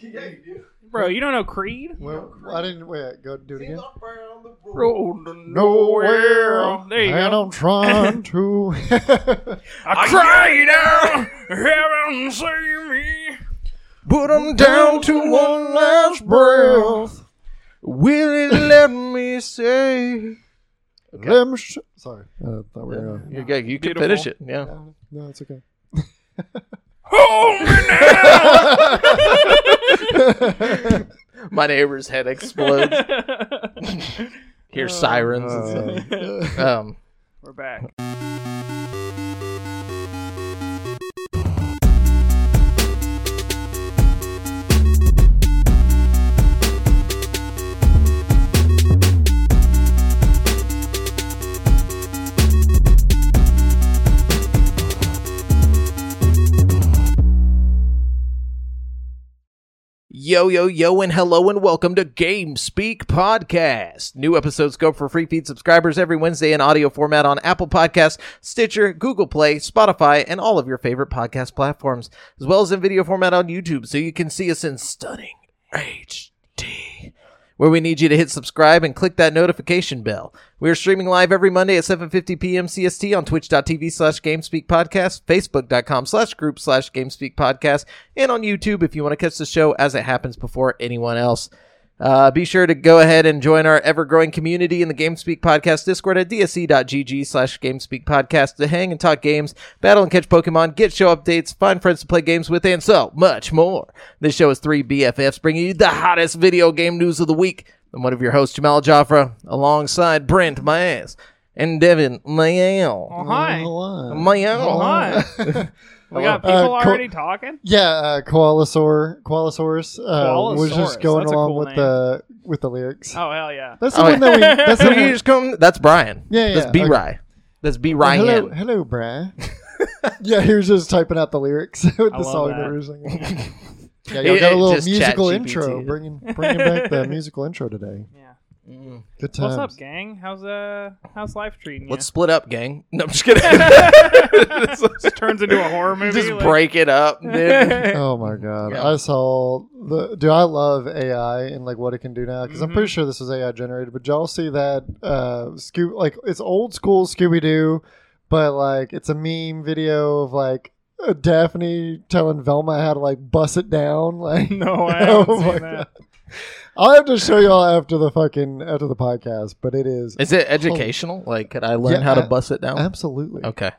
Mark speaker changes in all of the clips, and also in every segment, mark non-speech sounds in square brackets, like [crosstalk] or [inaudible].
Speaker 1: Yeah, you do.
Speaker 2: Bro, you don't know Creed?
Speaker 3: Well, I didn't. Wait, go do it
Speaker 1: Seems
Speaker 3: again.
Speaker 1: I found the road.
Speaker 2: Road to
Speaker 3: Nowhere.
Speaker 2: There you
Speaker 3: and
Speaker 2: go.
Speaker 3: I'm
Speaker 2: [laughs]
Speaker 3: trying to. [laughs]
Speaker 2: I cried out, heaven save me.
Speaker 4: Put 'em down to one last breath. Will it let me say?
Speaker 3: Let me sh- Sorry, uh, thought we were. Uh,
Speaker 4: You, got- you can
Speaker 2: Beautiful.
Speaker 4: finish it. Yeah.
Speaker 3: no,
Speaker 2: [laughs]
Speaker 3: it's okay. [laughs]
Speaker 2: Hold me now. [laughs]
Speaker 4: My neighbor's head explodes. [laughs] Hear sirens and
Speaker 2: Uh,
Speaker 3: [laughs]
Speaker 4: stuff. Um,
Speaker 2: We're back.
Speaker 4: Yo, yo, yo, and hello, and welcome to Game Speak Podcast. New episodes go for free feed subscribers every Wednesday in audio format on Apple Podcasts, Stitcher, Google Play, Spotify, and all of your favorite podcast platforms, as well as in video format on YouTube, so you can see us in stunning HD. Where we need you to hit subscribe and click that notification bell. We are streaming live every Monday at 7.50 p.m. CST on twitch.tv slash GameSpeak Podcast, facebook.com slash group slash GameSpeak Podcast, and on YouTube if you want to catch the show as it happens before anyone else. Uh, be sure to go ahead and join our ever-growing community in the GameSpeak Podcast Discord at dsc.gg slash GameSpeak Podcast to hang and talk games, battle and catch Pokemon, get show updates, find friends to play games with, and so much more. This show is 3 BFFs bringing you the hottest video game news of the week. I'm one of your hosts, Jamal Joffra, alongside Brent, my ass, and Devin, my
Speaker 2: Oh,
Speaker 4: owl.
Speaker 3: Uh-huh.
Speaker 2: hi.
Speaker 3: Hello.
Speaker 4: My owl.
Speaker 2: hi. We [laughs] got people
Speaker 3: Uh, co-
Speaker 2: already talking?
Speaker 3: Yeah, uh, Koalasaur, Koalasaurus, uh, was
Speaker 2: Koalasaurus,
Speaker 3: just going
Speaker 2: that's a
Speaker 3: along
Speaker 2: cool
Speaker 3: with
Speaker 2: name.
Speaker 3: the with the lyrics.
Speaker 2: Oh, hell yeah.
Speaker 3: That's the
Speaker 4: Oh,
Speaker 3: one that
Speaker 2: [laughs]
Speaker 3: we. That's the
Speaker 4: So you
Speaker 3: one.
Speaker 4: just come. That's Brian.
Speaker 3: Yeah, yeah,
Speaker 4: That's B
Speaker 3: okay.
Speaker 4: Rye. That's B
Speaker 3: Hello,
Speaker 4: Ryan.
Speaker 3: hello, Brian. [laughs] yeah, he was just typing out the lyrics [laughs] with
Speaker 2: I
Speaker 3: the
Speaker 2: love
Speaker 3: song
Speaker 2: that.
Speaker 3: that we were singing. Yeah,
Speaker 4: It-
Speaker 3: you got a
Speaker 4: it
Speaker 3: little
Speaker 4: just
Speaker 3: musical
Speaker 4: ChatGPT.
Speaker 3: intro, bringing bringing back the musical intro today.
Speaker 2: Yeah.
Speaker 4: Mm.
Speaker 3: Good times.
Speaker 2: What's up, gang? How's uh how's life treating you?
Speaker 4: Let's split up, gang. No, I'm just
Speaker 3: [laughs]
Speaker 4: kidding.
Speaker 2: [laughs]
Speaker 4: [laughs]
Speaker 2: This turns into a horror movie.
Speaker 4: just
Speaker 2: like-
Speaker 4: break
Speaker 3: [laughs]
Speaker 4: it up, dude.
Speaker 3: Oh my god!
Speaker 4: Yeah.
Speaker 3: I saw the. Do I love AI and like what it can do now? Because
Speaker 2: Mhm.
Speaker 3: I'm pretty sure this was AI generated. But y'all see that uh, Scoob? Like it's old school Scooby Doo, but like it's a meme video of like uh, Daphne telling Velma how to like bust it down. [laughs]
Speaker 2: [laughs]
Speaker 3: Like
Speaker 2: no, [laughs] I haven't
Speaker 3: [laughs] Oh
Speaker 2: seen
Speaker 3: my
Speaker 2: that.
Speaker 3: I'll have to show y'all after the fucking after the podcast. But it is Oh.
Speaker 4: Is it educational? Like, could I learn
Speaker 3: Yeah,
Speaker 4: how to
Speaker 3: I-
Speaker 4: bust it down?
Speaker 3: absolutely [laughs]
Speaker 4: okay,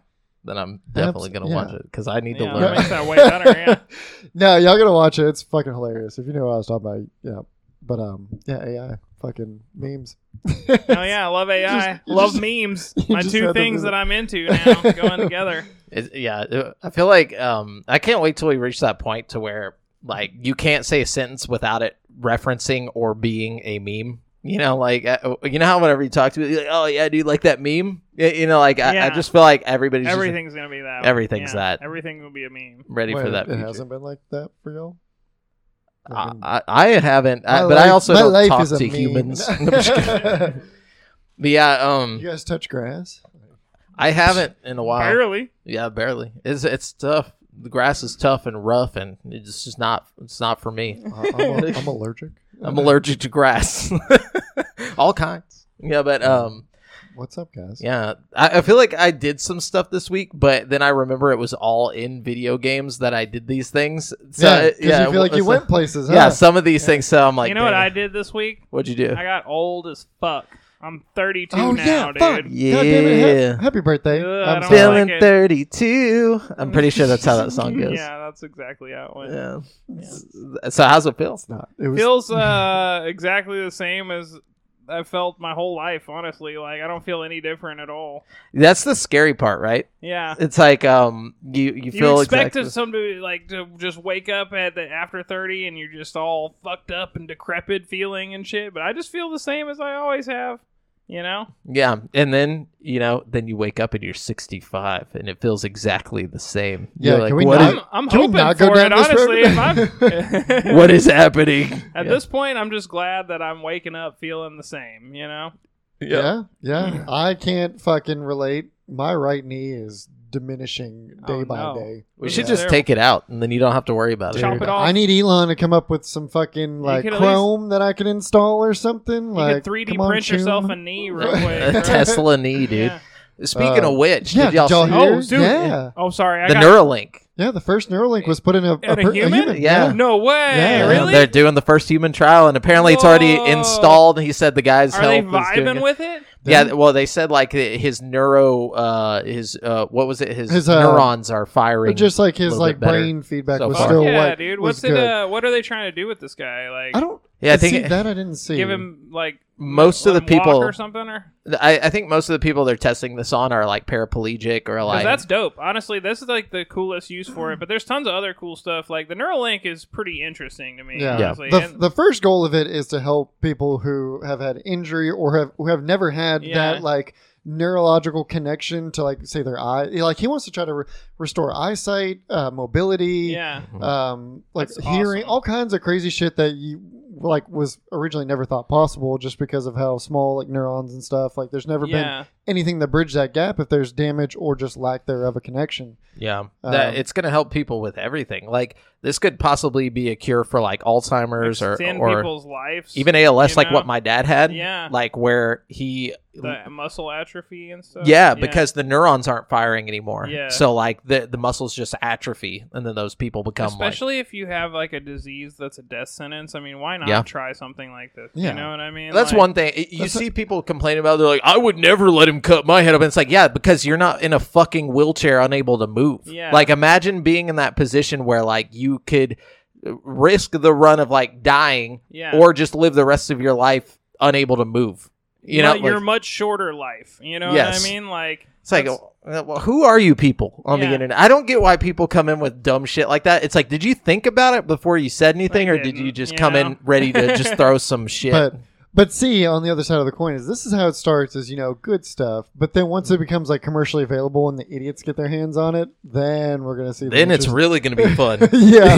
Speaker 4: then I'm definitely gonna
Speaker 3: yeah.
Speaker 4: watch it because I need to
Speaker 2: Yeah,
Speaker 4: learn.
Speaker 2: that makes that way better, yeah.
Speaker 3: [laughs] no, y'all gotta watch it. It's fucking hilarious. If you know what I was talking about, yeah. But um, yeah, AI fucking memes.
Speaker 2: Oh
Speaker 3: [laughs]
Speaker 2: yeah, I love AI.
Speaker 3: just- you
Speaker 2: love
Speaker 3: just-
Speaker 2: memes.
Speaker 3: [laughs] you
Speaker 2: My
Speaker 3: just
Speaker 2: two
Speaker 3: had to
Speaker 2: things
Speaker 3: do
Speaker 2: that
Speaker 3: that.
Speaker 2: I'm
Speaker 3: [laughs]
Speaker 2: into now going together.
Speaker 4: It- yeah, it- I feel like um, I can't wait till we reach that point to where like you can't say a sentence without it referencing or being a meme. You know, like uh, you know how whenever you talk to me, like, oh yeah, dude, like that meme. Y- You know, like I, I
Speaker 2: Yeah.
Speaker 4: just feel like everybody's just
Speaker 2: Everything's gonna be that.
Speaker 4: Everything's
Speaker 2: yeah,
Speaker 4: that.
Speaker 2: Everything will be a meme.
Speaker 4: ready
Speaker 3: Wait,
Speaker 4: for that.
Speaker 3: It
Speaker 4: future.
Speaker 3: hasn't been like that for y'all.
Speaker 4: I,
Speaker 3: Fucking-
Speaker 4: I, I haven't, I,
Speaker 3: My
Speaker 4: uh, but I
Speaker 3: life-
Speaker 4: also
Speaker 3: my
Speaker 4: don't
Speaker 3: life
Speaker 4: talk
Speaker 3: is a
Speaker 4: to
Speaker 3: meme. [laughs]
Speaker 4: humans. [laughs] I'm just kidding. but yeah, um,
Speaker 3: you guys touch grass?
Speaker 4: I haven't in a while.
Speaker 2: Barely.
Speaker 4: Yeah, barely. It's it's tough. The grass is tough and rough, and it's just not it's not
Speaker 3: [laughs]
Speaker 4: for me.
Speaker 3: I, Uh, I'm,
Speaker 4: [laughs]
Speaker 3: a, I'm allergic.
Speaker 4: I'm allergic to grass, [laughs] all kinds. Yeah, but um,
Speaker 3: What's up, guys?
Speaker 4: yeah, I, I feel like I did some stuff this week, but then I remember it was all in video games that I did these things. So uh,
Speaker 3: yeah. 'cause
Speaker 4: yeah,
Speaker 3: you feel like you
Speaker 4: so-
Speaker 3: went places. Huh?
Speaker 4: Yeah, some of these things. So I'm like,
Speaker 2: you know what
Speaker 4: dang,
Speaker 2: I did this week?
Speaker 4: What'd you do?
Speaker 2: I got old as fuck. I'm 32
Speaker 3: Oh
Speaker 2: now,
Speaker 3: yeah,
Speaker 2: dude.
Speaker 3: fuck. God damn it.
Speaker 4: Yeah.
Speaker 3: Ha- happy birthday!
Speaker 2: Ugh, I
Speaker 3: I'm
Speaker 2: don't
Speaker 3: sorry.
Speaker 2: like-
Speaker 4: Feeling
Speaker 2: it.
Speaker 4: 32. I'm pretty sure that's how
Speaker 2: [laughs]
Speaker 4: that song goes.
Speaker 2: Yeah, that's exactly how it went.
Speaker 4: Yeah. So how's it feel?
Speaker 3: It's not. It was.
Speaker 2: Feels uh, exactly the same as I felt my whole life. Honestly, like I don't feel any different at all.
Speaker 4: That's the scary part, right?
Speaker 2: Yeah.
Speaker 4: It's like um, you you
Speaker 2: You,
Speaker 4: feel
Speaker 2: expect
Speaker 4: exactly-
Speaker 2: us somebody like to just wake up at the after thirty and you're just all fucked up and decrepit feeling and shit, but I just feel the same as I always have. You know?
Speaker 4: Yeah, and then you know, then you wake up and you're 65, and it feels exactly the same.
Speaker 3: Yeah,
Speaker 4: You're
Speaker 3: can
Speaker 4: like,
Speaker 3: we
Speaker 4: what
Speaker 3: not-
Speaker 4: is-
Speaker 2: I'm, I'm
Speaker 3: Can we
Speaker 2: hoping
Speaker 3: not go
Speaker 2: for it,
Speaker 3: down this road?
Speaker 2: honestly. If
Speaker 3: [laughs]
Speaker 2: I'm, [laughs]
Speaker 4: what is happening?
Speaker 2: At
Speaker 4: Yeah.
Speaker 2: this point, I'm just glad that I'm waking up feeling the same, you know?
Speaker 3: yeah, yeah. I can't fucking relate. My right knee is diminishing day
Speaker 2: Oh,
Speaker 3: by
Speaker 2: no.
Speaker 3: day.
Speaker 4: We
Speaker 2: Yeah.
Speaker 4: should just take it out, and then you don't have to worry about it.
Speaker 2: Chop it off.
Speaker 3: I need Elon to come up with some fucking like
Speaker 2: could at
Speaker 3: Chrome that I can install or something.
Speaker 2: You
Speaker 3: like
Speaker 2: could 3D
Speaker 3: come on,
Speaker 2: print yourself
Speaker 3: Shun.
Speaker 2: a knee
Speaker 4: [laughs]
Speaker 2: real quick.
Speaker 4: A
Speaker 2: right?
Speaker 4: Tesla knee, dude.
Speaker 2: Yeah.
Speaker 4: Speaking
Speaker 3: Uh,
Speaker 4: of which,
Speaker 3: Yeah,
Speaker 4: did y'all
Speaker 3: did y'all
Speaker 4: see
Speaker 2: Oh,
Speaker 3: hear?
Speaker 2: dude.
Speaker 3: yeah,
Speaker 2: Oh, sorry. I
Speaker 4: the
Speaker 2: got
Speaker 4: Neuralink?
Speaker 3: yeah. The first Neuralink was put in a,
Speaker 2: And a
Speaker 3: per-
Speaker 2: human?
Speaker 4: Yeah.
Speaker 2: Oh, No way.
Speaker 3: Yeah.
Speaker 2: Really?
Speaker 4: They're doing the first human trial, and apparently it's already installed. And he said the guy's
Speaker 2: Are they
Speaker 4: health was doing
Speaker 2: vibing
Speaker 4: it.
Speaker 2: with it?
Speaker 4: Yeah, th- well, they said like th- his neuro, uh, his uh, what was it? His,
Speaker 3: His, uh,
Speaker 4: neurons are
Speaker 3: But
Speaker 4: firing.
Speaker 3: just like his
Speaker 4: little
Speaker 3: like
Speaker 4: bit better
Speaker 3: brain feedback
Speaker 4: so
Speaker 3: was
Speaker 4: far.
Speaker 3: still
Speaker 2: yeah,
Speaker 3: like
Speaker 2: dude.
Speaker 3: was
Speaker 2: What's it?
Speaker 3: good.
Speaker 2: Uh, what are they trying to do with this guy? Like,
Speaker 3: I don't.
Speaker 4: yeah, I
Speaker 3: see,
Speaker 4: think
Speaker 3: that I didn't see.
Speaker 2: give him like
Speaker 4: Most of
Speaker 2: let
Speaker 4: the
Speaker 2: him walk
Speaker 4: people-
Speaker 2: or something, or
Speaker 4: I, I think most of the people they're testing this on are like paraplegic or
Speaker 2: 'Cause
Speaker 4: like
Speaker 2: that's dope. Honestly, this is like the coolest use for it. But there's tons of other cool stuff. Like the Neuralink is pretty interesting to me.
Speaker 3: Yeah.
Speaker 4: Yeah.
Speaker 2: honestly.
Speaker 3: the,
Speaker 2: And-
Speaker 3: the first goal of it is to help people who have had injury or have who have never had
Speaker 2: Yeah.
Speaker 3: that like neurological connection to like say their eye like he wants to try to re- restore eyesight uh, mobility
Speaker 2: yeah.
Speaker 4: uh,
Speaker 3: um like
Speaker 2: That's
Speaker 3: hearing
Speaker 2: awesome.
Speaker 3: all kinds of crazy shit that you like was originally never thought possible just because of how small like neurons and stuff like there's never been
Speaker 2: yeah.
Speaker 3: anything to bridge that gap if there's damage or just lack thereof a connection
Speaker 4: yeah, that
Speaker 3: Um,
Speaker 4: it's going to help people with everything. Like this could possibly be a cure for like Alzheimer's or
Speaker 2: Extend
Speaker 4: or
Speaker 2: people's lives.
Speaker 4: even ALS,
Speaker 2: you
Speaker 4: like
Speaker 2: know?
Speaker 4: what my dad had.
Speaker 2: Yeah.
Speaker 4: like where he
Speaker 2: the muscle atrophy and stuff.
Speaker 4: yeah, because the neurons aren't firing anymore.
Speaker 2: Yeah.
Speaker 4: So like the the muscles just atrophy, and then those people become
Speaker 2: especially if you have like a disease that's a death sentence. I mean, why not
Speaker 4: Yeah.
Speaker 2: try something like this?
Speaker 3: Yeah.
Speaker 2: You know what I mean?
Speaker 4: like. That's
Speaker 2: Like,
Speaker 4: one thing. It- You
Speaker 3: That's
Speaker 4: see people complain about. They're like, "I would never let him cut my head up." And it's like, yeah, because you're not in a fucking wheelchair, unable to move.
Speaker 2: Yeah.
Speaker 4: Like, imagine being in that position where like you could risk the run of like dying,
Speaker 2: Yeah.
Speaker 4: or just live the rest of your life unable to move. You know,
Speaker 2: But your
Speaker 4: like-
Speaker 2: much shorter life. You know
Speaker 4: Yes.
Speaker 2: what I mean? Like
Speaker 4: It's like,
Speaker 2: that's-
Speaker 4: uh, well, who are you people on the
Speaker 2: Yeah.
Speaker 4: internet? I don't get why people come in with dumb shit like that. It's like, did you think about it before you said anything,
Speaker 2: I
Speaker 4: or did
Speaker 2: didn't,
Speaker 4: you just
Speaker 2: you
Speaker 4: come in
Speaker 2: know?
Speaker 4: ready to just throw some shit?
Speaker 3: but but see on the other side of the coin is this is how it starts is you know good stuff but then once
Speaker 4: Mm-hmm.
Speaker 3: it becomes like commercially available and the idiots get their hands on it then we're gonna see the
Speaker 4: then it's
Speaker 3: interest-
Speaker 4: really going to be
Speaker 3: [laughs]
Speaker 4: fun. [laughs]
Speaker 3: yeah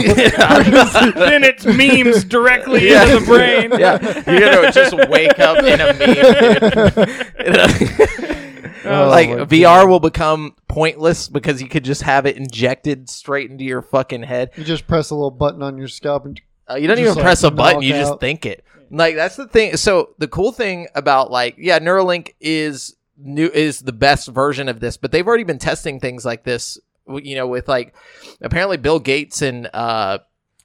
Speaker 2: then it's memes directly
Speaker 4: Yeah.
Speaker 2: into the brain.
Speaker 4: [laughs] yeah, you're gonna just wake up in a meme. [laughs] dude.
Speaker 3: Oh
Speaker 4: like
Speaker 3: my
Speaker 4: VR
Speaker 3: God.
Speaker 4: will become pointless because you could just have it injected straight into your fucking head.
Speaker 3: you just press a little button on your scalp and
Speaker 4: Uh, you don't
Speaker 3: Just,
Speaker 4: even
Speaker 3: like,
Speaker 4: press a button;
Speaker 3: knock
Speaker 4: you just
Speaker 3: out.
Speaker 4: think it. Like that's the thing. So the cool thing about like yeah, Neuralink is new is the best version of this, but they've already been testing things like this. w- You know, with like apparently Bill Gates and uh,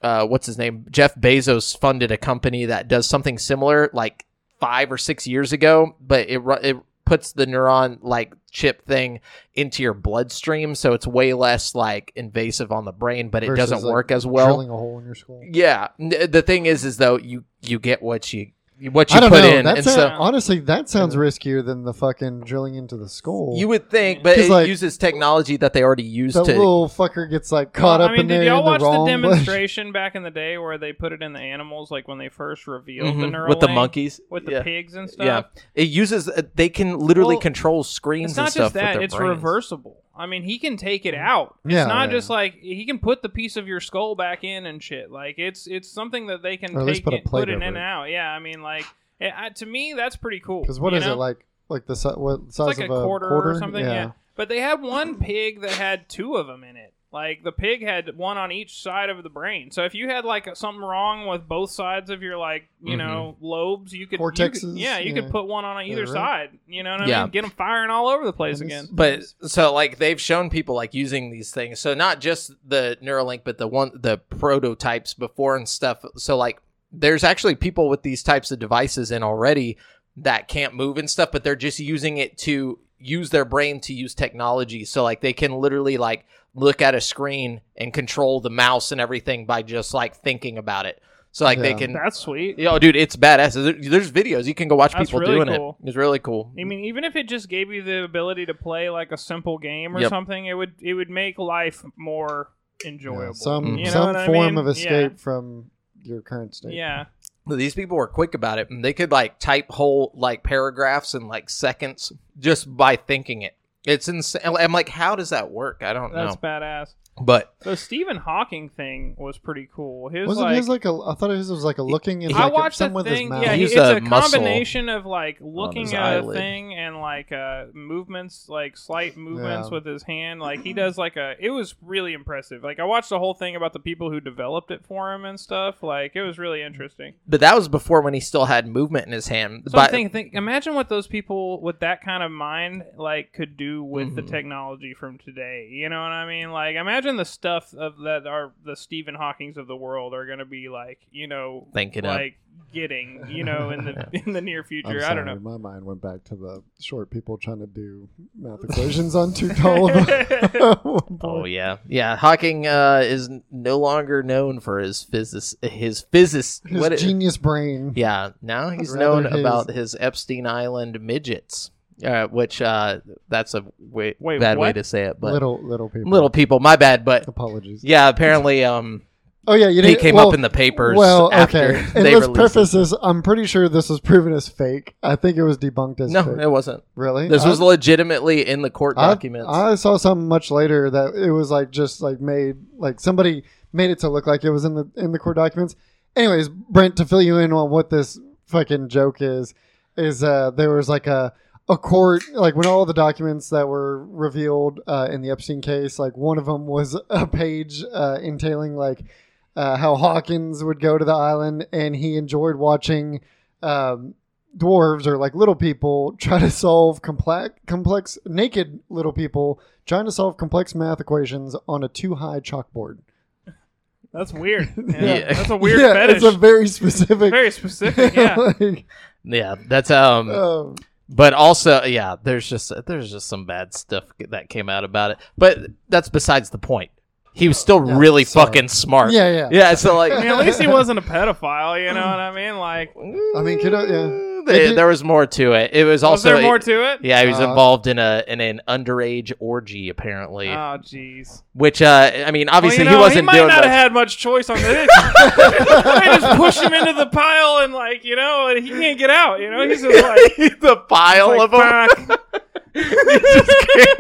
Speaker 4: uh, what's his name, Jeff Bezos funded a company that does something similar, like five or six years ago, but it ru- it puts the neuron like chip thing into your bloodstream, so it's way less like invasive on the brain, but it
Speaker 3: Versus,
Speaker 4: doesn't
Speaker 3: like,
Speaker 4: work as well.
Speaker 3: drilling a hole in your skull
Speaker 4: Yeah. N- The thing is, is though you you get what you what you
Speaker 3: I don't
Speaker 4: put
Speaker 3: know.
Speaker 4: in,
Speaker 3: that
Speaker 4: and
Speaker 3: sound-
Speaker 4: so uh,
Speaker 3: honestly, that sounds riskier than the fucking drilling into the skull.
Speaker 4: you would think, but
Speaker 3: 'Cause,
Speaker 4: it
Speaker 3: like,
Speaker 4: uses technology that they already use to.
Speaker 3: that little fucker gets like caught
Speaker 2: Well,
Speaker 3: up
Speaker 2: I mean,
Speaker 3: in
Speaker 2: did
Speaker 3: there
Speaker 2: y'all
Speaker 3: in the
Speaker 2: watch the,
Speaker 3: wrong place. [laughs]
Speaker 2: demonstration back in the day where they put it in the animals, like when they first revealed
Speaker 3: Mm-hmm.
Speaker 2: the
Speaker 4: Mhm,
Speaker 2: neural
Speaker 4: with the monkeys,
Speaker 2: with the
Speaker 4: yeah.
Speaker 2: pigs and stuff?
Speaker 4: Yeah, it uses. uh, They can literally
Speaker 2: Well,
Speaker 4: control screens
Speaker 2: It's not
Speaker 4: and stuff
Speaker 2: just
Speaker 4: with
Speaker 2: that;
Speaker 4: their
Speaker 2: it's
Speaker 4: brains. Mm-hmm.
Speaker 2: reversible. I mean, he can take it out. It's
Speaker 3: Yeah,
Speaker 2: not
Speaker 3: yeah.
Speaker 2: just like he can put the piece of your skull back in and shit. Like it's it's something that they can
Speaker 3: Or at least
Speaker 2: take
Speaker 3: put a
Speaker 2: it, put
Speaker 3: plate
Speaker 2: it in
Speaker 3: over
Speaker 2: and
Speaker 3: it.
Speaker 2: out. Yeah, I mean, like it, I, to me, that's pretty cool.
Speaker 3: Because what
Speaker 2: you
Speaker 3: is
Speaker 2: know?
Speaker 3: it like? Like the si- what size
Speaker 2: It's like
Speaker 3: of
Speaker 2: a quarter, or something. Yeah.
Speaker 3: Yeah.
Speaker 2: But they had one pig that had two of them in it. Like the pig had one on each side of the brain. So if you had like something wrong with both sides of your like you
Speaker 4: Mhm.
Speaker 2: know lobes, you could you could-
Speaker 3: Mm-hmm. Cortexes,
Speaker 2: yeah, you
Speaker 3: yeah.
Speaker 2: could put one on either
Speaker 3: right.
Speaker 2: side. You know what
Speaker 4: Yeah.
Speaker 2: I mean? Get them firing all over the place
Speaker 3: That is-
Speaker 2: again.
Speaker 4: But so like they've shown people like using these things. So not just the Neuralink, but the one the prototypes before and stuff. So like there's actually people with these types of devices in already that can't move and stuff, but they're just using it to use their brain to use technology. So like they can literally like look at a screen and control the mouse and everything by just like thinking about it. So like they
Speaker 3: Yeah.
Speaker 4: can
Speaker 2: That's sweet.
Speaker 4: Yo, dude, it's badass. There- There's videos you can go watch
Speaker 2: That's
Speaker 4: people
Speaker 2: really
Speaker 4: doing
Speaker 2: cool.
Speaker 4: it. It's really cool.
Speaker 2: I mean, even if it just gave you the ability to play like a simple game or
Speaker 4: Yep.
Speaker 2: something, it would it would make life more enjoyable.
Speaker 3: Yeah, Some
Speaker 4: You
Speaker 2: know
Speaker 3: some
Speaker 2: what I
Speaker 3: form
Speaker 2: mean?
Speaker 3: of escape from your current
Speaker 2: Yeah.
Speaker 3: state.
Speaker 2: yeah.
Speaker 4: But these people were quick about it and they could like type whole like paragraphs in like seconds just by thinking it it's insane i'm like how does that work i don't
Speaker 2: That's
Speaker 4: know
Speaker 2: badass.
Speaker 4: But
Speaker 2: The Stephen Hawking thing was pretty cool. His
Speaker 3: Wasn't
Speaker 2: like,
Speaker 3: his like a? I thought his was like a looking. and
Speaker 4: I
Speaker 2: I
Speaker 3: like
Speaker 2: watched
Speaker 3: some
Speaker 2: that
Speaker 3: with
Speaker 2: thing.
Speaker 3: His mouth.
Speaker 2: Yeah,
Speaker 4: He
Speaker 2: it's
Speaker 4: used a
Speaker 2: a
Speaker 4: muscle
Speaker 2: combination of like looking
Speaker 4: his
Speaker 2: at
Speaker 4: eyelid.
Speaker 2: a thing and like uh, movements, like slight movements
Speaker 3: Yeah.
Speaker 2: with his hand. Like he does like a. It was really impressive. Like I watched the whole thing about the people who developed it for him and stuff. Like it was
Speaker 3: Mm.
Speaker 2: really interesting.
Speaker 4: but that was before when he still had movement in his hand.
Speaker 2: So
Speaker 4: but
Speaker 2: I'm thinking, think, imagine what those people with that kind of mind like could do with the
Speaker 3: Mm-hmm.
Speaker 4: Mhm.
Speaker 2: technology from today. You know what I mean? Like, imagine the stuff of that are the Stephen Hawkings of the world are going to be like, you know,
Speaker 4: thinking of
Speaker 2: like getting, you know, in
Speaker 3: [laughs]
Speaker 2: the in the near
Speaker 3: I'm
Speaker 2: future. I
Speaker 3: sorry,
Speaker 2: don't know.
Speaker 3: My mind went back to the short people trying to do math equations on too [laughs] tall
Speaker 2: [laughs]
Speaker 3: of a.
Speaker 4: Oh yeah, yeah. Hawking uh, is n- no longer known for his physis his
Speaker 2: [laughs]
Speaker 4: physist.
Speaker 3: His
Speaker 4: what it-
Speaker 3: genius brain.
Speaker 4: yeah, now he's
Speaker 3: rather
Speaker 4: known
Speaker 3: his-
Speaker 4: about his Epstein Island midgets, uh, which uh, that's a way,
Speaker 2: Wait,
Speaker 4: bad way
Speaker 2: what?
Speaker 4: to say it, but little,
Speaker 3: little little people.
Speaker 4: people. My bad,
Speaker 3: [laughs]
Speaker 4: but
Speaker 3: apologies.
Speaker 4: yeah, apparently um,
Speaker 3: Oh yeah, you
Speaker 4: he
Speaker 3: didn't.
Speaker 4: came
Speaker 3: well,
Speaker 4: up in the papers.
Speaker 3: Well,
Speaker 4: after
Speaker 3: okay. And
Speaker 4: [laughs] they
Speaker 3: let's
Speaker 4: released
Speaker 3: preface
Speaker 4: it.
Speaker 3: this. I'm pretty sure this was proven as fake. I think it was debunked as
Speaker 4: No,
Speaker 3: fake.
Speaker 4: it wasn't.
Speaker 3: Really?
Speaker 4: This
Speaker 3: I-
Speaker 4: was legitimately in the court
Speaker 3: I-
Speaker 4: documents.
Speaker 3: I, saw something much later that it was like just like made like somebody made it to look like it was in the in the court documents. Anyways, Brent, to fill you in on what this fucking joke is, is uh there was like a a court like when all the documents that were revealed uh, in the Epstein case, like one of them was a page uh, entailing like uh, how Hawkins would go to the island and he enjoyed watching um, dwarves or like little people [laughs] try to solve complex, complex naked little people trying to solve complex math equations on a too high chalkboard.
Speaker 2: That's
Speaker 3: [laughs]
Speaker 2: weird. Yeah,
Speaker 4: Yeah.
Speaker 2: That's a weird
Speaker 3: yeah,
Speaker 2: fetish.
Speaker 3: it's a very specific.
Speaker 2: Very
Speaker 3: [laughs]
Speaker 2: specific. Yeah.
Speaker 3: like,
Speaker 4: yeah, that's um.
Speaker 3: um,
Speaker 4: but also yeah there's just there's just some bad stuff that came out about it but that's besides the point he was still
Speaker 3: Yeah,
Speaker 4: really
Speaker 3: sorry.
Speaker 4: fucking smart
Speaker 3: yeah, yeah,
Speaker 4: yeah
Speaker 3: [laughs]
Speaker 4: so like
Speaker 2: I mean, at least he wasn't a pedophile. You know what I mean? Like,
Speaker 3: I mean, kiddo,
Speaker 2: [laughs]
Speaker 3: yeah.
Speaker 4: mm, there-
Speaker 3: It did-
Speaker 4: there was more to it it was
Speaker 2: was
Speaker 4: also
Speaker 2: there more to it?
Speaker 4: yeah he was
Speaker 3: Uh,
Speaker 4: involved in a in an underage orgy apparently
Speaker 2: Oh, jeez.
Speaker 4: which uh i mean obviously
Speaker 2: well, you know,
Speaker 4: he wasn't
Speaker 2: might
Speaker 4: doing
Speaker 2: not
Speaker 4: much
Speaker 2: have had much choice on this. [laughs] they just push him into the pile and like you know and he can't get out. You know he's just like,
Speaker 4: [laughs] the pile
Speaker 2: like
Speaker 4: of them
Speaker 2: fuck,
Speaker 4: [laughs]
Speaker 2: [laughs]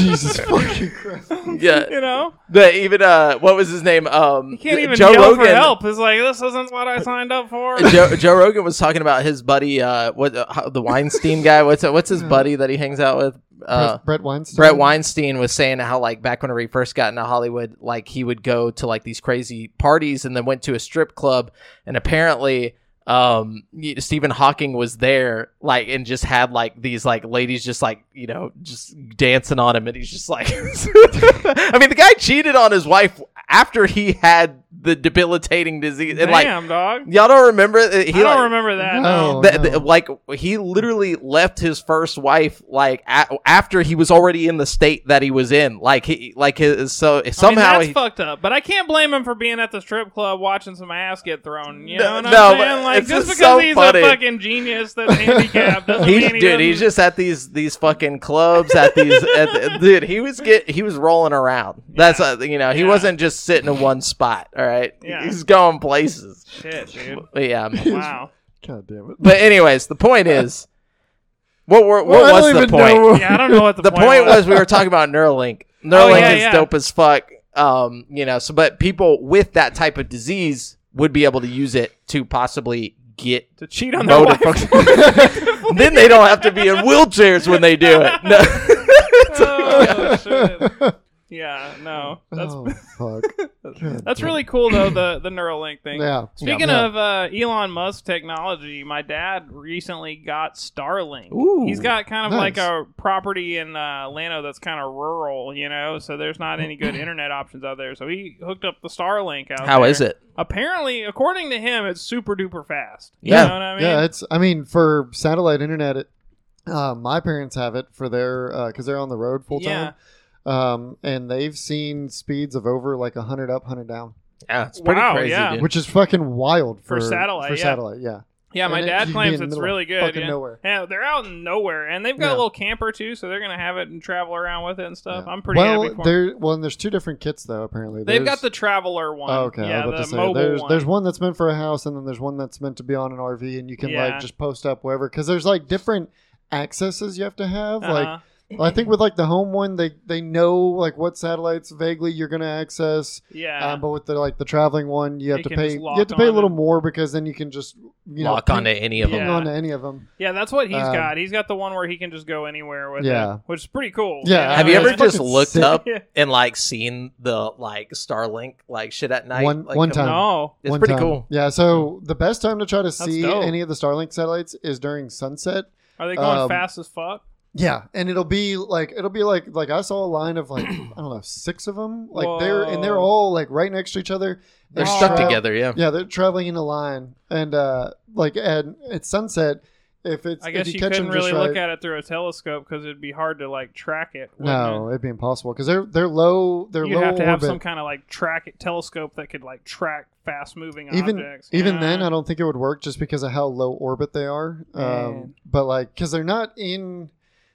Speaker 3: Jesus fucking Christ!
Speaker 4: yeah
Speaker 2: [laughs] you know
Speaker 4: the, even uh what was his name um
Speaker 2: he can't even
Speaker 4: joe
Speaker 2: yell
Speaker 4: rogan
Speaker 2: for help. It's like this isn't what I signed up for.
Speaker 4: [laughs] Joe, Joe Rogan was talking about his buddy, uh, what uh, the Weinstein guy. What's what's
Speaker 2: Hmm.
Speaker 4: his buddy that he hangs out with? Uh,
Speaker 3: Brett Weinstein.
Speaker 2: Mm-hmm.
Speaker 4: Brett Weinstein was saying how like back whenever he first got into Hollywood, like he would go to like these crazy parties and then went to a strip club, and apparently um y- Stephen Hawking was there like and just had like these like ladies just like you know just dancing on him and he's just like [laughs] I mean the guy cheated on his wife after he had the debilitating disease and like
Speaker 2: Damn, dog.
Speaker 4: Y'all don't remember? uh, He
Speaker 2: I don't
Speaker 4: like,
Speaker 2: remember that.
Speaker 3: No.
Speaker 2: No.
Speaker 4: th-
Speaker 3: Oh, no.
Speaker 4: th- like he literally left his first wife like a- after he was already in the state that he was in. Like he like his, so
Speaker 2: I mean,
Speaker 4: somehow
Speaker 2: that's
Speaker 4: he,
Speaker 2: fucked up, but I can't blame him for being at the strip club watching some ass get thrown. You
Speaker 4: No,
Speaker 2: know what
Speaker 4: no,
Speaker 2: I'm
Speaker 4: but
Speaker 2: saying? Like
Speaker 4: it's
Speaker 2: just
Speaker 4: just
Speaker 2: because
Speaker 4: so
Speaker 2: he's
Speaker 4: funny.
Speaker 2: a fucking genius that's handicapped doesn't
Speaker 4: he
Speaker 2: mean he
Speaker 4: dude, he's
Speaker 2: doesn't-
Speaker 4: just at these these fucking clubs at these [laughs] at the, dude. He was get he was rolling around. That's uh, you know he
Speaker 2: Yeah.
Speaker 4: wasn't just sitting in one spot. All right,
Speaker 2: Yeah.
Speaker 4: he's going places.
Speaker 2: shit, dude.
Speaker 4: But yeah,
Speaker 3: [laughs]
Speaker 2: Wow.
Speaker 3: God damn it!
Speaker 4: but anyways, the point is, what were, what
Speaker 3: Well, I
Speaker 4: was
Speaker 3: don't
Speaker 4: the
Speaker 3: even
Speaker 4: point?
Speaker 3: know.
Speaker 2: Yeah, I
Speaker 3: [laughs]
Speaker 2: don't know what the,
Speaker 4: the point was we were talking
Speaker 2: [laughs]
Speaker 4: about Neuralink. Neuralink
Speaker 2: Oh, yeah,
Speaker 4: is
Speaker 2: yeah.
Speaker 4: dope as fuck. Um, you know, so but people with that type of disease would be able to use it to possibly
Speaker 2: [laughs]
Speaker 4: get
Speaker 2: to cheat on their
Speaker 4: motor
Speaker 2: wife.
Speaker 3: [laughs]
Speaker 4: function. [laughs] then they don't have to be in wheelchairs when they do it. No.
Speaker 2: oh, shit. [laughs] Yeah, no. That's
Speaker 3: oh fuck! God
Speaker 2: [laughs] that's
Speaker 3: damn.
Speaker 2: really cool though the the Neuralink thing.
Speaker 3: yeah.
Speaker 2: Speaking
Speaker 3: Yeah.
Speaker 2: of uh, Elon Musk technology, my dad recently got Starlink.
Speaker 4: Ooh.
Speaker 2: He's got kind of
Speaker 3: Nice.
Speaker 2: like a property in uh, Lano that's kind of rural, you know, so there's not any
Speaker 3: [clears throat]
Speaker 2: good internet options out there. So he hooked up the Starlink out
Speaker 4: How
Speaker 2: there.
Speaker 4: is it?
Speaker 2: Apparently, according to him, it's super duper fast.
Speaker 4: Yeah.
Speaker 2: You know what I mean?
Speaker 3: yeah, it's. I mean, for satellite internet, it, uh, my parents have it for their because they're on the road full time, um, and they've seen speeds of over like hundred up, hundred down,
Speaker 4: Yeah, it's
Speaker 2: pretty Wow, crazy, yeah. dude.
Speaker 3: which is fucking wild
Speaker 2: For
Speaker 3: for,
Speaker 2: satellite,
Speaker 3: For
Speaker 2: yeah.
Speaker 3: satellite, yeah.
Speaker 2: Yeah, my
Speaker 3: And it- you
Speaker 2: dad
Speaker 3: can be in
Speaker 2: claims
Speaker 3: the
Speaker 2: it's
Speaker 3: middle of
Speaker 2: really good.
Speaker 3: Fucking
Speaker 2: Yeah.
Speaker 3: nowhere.
Speaker 2: Yeah, they're out in nowhere, and they've got
Speaker 3: Yeah.
Speaker 2: a little camper too, so they're gonna have it and travel around with it and stuff.
Speaker 3: Yeah.
Speaker 2: I'm pretty
Speaker 3: well,
Speaker 2: happy for 'em.
Speaker 3: there. Well, and there's two different kits though. Apparently,
Speaker 2: They've
Speaker 3: There's-
Speaker 2: got the traveler one.
Speaker 3: Oh, okay, I
Speaker 2: yeah,
Speaker 3: was about
Speaker 2: the
Speaker 3: to say
Speaker 2: mobile
Speaker 3: there's
Speaker 2: one.
Speaker 3: there's one that's meant for a house, and then there's one that's meant to be on an RV, and you can
Speaker 2: Yeah.
Speaker 3: like just post up wherever because there's like different accesses you have to have, like
Speaker 2: Uh-huh.
Speaker 3: I think with like the home one, they they know like what satellites vaguely you're gonna access.
Speaker 2: Yeah.
Speaker 3: Um, but with the like the traveling one, you have
Speaker 2: You
Speaker 3: to
Speaker 2: can
Speaker 3: pay
Speaker 2: just
Speaker 3: you
Speaker 2: lock
Speaker 3: have to pay a
Speaker 2: on
Speaker 3: little
Speaker 2: it.
Speaker 3: more because then you can just you know
Speaker 4: Lock
Speaker 3: ping-
Speaker 4: onto any of
Speaker 3: ping
Speaker 4: them.
Speaker 2: Yeah.
Speaker 3: onto any of them.
Speaker 2: yeah, that's what he's
Speaker 3: um,
Speaker 2: got. He's got the one where he can just go anywhere with
Speaker 3: Yeah.
Speaker 2: it, which is pretty cool.
Speaker 3: Yeah,
Speaker 4: Have you
Speaker 3: Yeah,
Speaker 4: ever
Speaker 3: it's
Speaker 4: just
Speaker 3: fucking
Speaker 4: looked
Speaker 3: sick.
Speaker 4: up
Speaker 2: Yeah.
Speaker 4: and like seen the like Starlink like shit at night?
Speaker 3: One-
Speaker 4: like,
Speaker 3: one
Speaker 4: coming-
Speaker 2: [laughs]
Speaker 3: time.
Speaker 2: No.
Speaker 4: It's
Speaker 3: One
Speaker 4: pretty
Speaker 3: time.
Speaker 4: cool.
Speaker 3: Yeah. So the best time to try to see
Speaker 2: dope.
Speaker 3: any of the Starlink satellites is during sunset.
Speaker 2: Are they going
Speaker 3: Um,
Speaker 2: fast as fuck?
Speaker 3: Yeah, and it'll be like it'll be like like I saw a line of like [clears throat] I don't know six of them like they're and they're
Speaker 2: Whoa.
Speaker 3: all like right next to each other.
Speaker 4: They're
Speaker 2: Wow.
Speaker 4: stuck
Speaker 3: Tra-
Speaker 4: together, yeah.
Speaker 3: Yeah, they're traveling in a line, and uh like at at sunset, if it's
Speaker 2: I guess you
Speaker 3: if you, catch
Speaker 2: couldn't
Speaker 3: them just
Speaker 2: really
Speaker 3: right,
Speaker 2: look at it through a telescope because it'd be hard to like track it. wouldn't
Speaker 3: no, it'd be impossible because they're they're low they're
Speaker 2: it? you'd
Speaker 3: low
Speaker 2: have to have
Speaker 3: orbit.
Speaker 2: some kind of like track telescope that could like track fast moving
Speaker 3: even
Speaker 2: objects.
Speaker 3: even
Speaker 2: Yeah.
Speaker 3: then, I don't think it would work just because of how low orbit they are. Um,
Speaker 2: Man.
Speaker 3: but like because they're not in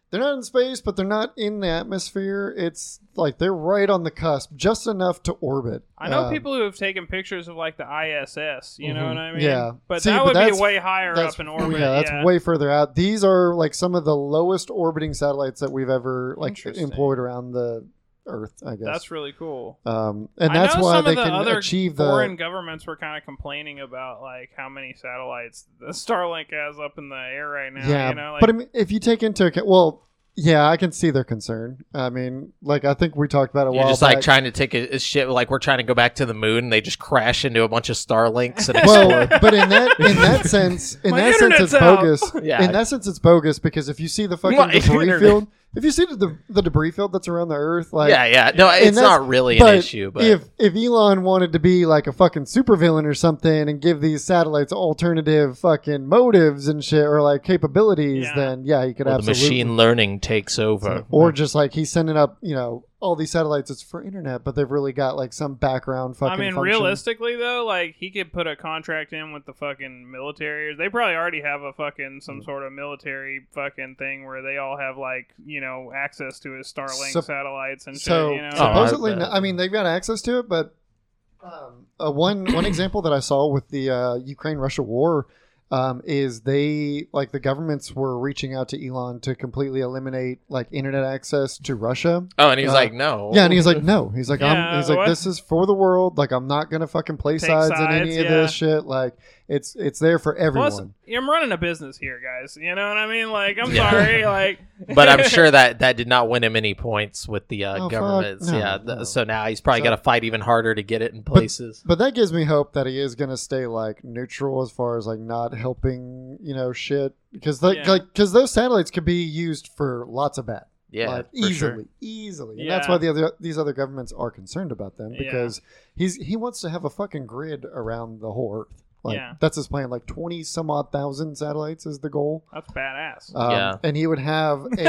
Speaker 3: they're not in space, but they're not in the atmosphere. It's like they're right on the cusp, just enough to orbit.
Speaker 2: I know
Speaker 3: Um, Mm-hmm.
Speaker 2: people who have taken pictures of like the ISS. You know
Speaker 4: Mhm.
Speaker 2: what I mean?
Speaker 3: Yeah.
Speaker 2: But
Speaker 3: See,
Speaker 2: that
Speaker 3: but
Speaker 2: would
Speaker 3: that's-
Speaker 2: be way higher
Speaker 3: that's-
Speaker 2: up in orbit.
Speaker 3: Yeah, that's way further out. These are like some of the lowest orbiting satellites that we've ever like
Speaker 2: Interesting.
Speaker 3: employed around the Earth. I guess.
Speaker 2: That's really cool.
Speaker 3: um, and
Speaker 2: I
Speaker 3: that's
Speaker 2: know
Speaker 3: why
Speaker 2: some
Speaker 3: they
Speaker 2: of the
Speaker 3: can
Speaker 2: other
Speaker 3: achieve the.
Speaker 2: Foreign governments were kind of complaining about like how many satellites the [laughs] Starlink has up in the air right now.
Speaker 3: yeah,
Speaker 2: you know, like,
Speaker 3: but I mean, if you take into account, well, yeah, I can see their concern. I mean, like I think we talked about it a
Speaker 4: You're
Speaker 3: while
Speaker 4: just like
Speaker 3: back.
Speaker 4: trying to take a, a shit. Like we're trying to go back to the moon, and they just crash into a bunch of Starlinks and
Speaker 3: well,
Speaker 4: [laughs] explode.
Speaker 3: but in that in
Speaker 4: [laughs]
Speaker 3: that sense, in
Speaker 2: My
Speaker 3: that sense,
Speaker 2: internet's
Speaker 3: it's
Speaker 2: out.
Speaker 3: bogus.
Speaker 4: Yeah.
Speaker 3: In that sense, it's bogus because if you see the fucking
Speaker 4: My
Speaker 3: debris
Speaker 4: [laughs] internet.
Speaker 3: field, if you see the the debris field that's around the Earth, like
Speaker 4: [laughs] yeah, yeah. No,
Speaker 3: and
Speaker 4: it's
Speaker 3: that's-
Speaker 4: not really an
Speaker 3: but
Speaker 4: issue, but
Speaker 3: if if Elon wanted to be like a fucking supervillain or something and give these satellites alternative fucking motives and shit or like capabilities,
Speaker 2: Yeah.
Speaker 3: then yeah, he could
Speaker 4: Well, the
Speaker 3: absolutely.
Speaker 4: machine learning takes over.
Speaker 3: or just like he's sending up, you know, all these satellites. It's for internet, but they've really got like some background fucking.
Speaker 2: I mean,
Speaker 3: function.
Speaker 2: realistically though, like he could put a contract in with the fucking military. They probably already have a fucking
Speaker 3: Mm.
Speaker 2: some sort of military fucking thing where they all have like you know access to his Starlink
Speaker 3: Sup-
Speaker 2: satellites and
Speaker 3: So
Speaker 2: shit. You know,
Speaker 4: Oh, I-
Speaker 3: supposedly, no- I, mean, they've got access to it, but um, uh, one one example that I saw with the uh, Ukraine Russia war um, is they like the governments were reaching out to Elon to completely eliminate like internet access to Russia.
Speaker 4: Oh, and he's
Speaker 3: Uh,
Speaker 4: like, no.
Speaker 3: Yeah, and he's like, no, he's like, I'm,
Speaker 2: Yeah,
Speaker 3: he's like,
Speaker 2: what?
Speaker 3: this is for the world. Like, I'm not gonna fucking play
Speaker 2: Take
Speaker 3: sides, in
Speaker 2: sides,
Speaker 3: any of
Speaker 2: yeah.
Speaker 3: this shit. Like, it's it's there for everyone.
Speaker 2: Plus, I'm running a business here, guys. You know what I mean? Like, I'm
Speaker 4: Yeah.
Speaker 2: sorry. Like,
Speaker 4: [laughs] [laughs] but I'm
Speaker 3: [laughs]
Speaker 4: sure that that did not win him any points with the uh,
Speaker 3: Oh, fuck,
Speaker 4: governments.
Speaker 3: no,
Speaker 4: yeah, th-
Speaker 3: no.
Speaker 4: so now he's probably
Speaker 3: So-
Speaker 4: got to fight even harder to get it in places.
Speaker 3: But that gives me hope that he is going to stay like neutral as far as like not helping, you know, shit because like
Speaker 2: Yeah.
Speaker 3: because those satellites could be used for lots of bad,
Speaker 4: yeah,
Speaker 3: like,
Speaker 4: for
Speaker 3: easily,
Speaker 4: sure.
Speaker 3: easily, and that's
Speaker 2: Yeah.
Speaker 3: why the other these other governments are concerned about them
Speaker 2: Yeah.
Speaker 3: because he's he wants to have a fucking grid around the whole Earth. Like
Speaker 2: Yeah.
Speaker 3: that's his plan. Like twenty some odd thousand satellites is the goal.
Speaker 2: [laughs] that's badass.
Speaker 3: Um,
Speaker 4: Yeah.
Speaker 3: and he would
Speaker 2: [laughs]
Speaker 3: have a he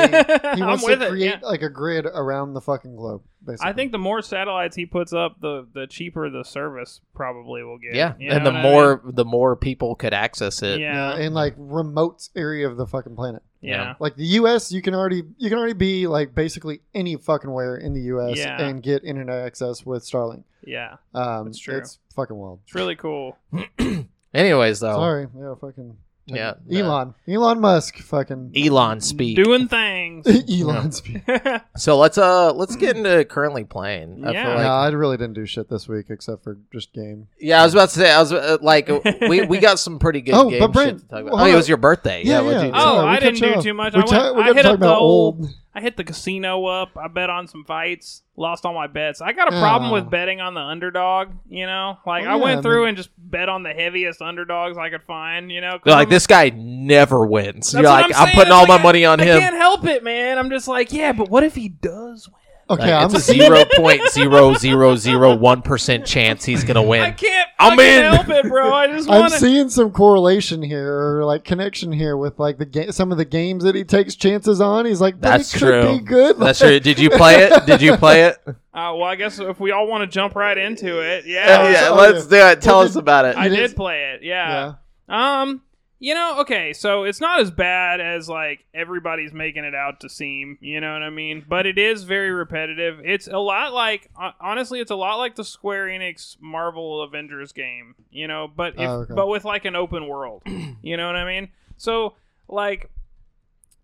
Speaker 2: I'm
Speaker 3: wants
Speaker 2: with
Speaker 3: to
Speaker 2: it.
Speaker 3: create
Speaker 2: yeah.
Speaker 3: like a grid around the fucking globe. Basically.
Speaker 2: I think the more satellites he puts up, the the cheaper the service probably will get.
Speaker 4: Yeah,
Speaker 2: You
Speaker 4: and
Speaker 2: know
Speaker 4: the
Speaker 2: what I
Speaker 4: more the more people could access
Speaker 2: mean?
Speaker 4: it.
Speaker 2: yeah,
Speaker 3: yeah, in like remote area of the fucking planet.
Speaker 2: yeah,
Speaker 3: Like the U.S., you can already you can already be like basically any fucking where in the U.S.
Speaker 2: Yeah.
Speaker 3: and get internet access with Starlink.
Speaker 2: yeah.
Speaker 3: Um,
Speaker 2: That's true.
Speaker 3: It's fucking wild.
Speaker 2: It's really cool.
Speaker 4: Anyways, though,
Speaker 3: Sorry, yeah, fucking
Speaker 4: Yeah, E-
Speaker 3: Elon, Elon Musk, fucking [laughs]
Speaker 4: Elon speak.
Speaker 2: Doing things. [laughs]
Speaker 3: Elon speak.
Speaker 2: yeah,
Speaker 4: so let's uh let's get into currently playing. I
Speaker 2: Yeah.
Speaker 4: feel like
Speaker 3: no, I really didn't do shit this week except for just game.
Speaker 4: Yeah, I was about to say. I was uh, like, we,
Speaker 2: [laughs]
Speaker 4: we got some pretty good
Speaker 3: Oh,
Speaker 4: game
Speaker 3: but
Speaker 4: shit
Speaker 3: Brent,
Speaker 4: to talk about.
Speaker 3: well,
Speaker 4: Oh, it
Speaker 3: hold
Speaker 4: was your birthday.
Speaker 3: Yeah,
Speaker 4: what'd
Speaker 3: yeah.
Speaker 4: you do?
Speaker 2: Oh,
Speaker 3: Sorry, we
Speaker 2: I didn't
Speaker 3: cut you
Speaker 2: do
Speaker 3: off.
Speaker 2: too much.
Speaker 3: We
Speaker 2: I went.
Speaker 3: we
Speaker 2: I
Speaker 3: got to
Speaker 2: hit
Speaker 3: talk
Speaker 2: up the
Speaker 3: about
Speaker 2: old.
Speaker 3: old.
Speaker 2: I hit the casino up. I bet on some fights. Lost all my bets. I got a
Speaker 3: Yeah.
Speaker 2: problem with betting on the underdog. You know, like
Speaker 3: Oh,
Speaker 2: I
Speaker 3: yeah,
Speaker 2: went
Speaker 3: I
Speaker 2: through
Speaker 3: mean-
Speaker 2: and just bet on the heaviest underdogs I could find. You know, 'cause
Speaker 4: You're like
Speaker 2: I'm-
Speaker 4: this guy never
Speaker 2: That's
Speaker 4: wins. You're
Speaker 2: what
Speaker 4: like, I'm,
Speaker 2: saying.
Speaker 4: putting
Speaker 2: It's
Speaker 4: all
Speaker 2: like
Speaker 4: my
Speaker 2: I-
Speaker 4: money on
Speaker 2: I
Speaker 4: him.
Speaker 2: can't help it, man. I'm just like, yeah, but what if he does win?
Speaker 3: Okay,
Speaker 4: Like,
Speaker 2: [laughs]
Speaker 3: I'm
Speaker 4: it's
Speaker 3: [laughs]
Speaker 4: a zero point zero zero zero one percent chance he's gonna
Speaker 2: I
Speaker 4: win.
Speaker 2: can't
Speaker 4: I'm
Speaker 2: fucking
Speaker 4: in.
Speaker 2: help it, bro. I
Speaker 4: [laughs]
Speaker 2: just
Speaker 3: I'm
Speaker 2: want to.
Speaker 3: seeing some correlation here, or like connection here with like the ga- some of the games that he takes chances on. He's like, but
Speaker 4: That's
Speaker 3: it could
Speaker 4: true.
Speaker 3: Be good. [laughs]
Speaker 4: That's true. Did you play it? Did you play it?
Speaker 2: Uh, well, I guess if we all want to jump right into it,
Speaker 3: Oh,
Speaker 2: yeah,
Speaker 3: [laughs] yeah.
Speaker 4: do it.
Speaker 3: Well, did-
Speaker 4: about it.
Speaker 2: I
Speaker 3: You
Speaker 2: did
Speaker 3: did-
Speaker 2: play it.
Speaker 3: Yeah.
Speaker 2: Um, you know, okay, so it's not as bad as like everybody's making it out to seem. You know what I mean? But it is very repetitive. It's a lot like, hon- honestly, it's a lot like the Square Enix Marvel Avengers game. You know, but if
Speaker 3: Oh, okay. [clears throat]
Speaker 2: but with like an open world. you know what I mean? So like.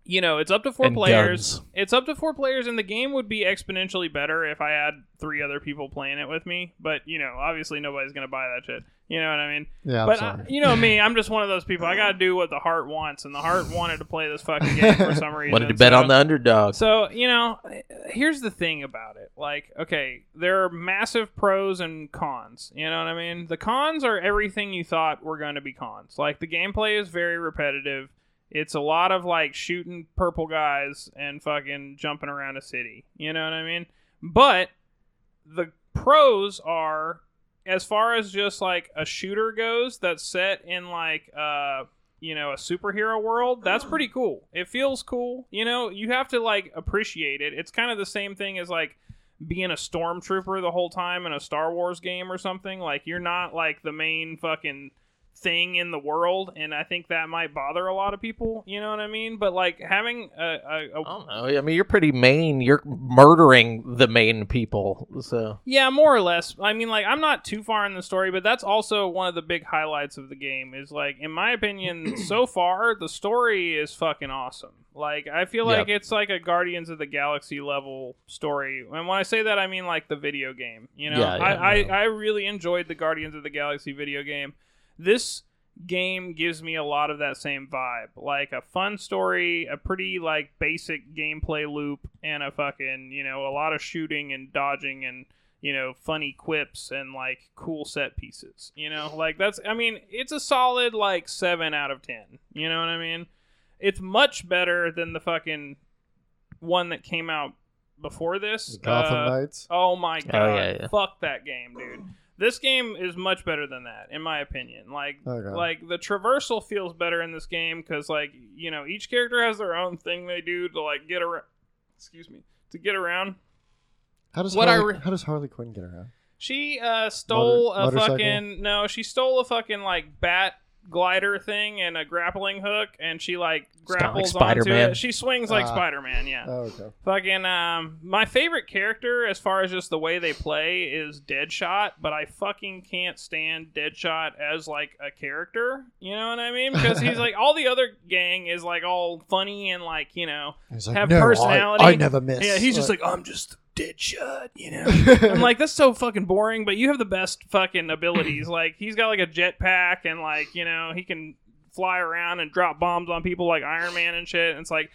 Speaker 2: you know, it's up to four
Speaker 4: And
Speaker 2: players.
Speaker 4: guns.
Speaker 2: It's up to four players, and the game would be exponentially better if I had three other people playing it with me. But you know, obviously, nobody's gonna buy that shit. You know what I mean?
Speaker 3: Yeah, I'm
Speaker 2: but uh, I,
Speaker 3: sorry.
Speaker 2: you know me, I'm just one of those people. I gotta do what the heart wants, and the heart wanted to play this fucking game for
Speaker 4: [laughs]
Speaker 2: some reason.
Speaker 4: Wanted to bet
Speaker 2: so-
Speaker 4: on the underdog.
Speaker 2: so, you know, here's the thing about it. Like, okay, there are massive pros and cons. You know what I mean? The cons are everything you thought were going to be cons. Like, the gameplay is very repetitive. It's a lot of, like, shooting purple guys and fucking jumping around a city. You know what I mean? But the pros are, as far as just, like, a shooter goes that's set in, like, uh, you know a superhero world that's pretty cool it feels cool you know you have to like appreciate it it's kind of the same thing as like being a stormtrooper the whole time in a star wars game or something like you're not like the main fucking thing in the world and i think that might bother a lot of people you know what i mean but like having a, a, a
Speaker 4: I don't know. I mean, you're pretty main. You're murdering the main people. So
Speaker 2: Yeah, more or less. I mean, like, I'm not too far in the story, but that's also one of the big highlights of the game. Is like, in my
Speaker 4: [clears throat]
Speaker 2: opinion, so far the story is fucking awesome. Like, I feel
Speaker 4: Yep.
Speaker 2: like it's like a Guardians of the Galaxy level story. And when I say that, I mean like the video game. You know,
Speaker 4: Yeah, yeah,
Speaker 2: I,
Speaker 4: yeah.
Speaker 2: I I really enjoyed the Guardians of the Galaxy video game. This game gives me a lot of that same vibe. Like a fun story, a pretty like basic gameplay loop, and a fucking you know a lot of shooting and dodging and you know funny quips and like cool set pieces. You know, like that's I mean it's a solid like seven out of ten. You know what I mean? It's much better than the fucking one that came out before this.
Speaker 3: Gotham
Speaker 2: Uh,
Speaker 3: Knights.
Speaker 2: Oh my god!
Speaker 4: yeah, yeah.
Speaker 2: Fuck that game, dude. This game is much better than that, in my opinion. Like,
Speaker 3: Okay.
Speaker 2: like the traversal feels better in this game because, like, you know, each character has their own thing they do to like get around. Excuse me, to get around.
Speaker 3: How does
Speaker 2: what I
Speaker 3: Harley,
Speaker 2: re-
Speaker 3: how does Harley Quinn get around?
Speaker 2: She uh, stole
Speaker 3: Motor-
Speaker 2: a
Speaker 3: motorcycle?
Speaker 2: fucking no. She stole a fucking like bat glider thing and a grappling hook, and she like
Speaker 4: kinda like
Speaker 2: grapples onto
Speaker 4: Spider-Man.
Speaker 2: it. She swings like
Speaker 3: Ah.
Speaker 2: Spider Man. Yeah.
Speaker 3: Oh, okay.
Speaker 2: Fucking um, my favorite character as far as just the way they play is Deadshot, but I fucking can't stand Deadshot as like a character. You know what I mean? Because he's like all the other gang is like all funny and like you know
Speaker 3: He's like,
Speaker 2: Have
Speaker 3: no, I-
Speaker 2: personality.
Speaker 3: I, never miss.
Speaker 2: yeah he's just like I'm just Deadshot, you know. [laughs]
Speaker 3: [laughs]
Speaker 2: I'm like that's so fucking boring, but you have the best fucking abilities. Like he's got like a jetpack and like you know he can fly around and drop bombs on people like Iron Man and shit. And it's like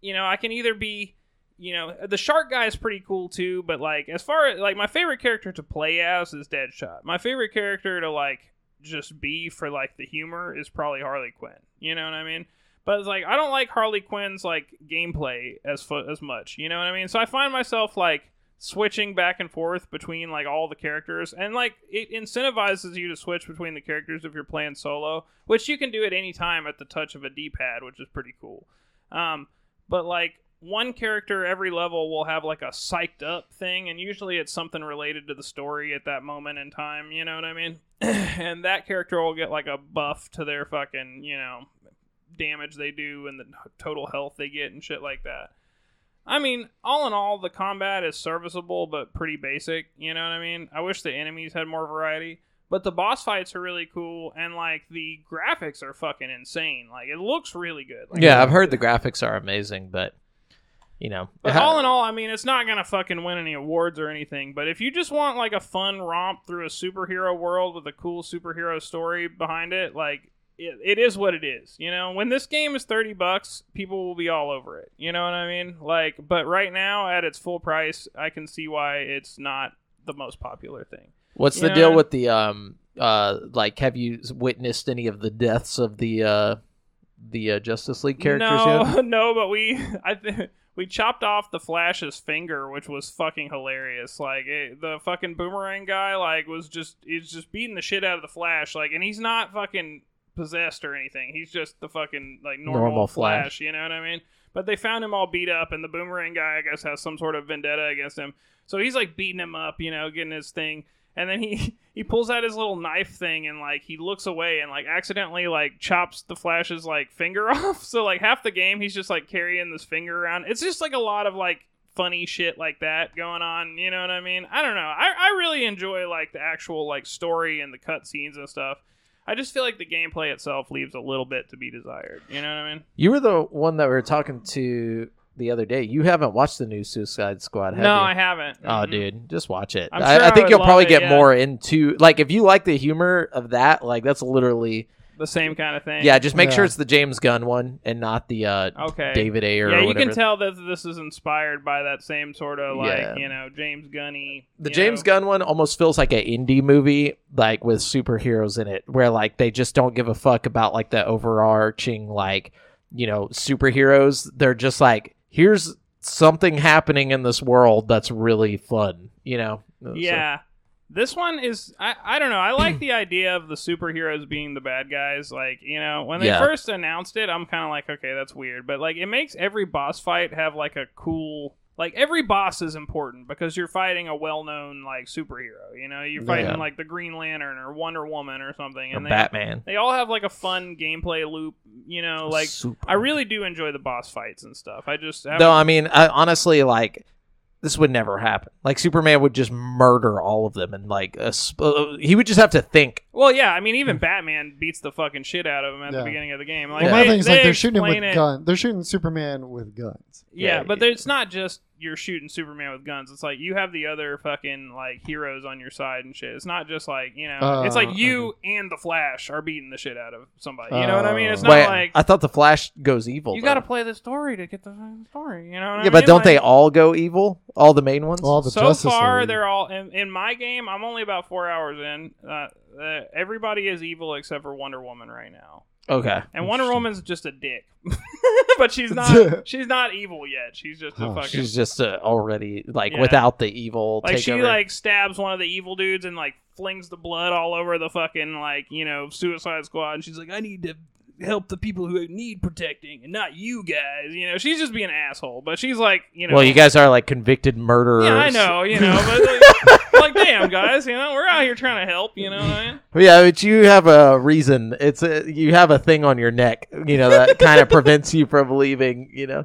Speaker 2: you know I can either be you know the shark guy is pretty cool too, but like as far as like my favorite character to play as is Deadshot. My favorite character to like just be for like the humor is probably Harley Quinn. You know what I mean? But it's like I don't like Harley Quinn's like gameplay as fu- as much. You know what I mean? So I find myself like switching back and forth between like all the characters and like it incentivizes you to switch between the characters if you're playing solo which you can do at any time at the touch of a d-pad which is pretty cool um, but like one character every level will have like a psyched up thing and usually it's something related to the story at that moment in time you know what i mean [clears throat] and that character will get like a buff to their fucking you know damage they do and the total health they get and shit like that I mean, all in all, the combat is serviceable but pretty basic. You know what I mean? I wish the enemies had more variety, but the boss fights are really cool, and like the graphics are fucking insane. Like it looks really good. Like,
Speaker 4: yeah, I've heard the graphics are amazing, but you know,
Speaker 2: But all in all, I mean, it's not gonna fucking win any awards or anything. But if you just want like a fun romp through a superhero world with a cool superhero story behind it, like it, it is what it is. You know, when this game is thirty bucks, people will be all over it. You know what I mean? Like, but right now at its full price, I can see why it's not the most popular thing.
Speaker 4: what's the
Speaker 2: Yeah.
Speaker 4: deal with the um uh like? Have you witnessed any of the deaths of the uh the uh, Justice League characters
Speaker 2: no, [laughs]
Speaker 4: yet?
Speaker 2: no, but we I th- we chopped off the Flash's finger, which was fucking hilarious. Like it, the fucking boomerang guy, like was just is just beating the shit out of the Flash, like, and he's not fucking possessed or anything. He's just the fucking like normal,
Speaker 4: Normal
Speaker 2: Flash.
Speaker 4: Flash.
Speaker 2: You know what I mean? But they found him all beat up, and the boomerang guy, I guess, has some sort of vendetta against him. So he's like beating him up, you know, getting his thing. And then he [laughs] he pulls out his little knife thing and like he looks away and like accidentally like chops the Flash's like finger [laughs] off. So like half the game he's just like carrying this finger around. It's just like a lot of like funny shit like that going on. You know what I mean? I don't know. I I really enjoy like the actual like story and the cutscenes and stuff. I just feel like the gameplay itself leaves a little bit to be desired. You know what I mean?
Speaker 4: You were the one that we were talking to the other day. You haven't watched the new Suicide Squad, have
Speaker 2: no,
Speaker 4: you?
Speaker 2: I haven't.
Speaker 4: Oh,
Speaker 2: Mhm.
Speaker 4: dude, just watch it.
Speaker 2: I'm
Speaker 4: I,
Speaker 2: sure
Speaker 4: I
Speaker 2: I
Speaker 4: think
Speaker 2: would
Speaker 4: you'll
Speaker 2: love
Speaker 4: probably
Speaker 2: it,
Speaker 4: get
Speaker 2: yeah.
Speaker 4: more into like if you like the humor of that, like that's literally
Speaker 2: the same kind of thing.
Speaker 4: yeah. Just make sure
Speaker 3: Yeah.
Speaker 4: it's the James Gunn one and not the uh,
Speaker 2: Okay.
Speaker 4: David Ayer.
Speaker 2: yeah,
Speaker 4: or
Speaker 2: you
Speaker 4: whatever.
Speaker 2: can tell that this is inspired by that same sort of like
Speaker 4: Yeah.
Speaker 2: you know James Gunny.
Speaker 4: The
Speaker 2: you
Speaker 4: James
Speaker 2: know.
Speaker 4: Gunn one almost feels like an indie movie, like with superheroes in it, where like they just don't give a fuck about like the overarching like you know superheroes. They're just like here's something happening in this world that's really fun, you know. So-
Speaker 2: Yeah. This one is I, I don't know. I like the idea of the superheroes being the bad guys. Like, you know, when they
Speaker 4: Yeah.
Speaker 2: first announced it, I'm kind of like, okay, that's weird, but like it makes every boss fight have like a cool like every boss is important because you're fighting a well-known like superhero, you know, you're fighting
Speaker 4: Yeah.
Speaker 2: like the Green Lantern or Wonder Woman or something
Speaker 4: or
Speaker 2: and they
Speaker 4: Batman.
Speaker 2: they all have like a fun gameplay loop, you know, like
Speaker 4: Super.
Speaker 2: I really do enjoy the boss fights and stuff. I just haven't-
Speaker 4: though. I mean, I, honestly, like this would never happen. Like Superman would just murder all of them, and like a sp- uh, he would just have to think.
Speaker 2: Well, yeah, I mean, even Batman beats the fucking shit out of him at
Speaker 3: Hmm. Yeah.
Speaker 2: the beginning of the game. Like,
Speaker 3: Well, my
Speaker 2: they,
Speaker 3: thing is
Speaker 2: they
Speaker 3: like they're shooting him
Speaker 2: explain
Speaker 3: with
Speaker 2: it.
Speaker 3: guns. They're shooting Superman with guns.
Speaker 2: Yeah,
Speaker 4: Yeah,
Speaker 2: but
Speaker 4: yeah.
Speaker 2: it's not just you're shooting Superman with guns. It's like you have the other fucking like heroes on your side and shit. It's not just like you know. it's
Speaker 3: Oh,
Speaker 2: like you and the Flash are beating the shit out of somebody. You know what I mean? It's
Speaker 3: Oh.
Speaker 2: not
Speaker 4: Wait,
Speaker 2: like
Speaker 4: I thought the Flash goes evil.
Speaker 2: you
Speaker 4: though.
Speaker 2: got to play the story to get the fucking story. You know? What I
Speaker 4: yeah, but
Speaker 2: mean?
Speaker 4: don't
Speaker 2: Like,
Speaker 4: they all go evil? All the main ones?
Speaker 3: All the
Speaker 2: so
Speaker 3: Justice
Speaker 2: far,
Speaker 3: League. [laughs]
Speaker 2: they're all in, in my game. I'm only about four hours in. Uh, uh, everybody is evil except for Wonder Woman right now.
Speaker 4: okay.
Speaker 2: And Wonder Woman's just a dick, [laughs] but she's
Speaker 4: [laughs]
Speaker 2: not. she's not evil yet. She's just a
Speaker 3: Oh,
Speaker 2: fucking.
Speaker 4: She's just uh, already like
Speaker 2: Yeah.
Speaker 4: without the evil.
Speaker 2: like she
Speaker 4: takeover.
Speaker 2: like stabs one of the evil dudes and like flings the blood all over the fucking like you know Suicide Squad. And she's like, I need to help the people who need protecting and not you guys. You know, she's just being an asshole. But she's like, you know,
Speaker 4: Well, you guys are like convicted murderers.
Speaker 2: Yeah, I know. You know, but like,
Speaker 4: [laughs]
Speaker 2: like, damn, guys, you know, we're out here trying to help. You know what I mean?
Speaker 4: Yeah, but you have a reason. It's a, you have a thing on your neck, you know, that
Speaker 2: [laughs]
Speaker 4: kind of prevents you from leaving, you know.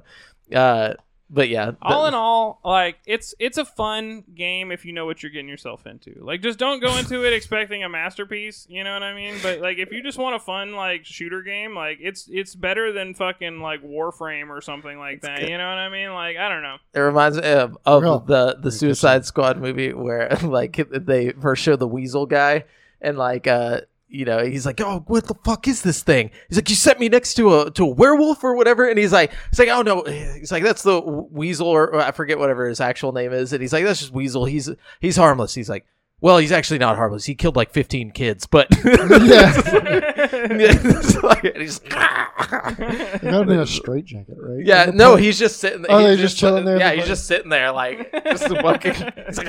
Speaker 4: Uh, but yeah,
Speaker 2: all
Speaker 4: the-
Speaker 2: in all like it's it's a fun game if you know what you're getting yourself into like just don't go into it expecting a masterpiece you know what i mean but like if you just want a fun like shooter game like it's it's better than fucking like warframe or something like that you know what i mean like i don't know
Speaker 4: it reminds me of, of
Speaker 3: Real-
Speaker 4: the the
Speaker 3: good
Speaker 4: Suicide Squad movie where [laughs] like they first show the Weasel guy and like uh you know he's like oh what the fuck is this thing he's like you set me next to a to a werewolf or whatever and he's like he's like oh no he's like that's the Weasel or, or I forget whatever his actual name is and he's like that's just Weasel he's he's harmless he's like well he's actually not harmless he killed like fifteen kids but [laughs]
Speaker 3: Yeah.
Speaker 4: Yeah, it's like- and he's like, [laughs] "Ah."
Speaker 3: [laughs] It might have been a straitjacket, right?
Speaker 4: yeah,
Speaker 3: At the
Speaker 4: no,
Speaker 3: point-
Speaker 4: he's just sitting.
Speaker 3: Oh,
Speaker 4: he's
Speaker 3: they're just chilling there in
Speaker 4: Yeah,
Speaker 3: the
Speaker 4: he's
Speaker 3: bush.
Speaker 4: just sitting there, like
Speaker 2: [laughs]
Speaker 4: just [laughs] fucking, it's like,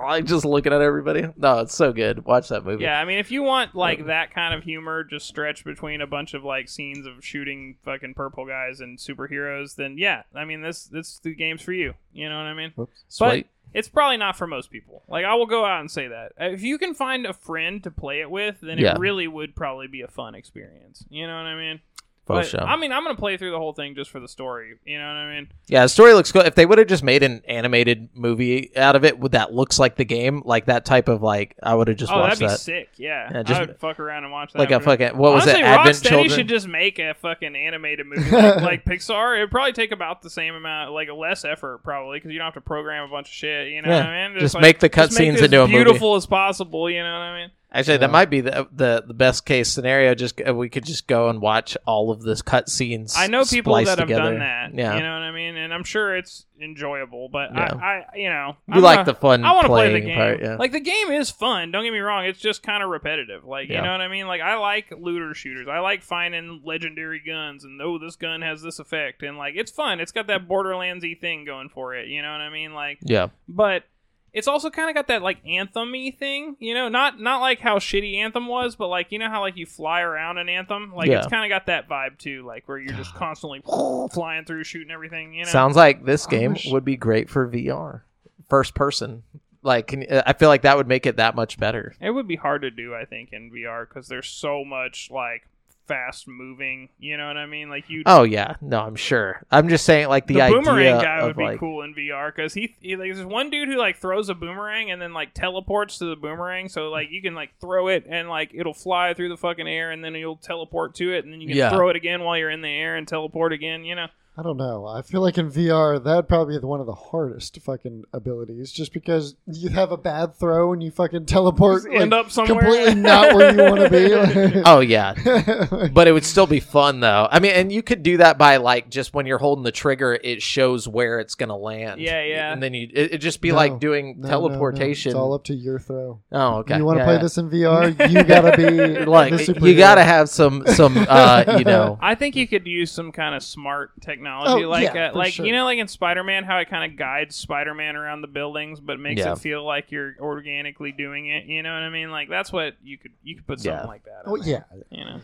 Speaker 4: like just looking at everybody. No, it's so good. Watch that
Speaker 2: [laughs]
Speaker 4: movie.
Speaker 2: yeah i mean if you want like that kind of humor just stretched between a bunch of like scenes of shooting fucking purple guys and superheroes then yeah i mean this this the game's for you you know what i mean
Speaker 3: Whoops.
Speaker 4: Sweet.
Speaker 2: it's probably not for most people. Like I will go out and say that. If you can find a friend to play it with, then
Speaker 4: Yeah.
Speaker 2: it really would probably be a fun experience. You know what I mean?
Speaker 4: For
Speaker 2: but,
Speaker 4: sure.
Speaker 2: I mean, I'm gonna play through the whole thing just for the story. You know what I mean?
Speaker 4: yeah, the story looks good. If they would have just made an animated movie out of it, would that looks like the game, like that type of like, I would have just
Speaker 2: oh, that'd
Speaker 4: watched
Speaker 2: be
Speaker 4: that.
Speaker 2: sick. Yeah,
Speaker 4: Yeah, just-
Speaker 2: I would fuck around and watch that.
Speaker 4: Like a
Speaker 2: for-
Speaker 4: fucking what was
Speaker 2: Honestly,
Speaker 4: it? Advent
Speaker 2: Rocksteady
Speaker 4: Children.
Speaker 2: should just make a fucking animated movie like, like Pixar. It'd probably take about the same amount, like less effort, probably because you don't have to program a bunch of shit. You know
Speaker 4: Yeah,
Speaker 2: what I mean?
Speaker 4: just
Speaker 2: like,
Speaker 4: make the
Speaker 2: just make it
Speaker 4: cutscenes
Speaker 2: as
Speaker 4: into a movie.
Speaker 2: beautiful as possible. You know what I mean?
Speaker 4: Actually, that
Speaker 3: Yeah.
Speaker 4: might be the, the the best case scenario. Just uh, we could just go and watch all of this cut scenes.
Speaker 2: I know people
Speaker 4: spliced
Speaker 2: that have
Speaker 4: together.
Speaker 2: done that.
Speaker 4: Yeah,
Speaker 2: you know what I mean, and I'm sure it's enjoyable. But
Speaker 4: Yeah.
Speaker 2: I, I, you know,
Speaker 4: you like the
Speaker 2: the
Speaker 4: fun.
Speaker 2: I want to play the
Speaker 4: playing
Speaker 2: game.
Speaker 4: Part, yeah.
Speaker 2: Like the game is fun. Don't get me wrong. It's just kind of repetitive. Like
Speaker 4: Yeah.
Speaker 2: you know what I mean. Like I like looter shooters. I like finding legendary guns and oh this gun has this effect and like it's fun. It's got that Borderlandsy thing going for it. You know what I mean? Like
Speaker 4: yeah.
Speaker 2: but it's also kind of got that like anthem-y thing you know not not like how shitty anthem was but like you know how like you fly around an anthem like it's
Speaker 4: Yeah.
Speaker 2: kind of got that vibe too like where you're just constantly [laughs] flying through shooting everything you know
Speaker 4: Sounds like this
Speaker 3: I
Speaker 4: game
Speaker 3: wish-
Speaker 4: would be great for VR, first person. Like, can, uh, I feel like that would make it that much better.
Speaker 2: it would be hard to do i think in vr because there's so much like fast moving. You know what I mean? Like you.
Speaker 4: Oh yeah, no, I'm sure. I'm just saying, like the,
Speaker 2: the,
Speaker 4: idea
Speaker 2: boomerang guy
Speaker 4: of
Speaker 2: would be
Speaker 4: like,
Speaker 2: cool in VR because he, he like there's one dude who like throws a boomerang and then like teleports to the boomerang, so like you can like throw it and like it'll fly through the fucking air and then you'll teleport to it and then you can
Speaker 4: Yeah.
Speaker 2: throw it again while you're in the air and teleport again. You know?
Speaker 3: I don't know. I feel like in VR that'd probably be the- one of the hardest fucking abilities, just because you have a bad throw and you fucking teleport
Speaker 2: Just end
Speaker 3: like,
Speaker 2: up somewhere.
Speaker 3: completely not where you want to be.
Speaker 4: Oh yeah,
Speaker 3: [laughs] Like-
Speaker 4: but it would still be fun though. I mean, and you could do that by like just when you're holding the trigger, it shows where it's gonna land.
Speaker 2: Yeah, yeah.
Speaker 4: And then you it, it'd just be
Speaker 3: No,
Speaker 4: like doing
Speaker 3: No, no, no.
Speaker 4: teleportation.
Speaker 3: It's all up to your throw.
Speaker 4: oh okay.
Speaker 3: You want to
Speaker 4: Yeah,
Speaker 3: play
Speaker 4: yeah.
Speaker 3: this in
Speaker 4: [laughs]
Speaker 3: VR? You gotta be [laughs]
Speaker 4: Like
Speaker 3: the
Speaker 4: you
Speaker 3: superhero.
Speaker 4: gotta have some some uh
Speaker 3: [laughs]
Speaker 4: you know
Speaker 2: [laughs] I think you could use some kind of smart technology,
Speaker 3: Oh,
Speaker 2: like
Speaker 3: yeah,
Speaker 2: uh,
Speaker 3: for
Speaker 2: like
Speaker 3: sure.
Speaker 2: you know, like in Spider Man, how it kind of guides Spider Man around the buildings, but makes
Speaker 4: Yeah.
Speaker 2: it feel like you're organically doing it. You know what I mean? Like that's what you could you could put something
Speaker 4: Yeah.
Speaker 2: like that. in
Speaker 3: Oh
Speaker 2: there,
Speaker 3: yeah.
Speaker 2: You know?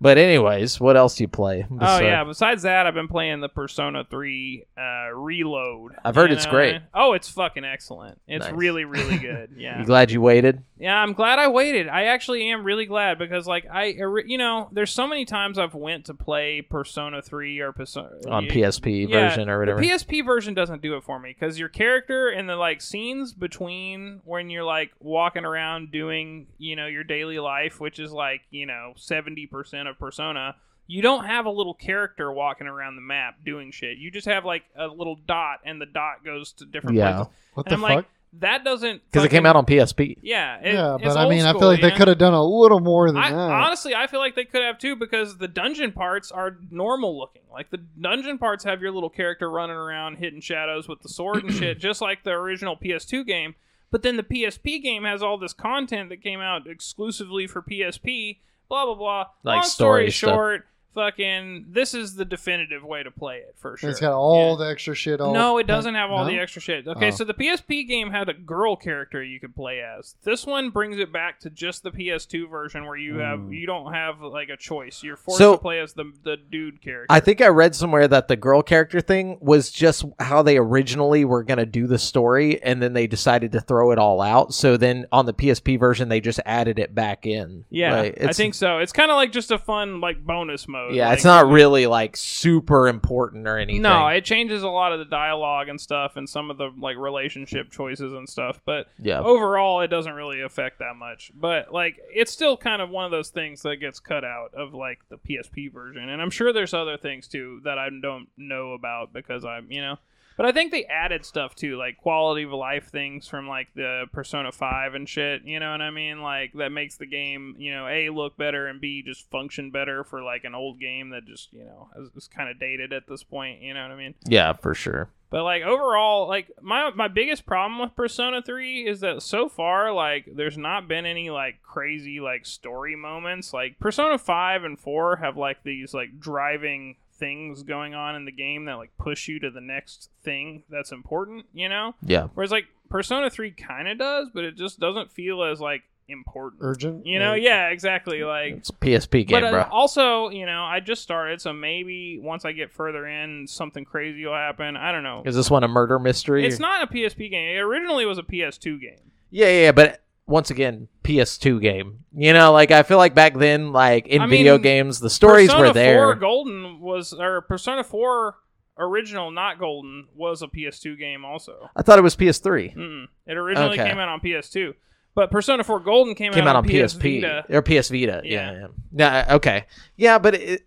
Speaker 4: But anyways, what else you play? uh,
Speaker 2: Oh
Speaker 4: besides-
Speaker 2: yeah. Besides that, I've been playing the Persona Three uh, Reload.
Speaker 4: I've heard
Speaker 2: you
Speaker 4: it's
Speaker 2: know what I
Speaker 4: great.
Speaker 2: mean? Oh, it's fucking excellent. It's
Speaker 4: Nice. [laughs]
Speaker 2: really really good. Yeah.
Speaker 4: You glad you waited?
Speaker 2: Yeah, I'm glad I waited. I actually am really glad because, like, I, ori- you know, there's so many times I've went to play Persona 3 or Persona
Speaker 4: On
Speaker 2: y-
Speaker 4: PSP
Speaker 2: yeah,
Speaker 4: version or
Speaker 2: The
Speaker 4: whatever.
Speaker 2: PSP version doesn't do it for me because your character and the like scenes between when you're like walking around doing, you know, your daily life, which is like, you know, 70% of Persona. You don't have a little character walking around the map doing shit. You just have like a little dot, and the dot goes to different
Speaker 4: Yeah.
Speaker 2: places.
Speaker 3: What
Speaker 2: And
Speaker 3: the
Speaker 2: I'm
Speaker 3: fuck?
Speaker 2: like, that doesn't
Speaker 4: Because it came
Speaker 2: fucking-
Speaker 4: out on PSP.
Speaker 2: yeah, it-
Speaker 3: yeah,
Speaker 2: it's
Speaker 3: but I
Speaker 2: old
Speaker 3: mean, I
Speaker 2: school,
Speaker 3: feel like
Speaker 2: you
Speaker 3: they
Speaker 2: know?
Speaker 3: could have done a little more than
Speaker 2: I,
Speaker 3: that.
Speaker 2: honestly, I feel like they could have too because the dungeon parts are normal looking. Like the dungeon parts have your little character running around hitting shadows with the sword and
Speaker 3: [clears throat]
Speaker 2: shit, just like the original PS2 game. But then the PSP game has all this content that came out exclusively for PSP. Blah blah blah.
Speaker 4: Like
Speaker 2: Long story,
Speaker 4: story stuff.
Speaker 2: short, fucking this is the definitive way to play it for sure.
Speaker 3: It's got all
Speaker 2: Yeah.
Speaker 3: the extra shit. All
Speaker 2: No, it doesn't have all
Speaker 3: No?
Speaker 2: the extra shit. Okay,
Speaker 3: Oh.
Speaker 2: so the PSP game had a girl character you could play as. This one brings it back to just the PS2 version where you have you don't have like a choice. You're forced
Speaker 4: So-
Speaker 2: to play as the the dude character.
Speaker 4: I think I read somewhere that the girl character thing was just how they originally were going to do the story, and then they decided to throw it all out. So then on the PSP version, they just added it back in.
Speaker 2: yeah,
Speaker 4: Like,
Speaker 2: I think so. It's kind of like just a fun like bonus mode.
Speaker 4: Yeah,
Speaker 2: Like,
Speaker 4: it's not really like super important or anything.
Speaker 2: [laughs] No, it changes a lot of the dialogue and stuff, and some of the like relationship choices and stuff. But
Speaker 4: yeah.
Speaker 2: overall, it doesn't really affect that much. But like, it's still kind of one of those things that gets cut out of like the PSP version, and I'm sure there's other things too that I don't know about because I'm, you know. But I think they added stuff too, like quality of life things from like the Persona Five and shit. You know what I mean? Like that makes the game, you know, a look better and b just function better for like an old game that just, you know, is, is kind of dated at this point. You know what I mean?
Speaker 4: yeah, for sure.
Speaker 2: But like overall, like my my biggest problem with Persona 3 is that so far like there's not been any like crazy like story moments. Like Persona 5 and 4 have like these like driving things going on in the game that like push you to the next thing that's important, you know?
Speaker 4: Yeah.
Speaker 2: Whereas like Persona 3 kind of does, but it just doesn't feel as like important.
Speaker 3: urgent.
Speaker 2: You know,
Speaker 3: Like,
Speaker 2: yeah, exactly. Like
Speaker 4: It's a PSP game,
Speaker 2: but uh,
Speaker 4: bro.
Speaker 2: also, you know, I just started, so maybe once I get further in, something crazy will happen. I don't know.
Speaker 4: Is this one a murder mystery?
Speaker 2: It's not a PSP game. It originally was a PS2 game.
Speaker 4: Yeah, yeah, yeah, but once again, PS2 game. You know, like I feel like back then, like in
Speaker 2: I mean,
Speaker 4: video games, the stories
Speaker 2: Persona
Speaker 4: were there.
Speaker 2: 4 Golden was, or Persona 4 original, not Golden, was a PS2 game also.
Speaker 4: I thought it was PS3.
Speaker 2: Mm-mm. It originally
Speaker 4: Okay.
Speaker 2: came out on PS2, but Persona 4 Golden came,
Speaker 4: Came out on
Speaker 2: PS
Speaker 4: PSP
Speaker 2: Vita.
Speaker 4: or PS Vita.
Speaker 2: Yeah.
Speaker 4: Yeah. yeah. Nah, okay. Yeah, but it,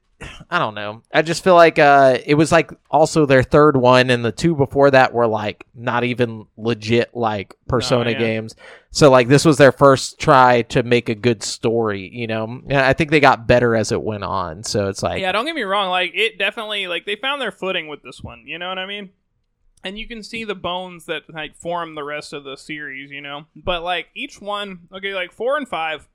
Speaker 4: I don't know. I just feel like uh, it was like also their third one, and the two before that were like not even legit like Persona
Speaker 2: Oh, yeah.
Speaker 4: games. So like this was their first try to make a good story. You know, and I think they got better as it went on. So it's like,
Speaker 2: yeah, don't get me wrong. Like it definitely, like they found their footing with this one. You know what I mean? And you can see the bones that like form the rest of the series. You know, but like each one, okay, like four and five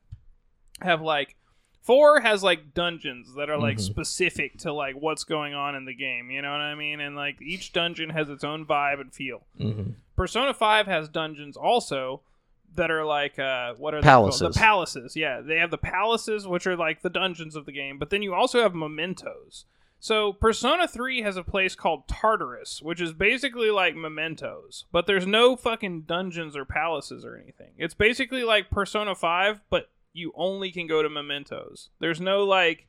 Speaker 2: have like four has like dungeons that are like
Speaker 4: Mhm.
Speaker 2: specific to like what's going on in the game. You know what I mean? And like each dungeon has its own vibe and feel.
Speaker 4: mhm.
Speaker 2: Persona 5 has dungeons also that are like uh what are they
Speaker 4: Palaces.
Speaker 2: called? the palaces. Yeah, they have the palaces which are like the dungeons of the game, but then you also have mementos. So Persona 3 has a place called Tartarus, which is basically like mementos, but there's no fucking dungeons or palaces or anything. It's basically like Persona 5, but you only can go to mementos. There's no like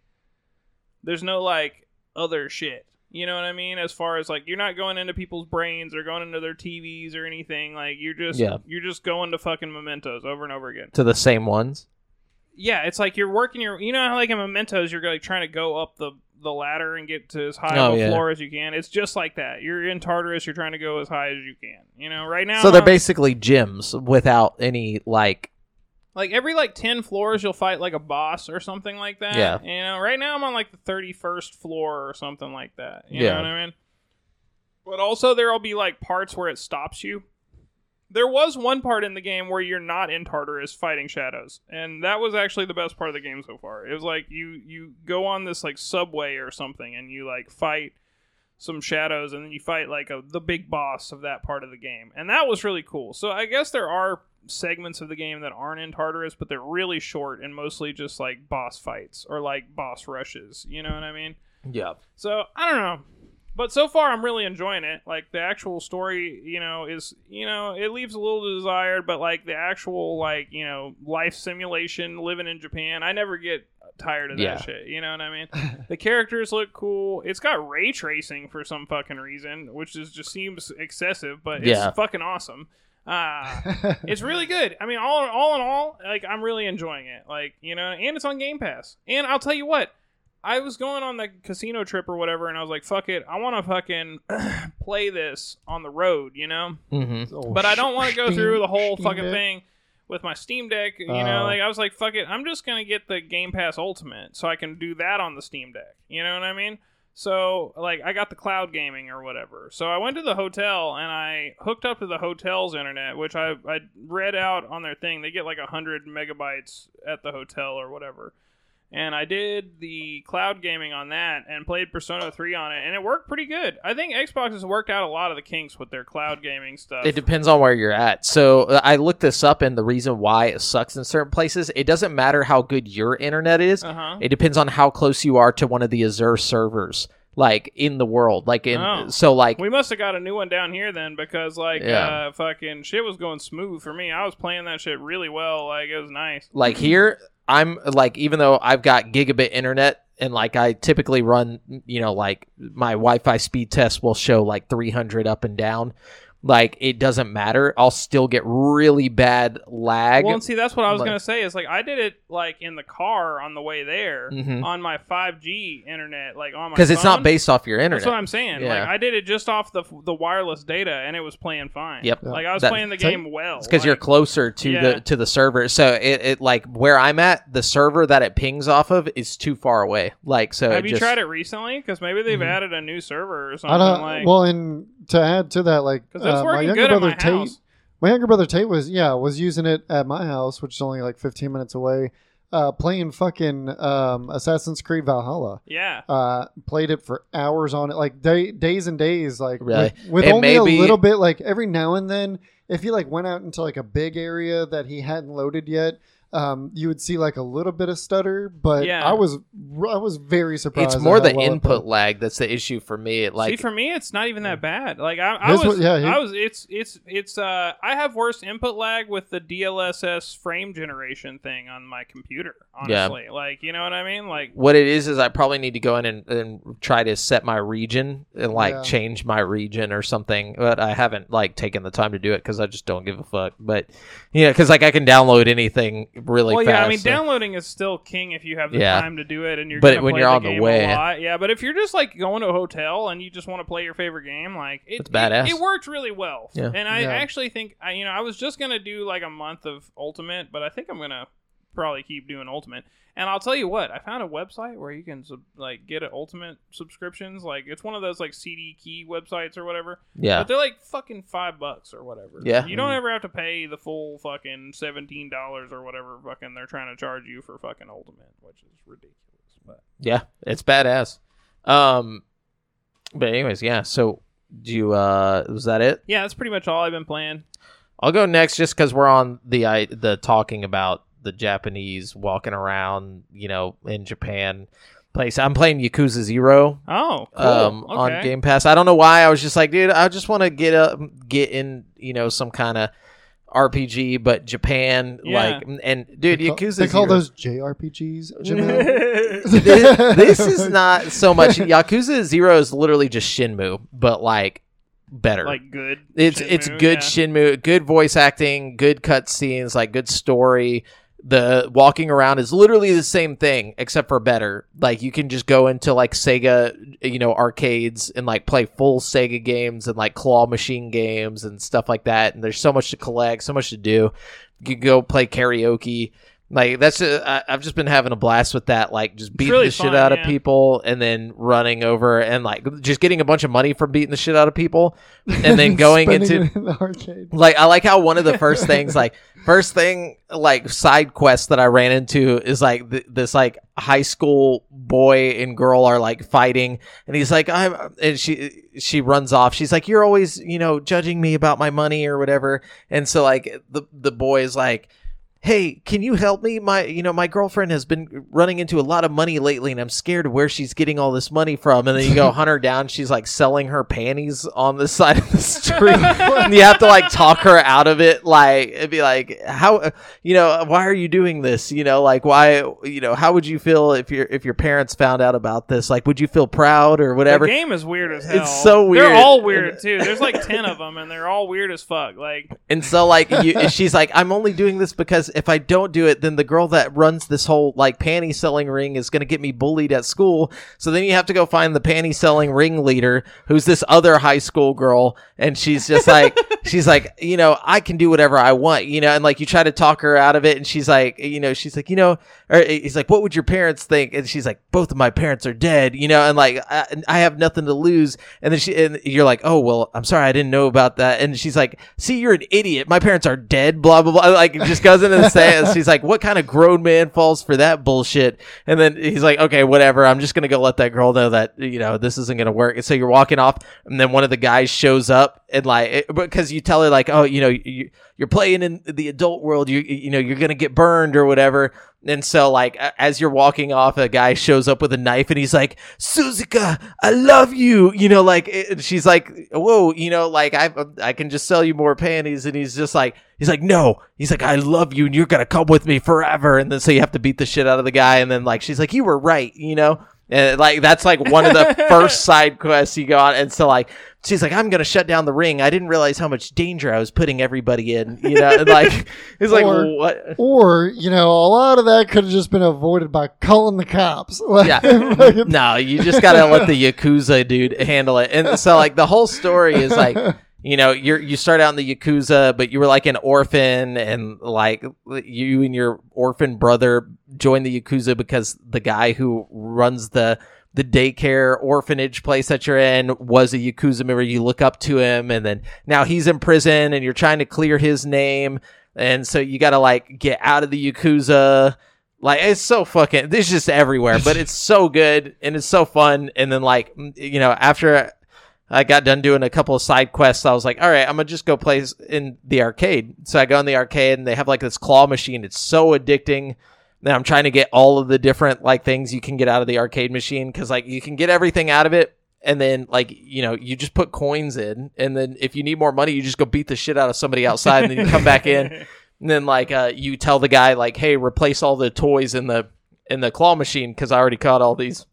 Speaker 2: there's no like other shit. You know what I mean? As far as like you're not going into people's brains or going into their TVs or anything. Like you're just
Speaker 4: Yeah.
Speaker 2: you're just going to fucking mementos over and over again.
Speaker 4: to the same ones.
Speaker 2: Yeah, it's like you're working your. You know how like in mementos you're like trying to go up the the ladder and get to as high
Speaker 4: Oh,
Speaker 2: of a
Speaker 4: yeah.
Speaker 2: floor as you can. It's just like that. You're in Tartarus. You're trying to go as high as you can. You know, right now.
Speaker 4: So they're
Speaker 2: I'm-
Speaker 4: basically gyms without any like
Speaker 2: like every like 10 floors you'll fight like a boss or something like that
Speaker 4: Yeah.
Speaker 2: you know right now i'm on like the 31st floor or something like that you
Speaker 4: Yeah.
Speaker 2: know what i mean but also there'll be like parts where it stops you there was one part in the game where you're not in tartarus fighting shadows and that was actually the best part of the game so far it was like you you go on this like subway or something and you like fight some shadows and then you fight like a, the big boss of that part of the game and that was really cool so i guess there are segments of the game that aren't in tartarus but they're really short and mostly just like boss fights or like boss rushes you know what i mean
Speaker 4: yeah.
Speaker 2: so i don't know but so far i'm really enjoying it like the actual story you know is you know it leaves a little to desire but like the actual like you know life simulation living in japan i never get tired of that
Speaker 4: Yeah.
Speaker 2: shit you know what i
Speaker 4: [laughs]
Speaker 2: mean the characters look cool. It's got ray tracing for some fucking reason, which is just seems excessive, but it's
Speaker 4: Yeah.
Speaker 2: fucking awesome. Uh,
Speaker 3: [laughs]
Speaker 2: it's really good. I mean, all all in all, like I'm really enjoying it. Like you know, and it's on Game Pass. And I'll tell you what, I was going on the casino trip or whatever, and I was like, fuck it, I want to fucking [clears throat] play this on the road, you know.
Speaker 4: Mm-hmm.
Speaker 2: But I don't want to go through the whole
Speaker 3: Oh, Steam
Speaker 2: fucking
Speaker 3: Deck?
Speaker 2: thing with my Steam Deck. You
Speaker 3: Oh.
Speaker 2: know, like I was like, fuck it, I'm just gonna get the Game Pass Ultimate so I can do that on the Steam Deck. You know what I mean? So like I got the cloud gaming or whatever. So I went to the hotel and I hooked up to the hotel's internet, which I I read out on their thing. They get like hundred megabytes at the hotel or whatever. And I did the cloud gaming on that and played Persona 3 on it, and it worked pretty good. I think Xbox has worked out a lot of the kinks with their cloud gaming stuff.
Speaker 4: It depends on where you're at. So uh, I looked this up, and the reason why it sucks in certain places, it doesn't matter how good your internet is.
Speaker 2: Uh huh.
Speaker 4: It depends on how close you are to one of the Azure servers, like in the world, like in
Speaker 2: Oh.
Speaker 4: so like
Speaker 2: We must have got a new one down here then, because like,
Speaker 4: Yeah.
Speaker 2: uh, fucking shit was going smooth for me. I was playing that shit really well. Like it was nice.
Speaker 4: like here i'm like even though i've got gigabit internet and like i typically run you know like my wi-fi speed test will show like 300 up and down like it doesn't matter i'll still get really bad lag
Speaker 2: well, and see, that's what I was
Speaker 4: like-
Speaker 2: gonna say. Is like I did it like in the car on the way there
Speaker 4: Mhm.
Speaker 2: on my 5G internet, like on my
Speaker 4: because it's not
Speaker 2: phone.
Speaker 4: based off your
Speaker 2: That's what
Speaker 4: internet
Speaker 2: I'm saying.
Speaker 4: Yeah.
Speaker 2: Like I did it just off the the wireless data, and it was playing fine.
Speaker 4: Yep.
Speaker 2: Like I was
Speaker 4: That-
Speaker 2: playing the
Speaker 3: Take-
Speaker 2: game well.
Speaker 4: it's because you're
Speaker 2: Like,
Speaker 4: closer to
Speaker 2: Yeah.
Speaker 4: the to the server so it, it like where i'm at the server that it pings off of is too far away like so
Speaker 2: Have you
Speaker 4: it uh, just,
Speaker 2: tried it recently? Because maybe they've
Speaker 4: Mhm.
Speaker 2: added a new server or something.
Speaker 3: Mm-hmm. I don't.
Speaker 2: like,
Speaker 3: well, and to add to that, like
Speaker 2: because it's
Speaker 3: uh, my
Speaker 2: working
Speaker 3: younger
Speaker 2: good at
Speaker 3: brother
Speaker 2: my
Speaker 3: Tate,
Speaker 2: house.
Speaker 3: my younger brother Tate was yeah was using it at my house, which is only like 15 minutes away, uh, playing fucking um, Assassin's Creed Valhalla.
Speaker 2: Yeah.
Speaker 3: Uh, played it for hours on it, like day, days and days, like
Speaker 4: Really?
Speaker 3: with, with
Speaker 4: It
Speaker 3: only
Speaker 4: may
Speaker 3: a
Speaker 4: be-
Speaker 3: little bit. Like every now and then, if you like went out into like a big area that he hadn't loaded yet. Um, you would see like a little bit of stutter, but
Speaker 2: Yeah.
Speaker 3: I was I was very surprised.
Speaker 4: it's
Speaker 3: at
Speaker 4: more
Speaker 3: how
Speaker 4: the
Speaker 3: well it played.
Speaker 4: input lag that's the issue for me it, like
Speaker 2: See, for me, it's not even that bad. Like I, I
Speaker 3: His
Speaker 2: was,
Speaker 3: was- yeah, he-
Speaker 2: I was. It's it's it's. Uh, I have worse input lag with the DLSS frame generation thing on my computer.
Speaker 4: Yeah.
Speaker 2: Honestly, like you know what I mean. Like
Speaker 4: what it is is I probably need to go in and, and try to set my region and like
Speaker 3: Yeah.
Speaker 4: change my region or something. But I haven't like taken the time to do it because I just don't give a fuck. But yeah, because like I can download anything really
Speaker 2: well,
Speaker 4: fast.
Speaker 2: yeah, I mean,
Speaker 4: so-
Speaker 2: downloading is still king if you have the
Speaker 4: Yeah.
Speaker 2: time to do it, and you're.
Speaker 4: But
Speaker 2: gonna
Speaker 4: when
Speaker 2: play
Speaker 4: you're on
Speaker 2: the
Speaker 4: the
Speaker 2: game a
Speaker 4: way-
Speaker 2: lot. yeah. But if you're just like going to a hotel and you just want to play your favorite game, like it,
Speaker 4: That's badass.
Speaker 2: It, it worked really well,
Speaker 4: Yeah.
Speaker 2: and I
Speaker 3: Yeah.
Speaker 2: actually think I, you know, I was just gonna do like a month of Ultimate, but I think I'm gonna probably keep doing Ultimate. And I'll tell you what, I found a website where you can sub- like get a Ultimate subscriptions. Like it's one of those like CD key websites or whatever.
Speaker 4: yeah,
Speaker 2: But they're like fucking five bucks or whatever.
Speaker 4: Yeah.
Speaker 2: You don't ever have to pay the full fucking seventeen dollars or whatever fucking they're trying to charge you for fucking ultimate, which is ridiculous. But
Speaker 4: yeah, it's badass. Um, but anyways, yeah. So do you? Uh, was that it?
Speaker 2: yeah, that's pretty much all I've been playing.
Speaker 4: I'll go next just because we're on the I, the talking about the Japanese walking around, you know, in Japan place. I'm playing Yakuza Zero.
Speaker 2: Oh, cool.
Speaker 4: um,
Speaker 2: okay.
Speaker 4: on Game Pass. I don't know why. I was just like, dude, I just want to get up, get in, you know, some kind of RPG, but Japan,
Speaker 2: Yeah.
Speaker 4: like, and dude,
Speaker 3: They call-
Speaker 4: Yakuza.
Speaker 3: They call
Speaker 4: Zero- [laughs]
Speaker 3: those JRPGs. Jimbo?
Speaker 2: yeah,
Speaker 4: this,
Speaker 3: [laughs]
Speaker 4: this is not so much Yakuza Zero is literally just Shinmu, but like better.
Speaker 2: like good.
Speaker 4: it's
Speaker 2: Shinmu,
Speaker 4: it's good
Speaker 2: yeah.
Speaker 4: Shinmu, good voice acting, good cutscenes, like good story. The walking around is literally the same thing except for better. Like you can just go into like Sega, you know, arcades and like play full Sega games and like claw machine games and stuff like that. And there's so much to collect, so much to do. You can go play karaoke. Like that's a, I, I've just been having a blast with that. Like just beating
Speaker 2: really
Speaker 4: the shit
Speaker 2: fun,
Speaker 4: out of
Speaker 2: yeah.
Speaker 4: people and then running over and like just getting a bunch of money from beating the shit out of people and then going
Speaker 3: [laughs] Spending
Speaker 4: into
Speaker 3: it in the arcade.
Speaker 4: like I like how one of the first things, like first thing, like side quest that I ran into is like th- this like high school boy and girl are like fighting, and he's like I'm, and she she runs off. She's like you're always you know judging me about my money or whatever, and so like the the boy is like. Hey, can you help me? My, you know, my girlfriend has been running into a lot of money lately, and I'm scared of where she's getting all this money from. And then you go hunt her down. She's like selling her panties on the [laughs] side of the street and you have to like talk her out of it like it'd be like how you know why are you doing this you know like why you know how would you feel if your if your parents found out about this like would you feel proud or whatever
Speaker 2: The game is weird as
Speaker 4: It's
Speaker 2: hell.
Speaker 4: so weird.
Speaker 2: They're all weird too. There's like ten of them, and they're all weird as fuck. Like
Speaker 4: and so like you, she's like i'm only doing this because if i don't do it then the girl that runs this whole like panty selling ring is going to get me bullied at school so then you have to go find the panty selling ring leader who's this other high school girl and she's just like she's like you know i can do whatever i want you know and like you try to talk her out of it and she's like you know she's like you know or he's like what would your parents think and she's like both of my parents are dead you know and like i, I have nothing to lose and then she and you're like oh well i'm sorry i didn't know about that and she's like see you're an idiot my parents are dead blah blah blah like just goes into the saying she's like what kind of grown man falls for that bullshit and then he's like okay whatever i'm just gonna go let that girl know that you know this isn't gonna work and so you're walking off and then one of the guys shows up and like it- because you tell her like oh you know you, you're playing in the adult world you you know you're gonna get burned or whatever and so like a- as you're walking off a guy shows up with a knife and he's like suzuka i love you you know like it- and she's like whoa you know like i i can just sell you more panties and he's just like he's like no he's like i love you and you're gonna come with me forever and then so you have to beat the shit out of the guy and then like she's like you were right you know and Uh, like that's like one of the first side quests you got. And so like she's like, I'm gonna shut down the ring. I didn't realize how much danger I was putting everybody in. You know, and like [laughs] it's like
Speaker 3: Or-
Speaker 4: what
Speaker 3: Or, you know, a lot of that could have just been avoided by calling the cops. [laughs] Like,
Speaker 4: Yeah.
Speaker 3: fucking-
Speaker 4: No, you just gotta let the Yakuza dude handle it. And so like the whole story is like you know, you're you start out in the Yakuza, but you were like an orphan and like you and your orphan brother joined the Yakuza because the guy who runs the the daycare orphanage place that you're in was a Yakuza member. You look up to him, and then now he's in prison, and you're trying to clear his name, and so you got to like get out of the Yakuza. Like it's so fucking. This is just everywhere, but it's so good and it's so fun. And then like m- you know after. I got done doing a couple of side quests. I was like, all right, I'm going to just go play s- in the arcade. So I go in the arcade and they have like this claw machine. It's so addicting. Now I'm trying to get all of the different like things you can get out of the arcade machine because like you can get everything out of it, and then like you know you just put coins in, and then if you need more money, you just go beat the shit out of somebody outside, and then you come
Speaker 2: [laughs]
Speaker 4: back in, and then like uh, you tell the guy like, hey, replace all the toys in the in the claw machine because I already caught all these.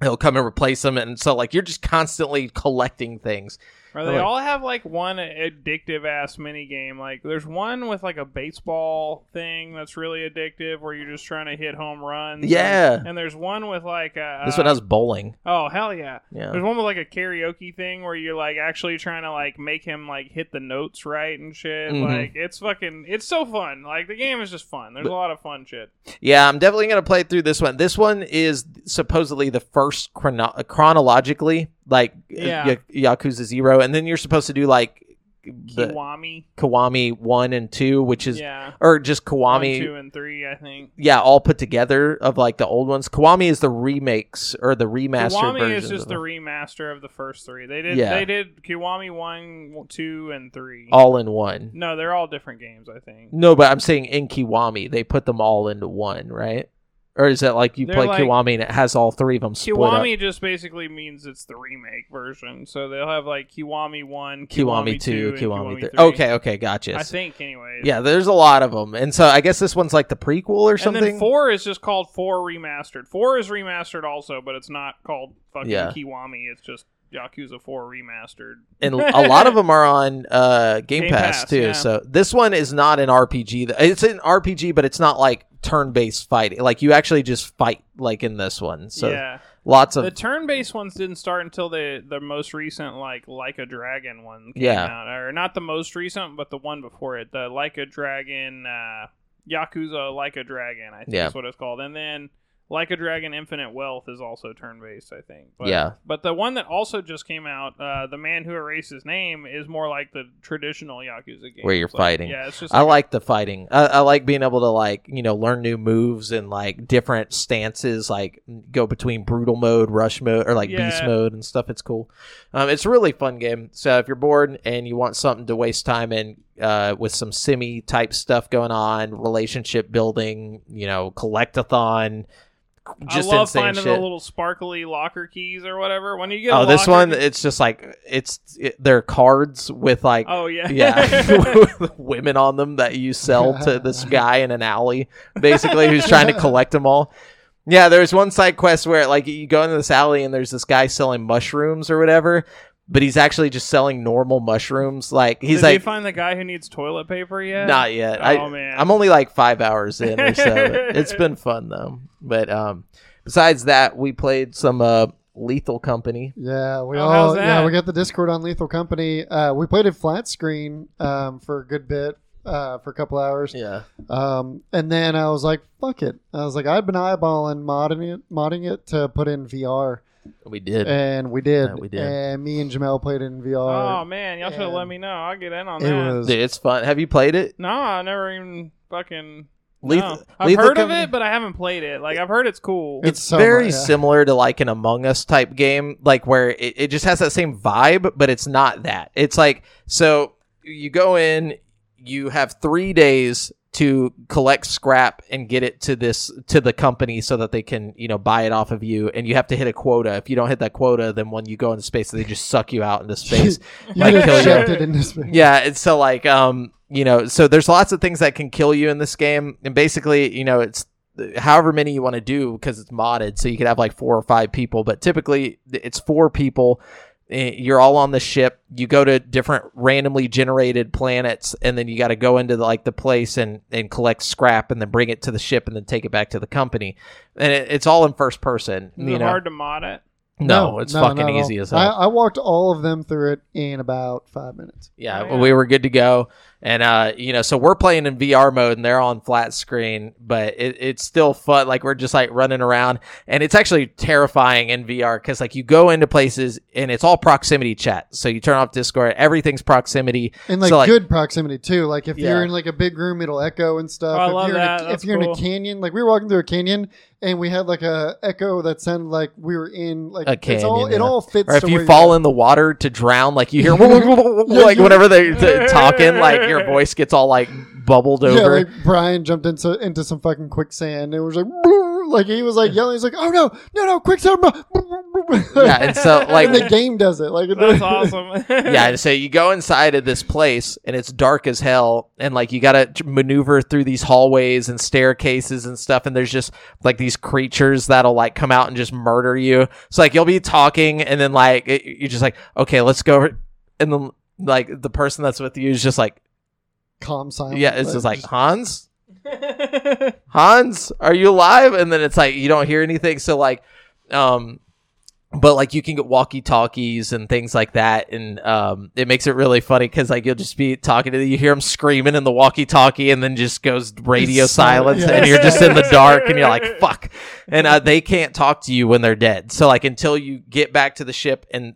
Speaker 4: He'll come and replace them, and so like you're just constantly collecting things.
Speaker 2: Or they
Speaker 4: Like-
Speaker 2: all have like one addictive ass mini game. Like there's one with like a baseball thing that's really addictive, where you're just trying to hit home runs.
Speaker 4: Yeah.
Speaker 2: And, and there's one with like a
Speaker 4: This one has bowling.
Speaker 2: oh hell yeah.
Speaker 4: Yeah,
Speaker 2: There's one with like a karaoke thing where you're like actually trying to like make him like hit the notes right and shit.
Speaker 4: Mhm.
Speaker 2: Like it's fucking it's so fun. Like the game is just fun. There's a lot of fun shit.
Speaker 4: yeah. I'm definitely gonna play through this one. This one is supposedly the first chrono- chronologically, like
Speaker 2: Yeah.
Speaker 4: uh, Ya- Yakuza Zero, and then you're supposed to do like the
Speaker 2: Kiwami.
Speaker 4: Kiwami One and Two, which is
Speaker 2: Yeah.
Speaker 4: or just
Speaker 2: One,
Speaker 4: Kiwami
Speaker 2: two, and three, I think.
Speaker 4: yeah, all put together of like the old ones. Kiwami is the remakes or the remastered
Speaker 2: Kiwami
Speaker 4: versions
Speaker 2: is just
Speaker 4: of
Speaker 2: the
Speaker 4: them.
Speaker 2: remaster of the first three. They did
Speaker 4: Yeah.
Speaker 2: they did Kiwami one, two, and three.
Speaker 4: all in one.
Speaker 2: No, they're all different games, I think.
Speaker 4: No, but I'm saying in Kiwami they put them all into one, right? Or is that like you
Speaker 2: They're
Speaker 4: play
Speaker 2: like-
Speaker 4: Kiwami and it has all three of them split up?
Speaker 2: Kiwami just basically means it's the remake version, so they'll have like Kiwami one, Kiwami, two, and Kiwami, three.
Speaker 4: Okay, okay, gotcha.
Speaker 2: I think anyway.
Speaker 4: Yeah, there's a lot of them, and so I guess this one's like the prequel or something.
Speaker 2: And then four is just called four remastered. Four is remastered also, but it's not called fucking
Speaker 4: Yeah.
Speaker 2: Kiwami. It's just Yakuza Four remastered. [laughs]
Speaker 4: and a lot of them are on uh, Game,
Speaker 2: Game
Speaker 4: Pass,
Speaker 2: Pass,
Speaker 4: too.
Speaker 2: yeah.
Speaker 4: So this one is not an RPG. th- It's an RPG, but it's not like turn-based fighting. Like you actually just fight, like in this one. So
Speaker 2: yeah,
Speaker 4: lots of
Speaker 2: the turn-based ones didn't start until the the most recent like Like a Dragon one came
Speaker 4: Yeah.
Speaker 2: out, or not the most recent, but the one before it, the Like a Dragon uh, Yakuza Like a Dragon. I think
Speaker 4: Yeah.
Speaker 2: that's what it's called, and then. Like a Dragon Infinite Wealth is also turn based, I think. But,
Speaker 4: Yeah.
Speaker 2: But the one that also just came out, uh, The Man Who Erased His Name, is more like the traditional Yakuza game.
Speaker 4: Where you're
Speaker 2: It's like-
Speaker 4: fighting.
Speaker 2: Yeah, it's just
Speaker 4: I like the fighting. I, I like being able to like you know learn new moves and like different stances. Like go between brutal mode, rush mode, or like beast
Speaker 2: Yeah.
Speaker 4: mode and stuff. It's cool. Um, it's a really fun game. So if you're bored and you want something to waste time in, uh, with some simi type stuff going on, relationship building, you know, collectathon, just
Speaker 2: I love
Speaker 4: insane
Speaker 2: finding
Speaker 4: shit.
Speaker 2: the little sparkly locker keys or whatever. When you get a
Speaker 4: oh, this
Speaker 2: locker
Speaker 4: one,
Speaker 2: key-
Speaker 4: it's just like it's it, they're cards with like
Speaker 2: oh yeah, [laughs]
Speaker 4: yeah, [laughs] with women on them that you sell to this guy in an alley, basically, who's trying to collect them all. Yeah, there's one side quest where like you go into this alley and there's this guy selling mushrooms or whatever, but he's actually just selling normal mushrooms. Like he's
Speaker 2: Did you
Speaker 4: like,
Speaker 2: find the guy who needs toilet paper yet?
Speaker 3: Uh,
Speaker 4: not yet.
Speaker 2: Oh
Speaker 4: I,
Speaker 2: man,
Speaker 4: I'm only like five hours in or
Speaker 2: [laughs]
Speaker 4: so. it's been fun though. But um, besides that, we played some uh, Lethal Company.
Speaker 3: Yeah, we
Speaker 2: Oh,
Speaker 3: all
Speaker 2: how's
Speaker 3: yeah
Speaker 2: that?
Speaker 3: we got the Discord on Lethal Company. Uh, we played it flat screen um, for a good bit, uh, for a couple hours,
Speaker 4: Yeah,
Speaker 3: um, and then I was like, "Fuck it!" I was like, "I've been eyeballing modding it, modding it to put in VR,"
Speaker 4: we did.
Speaker 3: and we did.
Speaker 4: Yeah, we did.
Speaker 3: And me and Jamel played it in
Speaker 2: oh
Speaker 3: VR.
Speaker 2: man, y'all should have
Speaker 3: and-
Speaker 2: let me know. I'll get in on
Speaker 3: it
Speaker 2: that.
Speaker 3: was
Speaker 4: Dude, it's fun. Have you played it?
Speaker 2: No, I never even fucking.
Speaker 4: Lethal.
Speaker 2: no. I've
Speaker 4: Lethal
Speaker 2: heard
Speaker 4: Company-
Speaker 2: of it, but I haven't played it. Like I've heard it's cool.
Speaker 3: It's
Speaker 4: it's
Speaker 3: so
Speaker 4: very
Speaker 3: much- yeah.
Speaker 4: similar to like an Among Us type game, like where it, it just has that same vibe, but it's not that. It's like so you go in, you have three days to collect scrap and get it to this to the company so that they can you know buy it off of you and you have to hit a quota if you don't hit that quota then when you go into space they just suck you out into space
Speaker 3: [laughs]
Speaker 2: Oh,
Speaker 3: you
Speaker 4: like,
Speaker 3: get
Speaker 4: kill you.
Speaker 3: ejected in this.
Speaker 4: yeah it's so like um you know so there's lots of things that can kill you in this game and basically you know it's however many you want to do because it's modded so you could have like four or five people but typically th- it's four people Eh, you're all on the ship you go to different randomly generated planets and then you got to go into the, like the place and and collect scrap and then bring it to the ship and then take it back to the company and it, it's all in first person
Speaker 2: Is
Speaker 4: you
Speaker 2: it
Speaker 4: know
Speaker 2: hard to mod
Speaker 3: [laughs]
Speaker 2: it?
Speaker 4: no, it's
Speaker 3: not
Speaker 4: fucking
Speaker 3: at all.
Speaker 4: easy as hell
Speaker 3: I, I walked all of them through it in about five minutes.
Speaker 4: yeah,
Speaker 2: Oh, yeah.
Speaker 4: we were good to go and uh you know so we're playing in vr mode and they're on flat screen but it, it's still fun like we're just like running around and it's actually terrifying in vr because like you go into places and it's all proximity chat so you turn off discord everything's proximity
Speaker 3: And like,
Speaker 4: So, like-
Speaker 3: good proximity too. Like if
Speaker 4: Yeah.
Speaker 3: you're in like a big room, it'll echo and stuff.
Speaker 2: Oh, I
Speaker 3: if
Speaker 2: love
Speaker 3: you're
Speaker 2: that.
Speaker 3: In a, if
Speaker 2: That's
Speaker 3: you're in
Speaker 2: cool.
Speaker 3: a canyon, like we were walking through a canyon and we had like a echo that sounded like we were in like
Speaker 4: A
Speaker 3: It's all,
Speaker 4: canyon,
Speaker 3: It
Speaker 4: yeah.
Speaker 3: all fits.
Speaker 4: or if
Speaker 3: to where
Speaker 4: you
Speaker 3: you're
Speaker 4: fall in the water to drown like you hear [laughs]
Speaker 3: [laughs]
Speaker 4: like
Speaker 3: yeah.
Speaker 4: whenever they're t- talking
Speaker 3: [laughs]
Speaker 4: like your voice gets all like bubbled
Speaker 3: at.
Speaker 4: over
Speaker 3: yeah, like [laughs] Brian jumped into into some fucking quicksand. and It was like, "Brrr," like he was like yelling. He's like, "Oh no, no, no, quicksand!" bro." [laughs]
Speaker 4: yeah and so like
Speaker 3: and the game does it. Like it
Speaker 2: That's
Speaker 3: does-
Speaker 2: awesome.
Speaker 4: [laughs] yeah, and so you go inside of this place and it's dark as hell and like you got to maneuver through these hallways and staircases and stuff and there's just like these creatures that'll like come out and just murder you. So like you'll be talking and then like it, you're just like, "Okay, let's go." over- And then like the person that's with you is just like,
Speaker 3: [laughs] Calm silence.
Speaker 4: yeah, it's just like,
Speaker 3: [laughs]
Speaker 4: "Hans?"
Speaker 2: yeah.
Speaker 4: Hans, are you alive? And then it's like you don't hear anything. So like, um, but like you can get walkie talkies and things like that, and um, it makes it really funny because like you'll just be talking to you hear him screaming in the walkie talkie, and then just goes radio
Speaker 3: It's silent,
Speaker 4: silence,
Speaker 3: yeah.
Speaker 4: and you're just in the
Speaker 3: [laughs]
Speaker 4: dark, and you're like fuck, and uh, they can't talk to you when they're dead. So like until you get back to the ship and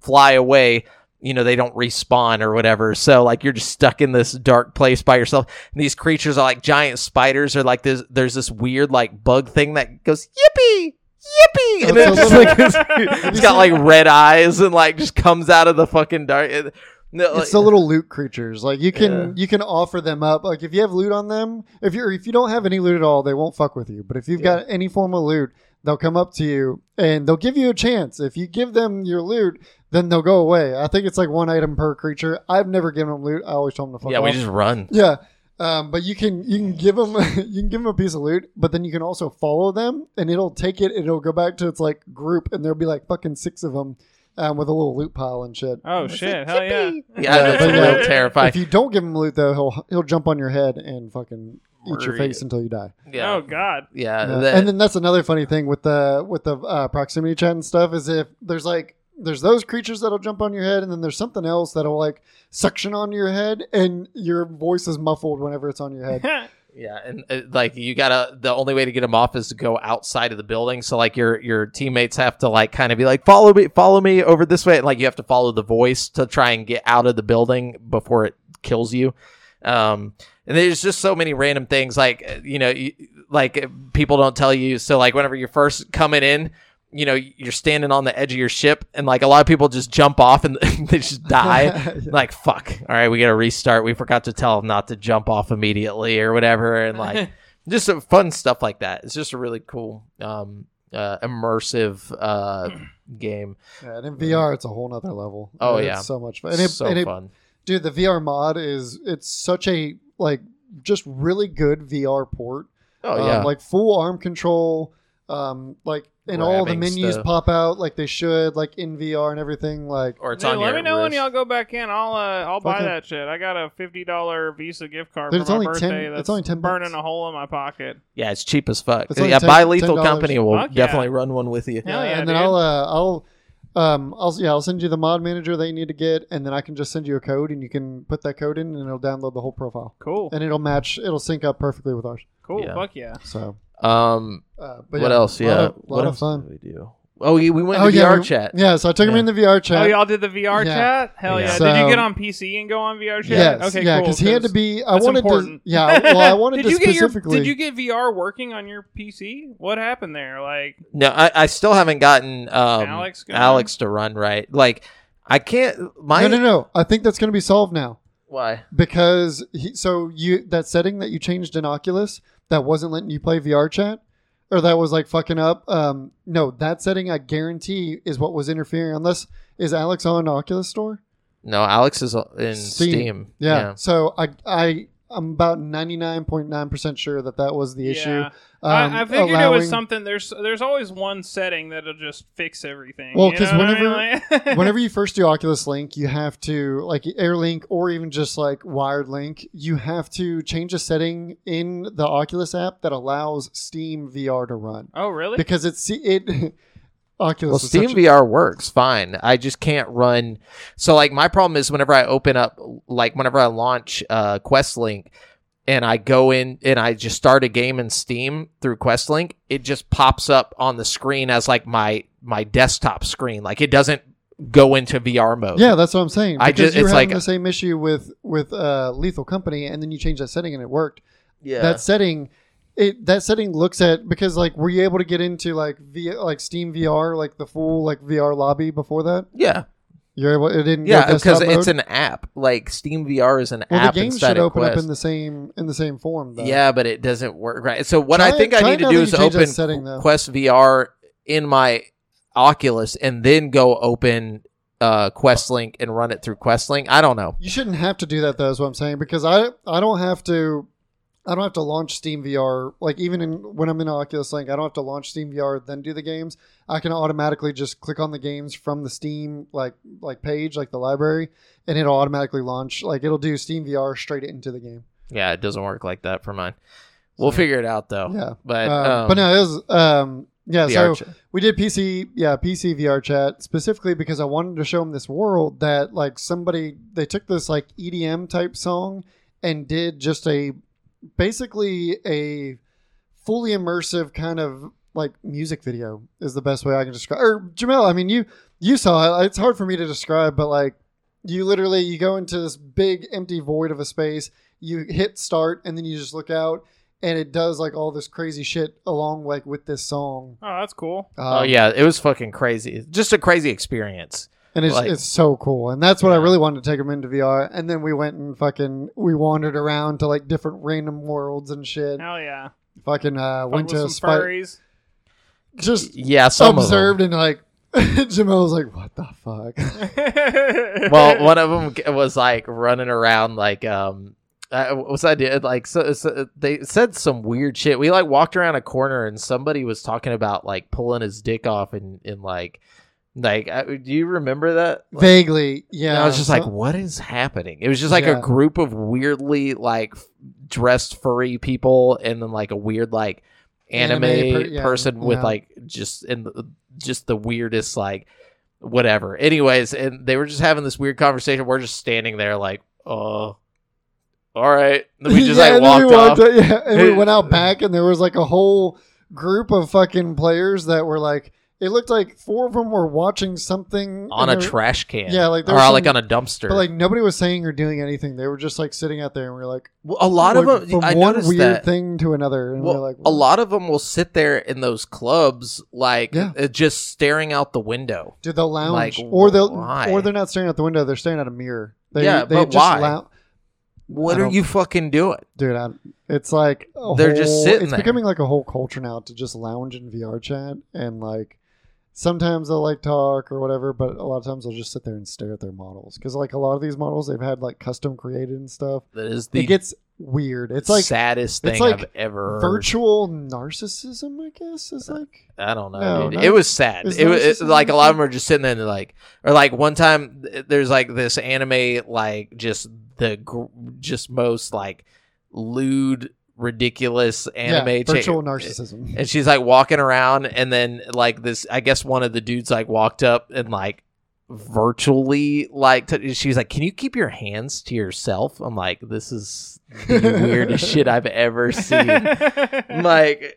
Speaker 4: fly away. You know, they don't respawn or whatever. So, like, you're just stuck in this dark place by yourself. And these creatures are like giant spiders or like this there's this weird like bug thing that goes yippee
Speaker 3: Oh,
Speaker 4: yippee and
Speaker 3: That's
Speaker 4: [laughs] it's
Speaker 3: a
Speaker 4: just
Speaker 3: little-
Speaker 4: like it's- it's got like red eyes and like just comes out of the fucking dark It- No,
Speaker 3: it's the little loot creatures. Like you can
Speaker 4: Yeah.
Speaker 3: you can offer them up. Like if you have loot on them, if you're if you don't have any loot at all, they won't fuck with you. But if you've
Speaker 4: Yeah.
Speaker 3: got any form of loot, they'll come up to you and they'll give you a chance. If you give them your loot, then they'll go away. I think it's like one item per creature. I've never given them loot. I always tell them to fuck
Speaker 4: yeah,
Speaker 3: off.
Speaker 4: we just run.
Speaker 3: yeah. Um, but you can you can give them [laughs] you can give them a piece of loot, but then you can also follow them, and it'll take it. and It'll go back to its like group, and there'll be like fucking six of them, um, with a little loot pile and shit.
Speaker 2: [laughs] Oh shit! Hell yeah!
Speaker 4: Yeah, I know, it's a
Speaker 3: but
Speaker 4: little
Speaker 3: no. [laughs]
Speaker 4: terrifying.
Speaker 3: If you don't give him loot though, he'll he'll jump on your head and fucking eat your
Speaker 4: Worry.
Speaker 3: face until you die.
Speaker 4: yeah,
Speaker 2: Oh god!
Speaker 4: yeah.
Speaker 3: Yeah.
Speaker 4: that-
Speaker 3: and then that's another funny thing with the with the uh, proximity chat and stuff is if there's like there's those creatures that'll jump on your head, and then there's something else that'll like suction on your head, and your voice is muffled whenever it's on
Speaker 2: [laughs]
Speaker 3: your
Speaker 4: [laughs]
Speaker 3: head.
Speaker 4: Yeah, and uh, like you gotta, the only way to get them off is to go outside of the building. So like your your teammates have to like kind of be like, follow me, follow me over this way. And, like you have to follow the voice to try and get out of the building before it kills you. Um, and there's just so many random things like uh, you know, you, like uh, people don't tell you. So like whenever you're first coming in. You know, you're standing on the edge of your ship, and like a lot of people just jump off and [laughs] they
Speaker 3: [laughs]
Speaker 4: just die
Speaker 3: Yeah.
Speaker 4: like fuck all right we gotta restart we forgot to tell them not to jump off immediately or whatever and [laughs] like just some fun stuff like that it's just a really cool um uh immersive [clears throat] uh game
Speaker 3: Yeah, and in VR, it's a whole nother level. Uh,
Speaker 4: Oh,
Speaker 3: It's
Speaker 4: yeah.
Speaker 3: so much fun. And it,
Speaker 4: so
Speaker 3: and it
Speaker 4: fun
Speaker 3: dude the vr mod is it's such a like just really good vr port
Speaker 4: oh yeah
Speaker 3: um, like full arm control um like and all the
Speaker 4: Grabbing
Speaker 3: menus
Speaker 4: stuff.
Speaker 3: pop out like they should like in vr and everything like
Speaker 4: or it's
Speaker 2: Dude,
Speaker 4: on
Speaker 2: let
Speaker 4: your
Speaker 2: me know when
Speaker 4: wrist.
Speaker 2: y'all go back in. I'll uh, I'll buy
Speaker 3: Fucking-
Speaker 2: that shit. I got a fifty dollar Visa gift card
Speaker 3: Dude,
Speaker 2: for
Speaker 3: it's
Speaker 2: my
Speaker 3: only 10
Speaker 2: birthday.
Speaker 3: it's
Speaker 2: that's
Speaker 3: only 10
Speaker 2: burning
Speaker 3: bucks.
Speaker 2: a hole in my pocket.
Speaker 4: yeah it's cheap as fuck
Speaker 3: It's only
Speaker 4: yeah
Speaker 3: ten-
Speaker 4: buy lethal
Speaker 3: $10.
Speaker 4: company will
Speaker 2: Fuck yeah.
Speaker 4: definitely run one with you
Speaker 2: Yeah. Hell
Speaker 3: and then
Speaker 2: dude.
Speaker 3: i'll uh i'll um i'll yeah i'll send you the mod manager that you need to get and then i can just send you a code and you can put that code in and it'll download the whole profile
Speaker 2: Cool,
Speaker 3: and it'll match it'll sync up perfectly with ours
Speaker 2: cool,
Speaker 4: Yeah.
Speaker 2: fuck yeah.
Speaker 3: so
Speaker 4: um
Speaker 3: uh but
Speaker 4: what else
Speaker 3: a
Speaker 4: yeah
Speaker 3: lot of- lot
Speaker 4: what
Speaker 3: of
Speaker 4: else
Speaker 3: fun.
Speaker 4: did we do oh we, we went to
Speaker 3: yeah,
Speaker 4: vr
Speaker 3: we-
Speaker 4: chat
Speaker 3: yeah so i took him
Speaker 4: Yeah.
Speaker 3: in the vr chat
Speaker 2: Oh, y'all did the VR
Speaker 3: Yeah.
Speaker 2: chat? Hell
Speaker 4: Yeah.
Speaker 2: yeah! did you
Speaker 3: So-
Speaker 2: get on PC and go on VR chat?
Speaker 3: Yes.
Speaker 2: Okay.
Speaker 3: yeah,
Speaker 2: cool,
Speaker 3: because he had
Speaker 2: [laughs]
Speaker 3: to be. I
Speaker 2: that's
Speaker 3: wanted
Speaker 2: important.
Speaker 3: to. Yeah. Well, I
Speaker 2: [laughs]
Speaker 3: wanted
Speaker 2: did
Speaker 3: to
Speaker 2: you get your,
Speaker 3: specifically.
Speaker 2: Did you get VR working on your PC? What happened there? Like,
Speaker 4: No, I, I still haven't gotten um, Alex,
Speaker 2: Alex going?
Speaker 4: to run right. Like I can't. My
Speaker 3: no, no, no. I think that's going to be solved now
Speaker 4: why?
Speaker 3: because he, so you that setting that you changed in Oculus that wasn't letting you play VR chat or that was like fucking up. Um, no, that setting I guarantee is what was interfering. Unless is Alex on Oculus Store?
Speaker 4: No, Alex is uh, in Steam.
Speaker 3: Steam. Yeah. So I I I'm about ninety nine point nine percent sure that that was the issue.
Speaker 2: yeah. I, I figured it was
Speaker 3: Um,
Speaker 2: [laughs]
Speaker 3: allowing-
Speaker 2: something. There's there's always one setting that'll just fix everything.
Speaker 3: Well,
Speaker 2: you
Speaker 3: 'cause
Speaker 2: know what I
Speaker 3: whenever-
Speaker 2: mean? [laughs] Like-
Speaker 3: whenever you first do Oculus Link, you have to like AirLink or even just like wired link, you have to change a setting in the Oculus app that allows Steam VR to run
Speaker 2: oh, really?
Speaker 3: because it's it [laughs] Oculus
Speaker 4: Well,
Speaker 3: is
Speaker 4: Steam
Speaker 3: such a-
Speaker 4: VR works fine. I just can't run. So like my problem is whenever I open up, like whenever I launch uh, Questlink, and I go in and I just start a game in Steam through Questlink, it just pops up on the screen as like my my desktop screen. Like it doesn't go into VR mode.
Speaker 3: yeah, that's what I'm saying.
Speaker 4: I
Speaker 3: Because
Speaker 4: just-
Speaker 3: you were
Speaker 4: it's
Speaker 3: having
Speaker 4: like-
Speaker 3: the same issue with with uh, Lethal Company, and then you change that setting and it worked.
Speaker 4: yeah.
Speaker 3: That setting, it that setting looks at because like were you able to get into like v, like Steam VR like the full like VR lobby before that?
Speaker 4: yeah.
Speaker 3: You're able, it didn't go
Speaker 4: Yeah, because
Speaker 3: desktop mode?
Speaker 4: it's an app. Like Steam VR is an
Speaker 3: Well,
Speaker 4: app
Speaker 3: the game
Speaker 4: instead
Speaker 3: should
Speaker 4: of
Speaker 3: open
Speaker 4: Quest.
Speaker 3: up in the same in the same form. Though.
Speaker 4: yeah, but it doesn't work right. So what I
Speaker 3: Try-
Speaker 4: think I
Speaker 3: try
Speaker 4: need to
Speaker 3: now
Speaker 4: do
Speaker 3: that
Speaker 4: is
Speaker 3: you change that
Speaker 4: open
Speaker 3: setting, though.
Speaker 4: Quest VR in my Oculus and then go open uh, Quest Link and run it through Quest Link. I don't know.
Speaker 3: you shouldn't have to do that. Though is what I'm saying because I I don't have to. I don't have to launch Steam VR like even in, when I'm in Oculus Link. I don't have to launch Steam VR then do the games. I can automatically just click on the games from the Steam like like page like the library, and it'll automatically launch. Like it'll do Steam VR straight into the game.
Speaker 4: Yeah, it doesn't work like that for mine. We'll
Speaker 3: So-
Speaker 4: figure it out though.
Speaker 3: Yeah,
Speaker 4: But
Speaker 3: Um,
Speaker 4: um,
Speaker 3: but no, it was um yeah.
Speaker 4: VR
Speaker 3: so
Speaker 4: chat.
Speaker 3: We did PC, yeah, PC VR chat specifically because I wanted to show him this world that like somebody they took this like EDM type song and did just a basically a fully immersive kind of like music video is the best way I can describe. Or Jamel, I mean you you saw it. It's hard for me to describe, but like you literally you go into this big empty void of a space, you hit start, and then you just look out. And it does like all this crazy shit along like with this song.
Speaker 2: oh, that's cool.
Speaker 4: oh
Speaker 3: Um,
Speaker 4: yeah, it was fucking crazy. Just a crazy experience.
Speaker 3: And it's,
Speaker 4: Like-
Speaker 3: it's so cool. And that's what I
Speaker 4: Yeah.
Speaker 3: really wanted to take them into VR. And then we went and fucking, we wandered around to like different random worlds and shit.
Speaker 2: Hell yeah.
Speaker 3: Fucking uh,
Speaker 2: Fun
Speaker 3: went
Speaker 2: with
Speaker 3: to
Speaker 2: some
Speaker 3: Spy.
Speaker 2: furries. [laughs]
Speaker 3: Just
Speaker 4: Yeah, some of 'em.
Speaker 3: observed and like, [laughs] Jamel was like, what the fuck? [laughs]
Speaker 4: well, one of them g- was like running around like um uh, what's I did like so, so they said some weird shit. We like walked around a corner and somebody was talking about like pulling his dick off and and like like I, do you remember that? Like,
Speaker 3: Vaguely, yeah.
Speaker 4: [laughs] and I was just
Speaker 3: So-
Speaker 4: like, what is happening? It was just like
Speaker 3: Yeah.
Speaker 4: a group of weirdly like f- dressed furry people, and then like a weird like anime,
Speaker 3: Anime per- yeah,
Speaker 4: person with
Speaker 3: yeah.
Speaker 4: like just in the, just the weirdest like whatever. Anyways, and they were just having this weird conversation. We're just standing there like, oh, all right. Then we just
Speaker 3: [laughs] Yeah,
Speaker 4: like
Speaker 3: and then
Speaker 4: walked
Speaker 3: we
Speaker 4: off.
Speaker 3: out- yeah, and we
Speaker 4: It-
Speaker 3: went
Speaker 4: [laughs]
Speaker 3: out back, and there was like a whole group of fucking players that were like, it looked like four of them were watching something and
Speaker 4: on a
Speaker 3: they were-
Speaker 4: trash can,
Speaker 3: Yeah, like,
Speaker 4: or
Speaker 3: there was
Speaker 4: like
Speaker 3: some-
Speaker 4: on a dumpster.
Speaker 3: But like nobody was saying or doing anything. They were just like sitting out there, and we are like,
Speaker 4: Well, a lot
Speaker 3: like,
Speaker 4: of them.
Speaker 3: from
Speaker 4: I
Speaker 3: one
Speaker 4: noticed
Speaker 3: weird
Speaker 4: that.
Speaker 3: thing to another, and
Speaker 4: Well,
Speaker 3: we're like,
Speaker 4: a lot of them will sit there in those clubs, like
Speaker 3: Yeah.
Speaker 4: uh, just staring out the window.
Speaker 3: Did they lounge,
Speaker 4: like,
Speaker 3: or they'll,
Speaker 4: why?
Speaker 3: or they're not staring out the window; they're staring at a mirror. They,
Speaker 4: Yeah,
Speaker 3: they
Speaker 4: but
Speaker 3: just
Speaker 4: why?
Speaker 3: lou-
Speaker 4: What
Speaker 3: I
Speaker 4: are
Speaker 3: don't-
Speaker 4: you fucking doing?
Speaker 3: dude, I, it's like a
Speaker 4: They're just
Speaker 3: whole-
Speaker 4: sitting
Speaker 3: It's
Speaker 4: there.
Speaker 3: becoming like a whole culture now to just lounge in VR chat and like sometimes they'll like talk or whatever, but a lot of times they'll just sit there and stare at their models because like a lot of these models they've had like custom created and stuff.
Speaker 4: That is the
Speaker 3: it gets weird. It's like
Speaker 4: saddest
Speaker 3: it's
Speaker 4: thing
Speaker 3: like
Speaker 4: I've ever. heard.
Speaker 3: virtual narcissism, I guess. Is like
Speaker 4: I don't know.
Speaker 3: No,
Speaker 4: dude.
Speaker 3: no.
Speaker 4: it was sad.
Speaker 3: It's
Speaker 4: It was
Speaker 3: narcissism.
Speaker 4: it, like a lot of them are just sitting there and they're like, or like one time th- there's like this anime, like just the gr- just most like lewd, ridiculous anime.
Speaker 3: yeah,
Speaker 4: chick-
Speaker 3: virtual narcissism.
Speaker 4: and she's like walking around and then like this i guess one of the dudes like walked up and like virtually like t- she was like can you keep your hands to yourself i'm like this is the weirdest shit i've
Speaker 2: [laughs]
Speaker 4: ever seen I'm like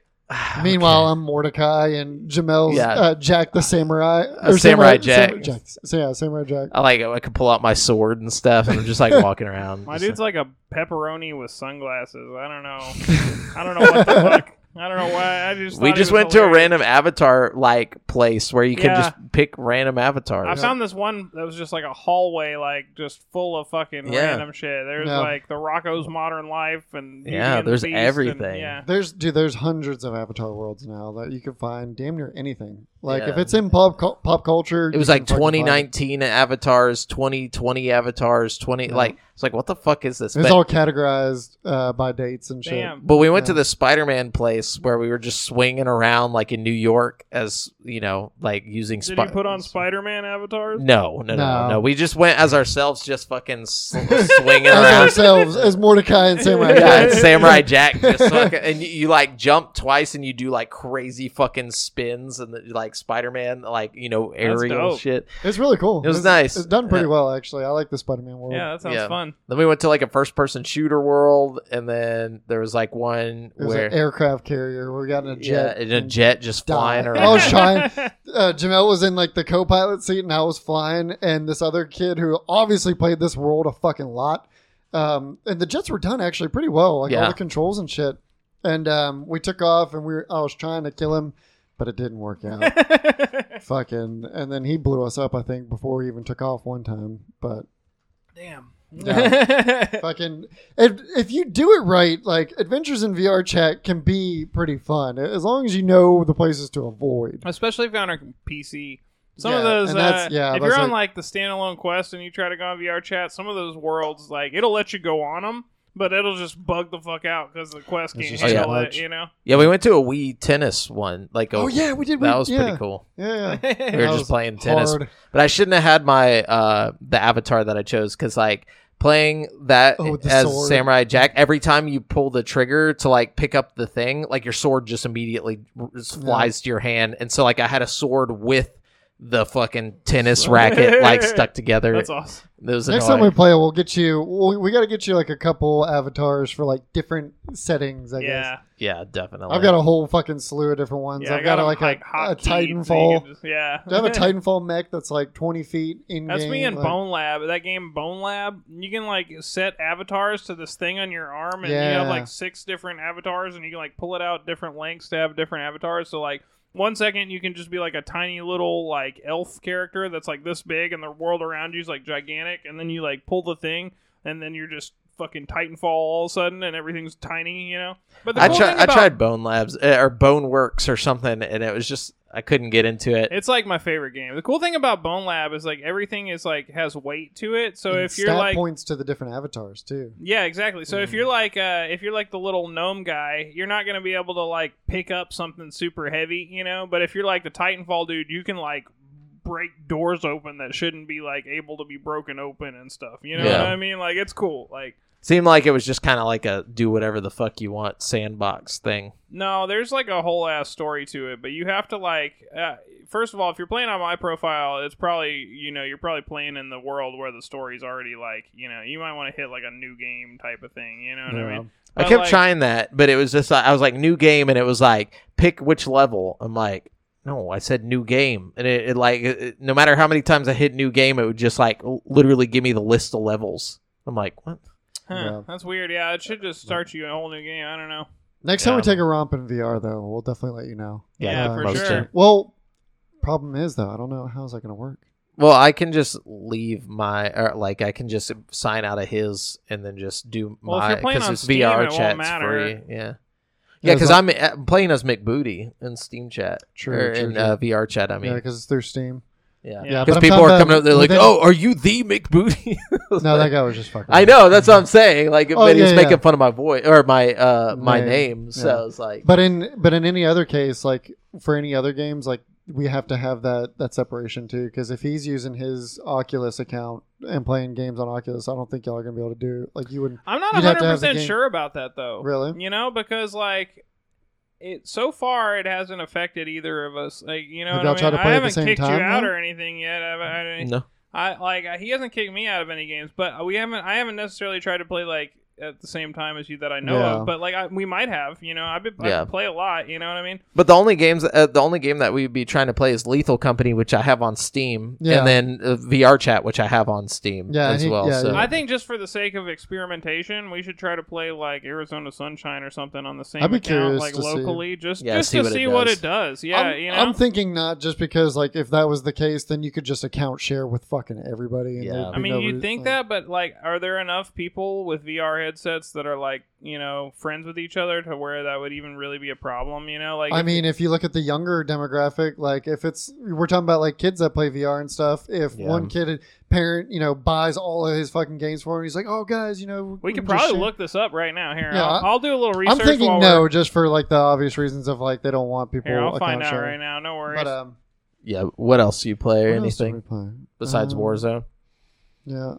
Speaker 3: Meanwhile,
Speaker 4: okay.
Speaker 3: I'm Mordecai and Jamel's
Speaker 4: Yeah.
Speaker 3: uh, Jack the Samurai.
Speaker 4: Uh,
Speaker 3: or
Speaker 4: Samurai
Speaker 3: Sam-
Speaker 4: Jack. Uh,
Speaker 3: Jack. So, yeah, Samurai Jack.
Speaker 4: i like i could pull out my sword and stuff and
Speaker 2: [laughs]
Speaker 4: i'm just like walking around
Speaker 2: My
Speaker 4: Just
Speaker 2: dude's like a pepperoni with sunglasses. I don't know. I don't know what the fuck. I don't know why. I just
Speaker 4: like- we
Speaker 2: thought it
Speaker 4: just
Speaker 2: was
Speaker 4: went to a
Speaker 2: hilarious.
Speaker 4: random avatar like place where you could
Speaker 2: Yeah.
Speaker 4: just pick random
Speaker 2: I
Speaker 4: avatars
Speaker 2: found this one that was just like a hallway, like just full of fucking
Speaker 4: Yeah.
Speaker 2: random shit. There's
Speaker 3: Yeah.
Speaker 2: like the Rocco's Modern Life and Beauty
Speaker 4: Yeah,
Speaker 2: and the
Speaker 4: there's
Speaker 2: Beast
Speaker 4: everything.
Speaker 2: And, yeah,
Speaker 3: There's dude, there's hundreds of Avatar worlds now that you can find damn near anything. Like
Speaker 4: Yeah.
Speaker 3: if it's in pop cul- pop culture,
Speaker 4: it was
Speaker 3: you
Speaker 4: like
Speaker 3: can fucking find it.
Speaker 4: 2019 avatars 2020 avatars 20
Speaker 3: Yeah.
Speaker 4: like it's like what the fuck is this
Speaker 3: It's
Speaker 4: But-
Speaker 3: all categorized uh, by dates and shit.
Speaker 2: damn.
Speaker 4: But we went
Speaker 3: Yeah.
Speaker 4: to the Spider Man place where we were just swinging around like in New York as, you know, like using
Speaker 2: Did
Speaker 4: Spi-
Speaker 2: you put on Spider-Man avatars?
Speaker 4: No, no, no, no,
Speaker 3: No.
Speaker 4: no. We just went as ourselves, just
Speaker 3: [laughs]
Speaker 4: fucking sl- swinging [laughs]
Speaker 3: As
Speaker 4: around.
Speaker 3: ourselves, as Mordecai and Samurai. [laughs]
Speaker 4: Yeah,
Speaker 3: Jack.
Speaker 4: and Samurai Jack just fucking, and you, you like jump twice and you do like crazy fucking spins and the, like Spider Man, like, you know, aerial
Speaker 2: dope.
Speaker 4: shit.
Speaker 3: It's really cool.
Speaker 4: It was
Speaker 3: it's,
Speaker 4: nice.
Speaker 3: It's done pretty
Speaker 4: Yeah.
Speaker 3: well actually. I like the Spider-Man world.
Speaker 2: Yeah, that sounds
Speaker 4: Yeah.
Speaker 2: fun.
Speaker 4: Then we went to like a first person shooter world and then there was like one
Speaker 3: It was
Speaker 4: where.
Speaker 3: an aircraft carrier. where We got in a jet.
Speaker 4: yeah, and a
Speaker 3: and- Oh,
Speaker 4: jet just
Speaker 3: die.
Speaker 4: flying around.
Speaker 3: I was trying. uh, Jamel was in like the co-pilot seat, and I was flying, and this other kid who obviously played this world a fucking lot. Um, and the jets were done actually pretty well, like
Speaker 4: Yeah.
Speaker 3: all the controls and shit. And um, we took off, and we were, I was trying to kill him, but it didn't work
Speaker 4: [laughs]
Speaker 3: out.
Speaker 2: [laughs]
Speaker 3: fucking, and then he blew us up, I think, before we even took off one time. But
Speaker 2: Damn. [laughs]
Speaker 3: fucking, if if you do it right, like adventures in VR chat can be pretty fun as long as you know the places to avoid.
Speaker 2: Especially if you're on a PC. Some
Speaker 3: Yeah,
Speaker 2: of those,
Speaker 3: and that's-
Speaker 2: uh,
Speaker 3: yeah,
Speaker 2: if
Speaker 3: that's
Speaker 2: you're on like the standalone quest and you try to go on VR chat, some of those worlds, like it'll let you go on them, but it'll just bug the fuck out because the quest
Speaker 3: It's
Speaker 2: can't
Speaker 3: just
Speaker 4: too
Speaker 2: handle it.
Speaker 3: much.
Speaker 2: You know,
Speaker 4: Yeah, we went to a Wii tennis one. Like, a,
Speaker 3: Oh yeah, we did.
Speaker 4: that
Speaker 3: we,
Speaker 4: was
Speaker 3: yeah,
Speaker 4: pretty cool.
Speaker 3: Yeah,
Speaker 2: [laughs]
Speaker 3: yeah.
Speaker 4: We were
Speaker 3: That
Speaker 4: just
Speaker 3: was
Speaker 4: playing tennis,
Speaker 3: hard.
Speaker 4: but I shouldn't have had my uh the avatar that I chose because like playing that
Speaker 3: Oh, with the
Speaker 4: as
Speaker 3: sword.
Speaker 4: Samurai Jack, every time you pull the trigger to like pick up the thing, like your sword just immediately r- just
Speaker 3: Yeah.
Speaker 4: flies to your hand, and so like I had a sword with the fucking
Speaker 3: [laughs]
Speaker 4: tennis racket like stuck together.
Speaker 2: that's awesome.
Speaker 4: It was
Speaker 3: Next time
Speaker 4: annoying.
Speaker 3: we play, we'll get you. We, we got to get you like a couple avatars for like different settings. I guess
Speaker 2: yeah,
Speaker 4: yeah, definitely.
Speaker 3: I've got a whole fucking slew of different ones.
Speaker 2: yeah.
Speaker 3: I've got,
Speaker 2: them
Speaker 3: like a,
Speaker 2: hot
Speaker 3: a
Speaker 2: keyed, so you
Speaker 3: Titanfall.
Speaker 2: can just- yeah,
Speaker 3: Do
Speaker 2: [laughs]
Speaker 3: I have a Titanfall mech that's like twenty feet in?
Speaker 2: That's me in
Speaker 3: like,
Speaker 2: Bone Lab. That game Bone Lab, you can like set avatars to this thing on your arm, and you
Speaker 3: Yeah.
Speaker 2: have like six different avatars, and you can like pull it out different lengths to have different avatars. So like one second you can just be like a tiny little like elf character that's like this big, and the world around you is like gigantic, and then you like pull the thing, and then you're just fucking Titanfall all of a sudden, and everything's tiny, you know. But the
Speaker 4: I
Speaker 2: cool
Speaker 4: tried.
Speaker 2: thing
Speaker 4: I
Speaker 2: about-
Speaker 4: tried Bone Labs uh, or Bone Works or something, and it was just I couldn't get into it.
Speaker 2: It's like my favorite game. The cool thing about Bone Lab is like everything is like has weight to it. So
Speaker 3: And
Speaker 2: if you're
Speaker 3: stat
Speaker 2: like
Speaker 3: points to the different avatars too.
Speaker 2: Yeah, exactly. So if
Speaker 4: Mhm.
Speaker 2: you're like uh if you're like the little gnome guy, you're not going to be able to like pick up something super heavy, you know, but if you're like the Titanfall dude, you can like break doors open that shouldn't be like able to be broken open and stuff. You know
Speaker 4: Yeah.
Speaker 2: what I mean? Like it's cool. Like
Speaker 4: Seemed like it was just kind of like a do whatever the fuck you want sandbox thing.
Speaker 2: No, there's like a whole ass story to it, but you have to like. Uh, first of all, if you're playing on my profile, it's probably you know you're probably playing in the world where the story's already like you know you might want to hit like a new game type of thing. You know what I mean?
Speaker 4: I
Speaker 2: But,
Speaker 4: kept
Speaker 2: like-
Speaker 4: trying that, but it was just like, I was like new game, and it was like pick which level. I'm like, no, I said new game, and it, it like it- it- no matter how many times I hit new game, it would just like l- literally give me the list of levels. I'm like, what?
Speaker 2: Huh,
Speaker 3: Yeah.
Speaker 2: That's weird. Yeah, it should just start you a whole new game. I don't know.
Speaker 3: Next time
Speaker 4: Yeah.
Speaker 3: we take a romp in VR, though, we'll definitely let you know.
Speaker 2: Yeah,
Speaker 3: Yeah,
Speaker 2: for
Speaker 4: most
Speaker 2: sure.
Speaker 4: of-
Speaker 3: Well, problem is though, I don't know how's that going to work.
Speaker 4: Well, I can just leave my or like I can just sign out of his and then just do
Speaker 2: Well, if
Speaker 4: my
Speaker 2: you're playing on
Speaker 4: it's
Speaker 2: Steam, it
Speaker 4: VR
Speaker 2: won't
Speaker 4: chat's
Speaker 2: matter.
Speaker 4: free. Yeah. Yeah,
Speaker 3: it's
Speaker 4: because
Speaker 3: not-
Speaker 4: I'm, I'm playing as McBooty in Steam chat
Speaker 3: True,
Speaker 4: or
Speaker 3: true,
Speaker 4: in
Speaker 3: true.
Speaker 4: Uh, VR chat. I
Speaker 3: yeah,
Speaker 4: mean,
Speaker 3: because it's through Steam.
Speaker 4: yeah,
Speaker 2: Yeah,
Speaker 3: Yeah,
Speaker 4: because
Speaker 3: but I'm
Speaker 4: people
Speaker 3: talking
Speaker 4: are
Speaker 3: about
Speaker 4: coming up. They're like,
Speaker 3: within-
Speaker 4: "Oh, are you the [laughs] McBooty?"
Speaker 3: No, that guy was just fucking.
Speaker 4: I know that's what I'm saying. Like,
Speaker 3: Oh,
Speaker 4: but he's
Speaker 3: yeah,
Speaker 4: making
Speaker 3: yeah.
Speaker 4: fun of my voice or my uh my
Speaker 3: Name.
Speaker 4: name.
Speaker 3: Yeah.
Speaker 4: So it's like,
Speaker 3: But in but in any other case, like for any other games, like we have to have that that separation too. Because if he's using his Oculus account and playing games on Oculus, I don't think y'all are gonna be able to do. Like you wouldn't.
Speaker 2: I'm not
Speaker 3: You'd have to have the
Speaker 2: 100%
Speaker 3: game-
Speaker 2: sure about that though.
Speaker 3: Really?
Speaker 2: You know because like it so far it hasn't affected either of us. Like you know
Speaker 3: Have
Speaker 2: what
Speaker 3: y'all
Speaker 2: I mean?
Speaker 3: tried to play
Speaker 2: I
Speaker 3: at the
Speaker 2: haven't
Speaker 3: same
Speaker 2: kicked you
Speaker 3: time,
Speaker 2: out
Speaker 3: though?
Speaker 2: or anything yet. I, haven't- I, didn't-
Speaker 4: no,
Speaker 2: I like uh, he hasn't kicked me out of any games, but we haven't. I haven't necessarily tried to play like at the same time as you that I know
Speaker 3: Yeah.
Speaker 2: of, but like I, we might have. You know, I've been I
Speaker 4: Yeah.
Speaker 2: play a lot. You know what I mean?
Speaker 4: but the only games, uh, the only game that we'd be trying to play is Lethal Company, which I have on Steam,
Speaker 3: Yeah.
Speaker 4: and then uh, VR Chat, which I have on Steam
Speaker 3: Yeah,
Speaker 4: as
Speaker 3: he-
Speaker 4: well.
Speaker 3: yeah,
Speaker 4: so
Speaker 3: yeah.
Speaker 2: I think just for the sake of experimentation, we should try to play like Arizona Sunshine or something on the same
Speaker 3: I'd be
Speaker 2: account,
Speaker 3: curious
Speaker 2: like
Speaker 3: to see.
Speaker 2: locally, just
Speaker 4: Yeah,
Speaker 2: just
Speaker 4: see
Speaker 2: to
Speaker 4: what it
Speaker 2: see what
Speaker 4: does.
Speaker 2: it does. Yeah,
Speaker 3: I'm,
Speaker 2: you know.
Speaker 3: I'm thinking not just because like if that was the case, then you could just account share with fucking everybody. And
Speaker 4: Yeah.
Speaker 3: there'd
Speaker 2: I
Speaker 3: be
Speaker 2: mean,
Speaker 3: no
Speaker 2: you'd
Speaker 3: re-
Speaker 2: think
Speaker 3: like-
Speaker 2: that, but like, are there enough people with VR headsets that are like, you know, friends with each other to where that would even really be a problem? You know, like,
Speaker 3: I
Speaker 2: if-
Speaker 3: mean, if you look at the younger demographic, like if it's we're talking about like kids that play VR and stuff, if
Speaker 4: Yeah.
Speaker 3: one kid parent, you know, buys all of his fucking games for him, he's like, "Oh guys, you know,
Speaker 2: we could
Speaker 3: can just
Speaker 2: probably
Speaker 3: share."
Speaker 2: look this up right now. Here,
Speaker 3: Yeah,
Speaker 2: I'll,
Speaker 3: I-
Speaker 2: I'll do a little research.
Speaker 3: I'm thinking
Speaker 2: while
Speaker 3: no,
Speaker 2: we're-
Speaker 3: just for like the obvious reasons of like they don't want people
Speaker 2: Here, I'll
Speaker 3: account
Speaker 2: find out
Speaker 3: sharing.
Speaker 2: right now. No worries.
Speaker 3: But um
Speaker 4: yeah. What else do you play or
Speaker 3: what else did
Speaker 4: anything
Speaker 3: we play?
Speaker 4: besides
Speaker 3: Um,
Speaker 4: Warzone?
Speaker 3: Yeah.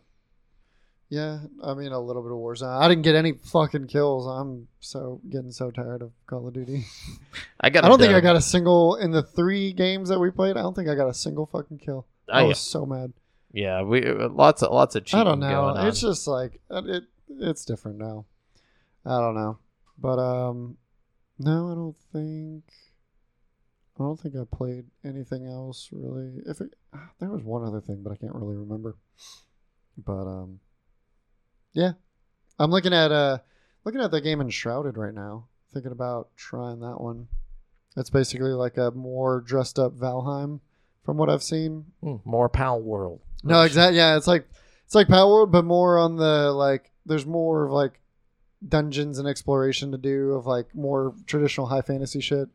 Speaker 3: Yeah, I mean a little bit of Warzone. I didn't get any fucking kills. I'm so getting so tired of Call of
Speaker 4: [laughs]
Speaker 3: Duty.
Speaker 4: I got.
Speaker 3: I don't think I
Speaker 4: done.
Speaker 3: got a single in the three games that we played. I don't think I got a single fucking kill. I,
Speaker 4: I-
Speaker 3: was so mad.
Speaker 4: yeah, we uh, lots of lots of cheating
Speaker 3: I don't know.
Speaker 4: going on.
Speaker 3: It's just like uh, it, it. It's different now. I don't know, but um, no, I don't think. I don't think I played anything else really. If it, [sighs] there was one other thing, but I can't really remember. But um, yeah, I'm looking at uh, looking at the game Enshrouded right now. Thinking about trying that one. It's basically like a more dressed up Valheim, from what I've seen.
Speaker 4: Mm, more Pal World.
Speaker 3: No, exactly. Yeah, it's like it's like Power World, but more on the like. There's more of like dungeons and exploration to do of like more traditional high fantasy shit.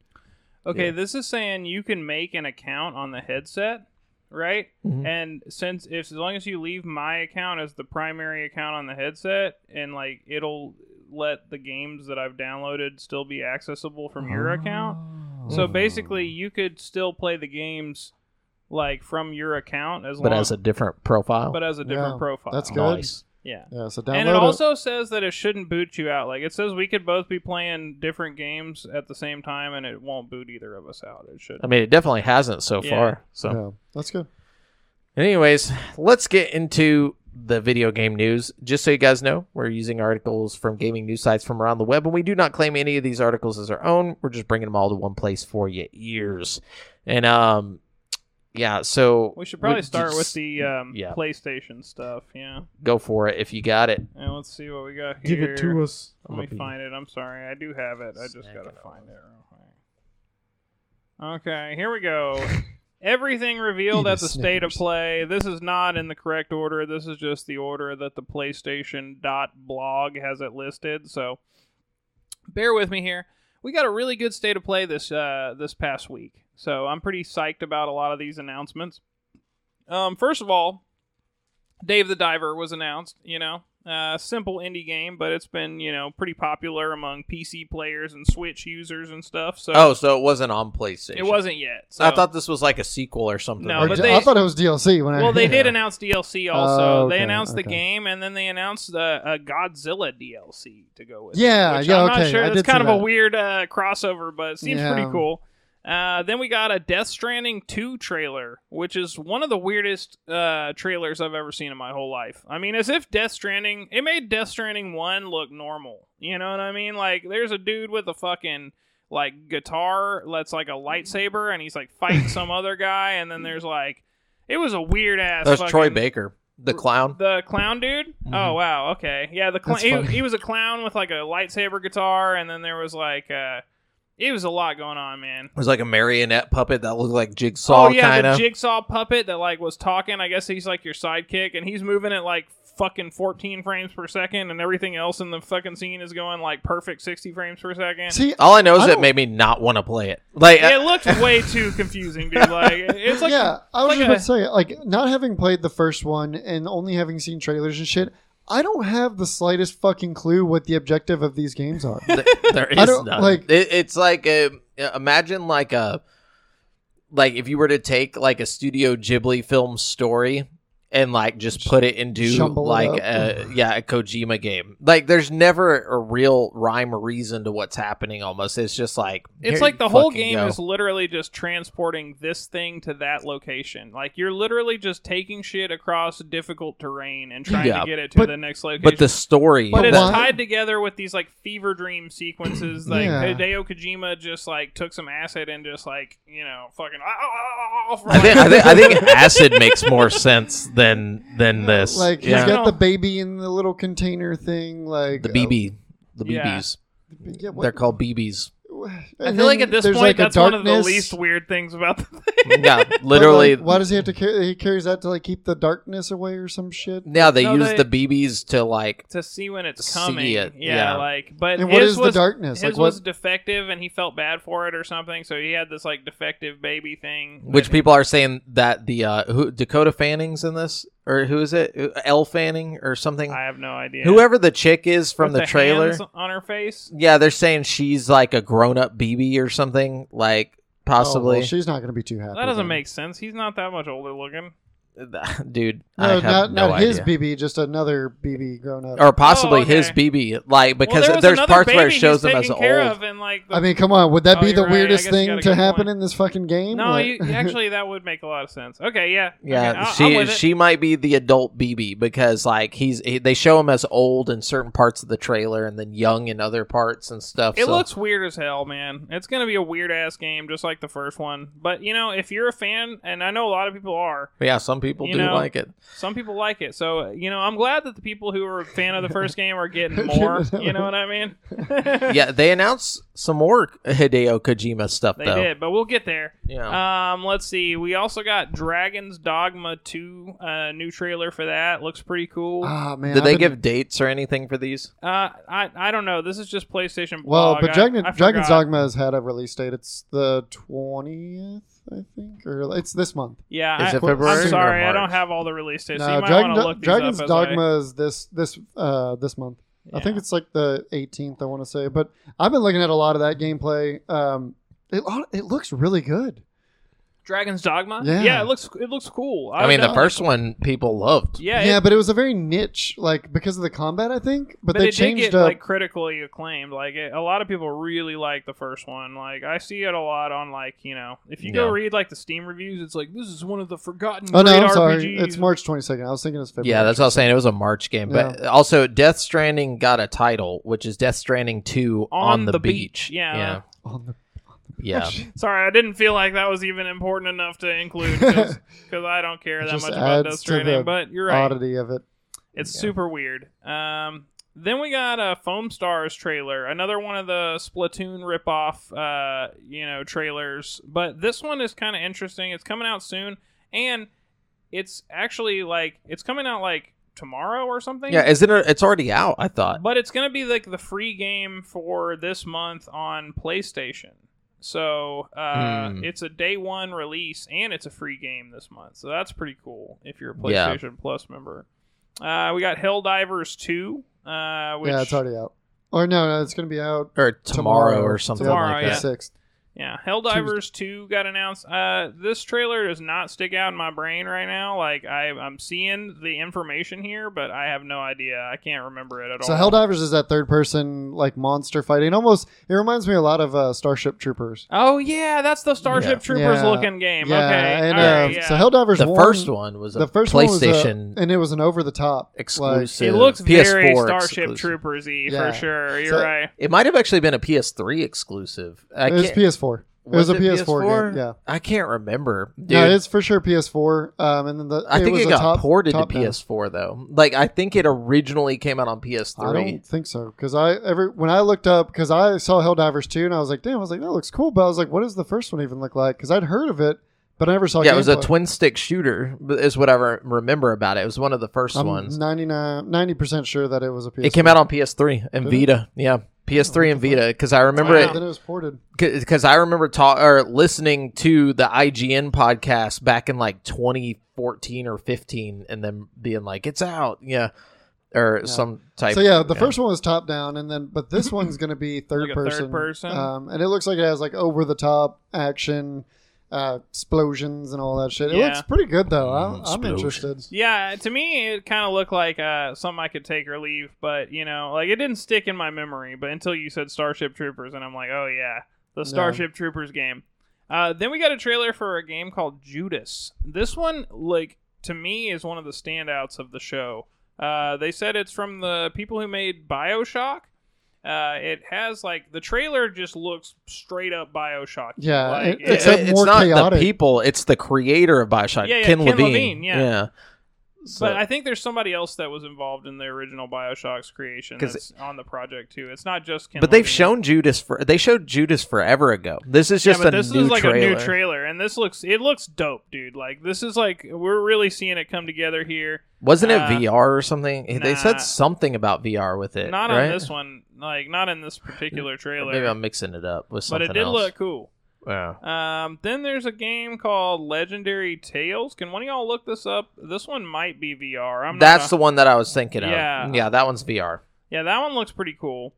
Speaker 2: okay,
Speaker 4: yeah.
Speaker 2: this is saying you can make an account on the headset, right?
Speaker 4: Mhm.
Speaker 2: And since if as long as you leave my account as the primary account on the headset, and like it'll let the games that I've downloaded still be accessible from
Speaker 4: Oh.
Speaker 2: your account. So
Speaker 4: Mm.
Speaker 2: basically, you could still play the games like from your account as
Speaker 4: but
Speaker 2: long
Speaker 4: as a different profile.
Speaker 2: but as a different
Speaker 3: Yeah,
Speaker 2: profile.
Speaker 3: that's good.
Speaker 4: nice.
Speaker 2: Yeah.
Speaker 3: Yeah, so download
Speaker 2: And it also says that it shouldn't boot you out. Like it says we could both be playing different games at the same time, and it won't boot either of us out. It should.
Speaker 4: I mean, it definitely hasn't so
Speaker 2: Yeah.
Speaker 4: far. So,
Speaker 3: Yeah, that's good.
Speaker 4: anyways, let's get into the video game news. Just so you guys know, we're using articles from gaming news sites from around the web, and we do not claim any of these articles as our own. We're just bringing them all to one place for your ears. And um, yeah. So
Speaker 2: We should probably
Speaker 4: would
Speaker 2: start with
Speaker 4: just
Speaker 2: the um,
Speaker 4: yeah.
Speaker 2: PlayStation stuff. Yeah.
Speaker 4: go for it if you got it.
Speaker 2: And let's see what we got here.
Speaker 3: us.
Speaker 2: Let me find it. I'm sorry. I do have it. I just
Speaker 4: Snack
Speaker 2: gotta
Speaker 4: it up.
Speaker 2: find it real quick. Okay, here we go. Everything revealed
Speaker 3: Eat a
Speaker 2: at the state of
Speaker 3: Snickers.
Speaker 2: play. This is not in the correct order. This is just the order that the PlayStation.blog has it listed. So bear with me here. We got a really good state of play this uh, this past week. So I'm pretty psyched about a lot of these announcements. Um, first of all, Dave the Diver was announced. You know, uh, simple indie game, but it's been you know pretty popular among PC players and Switch users and stuff. So
Speaker 4: Oh, so it wasn't on PlayStation.
Speaker 2: it wasn't yet. So.
Speaker 4: I thought this was like a sequel or something.
Speaker 2: No,
Speaker 3: Or
Speaker 2: but
Speaker 3: ju-
Speaker 2: they-
Speaker 3: I thought it was DLC. When I,
Speaker 2: Well, they did
Speaker 4: Yeah.
Speaker 2: announce DLC also.
Speaker 3: Oh,
Speaker 2: they
Speaker 3: okay,
Speaker 2: announced the
Speaker 3: okay.
Speaker 2: game, and then they announced the a Godzilla DLC to go with. it,
Speaker 3: Yeah,
Speaker 2: which
Speaker 3: yeah,
Speaker 2: I'm not
Speaker 3: okay,
Speaker 2: sure.
Speaker 3: I
Speaker 2: That's
Speaker 3: did see
Speaker 2: kind of a
Speaker 3: that.
Speaker 2: weird uh, crossover, but it seems pretty
Speaker 3: Yeah.
Speaker 2: cool. Uh, then we got a Death Stranding 2 trailer, which is one of the weirdest uh, trailers I've ever seen in my whole life. I mean, as if Death Stranding, it made Death Stranding 1 look normal. You know what I mean? Like, there's a dude with a fucking like guitar that's like a lightsaber and he's like
Speaker 3: [laughs]
Speaker 2: fighting some other guy and then there's like it was a weird ass
Speaker 4: That was
Speaker 2: fucking-
Speaker 4: Troy Baker, the clown.
Speaker 2: the clown dude oh wow okay yeah the cl-
Speaker 3: Mm-hmm. That's funny.
Speaker 2: he, he was a clown with like a lightsaber guitar and then there was like uh it was a lot going on man
Speaker 4: It was like a marionette puppet that looked like Jigsaw,
Speaker 2: oh yeah
Speaker 4: kind
Speaker 2: the
Speaker 4: of.
Speaker 2: jigsaw puppet that like was talking i guess he's like your sidekick and he's moving at like fucking 14 frames per second and everything else in the fucking scene is going like perfect 60 frames per second
Speaker 3: See,
Speaker 4: All I know is
Speaker 3: I
Speaker 4: it
Speaker 3: don't-
Speaker 4: made me not want to play it. Like,
Speaker 2: it looked way too confusing dude like it's like
Speaker 3: [laughs] yeah, I was
Speaker 2: like
Speaker 3: just about to say, like, not having played the first one and only having seen trailers and shit, I don't have the slightest fucking clue what the objective of these games are.
Speaker 4: Th- there is
Speaker 3: I don't-
Speaker 4: none.
Speaker 3: like-
Speaker 4: It- it's like a, imagine like a like if you were to take like a Studio Ghibli film story and like just put it into
Speaker 3: Jumble it
Speaker 4: like
Speaker 3: up.
Speaker 4: a yeah a Kojima game. Like there's never a real rhyme or reason to what's happening. Almost it's just like
Speaker 2: It's
Speaker 4: here
Speaker 2: like
Speaker 4: you
Speaker 2: the whole
Speaker 4: fucking
Speaker 2: game
Speaker 4: go.
Speaker 2: is literally just transporting this thing to that location. Like you're literally just taking shit across difficult terrain and trying
Speaker 4: Yeah,
Speaker 2: to get it to
Speaker 3: but-
Speaker 2: the next location.
Speaker 4: but the story.
Speaker 2: But
Speaker 3: But
Speaker 2: it's
Speaker 3: why-
Speaker 2: tied together with these like fever dream
Speaker 3: [clears throat]
Speaker 2: sequences. Like
Speaker 3: Yeah.
Speaker 2: Hideo Kojima just like took some acid and just like you know fucking. "Ah, ah, ah, ah," for,
Speaker 4: I think, I
Speaker 2: like- [laughs]
Speaker 4: think I think acid makes more sense than
Speaker 3: [laughs]
Speaker 4: than this.
Speaker 3: Like,
Speaker 4: yeah,
Speaker 3: he's got the baby in the little container thing, like
Speaker 4: the BB, the
Speaker 2: Yeah.
Speaker 4: BBs.
Speaker 3: Yeah, what-
Speaker 4: They're
Speaker 3: [laughs]
Speaker 4: called BBs.
Speaker 2: I
Speaker 3: [sighs] and
Speaker 2: feel like
Speaker 3: then
Speaker 2: at this
Speaker 3: there's,
Speaker 2: point
Speaker 3: like, a
Speaker 2: that's one of the
Speaker 3: darkness,
Speaker 2: least weird things about [laughs] the thing.
Speaker 4: yeah,
Speaker 3: but, like,
Speaker 4: literally.
Speaker 3: why does he have to? Carry, he carries that to like keep the darkness away or some shit.
Speaker 4: Yeah, they
Speaker 2: No,
Speaker 4: use
Speaker 2: they-
Speaker 4: the BBs to like.
Speaker 2: to see when it's
Speaker 4: See
Speaker 2: coming.
Speaker 4: it,
Speaker 2: Yeah,
Speaker 4: yeah.
Speaker 2: like but
Speaker 3: And what
Speaker 2: his
Speaker 3: is
Speaker 2: was
Speaker 3: the darkness?
Speaker 2: His
Speaker 3: Like, what?
Speaker 2: was defective, and he felt bad for it or something. So he had this like defective baby thing.
Speaker 4: Which
Speaker 2: that he-
Speaker 4: people are saying that the uh, who, Dakota Fanning's in this, or who is it? L Fanning or something?
Speaker 2: I have no idea.
Speaker 4: Whoever the chick is from
Speaker 2: With
Speaker 4: the, trailer.
Speaker 2: hands on her face.
Speaker 4: Yeah, they're saying she's like a grown-up BB or something, like
Speaker 3: Oh, well,
Speaker 4: possibly.
Speaker 3: she's not going to be too happy.
Speaker 2: That doesn't
Speaker 3: then.
Speaker 2: make sense. He's not that much older looking.
Speaker 4: [laughs] Dude, I
Speaker 3: Oh, No,
Speaker 4: have
Speaker 3: not,
Speaker 4: no
Speaker 3: not
Speaker 4: idea.
Speaker 3: his BB, just another BB grown up.
Speaker 4: or possibly
Speaker 2: Oh, okay.
Speaker 4: his BB, like
Speaker 2: well,
Speaker 4: because
Speaker 2: there was
Speaker 4: there's
Speaker 2: another
Speaker 4: parts where it
Speaker 2: baby
Speaker 4: shows
Speaker 2: he's
Speaker 4: them as
Speaker 2: taking
Speaker 4: old.
Speaker 2: care Of and, like, the-
Speaker 3: I mean, come on, would that
Speaker 2: Oh,
Speaker 3: be the
Speaker 2: you're right. I
Speaker 3: weirdest
Speaker 2: guess you got
Speaker 3: thing
Speaker 2: a
Speaker 3: to
Speaker 2: good
Speaker 3: happen
Speaker 2: point.
Speaker 3: in this fucking game?
Speaker 2: no,
Speaker 3: Like-
Speaker 2: you, actually that would make a lot of sense. Okay, yeah, Okay,
Speaker 4: [laughs] Yeah,
Speaker 2: I'll- I'm with
Speaker 4: she
Speaker 2: it.
Speaker 4: she might be the adult BB because like he's he, they show him as old in certain parts of the trailer and then young in other parts and stuff.
Speaker 2: It
Speaker 4: so-
Speaker 2: looks weird as hell, man. It's gonna be a weird ass game, just like the first one. But you know, if you're a fan, and I know a lot of people are,
Speaker 4: yeah, some people
Speaker 2: you
Speaker 4: do
Speaker 2: know, [laughs]
Speaker 4: like it.
Speaker 2: Some people like it. So, uh, you know, I'm glad that the people who are a fan of the first game are
Speaker 3: [laughs]
Speaker 2: getting more. you know what I mean?
Speaker 4: Yeah, they announced some more Hideo Kojima
Speaker 2: [laughs]
Speaker 4: stuff
Speaker 2: They
Speaker 4: though.
Speaker 2: did, but we'll get there.
Speaker 4: Yeah,
Speaker 2: Um, let's see. We also got Dragon's Dogma 2, uh, new trailer for that. Looks pretty cool. Uh,
Speaker 3: [laughs] ah man,
Speaker 4: did
Speaker 3: I've
Speaker 4: they
Speaker 3: been-
Speaker 4: give dates or anything for these?
Speaker 2: I I don't know. This is just PlayStation.
Speaker 3: Well,
Speaker 2: blog.
Speaker 3: but
Speaker 2: I-
Speaker 3: Dragon,
Speaker 2: Oh, I
Speaker 3: Dragon's
Speaker 2: forgot.
Speaker 3: Dogma has had a release date. It's the twentieth, I think, or it's this month.
Speaker 2: Yeah,
Speaker 4: Is
Speaker 2: I,
Speaker 4: it February?
Speaker 2: I'm sorry,
Speaker 4: or
Speaker 2: I don't
Speaker 4: March?
Speaker 2: have all the release dates. so
Speaker 3: no,
Speaker 2: you might
Speaker 3: Dragon,
Speaker 2: want to look these
Speaker 3: Dragon's
Speaker 2: up as
Speaker 3: Dogma is this this uh this month.
Speaker 2: I,
Speaker 3: I think
Speaker 2: Yeah.
Speaker 3: it's like the 18th. I want to say, but I've been looking at a lot of that gameplay. Um, it it looks really good.
Speaker 2: Dragon's Dogma.
Speaker 3: Yeah.
Speaker 2: it looks it looks cool.
Speaker 4: I
Speaker 2: would
Speaker 4: mean, the
Speaker 2: definitely-
Speaker 4: first one people loved.
Speaker 2: Yeah,
Speaker 3: yeah,
Speaker 2: it-
Speaker 3: but it was a very niche, like because of the combat, I think. But,
Speaker 2: but,
Speaker 3: they
Speaker 2: it
Speaker 3: changed
Speaker 2: did get
Speaker 3: up.
Speaker 2: like critically acclaimed. Like it, a lot of people really like the first one. Like I see it a lot on like you know if you go
Speaker 4: Yeah.
Speaker 2: read like the Steam reviews, it's like this is one of the forgotten.
Speaker 3: oh no,
Speaker 2: great
Speaker 3: I'm sorry.
Speaker 2: RPGs.
Speaker 3: It's March 22nd. I was thinking it's February.
Speaker 4: Yeah, that's what I was saying. It was a March game, but also Death Stranding got a title, which is Death Stranding Two on, the, beach.
Speaker 2: Yeah.
Speaker 4: yeah,
Speaker 3: On the- [laughs]
Speaker 4: yeah.
Speaker 2: Sorry, I didn't feel like that was even important enough to include because
Speaker 3: [laughs]
Speaker 2: I don't care that
Speaker 3: Just
Speaker 2: much about Death
Speaker 3: adds to the
Speaker 2: Stranding. But you're right,
Speaker 3: oddity of it.
Speaker 2: it's
Speaker 4: Yeah.
Speaker 2: super weird. Um, Then we got a Foam Stars trailer, another one of the Splatoon ripoff, uh, you know, trailers. But this one is kind of interesting. It's coming out soon, and it's actually like it's coming out like tomorrow or something.
Speaker 4: Yeah, is it? A, it's already out. I thought.
Speaker 2: But it's gonna be like the free game for this month on PlayStation. So uh,
Speaker 4: Hmm.
Speaker 2: it's a day one release and it's a free game this month. So that's pretty cool if you're a
Speaker 4: Yeah.
Speaker 2: PlayStation Plus member. Uh, we got Helldivers two. Uh, which,
Speaker 3: yeah, it's already out. Or no, no, it's gonna be out
Speaker 4: Or tomorrow,
Speaker 3: Tomorrow.
Speaker 4: or something
Speaker 2: Tomorrow,
Speaker 4: like
Speaker 3: the
Speaker 2: yeah.
Speaker 4: that.
Speaker 3: sixth.
Speaker 2: Yeah, Helldivers two got announced. Uh, this trailer does not stick out in my brain right now. Like I, I'm seeing the information here, but I have no idea. I can't remember it at
Speaker 3: So
Speaker 2: all.
Speaker 3: Helldivers is that third person like monster fighting. Almost it reminds me a lot of uh, Starship Troopers.
Speaker 2: oh yeah, that's the Starship
Speaker 4: Yeah.
Speaker 2: Troopers
Speaker 3: Yeah.
Speaker 2: looking game.
Speaker 3: Yeah,
Speaker 2: okay,
Speaker 3: and,
Speaker 2: all right,
Speaker 3: uh,
Speaker 2: yeah.
Speaker 3: so Helldivers
Speaker 4: The
Speaker 3: one,
Speaker 4: first one was a
Speaker 3: the first one was a-
Speaker 4: PlayStation
Speaker 3: and it was an over the top
Speaker 4: exclusive.
Speaker 2: it looks very
Speaker 4: PS4
Speaker 2: Starship
Speaker 4: exclusive.
Speaker 2: Troopersy
Speaker 3: Yeah.
Speaker 2: for sure. You're
Speaker 3: So-
Speaker 2: right.
Speaker 4: It might have actually been a PS3 exclusive. I
Speaker 3: Like, it was
Speaker 4: can't-
Speaker 3: PS4. It was, a
Speaker 4: was it
Speaker 3: PS4,
Speaker 4: PS4?
Speaker 3: game. Yeah,
Speaker 4: I can't remember. Dude,
Speaker 3: no, it's for sure PS4. Um, and then the
Speaker 4: I think
Speaker 3: was
Speaker 4: it,
Speaker 3: a
Speaker 4: got
Speaker 3: top,
Speaker 4: ported
Speaker 3: top
Speaker 4: to
Speaker 3: down.
Speaker 4: PS4 though. Like I think it originally came out on PS3.
Speaker 3: I don't think so because I every when I looked up because I saw Helldivers two and I was like, damn, I was like that looks cool, but I was like, what does the first one even look like? Because I'd heard of it, but I never saw.
Speaker 4: yeah, it was a
Speaker 3: gameplay.
Speaker 4: twin stick shooter but is what I re- remember about it. It was one of the 1st
Speaker 3: I'm
Speaker 4: ones.
Speaker 3: 90 percent sure that it was a PS.
Speaker 4: It came out on PS3 and
Speaker 3: Did it?
Speaker 4: Vita. Yeah. PS3 and Vita, because I remember
Speaker 2: Wow.
Speaker 4: it
Speaker 2: Wow.
Speaker 3: Then it was ported.
Speaker 4: because I remember ta- or listening to the IGN podcast back in like 2014 or 15, and then being like, "It's out," yeah, or
Speaker 3: Yeah.
Speaker 4: some type.
Speaker 3: So yeah, the first one was top down, and then
Speaker 2: [laughs]
Speaker 3: but this one's going to be third
Speaker 2: Like a third
Speaker 3: person.
Speaker 2: person?
Speaker 3: um, and it looks like it has like over the top action, uh, explosions and all that shit. It
Speaker 2: Yeah.
Speaker 3: looks pretty good though. I'm, I'm
Speaker 4: Explosions.
Speaker 3: interested.
Speaker 2: Yeah, to me, it kind of looked like uh, something I could take or leave, but you know, like it didn't stick in my memory. But until you said Starship Troopers, and I'm like, oh yeah, the Starship Troopers game. Uh, then we got a trailer for a game called Judas. This one, like to me, is one of the standouts of the show. Uh, they said it's from the people who made Bioshock. Uh, it has like the trailer just looks straight up Bioshock.
Speaker 3: Yeah,
Speaker 2: like,
Speaker 3: it- it's a-
Speaker 4: it's
Speaker 3: more
Speaker 4: not
Speaker 3: chaotic.
Speaker 4: the people; it's the creator of Bioshock,
Speaker 2: Yeah, yeah,
Speaker 4: Ken,
Speaker 2: Ken
Speaker 4: Levine.
Speaker 2: Levine, yeah.
Speaker 4: So-
Speaker 2: But I think there's somebody else that was involved in the original Bioshock's creation
Speaker 4: 'Cause
Speaker 2: that's on the project too. It's not just Ken.
Speaker 4: but they've
Speaker 2: Levine.
Speaker 4: shown Judas for they showed Judas forever ago. This is
Speaker 2: Yeah,
Speaker 4: just
Speaker 2: but
Speaker 4: a,
Speaker 2: this
Speaker 4: new
Speaker 2: is like
Speaker 4: trailer.
Speaker 2: a new trailer, and this looks it looks dope, dude. Like this is like we're really seeing it come together here.
Speaker 4: Wasn't it
Speaker 2: Uh,
Speaker 4: VR or something? they
Speaker 2: nah.
Speaker 4: said something about VR with it.
Speaker 2: not
Speaker 4: right?
Speaker 2: on this one, like not in this particular trailer.
Speaker 4: Maybe I'm mixing it up
Speaker 2: but
Speaker 4: with something
Speaker 2: it did
Speaker 4: else.
Speaker 2: look cool.
Speaker 4: Yeah.
Speaker 2: Um, then there's a game called Legendary Tales. Can one of y'all look this up? This one might be VR. I'm
Speaker 4: That's
Speaker 2: not,
Speaker 4: the one that I was thinking of.
Speaker 2: Yeah.
Speaker 4: yeah, that one's VR.
Speaker 2: yeah. That one looks pretty cool.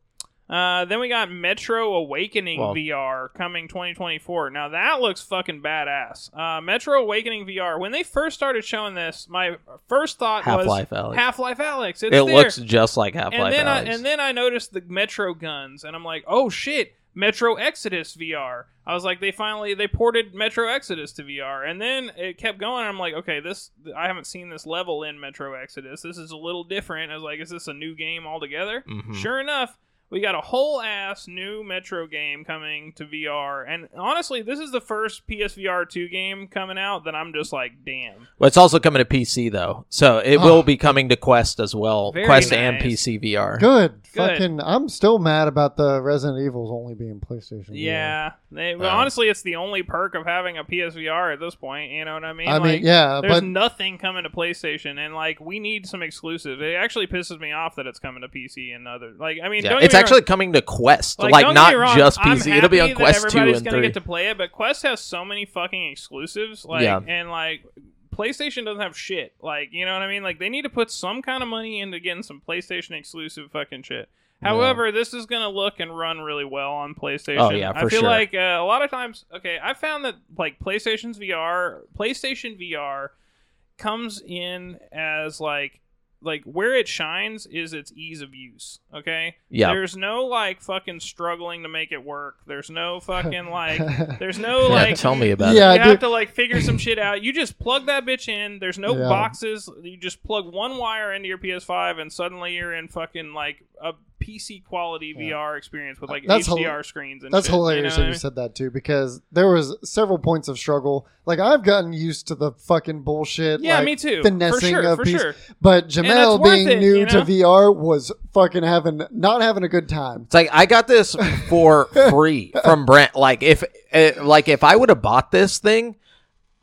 Speaker 2: Uh, then we got Metro Awakening
Speaker 4: Well-
Speaker 2: VR coming 2024. Now that looks fucking badass. Uh, Metro Awakening VR. When they first started showing this, my first thought
Speaker 4: Half
Speaker 2: was
Speaker 4: Life Alex.
Speaker 2: Half Life Alex. It's
Speaker 4: it
Speaker 2: there.
Speaker 4: looks just like Half
Speaker 2: and
Speaker 4: Life
Speaker 2: then
Speaker 4: Alex.
Speaker 2: I, and then I noticed the Metro guns, and I'm like, oh shit, Metro Exodus VR. I was like, they finally they ported Metro Exodus to VR, and then it kept going. I'm like, okay, this I haven't seen this level in Metro Exodus. This is a little different. I was like, is this a new game altogether?
Speaker 4: Mhm.
Speaker 2: Sure enough. We got a whole ass new Metro game coming to VR, and honestly, this is the first PSVR two game coming out that I'm just like, damn.
Speaker 4: Well, it's also coming to PC though, so it
Speaker 3: Oh.
Speaker 4: will be coming to Quest as well.
Speaker 2: Very
Speaker 4: Quest and
Speaker 2: nice.
Speaker 4: PC VR.
Speaker 3: Good.
Speaker 2: Good.
Speaker 3: Fucking. I'm still mad about the Resident Evils only being PlayStation.
Speaker 2: Yeah, they, but
Speaker 4: Yeah.
Speaker 2: honestly, it's the only perk of having a PSVR at this point. You know what I mean?
Speaker 3: I mean,
Speaker 2: like,
Speaker 3: yeah,
Speaker 2: There's
Speaker 3: but
Speaker 2: nothing coming to PlayStation, and like we need some exclusives. It actually pisses me off that it's coming to PC and other. Like, I mean,
Speaker 4: Yeah,
Speaker 2: don't get
Speaker 4: it's
Speaker 2: me wrong-
Speaker 4: actually coming to Quest, like,
Speaker 2: don't get me
Speaker 4: not
Speaker 2: wrong,
Speaker 4: just
Speaker 2: I'm
Speaker 4: PC. It'll be
Speaker 2: happy
Speaker 4: on
Speaker 2: that
Speaker 4: Quest two
Speaker 2: everybody's
Speaker 4: and
Speaker 2: gonna
Speaker 4: three.
Speaker 2: Get to play it, but Quest has so many fucking exclusives, like
Speaker 4: Yeah.
Speaker 2: and like PlayStation doesn't have shit. Like you know what I mean? Like they need to put some kind of money into getting some PlayStation exclusive fucking shit. However, this is gonna look and run really well on PlayStation.
Speaker 4: Oh, yeah,
Speaker 2: I
Speaker 4: for
Speaker 2: feel
Speaker 4: sure.
Speaker 2: like uh, a lot of times, okay, I found that like PlayStation's VR, PlayStation VR comes in as like like where it shines is its ease of use. Okay,
Speaker 4: yeah,
Speaker 2: there's no like fucking struggling to make it work. There's
Speaker 4: [laughs]
Speaker 2: no fucking
Speaker 3: [laughs]
Speaker 2: like. There's no like.
Speaker 4: tell me about it.
Speaker 3: Yeah,
Speaker 2: you
Speaker 3: I do-
Speaker 2: have to like figure some shit out. You just plug that bitch in. There's no
Speaker 3: Yeah.
Speaker 2: boxes. You just plug one wire into your PS5, and suddenly you're in fucking like a PC quality
Speaker 3: Yeah.
Speaker 2: VR experience with like
Speaker 3: That's hil-
Speaker 2: HDR screens and
Speaker 3: That's
Speaker 2: shit,
Speaker 3: hilarious
Speaker 2: You know
Speaker 3: that you
Speaker 2: what
Speaker 3: said that too, because there was several points of struggle. Like I've gotten used to the fucking
Speaker 2: I
Speaker 3: bullshit.
Speaker 2: mean? yeah,
Speaker 3: like,
Speaker 2: me too. For
Speaker 3: Finessing
Speaker 2: sure,
Speaker 3: of
Speaker 2: for
Speaker 3: PC
Speaker 2: sure.
Speaker 3: But
Speaker 2: that's
Speaker 3: Jamel
Speaker 2: worth
Speaker 3: being
Speaker 2: it,
Speaker 3: new
Speaker 2: you
Speaker 3: to
Speaker 2: know?
Speaker 3: VR was fucking having not having a good time.
Speaker 4: It's like I got this for free from Brent. Like if uh, like if I would have bought this thing,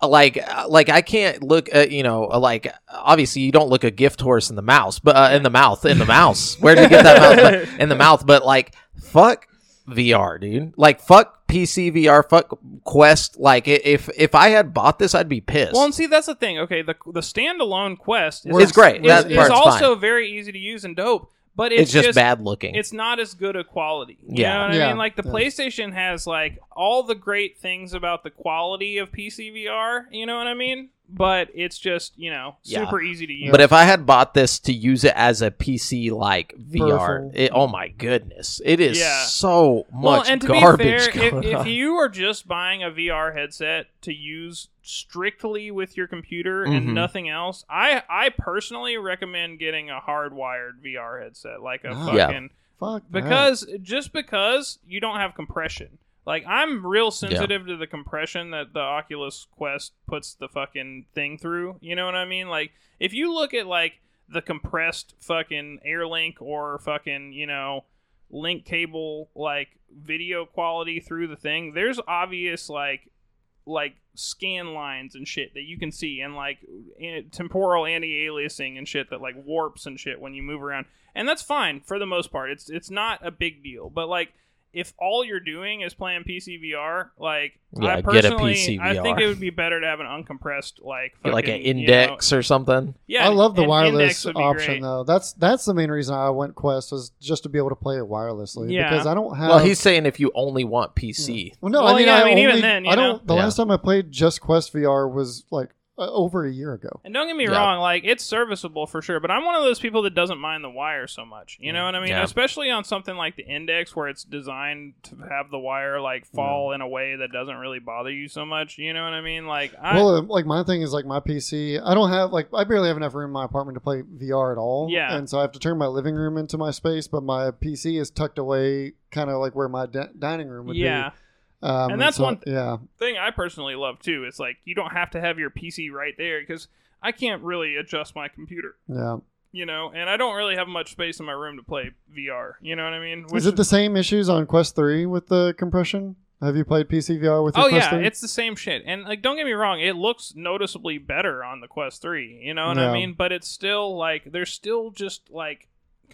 Speaker 4: like uh, like I can't look at you know uh, like obviously you don't look a gift horse in the mouse, but uh, in the mouth in the mouse. Where did you get that mouse?
Speaker 2: [laughs]
Speaker 4: But in the mouth, but like fuck VR, dude. Like fuck PC VR, fuck Quest. Like i- if if I had bought this, I'd be pissed.
Speaker 2: Well, and see, that's the thing. Okay, the the standalone Quest is,
Speaker 3: Works.
Speaker 4: it's great.
Speaker 2: is,
Speaker 4: That
Speaker 2: is
Speaker 4: part's fine.
Speaker 2: also very easy to use and dope, but it's,
Speaker 4: It's just, bad looking.
Speaker 2: It's not as good a quality. You
Speaker 4: Yeah.
Speaker 2: know what
Speaker 3: Yeah.
Speaker 2: I mean? Like the
Speaker 3: Yeah.
Speaker 2: PlayStation has like all the great things about the quality of PC VR, you know what I mean? But it's just, you know,
Speaker 4: Yeah.
Speaker 2: super easy to use.
Speaker 4: But if I had bought this to use it as a PC like VR,
Speaker 3: Peripheral.
Speaker 4: it, oh my goodness, it is
Speaker 2: Yeah.
Speaker 4: so
Speaker 2: well,
Speaker 4: much
Speaker 2: and to
Speaker 4: garbage
Speaker 2: be fair,
Speaker 4: [laughs] going
Speaker 2: if, if
Speaker 4: on.
Speaker 2: you are just buying a VR headset to use strictly with your computer
Speaker 4: Mhm.
Speaker 2: and nothing else, I I personally recommend getting a hardwired VR headset, like a
Speaker 3: Ah.
Speaker 2: fucking
Speaker 4: Yeah.
Speaker 3: Fuck that.
Speaker 2: because just because you don't have compression like i'm real sensitive to the compression that the oculus quest puts the fucking thing through you know what i mean like if you look at like the compressed fucking airlink or fucking you know link cable like video quality through the thing there's obvious like like scan lines and shit that you can see and like an- temporal anti-aliasing and shit that like warps and shit when you move around and that's fine for the most part it's it's not a big deal but like if all you're doing is playing PCVR, like
Speaker 4: Yeah,
Speaker 2: I
Speaker 4: get a
Speaker 2: personally, I
Speaker 4: PCVR.
Speaker 2: think it would be better to have an uncompressed, like fucking,
Speaker 4: like an
Speaker 2: you know-
Speaker 4: index or something.
Speaker 2: yeah,
Speaker 3: I love the
Speaker 2: an
Speaker 3: wireless
Speaker 2: index would be
Speaker 3: option
Speaker 2: great.
Speaker 3: though. That's that's the main reason I went Quest was just to be able to play it wirelessly.
Speaker 2: Yeah.
Speaker 3: Because I don't have.
Speaker 2: Um,
Speaker 4: well, he's saying if you only want PC,
Speaker 3: Well, no,
Speaker 2: Well,
Speaker 3: I mean,
Speaker 2: yeah,
Speaker 3: I,
Speaker 2: I mean,
Speaker 3: only,
Speaker 2: even then, you
Speaker 3: I don't.
Speaker 2: know.
Speaker 3: The
Speaker 4: Yeah.
Speaker 3: last time I played just Quest VR was like uh, over a year ago.
Speaker 2: And don't get me
Speaker 4: Yeah.
Speaker 2: wrong, like it's serviceable for sure, but I'm one of those people that doesn't mind the wire so much. You
Speaker 3: Mm.
Speaker 2: know what I mean?
Speaker 4: Yeah.
Speaker 2: Especially on something like the Index, where it's designed to have the wire like fall in a way that doesn't really bother you so much. You know what I mean? Like, I,
Speaker 3: well, uh, like my thing is like my PC. I don't have like I barely have enough room in my apartment to play VR at all.
Speaker 2: Yeah.
Speaker 3: and so I have to turn my living room into my space, but my PC is tucked away, kind of like where my di- dining room would
Speaker 2: yeah.
Speaker 3: be. Um,
Speaker 2: And that's
Speaker 3: so-
Speaker 2: one-
Speaker 3: Yeah,
Speaker 2: Thing I personally love too is like you don't have to have your PC right there because I can't really adjust my computer.
Speaker 3: yeah.
Speaker 2: You know, and I don't really have much space in my room to play VR. You know what I mean?
Speaker 3: is it the same issues on Quest Three with the compression? Have you played PC VR with your
Speaker 2: oh
Speaker 3: Quest
Speaker 2: yeah
Speaker 3: 3?
Speaker 2: it's the same shit and like don't get me wrong it looks noticeably better on the quest 3 you know what
Speaker 3: Yeah.
Speaker 2: i mean but it's still like there's still just like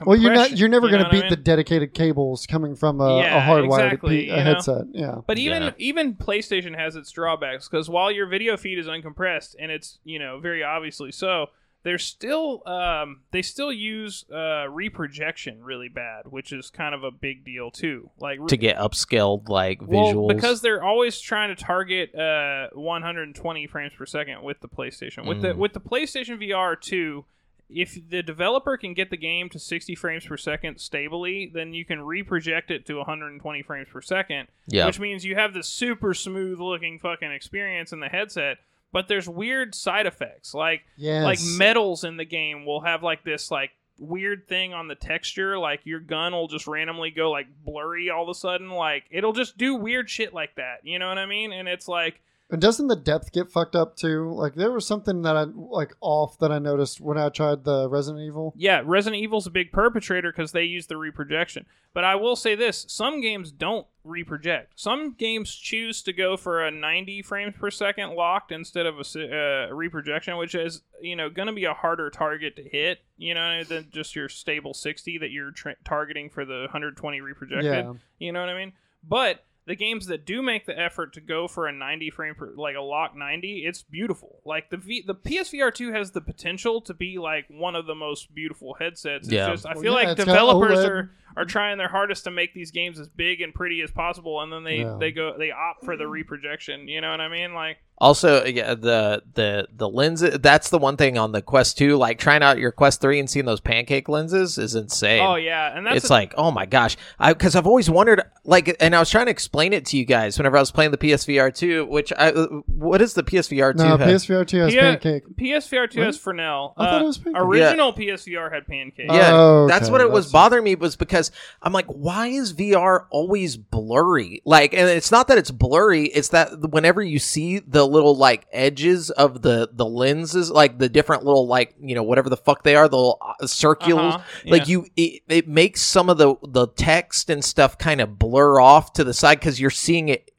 Speaker 3: well, you're not.
Speaker 2: compression,
Speaker 3: You're never
Speaker 2: you know
Speaker 3: going to
Speaker 2: what I
Speaker 3: beat the
Speaker 2: mean?
Speaker 3: dedicated cables coming from a,
Speaker 2: Yeah,
Speaker 3: a hardwired
Speaker 2: exactly,
Speaker 3: P-
Speaker 2: you
Speaker 3: a
Speaker 2: know?
Speaker 3: headset. Yeah.
Speaker 2: but even
Speaker 4: Yeah.
Speaker 2: even PlayStation has its drawbacks because while your video feed is uncompressed and it's you know very obviously so, they're still um, they still use uh, reprojection really bad, which is kind of a big deal too. Like
Speaker 4: to get upscaled like
Speaker 2: Well,
Speaker 4: visuals.
Speaker 2: because they're always trying to target uh, 120 frames per second with the PlayStation. With the
Speaker 4: Mm.
Speaker 2: with the PlayStation VR 2, if the developer can get the game to 60 frames per second stably, then you can reproject it to 120 frames per second,
Speaker 4: yeah,
Speaker 2: which means you have this super smooth looking fucking experience in the headset. But there's weird side effects, like
Speaker 3: Yes.
Speaker 2: like metals in the game will have like this like weird thing on the texture like your gun will just randomly go like blurry all of a sudden like it'll just do weird shit like that you know what i mean and it's like
Speaker 3: And doesn't the depth get fucked up too? Like there was something that I like off that I noticed when I tried the Resident Evil.
Speaker 2: yeah resident evil's a big perpetrator because they use the reprojection but i will say this some games don't reproject some games choose to go for a 90 frames per second locked instead of a si- uh, reprojection which is you know going to be a harder target to hit you know than just your stable 60 that you're tra- targeting for the 120 reprojected
Speaker 3: Yeah.
Speaker 2: You know what I mean? But the games that do make the effort to go for a 90 frame per, like a lock 90, it's beautiful. Like the v, the PSVR 2 has the potential to be like one of the most beautiful headsets. It's
Speaker 4: Yeah.
Speaker 2: just I
Speaker 3: Well,
Speaker 2: feel
Speaker 3: Oh, yeah,
Speaker 2: like
Speaker 3: it's got
Speaker 2: developers
Speaker 3: OLED.
Speaker 2: are are trying their hardest to make these games as big and pretty as possible and then they
Speaker 3: Yeah.
Speaker 2: they go they opt for the reprojection, you know what I mean? Like
Speaker 4: Also, yeah, the the the lenses. That's the one thing on the Quest Two. Like trying out your Quest Three and seeing those pancake lenses is insane.
Speaker 2: oh yeah, and that's
Speaker 4: it's
Speaker 2: a-
Speaker 4: like, oh my gosh, because I've always wondered, like, and I was trying to explain it to you guys whenever I was playing the PSVR two. Which I, uh, what is the PSVR two?
Speaker 3: No, PSVR two has
Speaker 2: Yeah.
Speaker 3: pancake.
Speaker 2: PSVR 2
Speaker 3: What?
Speaker 2: has Fresnel.
Speaker 3: I thought
Speaker 2: Uh,
Speaker 3: it was pancake.
Speaker 2: original PSVR had pancakes.
Speaker 4: yeah,
Speaker 3: Oh,
Speaker 4: that's
Speaker 3: okay,
Speaker 4: what it was
Speaker 3: that's-
Speaker 4: bothering me was because has I'm like, why is VR always blurry? Like, and it's not that it's blurry; it's that whenever you see the little like edges of the the lenses, like the different little like you know whatever the fuck they are, the little uh, circles,
Speaker 2: Uh-huh.
Speaker 4: like
Speaker 2: Yeah.
Speaker 4: you it, it makes some of the the text and stuff kind of blur off to the side because you're seeing it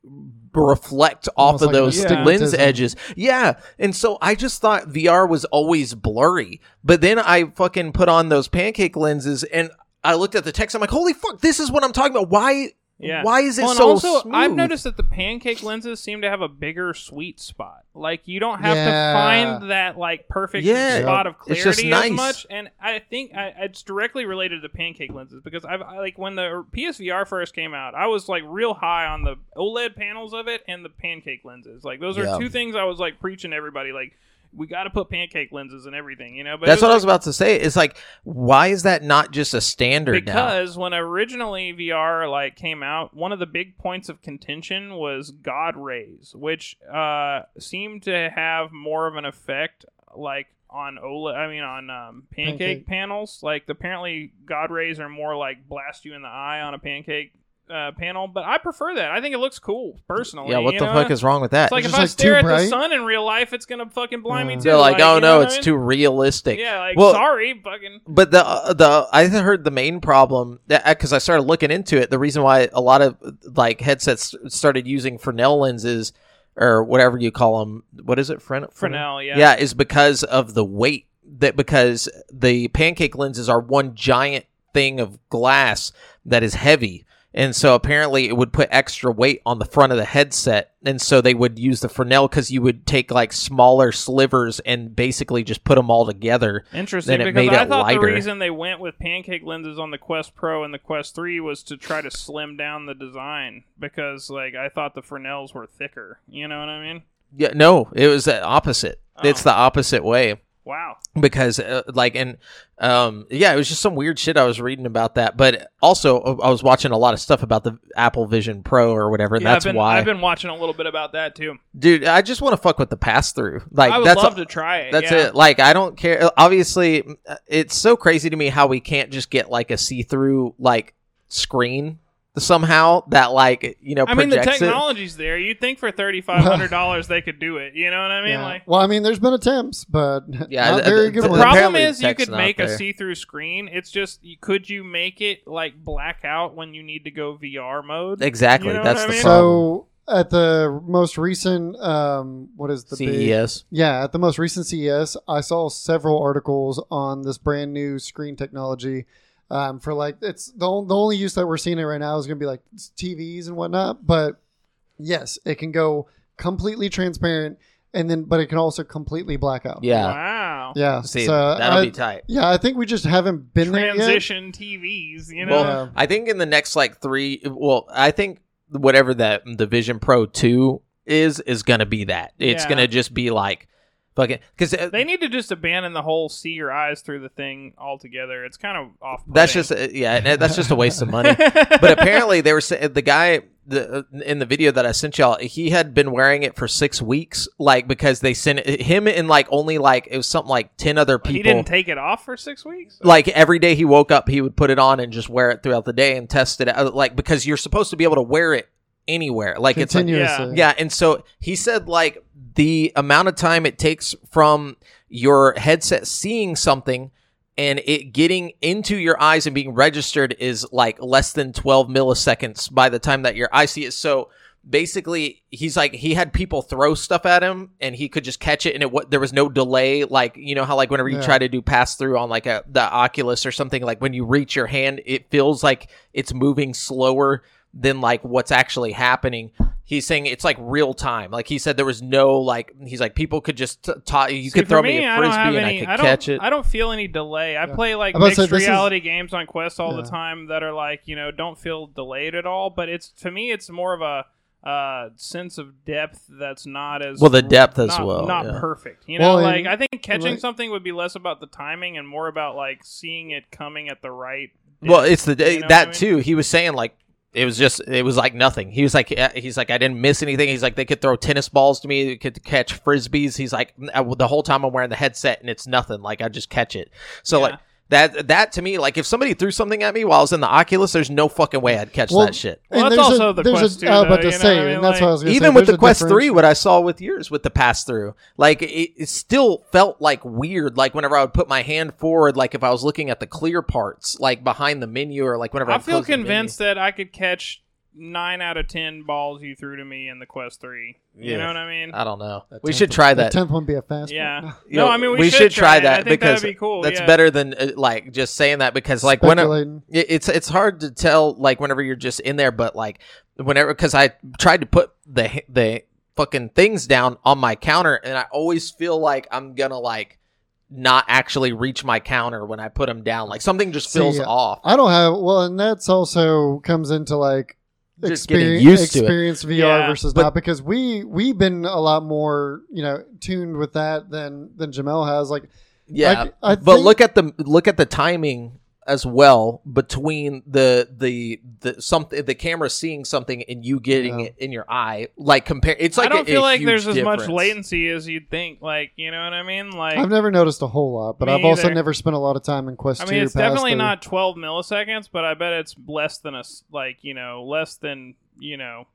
Speaker 4: reflect off
Speaker 3: Almost
Speaker 4: of
Speaker 3: like
Speaker 4: those lens
Speaker 3: astigmatism.
Speaker 4: edges yeah and so i just thought vr was always blurry but then i fucking put on those pancake lenses and i looked at the text i'm like holy fuck this is what i'm talking about why
Speaker 2: Yeah.
Speaker 4: why is it
Speaker 2: Well, and
Speaker 4: so
Speaker 2: also, I've
Speaker 4: smooth?
Speaker 2: noticed that the pancake lenses seem to have a bigger sweet spot. Like you don't have
Speaker 3: Yeah.
Speaker 2: to find that like perfect
Speaker 4: Yeah.
Speaker 2: spot of
Speaker 4: It's
Speaker 2: clarity
Speaker 4: just nice.
Speaker 2: as much. And I think I, it's directly related to the pancake lenses because I've I, like when the PSVR first came out, I was like real high on the OLED panels of it and the pancake lenses. Like those are
Speaker 4: Yeah.
Speaker 2: two things I was like preaching to everybody. Like we got to put pancake lenses in everything, you know. But it
Speaker 4: that's
Speaker 2: was,
Speaker 4: what
Speaker 2: like,
Speaker 4: i was about to say it's like why is that not just a standard now
Speaker 2: because when originally VR like came out, one of the big points of contention was God rays, which uh, seemed to have more of an effect like on OLED. I mean, on um, pancake,
Speaker 3: Pancake.
Speaker 2: panels. Like apparently, God rays are more like blast you in the eye on a pancake uh, panel. But I prefer that. I think it looks cool personally.
Speaker 4: yeah what
Speaker 2: you
Speaker 4: the
Speaker 2: know?
Speaker 4: fuck is wrong with that
Speaker 2: It's like
Speaker 3: It's
Speaker 2: if
Speaker 3: just,
Speaker 2: I
Speaker 3: like,
Speaker 2: stare
Speaker 3: too
Speaker 2: at the
Speaker 3: bright.
Speaker 2: sun in real life, it's gonna fucking blind me
Speaker 3: Mm.
Speaker 2: too.
Speaker 4: they're like, oh
Speaker 2: you know
Speaker 4: no
Speaker 2: what I
Speaker 4: it's
Speaker 2: mean?
Speaker 4: too realistic
Speaker 2: Yeah, like
Speaker 4: Well-
Speaker 2: sorry, fucking.
Speaker 4: but the uh, the I heard the main problem that because I started looking into it, the reason why a lot of like headsets started using Fresnel lenses or whatever you call them, what is it, Fren-
Speaker 2: Fresnel, yeah.
Speaker 4: yeah, is because of the weight that because the pancake lenses are one giant thing of glass that is heavy. And so apparently it would put extra weight on the front of the headset. And so they would use the Fresnel because you would take like smaller slivers and basically just put them all together.
Speaker 2: Interesting,
Speaker 4: then it
Speaker 2: because
Speaker 4: made
Speaker 2: I
Speaker 4: it
Speaker 2: thought
Speaker 4: lighter.
Speaker 2: the reason they went with pancake lenses on the Quest Pro and the Quest Three was to try to slim down the design because, like, I thought the Fresnels were thicker. You know what I mean?
Speaker 4: Yeah, no, it was the opposite. It's
Speaker 2: Oh.
Speaker 4: the opposite way
Speaker 2: Wow.
Speaker 4: because uh, like and um yeah, it was just some weird shit I was reading about that. But also, uh, I was watching a lot of stuff about the Apple Vision Pro or whatever, and
Speaker 2: yeah,
Speaker 4: that's
Speaker 2: I've been,
Speaker 4: why,
Speaker 2: I've been watching a little bit about that too.
Speaker 4: dude. I just want to fuck with the pass through. Like
Speaker 2: I would
Speaker 4: that's
Speaker 2: love to try it.
Speaker 4: that's
Speaker 2: yeah.
Speaker 4: it. Like I don't care. Uh, Obviously, uh, it's so crazy to me how we can't just get like a see through like screen somehow that like you know
Speaker 2: I mean, the
Speaker 4: projects it.
Speaker 2: technology's there. You'd think for thirty five hundred dollars they could do it. You know what I mean?
Speaker 3: Yeah.
Speaker 2: Like.
Speaker 3: well, I mean, there's been attempts, but
Speaker 4: Yeah,
Speaker 3: yeah,
Speaker 4: the-
Speaker 3: not very
Speaker 4: the-
Speaker 3: good
Speaker 4: the
Speaker 3: ones.
Speaker 2: The problem
Speaker 4: apparently
Speaker 2: is you
Speaker 4: tech's
Speaker 2: could
Speaker 4: not
Speaker 2: make
Speaker 4: there.
Speaker 2: a see-through screen. It's just you- could you make it like black out when you need to go VR mode?
Speaker 4: Exactly.
Speaker 2: You know
Speaker 4: that's
Speaker 2: what I
Speaker 4: the
Speaker 2: mean?
Speaker 4: problem.
Speaker 3: So at the most recent, um, what is the big-
Speaker 4: CES.
Speaker 3: Yeah, at the most recent CES, I saw several articles on this brand new screen technology. Um, for like, it's the, on- the only use that we're seeing it right now is going to be like TVs and whatnot. But yes, it can go completely transparent, and then but it can also completely black out.
Speaker 4: Yeah.
Speaker 2: Wow.
Speaker 3: yeah.
Speaker 4: See,
Speaker 3: so
Speaker 4: that'll
Speaker 3: I-
Speaker 4: be tight.
Speaker 3: yeah, I think we just haven't been there yet.
Speaker 2: transition TVs, you know.
Speaker 4: Well,
Speaker 3: Yeah.
Speaker 4: I think in the next like three, well, I think whatever that the Vision Pro two is is gonna be that. It's
Speaker 2: Yeah.
Speaker 4: gonna just be like fucking uh, because
Speaker 2: they need to just abandon the whole see your eyes through the thing altogether. It's kind of off.
Speaker 4: that's just uh, yeah, and that's just a waste of
Speaker 2: [laughs]
Speaker 4: money. but apparently they were sa- uh, the guy the, uh, in the video that I sent y'all, he had been wearing it for six weeks, like because they sent it, him and like only like it was something like ten other people.
Speaker 2: he didn't take it off for six weeks.
Speaker 4: like every day he woke up, he would put it on and just wear it throughout the day and test it out. Like because you're supposed to be able to wear it anywhere. Like it's like,
Speaker 3: Continuously.
Speaker 4: yeah, and so he said like the amount of time it takes from your headset seeing something and it getting into your eyes and being registered is like less than 12 milliseconds by the time that your eye see it. So basically he's like he had people throw stuff at him and he could just catch it and it what there was no delay like you know how like whenever you
Speaker 3: Yeah.
Speaker 4: try to do pass through on like a the oculus or something like when you reach your hand it feels like it's moving slower than like what's actually happening he's saying it's like real time like he said there was no like he's like people could just t- t- you
Speaker 2: See,
Speaker 4: could throw
Speaker 2: for me,
Speaker 4: me a
Speaker 2: I don't
Speaker 4: frisbee
Speaker 2: have
Speaker 4: and
Speaker 2: any-
Speaker 4: i could
Speaker 2: don't,
Speaker 4: catch it
Speaker 2: I don't feel any delay. I
Speaker 3: Yeah.
Speaker 2: play like
Speaker 3: I'm about to say,
Speaker 2: mixed
Speaker 3: this is-
Speaker 2: reality games on Quest all the
Speaker 3: Yeah.
Speaker 2: time that are like you know don't feel delayed at all. But it's to me, it's more of a uh sense of depth that's not as
Speaker 4: Well, the depth as
Speaker 2: not-
Speaker 4: well,
Speaker 2: not
Speaker 4: yeah.
Speaker 2: perfect you know
Speaker 3: Well,
Speaker 2: like
Speaker 3: and-
Speaker 2: i think catching
Speaker 3: like-
Speaker 2: something would be less about the timing and more about like seeing it coming at the right
Speaker 4: Well,
Speaker 2: depth.
Speaker 4: it's the day
Speaker 2: You know what I
Speaker 4: that
Speaker 2: mean?
Speaker 4: too. He was saying like it was just it was like nothing. He was like uh, he's like I didn't miss anything. He's like they could throw tennis balls to me, they could uh, catch frisbees. He's like I- the whole time I'm wearing the headset and it's nothing. Like I just catch it. So
Speaker 2: Yeah.
Speaker 4: like That that to me, like if somebody threw something at me while I was in the Oculus, there's no fucking way I'd catch
Speaker 3: Well,
Speaker 4: that shit.
Speaker 2: Well,
Speaker 3: and
Speaker 2: that's
Speaker 3: there's
Speaker 2: also
Speaker 3: a,
Speaker 2: the
Speaker 3: there's
Speaker 2: Quest
Speaker 3: a,
Speaker 2: too,
Speaker 3: I was about
Speaker 2: though,
Speaker 3: to
Speaker 2: you know what
Speaker 3: say,
Speaker 2: I mean?
Speaker 3: and that's what I was gonna
Speaker 4: Even
Speaker 3: say,
Speaker 4: with
Speaker 3: there's
Speaker 4: the
Speaker 3: a
Speaker 4: Quest
Speaker 3: difference.
Speaker 4: 3, what I saw with yours with the pass through, like it, it still felt like weird. Like whenever I would put my hand forward, like if I was looking at the clear parts, like behind the menu or like whenever I
Speaker 2: I feel convinced that I could catch nine out of ten balls you threw to me in the Quest Three. You
Speaker 4: Yeah.
Speaker 2: know what I mean?
Speaker 4: I don't know.
Speaker 3: That
Speaker 4: we
Speaker 3: tenth
Speaker 4: should
Speaker 3: one-
Speaker 4: try
Speaker 3: that
Speaker 4: that.
Speaker 3: tenth one be a fast
Speaker 2: yeah.
Speaker 3: [laughs]
Speaker 4: [laughs]
Speaker 3: one.
Speaker 4: You know,
Speaker 2: No, I mean we, should, try,
Speaker 4: try
Speaker 2: it.
Speaker 4: that
Speaker 2: I think
Speaker 4: because
Speaker 2: that'd be cool.
Speaker 4: that's
Speaker 2: yeah.
Speaker 4: better than uh, like just saying that because like when I,
Speaker 3: Speculating.
Speaker 4: it- it's it's hard to tell like whenever you're just in there but like whenever because i tried to put the the fucking things down on my counter and i always feel like i'm gonna like not actually reach my counter when i put them down like something just
Speaker 3: See,
Speaker 4: feels
Speaker 3: uh,
Speaker 4: off
Speaker 3: I don't have well, and that's also comes into like
Speaker 4: Just getting
Speaker 3: experien-
Speaker 4: used to it.
Speaker 3: experience VR
Speaker 2: Yeah,
Speaker 3: versus
Speaker 4: but-
Speaker 3: not because we we've been a lot more you know tuned with that than than Jamel has. Like
Speaker 4: yeah
Speaker 3: I, I
Speaker 4: but
Speaker 3: think-
Speaker 4: look at the look at the timing as well between the the the something the camera seeing something and you getting
Speaker 3: Yeah.
Speaker 4: it in your eye like compare it's like
Speaker 2: I don't
Speaker 4: a- a
Speaker 2: feel like
Speaker 4: huge
Speaker 2: there's as much
Speaker 4: difference.
Speaker 2: latency as you'd think. Like, you know what I mean? Like,
Speaker 3: I've never noticed a whole lot, but
Speaker 2: Me
Speaker 3: I've also
Speaker 2: either.
Speaker 3: never spent a lot of time in Quest
Speaker 2: I
Speaker 3: 2.
Speaker 2: mean, it's
Speaker 3: past
Speaker 2: definitely
Speaker 3: the-
Speaker 2: not 12 milliseconds, but I bet it's less than a s- like, you know, less than you know,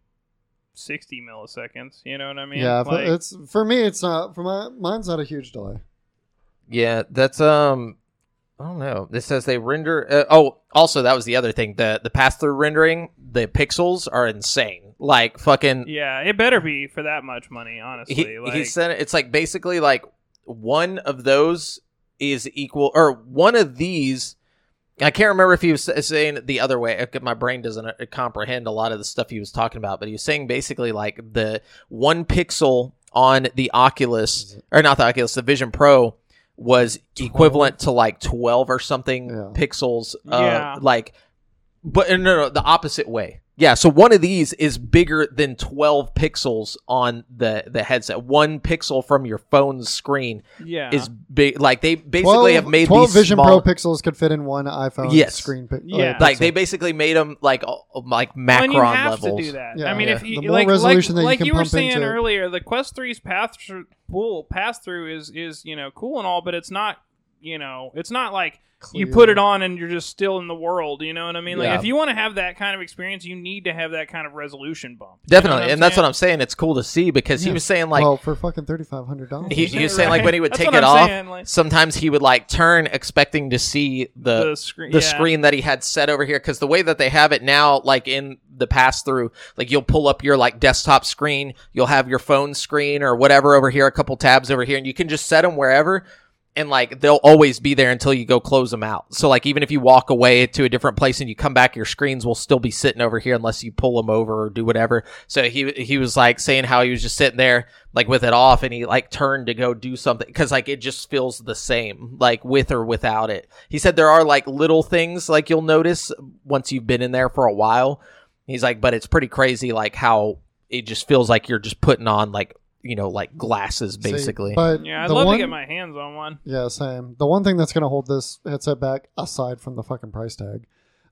Speaker 2: 60 milliseconds. You know what I mean?
Speaker 3: yeah, for-
Speaker 2: like,
Speaker 3: it's for me. It's not for my mine's not a huge delay.
Speaker 4: Yeah, that's um I don't know. It says they render uh, oh, also that was the other thing. The the pass-through rendering, the pixels are insane. Like fucking
Speaker 2: yeah, it better be for that much money, honestly.
Speaker 4: he,
Speaker 2: like,
Speaker 4: he said it's like basically like one of those is equal or one of these I can't remember if he was s- saying it the other way. uh, My brain doesn't uh, comprehend a lot of the stuff he was talking about, but he was saying basically like the one pixel on the Oculus or not the Oculus, the Vision Pro was equivalent to like 12 or something
Speaker 3: Yeah.
Speaker 4: pixels uh,
Speaker 2: Yeah.
Speaker 4: like but no, no no the opposite way yeah so one of these is bigger than 12 pixels on the the headset one pixel from your phone's screen
Speaker 2: yeah,
Speaker 4: is big like they basically
Speaker 3: 12
Speaker 4: have made
Speaker 3: 12
Speaker 4: these
Speaker 3: Vision
Speaker 4: small,
Speaker 3: Pro pixels could fit in one iPhone
Speaker 4: Yes.
Speaker 3: screen. Pic-
Speaker 2: Yeah.
Speaker 4: like they
Speaker 3: pixel.
Speaker 4: basically made them like uh, like
Speaker 2: Well, and you
Speaker 4: macron
Speaker 2: have
Speaker 4: levels
Speaker 2: to do that.
Speaker 3: Yeah.
Speaker 2: I mean,
Speaker 4: Yeah.
Speaker 2: if you
Speaker 3: The more
Speaker 2: like,
Speaker 3: resolution that
Speaker 2: like,
Speaker 3: you
Speaker 2: like
Speaker 3: can
Speaker 2: you were
Speaker 3: pump
Speaker 2: saying
Speaker 3: into it.
Speaker 2: earlier, the Quest 3's path through, cool pass through is is you know cool and all, but it's not you know it's not like you put it on and you're just still in the world. You know what I mean? Like
Speaker 4: Yeah.
Speaker 2: if you want to have that kind of experience, you need to have that kind of resolution bump. You know
Speaker 4: definitely
Speaker 2: what
Speaker 4: and that's what i'm saying it's cool to see because he
Speaker 3: Yeah.
Speaker 4: was saying like
Speaker 3: well for fucking thirty five hundred dollars.
Speaker 2: [laughs]
Speaker 4: he, he was saying like
Speaker 2: Right.
Speaker 4: when he would
Speaker 2: That's
Speaker 4: take
Speaker 2: what
Speaker 4: it
Speaker 2: I'm
Speaker 4: off
Speaker 2: saying, like-
Speaker 4: sometimes he would like turn expecting to see the
Speaker 2: the screen.
Speaker 4: the
Speaker 2: yeah.
Speaker 4: screen that he had set over here because the way that they have it now like in the pass through like you'll pull up your like desktop screen you'll have your phone screen or whatever over here a couple tabs over here and you can just set them wherever and like they'll always be there until you go close them out so like even if you walk away to a different place and you come back your screens will still be sitting over here unless you pull them over or do whatever so he he was like saying how he was just sitting there like with it off and he like turned to go do something because like it just feels the same like with or without it he said there are like little things like you'll notice once you've been in there for a while he's like but it's pretty crazy like how it just feels like you're just putting on like you know like glasses
Speaker 3: See,
Speaker 4: basically
Speaker 3: but
Speaker 2: Yeah, I'd
Speaker 3: the
Speaker 2: love
Speaker 3: one,
Speaker 2: to get my hands on one.
Speaker 3: Yeah, same. The one thing that's going to hold this headset back, aside from the fucking price tag,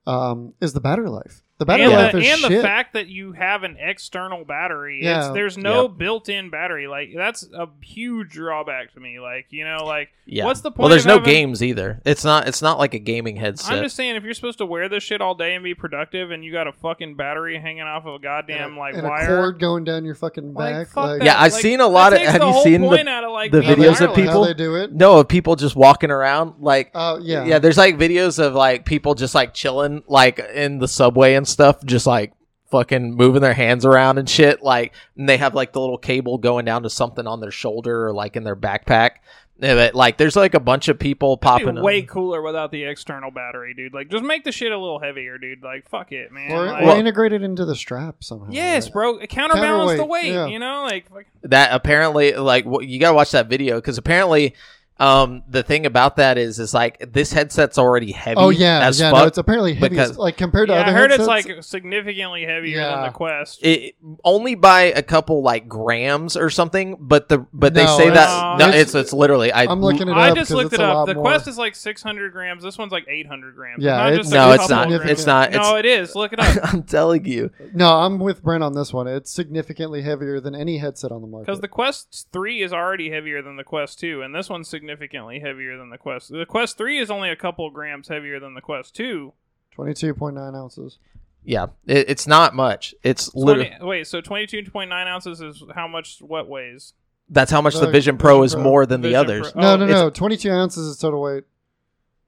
Speaker 3: um, is the battery life. The battery
Speaker 2: and
Speaker 3: life
Speaker 2: the,
Speaker 3: is
Speaker 2: and the
Speaker 3: shit.
Speaker 2: fact that you have an external battery.
Speaker 3: Yeah.
Speaker 2: It's, there's no built-in battery. Like that's a huge drawback to me. Like you know, like
Speaker 4: yeah
Speaker 2: what's the
Speaker 4: well
Speaker 2: point
Speaker 4: there's
Speaker 2: of
Speaker 4: no
Speaker 2: having-
Speaker 4: games either it's not it's not like a gaming headset
Speaker 2: I'm just saying, if you're supposed to wear this shit all day and be productive, and you got a fucking battery hanging off of a goddamn like
Speaker 3: and
Speaker 2: wire,
Speaker 3: a cord going down your fucking
Speaker 2: like,
Speaker 3: back.
Speaker 2: fuck
Speaker 3: like,
Speaker 2: that.
Speaker 4: Yeah, I've
Speaker 2: Like,
Speaker 4: seen a
Speaker 2: that
Speaker 4: lot of-
Speaker 2: takes
Speaker 4: have
Speaker 2: the
Speaker 4: you
Speaker 2: whole
Speaker 4: seen the-
Speaker 2: point out of, like,
Speaker 4: the
Speaker 2: being
Speaker 4: videos of
Speaker 2: wireless.
Speaker 4: people-
Speaker 3: How they do it?
Speaker 4: no of people just walking around like
Speaker 3: Oh yeah.
Speaker 4: yeah there's like videos of like people just like chilling like in the subway and stuff just like fucking moving their hands around and shit like and they have like the little cable going down to something on their shoulder or like in their backpack Yeah, but, like there's like a bunch of people
Speaker 2: It'd
Speaker 4: popping
Speaker 2: be
Speaker 4: up.
Speaker 2: way cooler without the external battery, dude. Like, just make the shit a little heavier, dude. Like, fuck it, man.
Speaker 3: Or,
Speaker 2: Like-
Speaker 3: or integrate it into the strap somehow.
Speaker 2: yes,
Speaker 3: right?
Speaker 2: bro. Counterbalance the
Speaker 3: Counterweight,
Speaker 2: weight.
Speaker 3: yeah.
Speaker 2: You know, like fuck-
Speaker 4: that apparently like wh- you gotta watch that video because apparently um the thing about that is is like this headset's already heavy
Speaker 3: Oh yeah,
Speaker 4: as
Speaker 3: yeah.
Speaker 4: fuck
Speaker 3: No, it's apparently heavy. as-
Speaker 4: because-
Speaker 3: like compared to
Speaker 2: yeah,
Speaker 3: other
Speaker 2: I heard
Speaker 3: headsets,
Speaker 2: it's like significantly heavier than
Speaker 3: Yeah.
Speaker 2: the Quest.
Speaker 4: it only by a couple like grams or something but the but they
Speaker 3: No,
Speaker 4: say that
Speaker 2: it's-
Speaker 4: no
Speaker 3: it's-
Speaker 4: it's it's literally I,
Speaker 3: I'm looking it up.
Speaker 2: I just
Speaker 3: 'cause
Speaker 2: looked it
Speaker 3: it's a lot
Speaker 2: up. The
Speaker 3: more.
Speaker 2: Quest is like 600 grams. This one's like 800 grams.
Speaker 3: Yeah,
Speaker 2: not
Speaker 3: it's-
Speaker 2: just a
Speaker 4: no it's
Speaker 2: couple
Speaker 4: not
Speaker 2: of grams.
Speaker 4: it's not it's,
Speaker 2: no, it is. Look it up
Speaker 4: [laughs] I'm telling you.
Speaker 3: No, I'm with Brent on this one. It's significantly heavier than any headset on the market.
Speaker 2: because the Quest Three is already heavier than the Quest Two, and this one's significantly heavier than the Quest. The Quest 3 is only a couple grams heavier than the Quest 2.
Speaker 3: 22.9 ounces.
Speaker 4: Yeah, it, it's not much. It's literally
Speaker 2: 20 wait, so 22.9 ounces is how much what weighs?
Speaker 4: that's how much the
Speaker 3: The
Speaker 4: Vision Pro is
Speaker 3: Vision Pro.
Speaker 4: more than the
Speaker 2: Vision
Speaker 4: others.
Speaker 2: Pro-
Speaker 3: no,
Speaker 2: oh,
Speaker 3: no,
Speaker 4: it's-
Speaker 3: no. 22 ounces is total weight.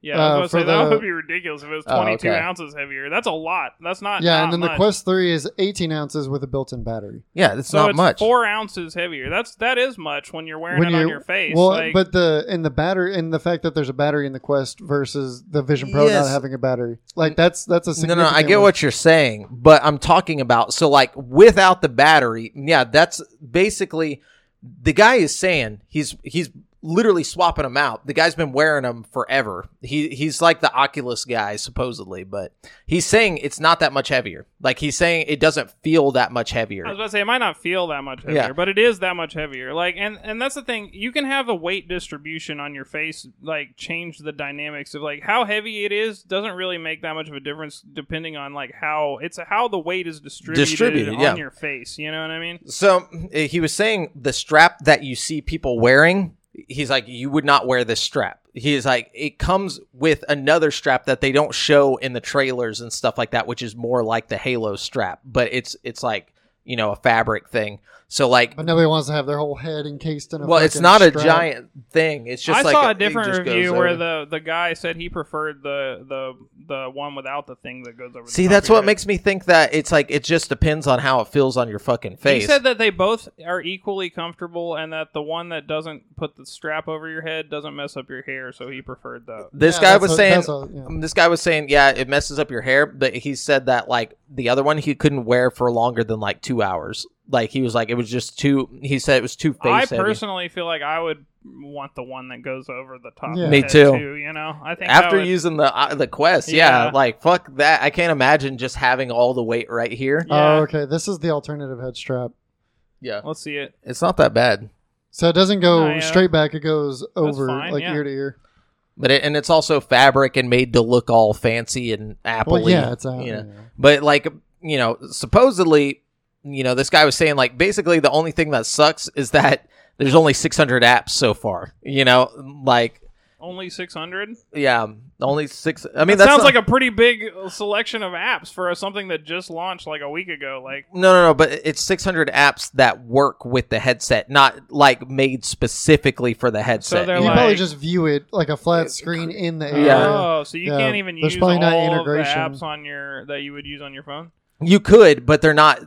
Speaker 2: Yeah, I
Speaker 3: Uh,
Speaker 2: was about to
Speaker 3: for
Speaker 2: say, that
Speaker 3: the-
Speaker 2: would be ridiculous if it was
Speaker 4: Oh,
Speaker 2: 22
Speaker 4: okay.
Speaker 2: ounces heavier. That's a lot. That's not
Speaker 3: yeah,
Speaker 2: not
Speaker 3: and then the
Speaker 2: much.
Speaker 3: Quest 3 is 18 ounces with a built in battery.
Speaker 4: Yeah, it's
Speaker 2: so
Speaker 4: not
Speaker 2: it's
Speaker 4: much.
Speaker 2: four ounces heavier. That's that is much when you're wearing it on your face.
Speaker 3: Well,
Speaker 2: like,
Speaker 3: but the and the battery and the fact that there's a battery in the Quest versus the Vision Pro
Speaker 4: Yes.
Speaker 3: not having a battery, like that's that's a
Speaker 4: no,
Speaker 3: significant
Speaker 4: no, I get
Speaker 3: one.
Speaker 4: what you're saying, but I'm talking about so like without the battery. Yeah, that's basically the guy is saying he's he's literally swapping them out. The guy's been wearing them forever. He he's like the Oculus guy supposedly, but he's saying it's not that much heavier. Like he's saying it doesn't feel that much heavier.
Speaker 2: I was about to say it might not feel that much heavier,
Speaker 4: Yeah.
Speaker 2: but it is that much heavier. Like, and and that's the thing. You can have the weight distribution on your face like change the dynamics of like how heavy it is doesn't really make that much of a difference depending on like how it's how the weight is distributed,
Speaker 4: Distributed,
Speaker 2: on
Speaker 4: yeah.
Speaker 2: your face. You know what I mean?
Speaker 4: So uh, he was saying the strap that you see people wearing, he's like, you would not wear this strap. He's like, it comes with another strap that they don't show in the trailers and stuff like that, which is more like the Halo strap, but it's it's like you know a fabric thing. So like,
Speaker 3: But nobody wants to have their whole head encased in a.
Speaker 4: well, it's
Speaker 3: fucking
Speaker 4: not a
Speaker 3: strap.
Speaker 4: giant thing. It's just
Speaker 2: I
Speaker 4: like
Speaker 2: saw a
Speaker 4: it
Speaker 2: different
Speaker 4: just goes
Speaker 2: review where
Speaker 4: over.
Speaker 2: the the guy said he preferred the the the one without the thing that goes over. the
Speaker 4: See,
Speaker 2: top
Speaker 4: that's
Speaker 2: of your
Speaker 4: what
Speaker 2: head.
Speaker 4: makes me think that it's like it just depends on how it feels on your fucking face.
Speaker 2: He said that they both are equally comfortable, and that the one that doesn't put the strap over your head doesn't mess up your hair, so he preferred that.
Speaker 4: this
Speaker 3: Yeah,
Speaker 4: guy
Speaker 3: that's
Speaker 4: was
Speaker 3: a-
Speaker 4: saying
Speaker 3: that's a- yeah.
Speaker 4: Um, This guy was saying, yeah, it messes up your hair, but he said that like the other one he couldn't wear for longer than like two hours. Like he was like it was just too. He said it was too face
Speaker 2: I
Speaker 4: heavy.
Speaker 2: personally feel like I would want the one that goes over the top. of
Speaker 3: Yeah.
Speaker 2: the
Speaker 3: Me
Speaker 2: head,
Speaker 4: too.
Speaker 2: You know, I think
Speaker 4: After
Speaker 2: I would-
Speaker 4: using the uh, the quest, yeah.
Speaker 2: Yeah.
Speaker 4: like fuck that. I can't imagine just having all the weight right here.
Speaker 2: Yeah.
Speaker 3: Oh, okay. This is the alternative head strap.
Speaker 4: Yeah,
Speaker 2: Let's see it.
Speaker 4: it's not that bad,
Speaker 3: So it doesn't go
Speaker 2: Oh, yeah.
Speaker 3: straight back; it goes over
Speaker 2: fine,
Speaker 3: like
Speaker 2: yeah.
Speaker 3: ear to ear.
Speaker 4: but it, and it's also fabric and made to look all fancy and apple.
Speaker 3: Well, yeah, it's out.
Speaker 4: you know.
Speaker 3: yeah.
Speaker 4: But like, you know, supposedly, you know, this guy was saying like basically the only thing that sucks is that [laughs] there's only 600 apps so far. You know, like
Speaker 2: Only six hundred.
Speaker 4: yeah, only six. I mean,
Speaker 2: that
Speaker 4: that
Speaker 2: sounds like a pretty big selection of apps for something that just launched like a week ago. Like,
Speaker 4: no, no, no. But it's 600 apps that work with the headset, not like made specifically for the headset.
Speaker 2: they're
Speaker 3: You
Speaker 4: you know?
Speaker 2: like-
Speaker 3: probably just view it like a flat screen in the area.
Speaker 4: Yeah.
Speaker 2: oh, so you
Speaker 3: Yeah.
Speaker 2: can't even
Speaker 3: There's
Speaker 2: use all
Speaker 3: probably not
Speaker 2: of the
Speaker 3: integration.
Speaker 2: apps on your that you would use on your phone.
Speaker 4: you could, but they're not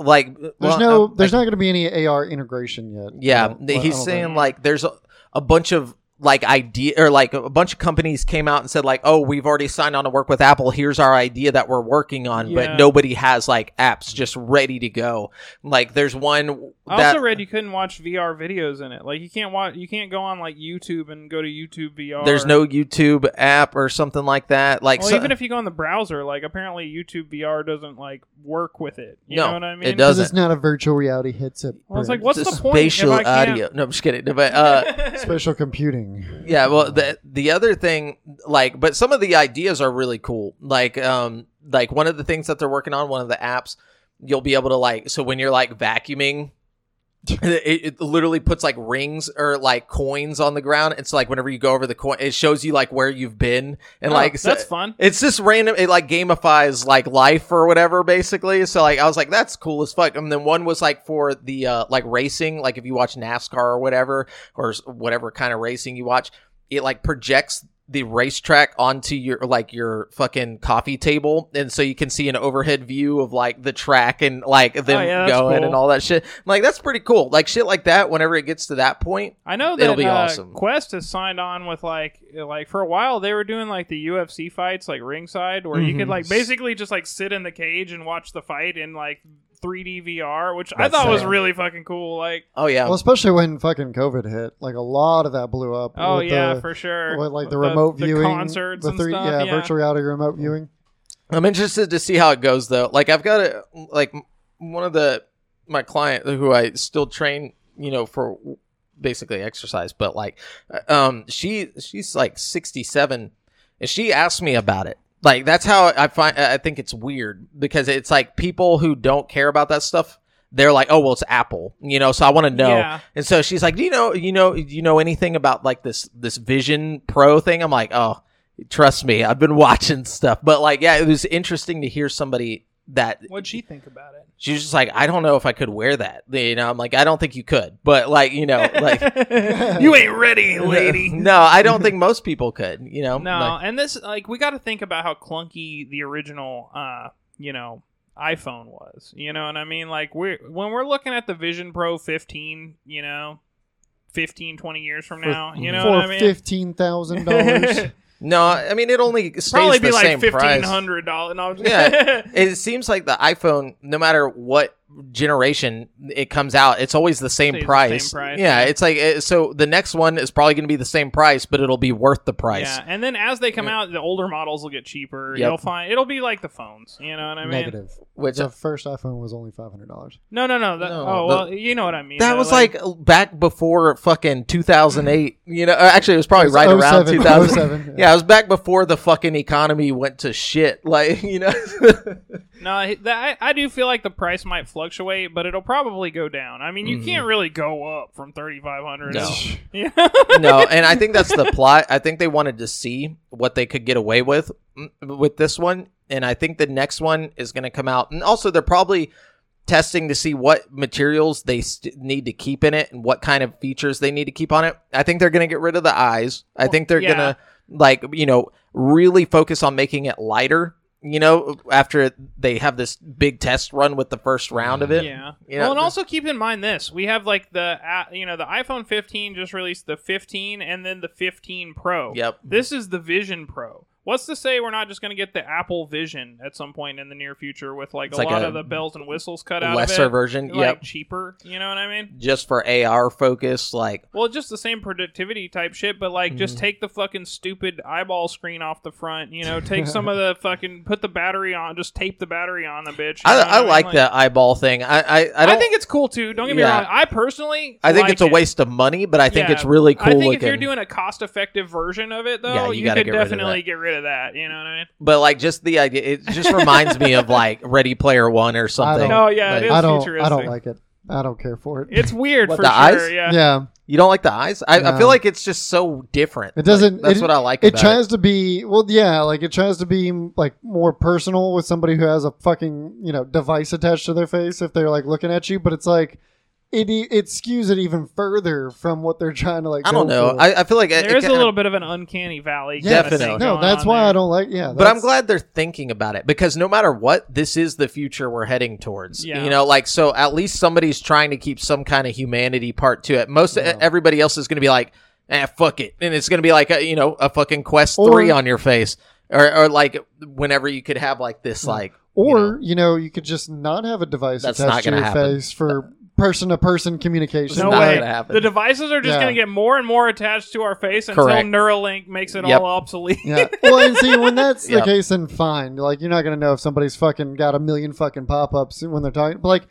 Speaker 4: like.
Speaker 3: There's
Speaker 4: well,
Speaker 3: no,
Speaker 4: um,
Speaker 3: there's
Speaker 4: like-
Speaker 3: not going to be any AR integration yet. I
Speaker 4: Yeah,
Speaker 3: don't-
Speaker 4: th-
Speaker 3: I
Speaker 4: he's
Speaker 3: don't
Speaker 4: saying
Speaker 3: think.
Speaker 4: like there's a, a bunch of like idea or like a bunch of companies came out and said like, "Oh, we've already signed on to work with Apple. Here's our idea that we're working on," but
Speaker 2: Yeah.
Speaker 4: nobody has like apps just ready to go. Like there's one
Speaker 2: I
Speaker 4: that
Speaker 2: also read you couldn't watch VR videos in it. Like, you can't watch, you can't go on like YouTube and go to YouTube VR.
Speaker 4: there's no YouTube app or something like that. Like
Speaker 2: Well,
Speaker 4: so-
Speaker 2: even if you go on the browser, like apparently YouTube VR doesn't like work with it. You
Speaker 4: No,
Speaker 2: know what I
Speaker 4: it
Speaker 2: mean? [laughs]
Speaker 4: does-
Speaker 3: 'Cause it's not a virtual reality headset.
Speaker 2: Well, it's
Speaker 3: Brent.
Speaker 2: like, what's
Speaker 4: it's
Speaker 2: the point?
Speaker 4: spatial
Speaker 2: if I can't-
Speaker 4: audio. No, I'm just kidding. But uh,
Speaker 3: Spatial computing.
Speaker 4: Yeah, well, the the other thing, like, but some of the ideas are really cool. Like, um, like one of the things that they're working on, one of the apps, you'll be able to like, so when you're like vacuuming, [laughs] it, it literally puts like rings or like coins on the ground. It's like whenever you go over the coin, it shows you like where you've been [laughs] and
Speaker 2: Oh,
Speaker 4: like so-
Speaker 2: that's fun.
Speaker 4: it's just random. It like gamifies like life or whatever, basically. So like, I was like, that's cool as fuck. And then one was like for the uh, like racing, like if you watch NASCAR or whatever, or s- whatever kind of racing you watch, it like projects the racetrack onto your like your fucking coffee table, and so you can see an overhead view of like the track and like them
Speaker 2: Oh, yeah, that's
Speaker 4: going and
Speaker 2: cool.
Speaker 4: all that shit. I'm like that's pretty cool. Like shit like that. Whenever it gets to that point,
Speaker 2: I know that
Speaker 4: It'll be
Speaker 2: uh,
Speaker 4: awesome.
Speaker 2: Quest has signed on with like like for a while they were doing like the UFC fights like ringside where you
Speaker 4: Mhm.
Speaker 2: could like basically just like sit in the cage and watch the fight in like 3D VR, which I
Speaker 4: That's
Speaker 2: thought was
Speaker 4: sick.
Speaker 2: really fucking cool. Like,
Speaker 4: oh yeah,
Speaker 3: Well, especially when fucking COVID hit, like a lot of that blew up.
Speaker 2: oh
Speaker 3: with
Speaker 2: yeah,
Speaker 3: the,
Speaker 2: for sure.
Speaker 3: with like the, remote viewing,
Speaker 2: concerts,
Speaker 3: the
Speaker 2: and
Speaker 3: three-
Speaker 2: stuff.
Speaker 3: yeah,
Speaker 2: Yeah,
Speaker 3: virtual reality remote viewing.
Speaker 4: I'm interested to see how it goes though. Like I've got a like m- one of the my client who I still train, you know, for basically exercise, but like uh, um she she's like 67 and she asked me about it. Like that's how I find I think it's weird because it's like people who don't care about that stuff they're like, oh well, it's Apple, you know. So I want to know. [laughs]
Speaker 2: Yeah.
Speaker 4: And so she's like, do you know, you know, do you know anything about like this this Vision Pro thing? I'm like, oh, trust me, I've been [laughs] watching stuff. But like, yeah, it was interesting to hear somebody that
Speaker 2: What'd she think about it?
Speaker 4: she was just like, I don't know if I could wear that. You know, I'm like, I don't think you could, but like,
Speaker 2: [laughs]
Speaker 4: you know, like, [laughs]
Speaker 2: you ain't ready, lady.
Speaker 4: no, I don't think most people could. You know,
Speaker 2: No,
Speaker 4: Like,
Speaker 2: and this like we got to think about how clunky the original, uh, you know, iPhone was. You know what I mean? Like we when we're looking at the Vision Pro 15, you know, 15, 20 years from now, you know
Speaker 3: for
Speaker 2: what I mean?
Speaker 3: fifteen thousand
Speaker 4: [laughs]
Speaker 3: dollars.
Speaker 4: no, I mean, it only stays
Speaker 2: Probably
Speaker 4: the
Speaker 2: be like
Speaker 4: same
Speaker 2: fifteen
Speaker 4: price.
Speaker 2: hundred dollars. No, I'm just- [laughs]
Speaker 4: Yeah. It seems like the iPhone, no matter what generation it comes out, it's always the same,
Speaker 2: Stays the same
Speaker 4: price.
Speaker 2: price,
Speaker 4: Yeah,
Speaker 2: yeah.
Speaker 4: it's like it, so. The next one is probably going to be the same price, but it'll be worth the price.
Speaker 2: Yeah, and then as they come out, the older models will get cheaper.
Speaker 4: Yep.
Speaker 2: You'll find it'll be like the phones. You know what [laughs] I mean?
Speaker 3: Negative.
Speaker 4: Which uh,
Speaker 3: The first iPhone was only five hundred dollars.
Speaker 2: No, no, no. that-
Speaker 4: No,
Speaker 2: oh
Speaker 4: the-
Speaker 2: well, you know what I mean.
Speaker 4: That
Speaker 2: though,
Speaker 4: was like, back before fucking 2008. You know, uh, actually, it was oh probably right around
Speaker 3: 07,
Speaker 4: 2000.
Speaker 3: [laughs] 07,
Speaker 4: Yeah, it was back before the fucking economy went to shit. [laughs] Like, you know,
Speaker 2: No, I- that, I, I do feel like the price might fluctuate, but it'll probably go down. I mean, you
Speaker 4: Mhm.
Speaker 2: can't really go up from thirty five hundred.
Speaker 4: No.
Speaker 2: [laughs] Yeah.
Speaker 4: no. And I think that's the plot. I think they wanted to see what they could get away with mm, with this one, and I think the next one is going to come out. And also, they're probably testing to see what materials they st- need to keep in it and what kind of features they need to keep on it. I think they're going to get rid of the eyes. I think they're
Speaker 2: yeah.
Speaker 4: going to like, you know, really focus on making it lighter. You know, after they have this big test run with the first round of it.
Speaker 2: yeah.
Speaker 4: You know,
Speaker 2: well, and
Speaker 4: just-
Speaker 2: also keep in mind this: we have like the uh, you know the iPhone 15 just released the 15, and then the 15 Pro.
Speaker 4: Yep.
Speaker 2: This is the Vision Pro. What's to say we're not just going to get the Apple Vision at some point in the near future with like
Speaker 4: It's
Speaker 2: a
Speaker 4: like
Speaker 2: lot
Speaker 4: a
Speaker 2: of the bells and whistles cut out
Speaker 4: lesser
Speaker 2: of it,
Speaker 4: version.
Speaker 2: like
Speaker 4: yep.
Speaker 2: cheaper. You know what I mean?
Speaker 4: Just for AR focus, like
Speaker 2: Well, just the same productivity type shit, but like
Speaker 4: Mm-hmm.
Speaker 2: just take the fucking stupid eyeball screen off the front, you know, take some of the
Speaker 4: [laughs]
Speaker 2: fucking put the battery on, just tape the battery on the bitch. you
Speaker 4: I,
Speaker 2: know what
Speaker 4: I
Speaker 2: mean?
Speaker 4: like that eyeball thing. I I, I
Speaker 2: I,
Speaker 4: don't.
Speaker 2: think it's cool too. Don't get me
Speaker 4: Yeah.
Speaker 2: wrong. I personally
Speaker 4: I think
Speaker 2: like
Speaker 4: it's a
Speaker 2: it.
Speaker 4: waste of money, but I think
Speaker 2: Yeah.
Speaker 4: it's really cool
Speaker 2: I think
Speaker 4: looking.
Speaker 2: if you're doing a cost effective version of it though,
Speaker 4: Yeah, you
Speaker 2: you,
Speaker 4: gotta
Speaker 2: could
Speaker 4: get rid of
Speaker 2: definitely
Speaker 4: that.
Speaker 2: get rid of that, you know what I mean?
Speaker 4: but like just the idea, it just reminds me
Speaker 2: [laughs]
Speaker 4: of like Ready Player One or
Speaker 3: don't-
Speaker 4: something.
Speaker 2: No, yeah,
Speaker 4: Like-
Speaker 2: it is
Speaker 3: I don't. I
Speaker 2: futuristic.
Speaker 3: don't like it. I don't care for it.
Speaker 2: It's weird
Speaker 4: What,
Speaker 2: for
Speaker 4: the
Speaker 2: sure,
Speaker 4: eyes?
Speaker 2: yeah.
Speaker 3: yeah.
Speaker 4: You don't like the eyes? I, I feel
Speaker 3: No.
Speaker 4: like it's just so different.
Speaker 3: It doesn't-
Speaker 4: Like, that's
Speaker 3: it-
Speaker 4: what I like.
Speaker 3: It
Speaker 4: about
Speaker 3: tries to be well, yeah. Like it tries to be like more personal with somebody who has a fucking you know device attached to their face if they're like looking at you. But it's like it e- it skews it even further from what they're trying to like.
Speaker 4: I don't
Speaker 3: go
Speaker 4: know.
Speaker 3: for.
Speaker 4: I, I feel like it,
Speaker 2: There
Speaker 4: it
Speaker 2: is a
Speaker 4: kinda-
Speaker 2: little bit of an uncanny valley. kinda
Speaker 3: Yeah,
Speaker 2: thing
Speaker 4: Definitely.
Speaker 3: no,
Speaker 2: going
Speaker 3: that's
Speaker 2: on
Speaker 3: why
Speaker 2: there.
Speaker 3: I don't like. Yeah,
Speaker 4: But I'm
Speaker 3: that's-
Speaker 4: glad they're thinking about it because no matter what, this is the future we're heading towards.
Speaker 2: Yeah.
Speaker 4: You know, like so at least somebody's trying to keep some kind of humanity part to it. Most
Speaker 3: Yeah.
Speaker 4: everybody else is going to be like, "Ah, fuck it," and it's going to be like a you know a fucking Quest
Speaker 3: Or-
Speaker 4: three on your face, or or like whenever you could have like this like
Speaker 3: Or
Speaker 4: you know.
Speaker 3: you know, you could just not have a device
Speaker 4: That's not
Speaker 3: attached to
Speaker 4: gonna
Speaker 3: your
Speaker 4: happen.
Speaker 3: face for person to person communication.
Speaker 2: No
Speaker 4: not
Speaker 2: way.
Speaker 4: gonna happen.
Speaker 2: The devices are just
Speaker 3: Yeah.
Speaker 2: going to get more and more attached to our face until
Speaker 4: Correct.
Speaker 2: Neuralink makes it
Speaker 4: Yep.
Speaker 2: all obsolete. [laughs]
Speaker 3: Yeah. [laughs] Well, and see, when that's
Speaker 4: Yeah.
Speaker 3: the case, then fine. Like, you're not gonna know if somebody's fucking got a million fucking pop ups when they're talking. But like,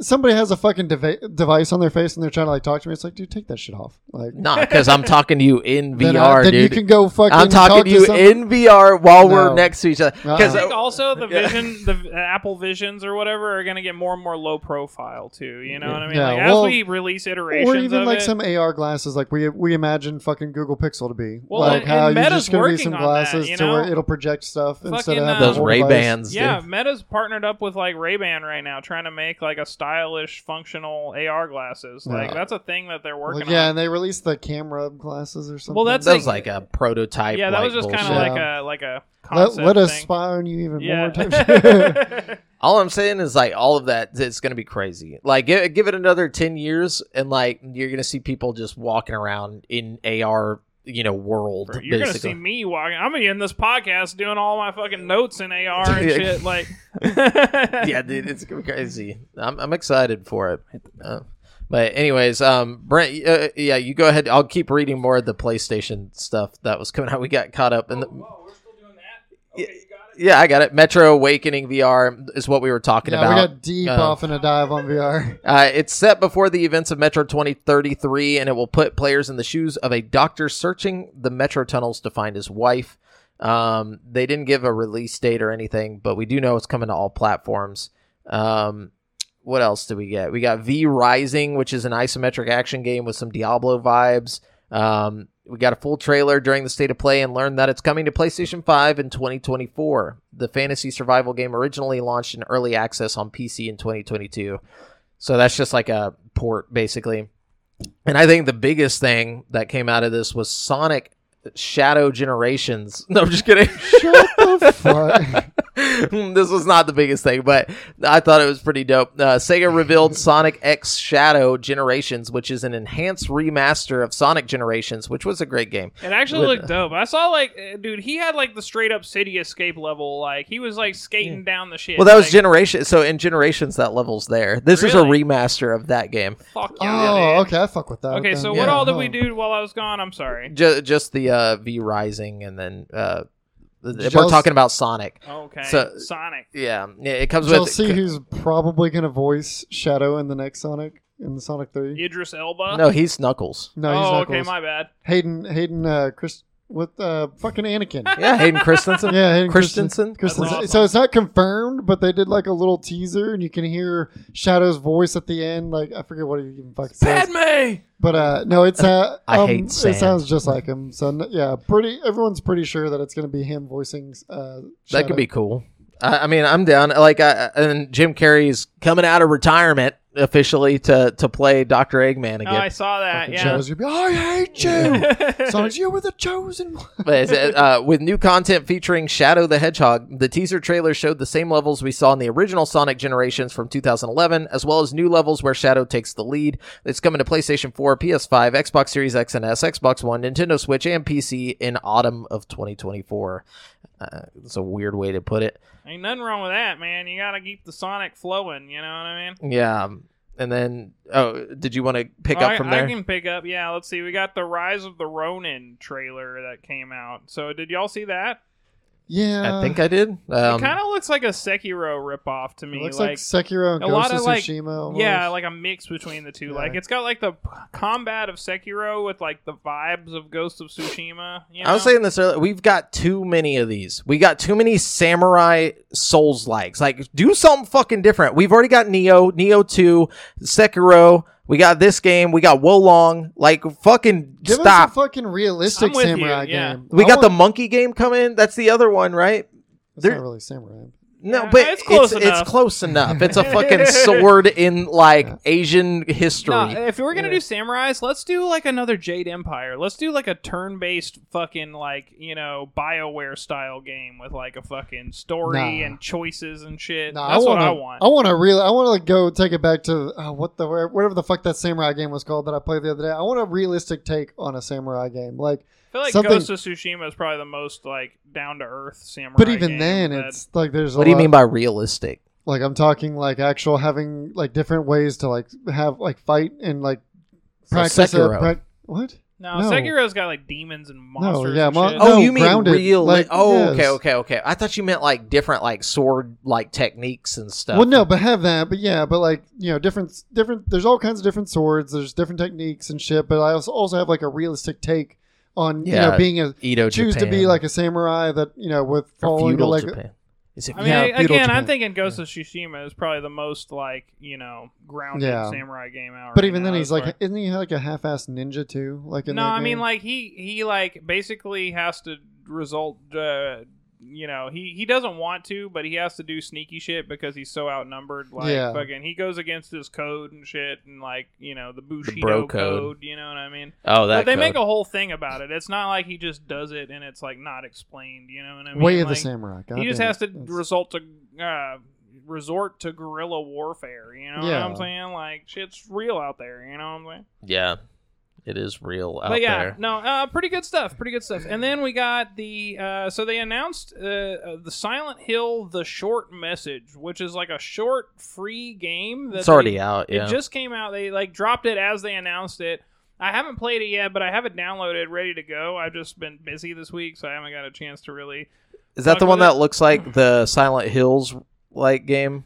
Speaker 3: somebody has a fucking deva- device on their face and they're trying to like talk to me. It's like, dude, take that shit off. Like,
Speaker 4: Nah, because I'm talking to you in
Speaker 3: then,
Speaker 4: VR,
Speaker 3: I, then
Speaker 4: dude.
Speaker 3: you can go fucking.
Speaker 4: I'm talking
Speaker 3: talk
Speaker 4: to you
Speaker 3: some-
Speaker 4: in VR while we're
Speaker 3: No.
Speaker 4: next to each other.
Speaker 2: I
Speaker 4: Because
Speaker 3: Uh-uh.
Speaker 2: think also the
Speaker 4: Yeah.
Speaker 2: vision, the uh, Apple visions or whatever, are going to get more and more low profile too. You know what I mean?
Speaker 3: Yeah,
Speaker 2: like,
Speaker 3: well,
Speaker 2: as we release iterations
Speaker 3: Or even
Speaker 2: of
Speaker 3: like
Speaker 2: it,
Speaker 3: some AR glasses, like we we imagine fucking Google Pixel to be,
Speaker 2: Well,
Speaker 3: like
Speaker 2: and-
Speaker 3: how
Speaker 2: and
Speaker 3: you're
Speaker 2: Meta's
Speaker 3: just gonna be
Speaker 2: working
Speaker 3: some
Speaker 2: on that,
Speaker 3: glasses
Speaker 2: you
Speaker 3: to where
Speaker 2: know?
Speaker 3: it'll project stuff instead
Speaker 2: Fucking,
Speaker 3: of
Speaker 2: uh,
Speaker 3: having
Speaker 4: those
Speaker 3: a whole
Speaker 4: Ray
Speaker 3: device.
Speaker 4: Bans,
Speaker 2: yeah, Meta's partnered up with like Ray Ban right now, trying to make like a stylish, functional AR glasses. Like
Speaker 3: Yeah.
Speaker 2: that's a thing that they're
Speaker 3: Well,
Speaker 2: working
Speaker 3: yeah,
Speaker 2: on.
Speaker 3: and they released the camera glasses or something.
Speaker 2: Well, that's
Speaker 4: that was
Speaker 2: like-
Speaker 4: like a prototype.
Speaker 2: Yeah, that was
Speaker 4: like,
Speaker 2: just kind of
Speaker 4: bullshit.
Speaker 2: like
Speaker 3: Yeah.
Speaker 2: a like a
Speaker 3: let,
Speaker 2: concept
Speaker 3: let us
Speaker 2: thing.
Speaker 3: spy on you even more. Type
Speaker 2: Yeah.
Speaker 4: All I'm saying is like all of that, it's gonna be crazy. Like give, give it another ten years, and like you're gonna see people just walking around in AR, you know, world.
Speaker 2: [laughs] You're gonna
Speaker 4: basically.
Speaker 2: see me walking. I'm gonna be in this podcast doing all my fucking notes in AR and
Speaker 4: [laughs] Yeah.
Speaker 2: shit. Like, [laughs]
Speaker 4: [laughs] yeah, dude, it's gonna be crazy. I'm, I'm excited for it. Uh, but anyways, um, Brent, uh, yeah, you go ahead. I'll keep reading more of the PlayStation stuff that was coming out. We got caught up in the.
Speaker 2: Oh, Whoa, we're still doing that. Okay, you got it.
Speaker 4: Yeah, I got it. Metro Awakening VR is what we were talking
Speaker 3: yeah,
Speaker 4: about.
Speaker 3: we got deep
Speaker 4: uh,
Speaker 3: off in a dive on VR.
Speaker 4: Uh, it's set before the events of Metro 2033, and it will put players in the shoes of a doctor searching the Metro tunnels to find his wife. Um, they didn't give a release date or anything, but we do know it's coming to all platforms. Um, what else did we get? We got V Rising, which is an isometric action game with some Diablo vibes. Um, we got a full trailer during the state of play and learned that it's coming to PlayStation 5 in 2024. The fantasy survival game originally launched in early access on PC in 2022. So that's just like a port, basically. And I think the biggest thing that came out of this was Sonic Shadow Generations. [laughs] No, I'm just
Speaker 3: [laughs]
Speaker 4: kidding.
Speaker 3: Shut [laughs] the fuck.
Speaker 4: this was not the biggest thing, but I thought it was pretty dope. Uh, Sega revealed Sonic X Shadow Generations, which is an enhanced remaster of Sonic Generations, which was a great game.
Speaker 2: It actually
Speaker 4: With-
Speaker 2: looked dope. I saw like, uh, dude, he had like the straight up city escape level. Like he was like skating down the shit.
Speaker 4: Well, that was
Speaker 2: like,
Speaker 4: Generation. So in Generations, that level's there. This is a
Speaker 2: Really?
Speaker 4: remaster of that game.
Speaker 2: Fuck yeah,
Speaker 3: Oh,
Speaker 2: dude.
Speaker 3: okay. I fuck with that.
Speaker 2: Okay,
Speaker 3: then.
Speaker 2: so
Speaker 4: Yeah.
Speaker 2: what all did we
Speaker 3: Huh.
Speaker 2: do while I was gone? I'm sorry.
Speaker 4: Ju- just the uh, V Rising, and then uh, th-
Speaker 3: Did
Speaker 4: we're
Speaker 3: y'all
Speaker 4: talking about Sonic.
Speaker 2: Okay,
Speaker 4: So-
Speaker 2: Sonic.
Speaker 4: Yeah, yeah, it comes
Speaker 3: Did y'all
Speaker 4: with.
Speaker 3: see who's probably going to voice Shadow in the next Sonic in Sonic Three?
Speaker 2: Idris Elba.
Speaker 4: no, he's Knuckles.
Speaker 3: No, he's
Speaker 2: oh,
Speaker 3: not
Speaker 2: okay,
Speaker 3: Knuckles.
Speaker 2: my bad.
Speaker 3: Hayden, Hayden, uh, Chris, with uh,
Speaker 2: [laughs]
Speaker 3: fucking Anakin.
Speaker 4: Yeah, Hayden Christensen.
Speaker 3: yeah, Hayden
Speaker 4: Christensen?
Speaker 3: Christensen.
Speaker 2: That's awesome.
Speaker 3: So it's not confirmed, but they did like a little teaser, and you can hear Shadow's voice at the end. Like I forget what he even fucking says,
Speaker 2: Padme.
Speaker 3: but uh, no, it's uh,
Speaker 4: [laughs] I
Speaker 3: um,
Speaker 4: hate
Speaker 3: it
Speaker 4: sand.
Speaker 3: sounds just like him. So n- yeah, pretty. Everyone's pretty sure that it's gonna be him voicing. Uh,
Speaker 4: That could be cool. I, I mean, I'm down. Like, I, and Jim Carrey's coming out of retirement officially to to play Doctor Eggman
Speaker 2: Oh, I
Speaker 4: again.
Speaker 2: saw that. Yeah.
Speaker 3: Shadow's gonna be. I
Speaker 2: [laughs]
Speaker 3: hate you. Sonic's you were the chosen one.
Speaker 4: But is it, uh, with new content featuring Shadow the Hedgehog, the teaser trailer showed the same levels we saw in the original Sonic Generations from 2011, as well as new levels where Shadow takes the lead. It's coming to PlayStation 4, PS5, Xbox Series X and S, Xbox One, Nintendo Switch, and PC in autumn of 2024. Uh, it's a weird way to put it.
Speaker 2: Ain't nothing wrong with that, man. You gotta keep the Sonic flowing. You know what I mean?
Speaker 4: Yeah. um, And then, oh, did you want to pick
Speaker 2: I,
Speaker 4: up from there?
Speaker 2: I can pick up. Yeah, let's see. We got the Rise of the Ronin trailer that came out. So did y'all see that?
Speaker 3: Yeah,
Speaker 4: I think I did. Um,
Speaker 2: uh, it kind of looks like a Sekiro ripoff to
Speaker 3: it
Speaker 2: me.
Speaker 3: looks like,
Speaker 2: like,
Speaker 3: Sekiro and
Speaker 2: a
Speaker 3: Ghost
Speaker 2: lot
Speaker 3: of
Speaker 2: of, like-
Speaker 3: Tsushima. almost.
Speaker 2: yeah, like a mix between the two.
Speaker 3: Yeah.
Speaker 2: Like it's got like the p- combat of Sekiro with like the vibes of Ghost of Tsushima. You know?
Speaker 4: I was saying this earlier. We've got too many of these. We got too many samurai souls likes. Like, do something fucking different. We've already got Neo, Neo Two, Sekiro. We got this game. We got Wolong. Like, fucking
Speaker 3: Give
Speaker 4: stop.
Speaker 3: us a fucking realistic
Speaker 2: I'm with you,
Speaker 3: samurai
Speaker 2: yeah.
Speaker 3: game.
Speaker 4: we
Speaker 3: I
Speaker 4: got the
Speaker 3: want-
Speaker 4: monkey game coming. That's the other one, right?
Speaker 3: It's
Speaker 4: there-
Speaker 3: not really samurai.
Speaker 4: No,
Speaker 2: Yeah,
Speaker 4: but
Speaker 2: it's close
Speaker 4: it's,
Speaker 2: enough.
Speaker 4: close enough.
Speaker 2: [laughs]
Speaker 4: It's a fucking sword in like Asian history.
Speaker 2: No, if we're gonna do samurais, let's do like another Jade Empire. Let's do like a turn-based fucking like you know Bioware style game with like a fucking story
Speaker 3: Nah.
Speaker 2: and choices and shit.
Speaker 3: No,
Speaker 2: That's
Speaker 3: I wanna,
Speaker 2: what I want.
Speaker 3: I want to really. I want to go take it back to uh, what the whatever the fuck that samurai game was called that I played the other day. I want a realistic take on a samurai game, like.
Speaker 2: I feel like
Speaker 3: something-
Speaker 2: Ghost of Tsushima is probably the most like down to earth samurai.
Speaker 3: But even
Speaker 2: game,
Speaker 3: then,
Speaker 2: but-
Speaker 3: it's like there's. A
Speaker 4: what do you
Speaker 3: lot-
Speaker 4: mean by realistic?
Speaker 3: Like I'm talking like actual having like different ways to like have like fight and like
Speaker 4: So
Speaker 3: practice. a
Speaker 4: Sekiro.
Speaker 3: prac- what?
Speaker 2: no,
Speaker 3: no.
Speaker 2: Sekiro's got like demons and monsters.
Speaker 3: yeah,
Speaker 2: and
Speaker 3: mon-
Speaker 2: shit.
Speaker 3: Oh,
Speaker 4: Oh,
Speaker 3: No,
Speaker 4: you mean
Speaker 3: grounded,
Speaker 4: real?
Speaker 3: like,
Speaker 4: oh,
Speaker 3: yes.
Speaker 4: okay, okay, okay. I thought you meant like different, like sword, like techniques and stuff.
Speaker 3: Well, no, but have that. But yeah, but like you know, different, different. There's all kinds of different swords. There's different techniques and shit. But I also also have like a realistic take on you
Speaker 4: Yeah,
Speaker 3: know being a
Speaker 4: Edo
Speaker 3: choose to
Speaker 4: Japan.
Speaker 3: be like a samurai that you know with
Speaker 4: Or
Speaker 3: following
Speaker 4: feudal
Speaker 3: like
Speaker 4: Japan. Is it?
Speaker 2: I mean,
Speaker 4: yeah,
Speaker 2: I-
Speaker 4: feudal
Speaker 2: again, I'm
Speaker 4: Japan.
Speaker 2: thinking Ghost of Tsushima is probably the most like you know grounded
Speaker 3: Yeah.
Speaker 2: samurai game out.
Speaker 3: But
Speaker 2: right
Speaker 3: even then,
Speaker 2: now,
Speaker 3: he's
Speaker 2: as
Speaker 3: like,
Speaker 2: far-
Speaker 3: isn't he like a half-assed ninja too? Like in
Speaker 2: no,
Speaker 3: that
Speaker 2: I mean
Speaker 3: game?
Speaker 2: like he he like basically has to result. Uh, you know, he he doesn't want to, but he has to do sneaky shit because he's so outnumbered. Like
Speaker 3: Yeah.
Speaker 2: fucking, he goes against his code and shit, and like you know the Bushido
Speaker 4: bro code.
Speaker 2: code. You know what I mean?
Speaker 4: Oh, that.
Speaker 2: but they make
Speaker 4: code.
Speaker 2: a whole thing about it. It's not like he just does it and it's like not explained. You know what I mean?
Speaker 3: way of the
Speaker 2: Like,
Speaker 3: samurai. God
Speaker 2: he just
Speaker 3: damn
Speaker 2: has to
Speaker 3: it. That's- [laughs]
Speaker 2: result to uh, resort to guerrilla warfare. You know
Speaker 3: Yeah.
Speaker 2: what I'm saying? Like shit's real out there. You know what I'm saying?
Speaker 4: yeah, it is real out
Speaker 2: but yeah,
Speaker 4: there.
Speaker 2: no, uh, pretty good stuff. Pretty good stuff. And then we got the uh, so they announced uh, uh, the Silent Hill: The Short Message, which is like a short free game. That
Speaker 4: It's already
Speaker 2: they-
Speaker 4: out. Yeah.
Speaker 2: It just came out. They like dropped it as they announced it. I haven't played it yet, but I have it downloaded, ready to go. I've just been busy this week, so I haven't got a chance to really
Speaker 4: is that the
Speaker 2: fuck
Speaker 4: one
Speaker 2: with
Speaker 4: that looks like the Silent Hills like game?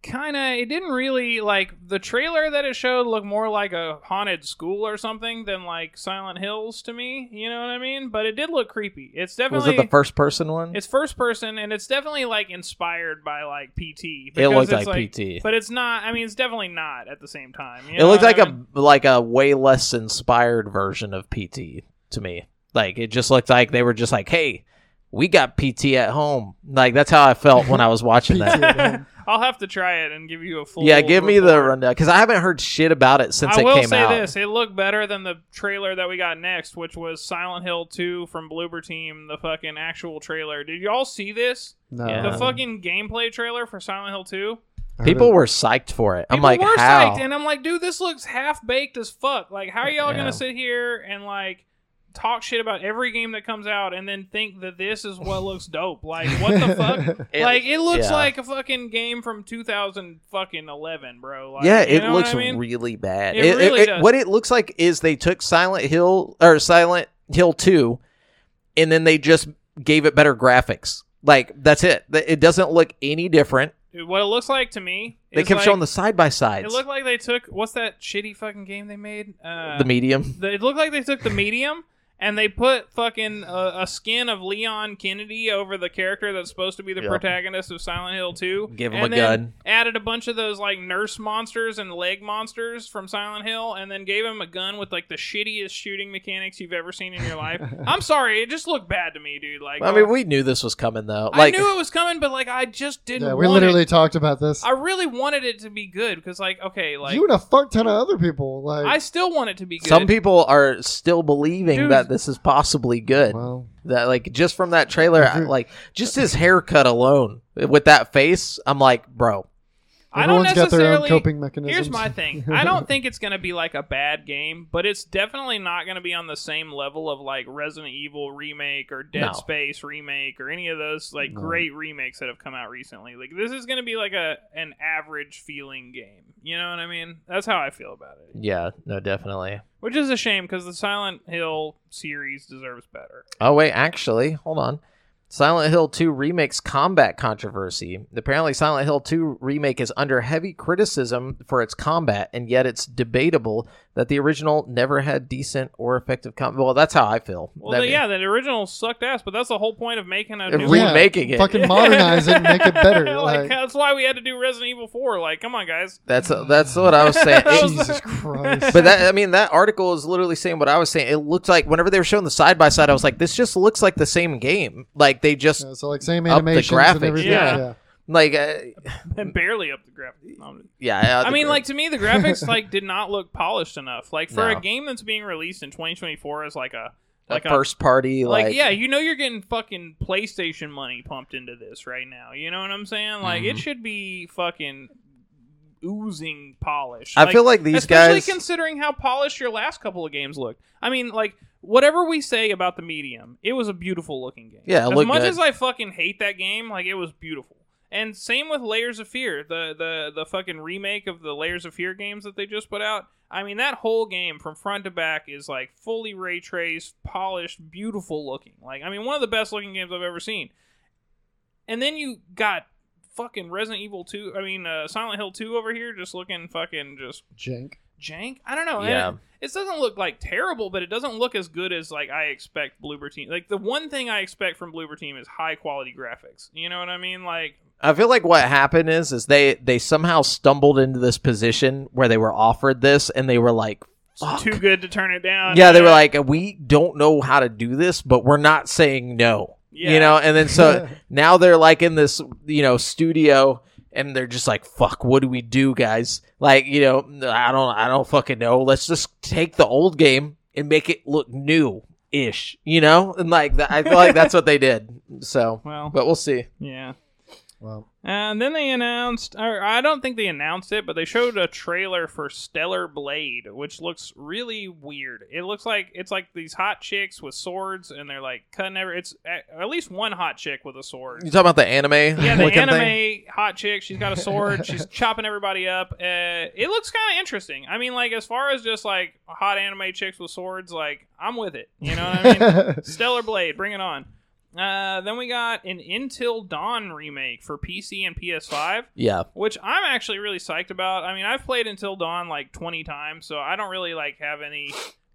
Speaker 2: kind of it didn't really like the trailer that it showed looked more like a haunted school or something than like Silent Hills to me. You know what I mean? But it did look creepy. It's
Speaker 4: Was
Speaker 2: definitely
Speaker 4: it the first person one?
Speaker 2: it's first person and it's definitely like inspired by like PT.
Speaker 4: It
Speaker 2: because
Speaker 4: looked
Speaker 2: it's,
Speaker 4: like PT.
Speaker 2: but it's not. I mean, it's definitely not at the same time. you
Speaker 4: it
Speaker 2: know
Speaker 4: looked
Speaker 2: what
Speaker 4: like
Speaker 2: I mean?
Speaker 4: a like a way less inspired version of PT to me. Like it just looked like they were just like, "Hey, we got PT at home." Like that's how I felt when
Speaker 2: [laughs]
Speaker 4: I was watching that.
Speaker 3: PT.
Speaker 2: I'll have to try it and give you a full.
Speaker 4: Yeah, give me the
Speaker 2: report.
Speaker 4: rundown because I haven't heard shit about it since
Speaker 2: I
Speaker 4: it
Speaker 2: will
Speaker 4: came
Speaker 2: say
Speaker 4: out.
Speaker 2: this: it looked better than the trailer that we got next, which was Silent Hill 2 from Bloober Team, the fucking actual trailer. Did y'all see this?
Speaker 3: No.
Speaker 4: Yeah.
Speaker 2: The fucking gameplay trailer for Silent Hill 2.
Speaker 3: I heard
Speaker 4: People
Speaker 3: it.
Speaker 4: were psyched for it. I'm
Speaker 2: People
Speaker 4: like,
Speaker 2: were
Speaker 4: how?
Speaker 2: psyched, and I'm like, dude, this looks half baked as fuck. Like, how are y'all
Speaker 4: Yeah.
Speaker 2: gonna sit here and like talk shit about every game that comes out and then think that this is what
Speaker 4: [laughs]
Speaker 2: looks dope? Like, what the fuck?
Speaker 3: [laughs]
Speaker 4: It-
Speaker 2: like, it looks
Speaker 4: yeah.
Speaker 2: like a fucking game from 2000 fucking 11, bro. Like,
Speaker 4: yeah,
Speaker 2: you
Speaker 4: it
Speaker 2: know what
Speaker 4: looks
Speaker 2: I mean?
Speaker 4: really bad.
Speaker 2: It really does.
Speaker 4: What it looks like is they took Silent Hill or Silent Hill Two, and then they just gave it better graphics. Like that's it. Th- It doesn't look any different.
Speaker 2: Dude, what it looks like to me.
Speaker 4: They
Speaker 2: is
Speaker 4: kept
Speaker 2: like,
Speaker 4: showing the side by sides.
Speaker 2: It looked like they took what's that shitty fucking game they made? Uh,
Speaker 4: The medium.
Speaker 2: the- it looked like they took the medium and they put fucking uh, a skin of Leon Kennedy over the character that's supposed to be the
Speaker 4: Yeah.
Speaker 2: protagonist of Silent Hill 2.
Speaker 4: Give him
Speaker 2: and
Speaker 4: a
Speaker 2: then
Speaker 4: gun.
Speaker 2: Added a bunch of those like nurse monsters and leg monsters from Silent Hill, and then gave him a gun with like the shittiest shooting mechanics you've ever seen in your
Speaker 3: [laughs]
Speaker 2: life. I'm sorry, it just looked bad to me, dude. Like
Speaker 4: I mean, we knew this was coming though.
Speaker 2: I
Speaker 4: Like
Speaker 2: knew it was coming, but like I just didn't.
Speaker 3: Yeah, we
Speaker 2: want
Speaker 3: literally
Speaker 2: It.
Speaker 3: talked about this.
Speaker 2: I really wanted it to be good because, like, okay, like
Speaker 3: you and a fuck ton of other people. Like,
Speaker 2: I still want it to be good.
Speaker 4: some people are still believing
Speaker 2: Dude.
Speaker 4: that this is possibly good.
Speaker 3: well,
Speaker 4: That like just from that trailer, I-
Speaker 3: Mhm.
Speaker 4: like just his haircut alone with that face, I'm like, bro,
Speaker 2: I don't
Speaker 3: everyone's got their own
Speaker 2: necessarily.
Speaker 3: coping mechanisms.
Speaker 2: Here's my thing.
Speaker 3: [laughs]
Speaker 2: I don't think it's going to be like a bad game, but it's definitely not going to be on the same level of like Resident Evil remake or Dead
Speaker 4: No.
Speaker 2: Space remake or any of those like
Speaker 3: No.
Speaker 2: great remakes that have come out recently. Like this is going to be like a an average feeling game. You know what I mean? That's how I feel about it.
Speaker 4: yeah, no, definitely.
Speaker 2: Which is a shame because the Silent Hill series deserves better.
Speaker 4: Oh wait, actually, hold on. Silent Hill 2 remake's combat controversy. Apparently, Silent Hill 2 remake is under heavy criticism for its combat, and yet it's debatable that the original never had decent or effective combat. Well, that's how I feel.
Speaker 2: Well,
Speaker 4: That-
Speaker 2: the- yeah, the original sucked ass, but that's the whole point of making a
Speaker 4: If
Speaker 2: new one.
Speaker 4: we
Speaker 3: Yeah,
Speaker 4: remaking it.
Speaker 3: Fucking modernize it and make
Speaker 2: [laughs]
Speaker 3: it better.
Speaker 2: like,
Speaker 3: like,
Speaker 2: that's why we had to do Resident Evil Four. Like, come on, guys.
Speaker 4: That's that's what I
Speaker 3: [laughs]
Speaker 4: was saying. [laughs]
Speaker 2: That was- [laughs]
Speaker 3: Jesus Christ.
Speaker 4: but that I mean that article is literally saying what I was saying. It looked like whenever they were showing the side by side, I was like, this just looks like the same game. Like they just
Speaker 3: Yeah, so like same
Speaker 4: Up the
Speaker 3: animations
Speaker 4: graphics.
Speaker 3: and everything.
Speaker 2: Yeah.
Speaker 3: Yeah.
Speaker 4: like uh,
Speaker 2: And barely up the graphics. No, I'm-
Speaker 4: yeah.
Speaker 2: I mean, like to me, the graphics
Speaker 4: [laughs]
Speaker 2: like did not look polished enough. Like for
Speaker 4: No.
Speaker 2: a game that's being released in 2024 as like a like
Speaker 4: like
Speaker 2: a,
Speaker 4: first party
Speaker 2: like,
Speaker 4: like,
Speaker 2: yeah, you know you're getting fucking PlayStation money pumped into this right now. You know what I'm saying? Like it
Speaker 4: Mhm.
Speaker 2: should be fucking oozing polish.
Speaker 4: I feel like these
Speaker 2: especially
Speaker 4: guys.
Speaker 2: considering how polished your last couple of games looked. I mean, like whatever we say about the medium, it was a beautiful looking game.
Speaker 4: Yeah, it
Speaker 2: as
Speaker 4: looked
Speaker 2: much
Speaker 4: good.
Speaker 2: as I fucking hate that game, like it was beautiful. And same with Layers of Fear, the the the fucking remake of the Layers of Fear games that they just put out. I mean, that whole game from front to back is like fully ray traced, polished, beautiful looking. Like, I mean, one of the best looking games I've ever seen. And then you got fucking Resident Evil 2, I mean, uh, Silent Hill 2 over here just looking fucking just
Speaker 3: Jank.
Speaker 2: jank. I don't know. and
Speaker 4: yeah.
Speaker 2: It, it doesn't look like terrible, but it doesn't look as good as like I expect Bloober Team. Like the one thing I expect from Bloober Team is high quality graphics. You know what I mean? Like
Speaker 4: I feel like what happened is is they they somehow stumbled into this position where they were offered this and they were like
Speaker 2: it's
Speaker 4: Fuck.
Speaker 2: too good to turn it down.
Speaker 4: yeah they were like we don't know how to do this but we're not saying no you
Speaker 2: Yeah.
Speaker 4: know and then so
Speaker 3: [laughs]
Speaker 4: now they're like in this you know studio and they're just like fuck what do we do guys like you know I don't I don't fucking know let's just take the old game and make it look new ish you know and like that, I feel like that's what they did so
Speaker 2: well,
Speaker 4: but we'll see
Speaker 2: yeah.
Speaker 3: Well,
Speaker 2: And then they announced, or I don't think they announced it, but they showed a trailer for Stellar Blade, which looks really weird. It looks like it's like these hot chicks with swords, and they're like cutting every. It's at, at least one hot chick with a sword.
Speaker 4: you talking about the anime [laughs]
Speaker 2: Yeah, the
Speaker 4: looking
Speaker 2: anime
Speaker 4: thing?
Speaker 2: hot chick. She's got a sword. she's chopping everybody up. Uh, it looks kind of interesting. I mean, like as far as just like
Speaker 3: [laughs]
Speaker 2: hot anime chicks with swords, like I'm with it. You know what I mean? Stellar Blade, bring it on. Uh, then we got an Until Dawn remake for PC and PS5,
Speaker 4: Yeah.
Speaker 2: which I'm actually really psyched about. I mean, I've played Until Dawn like 20 times, so I don't really like have any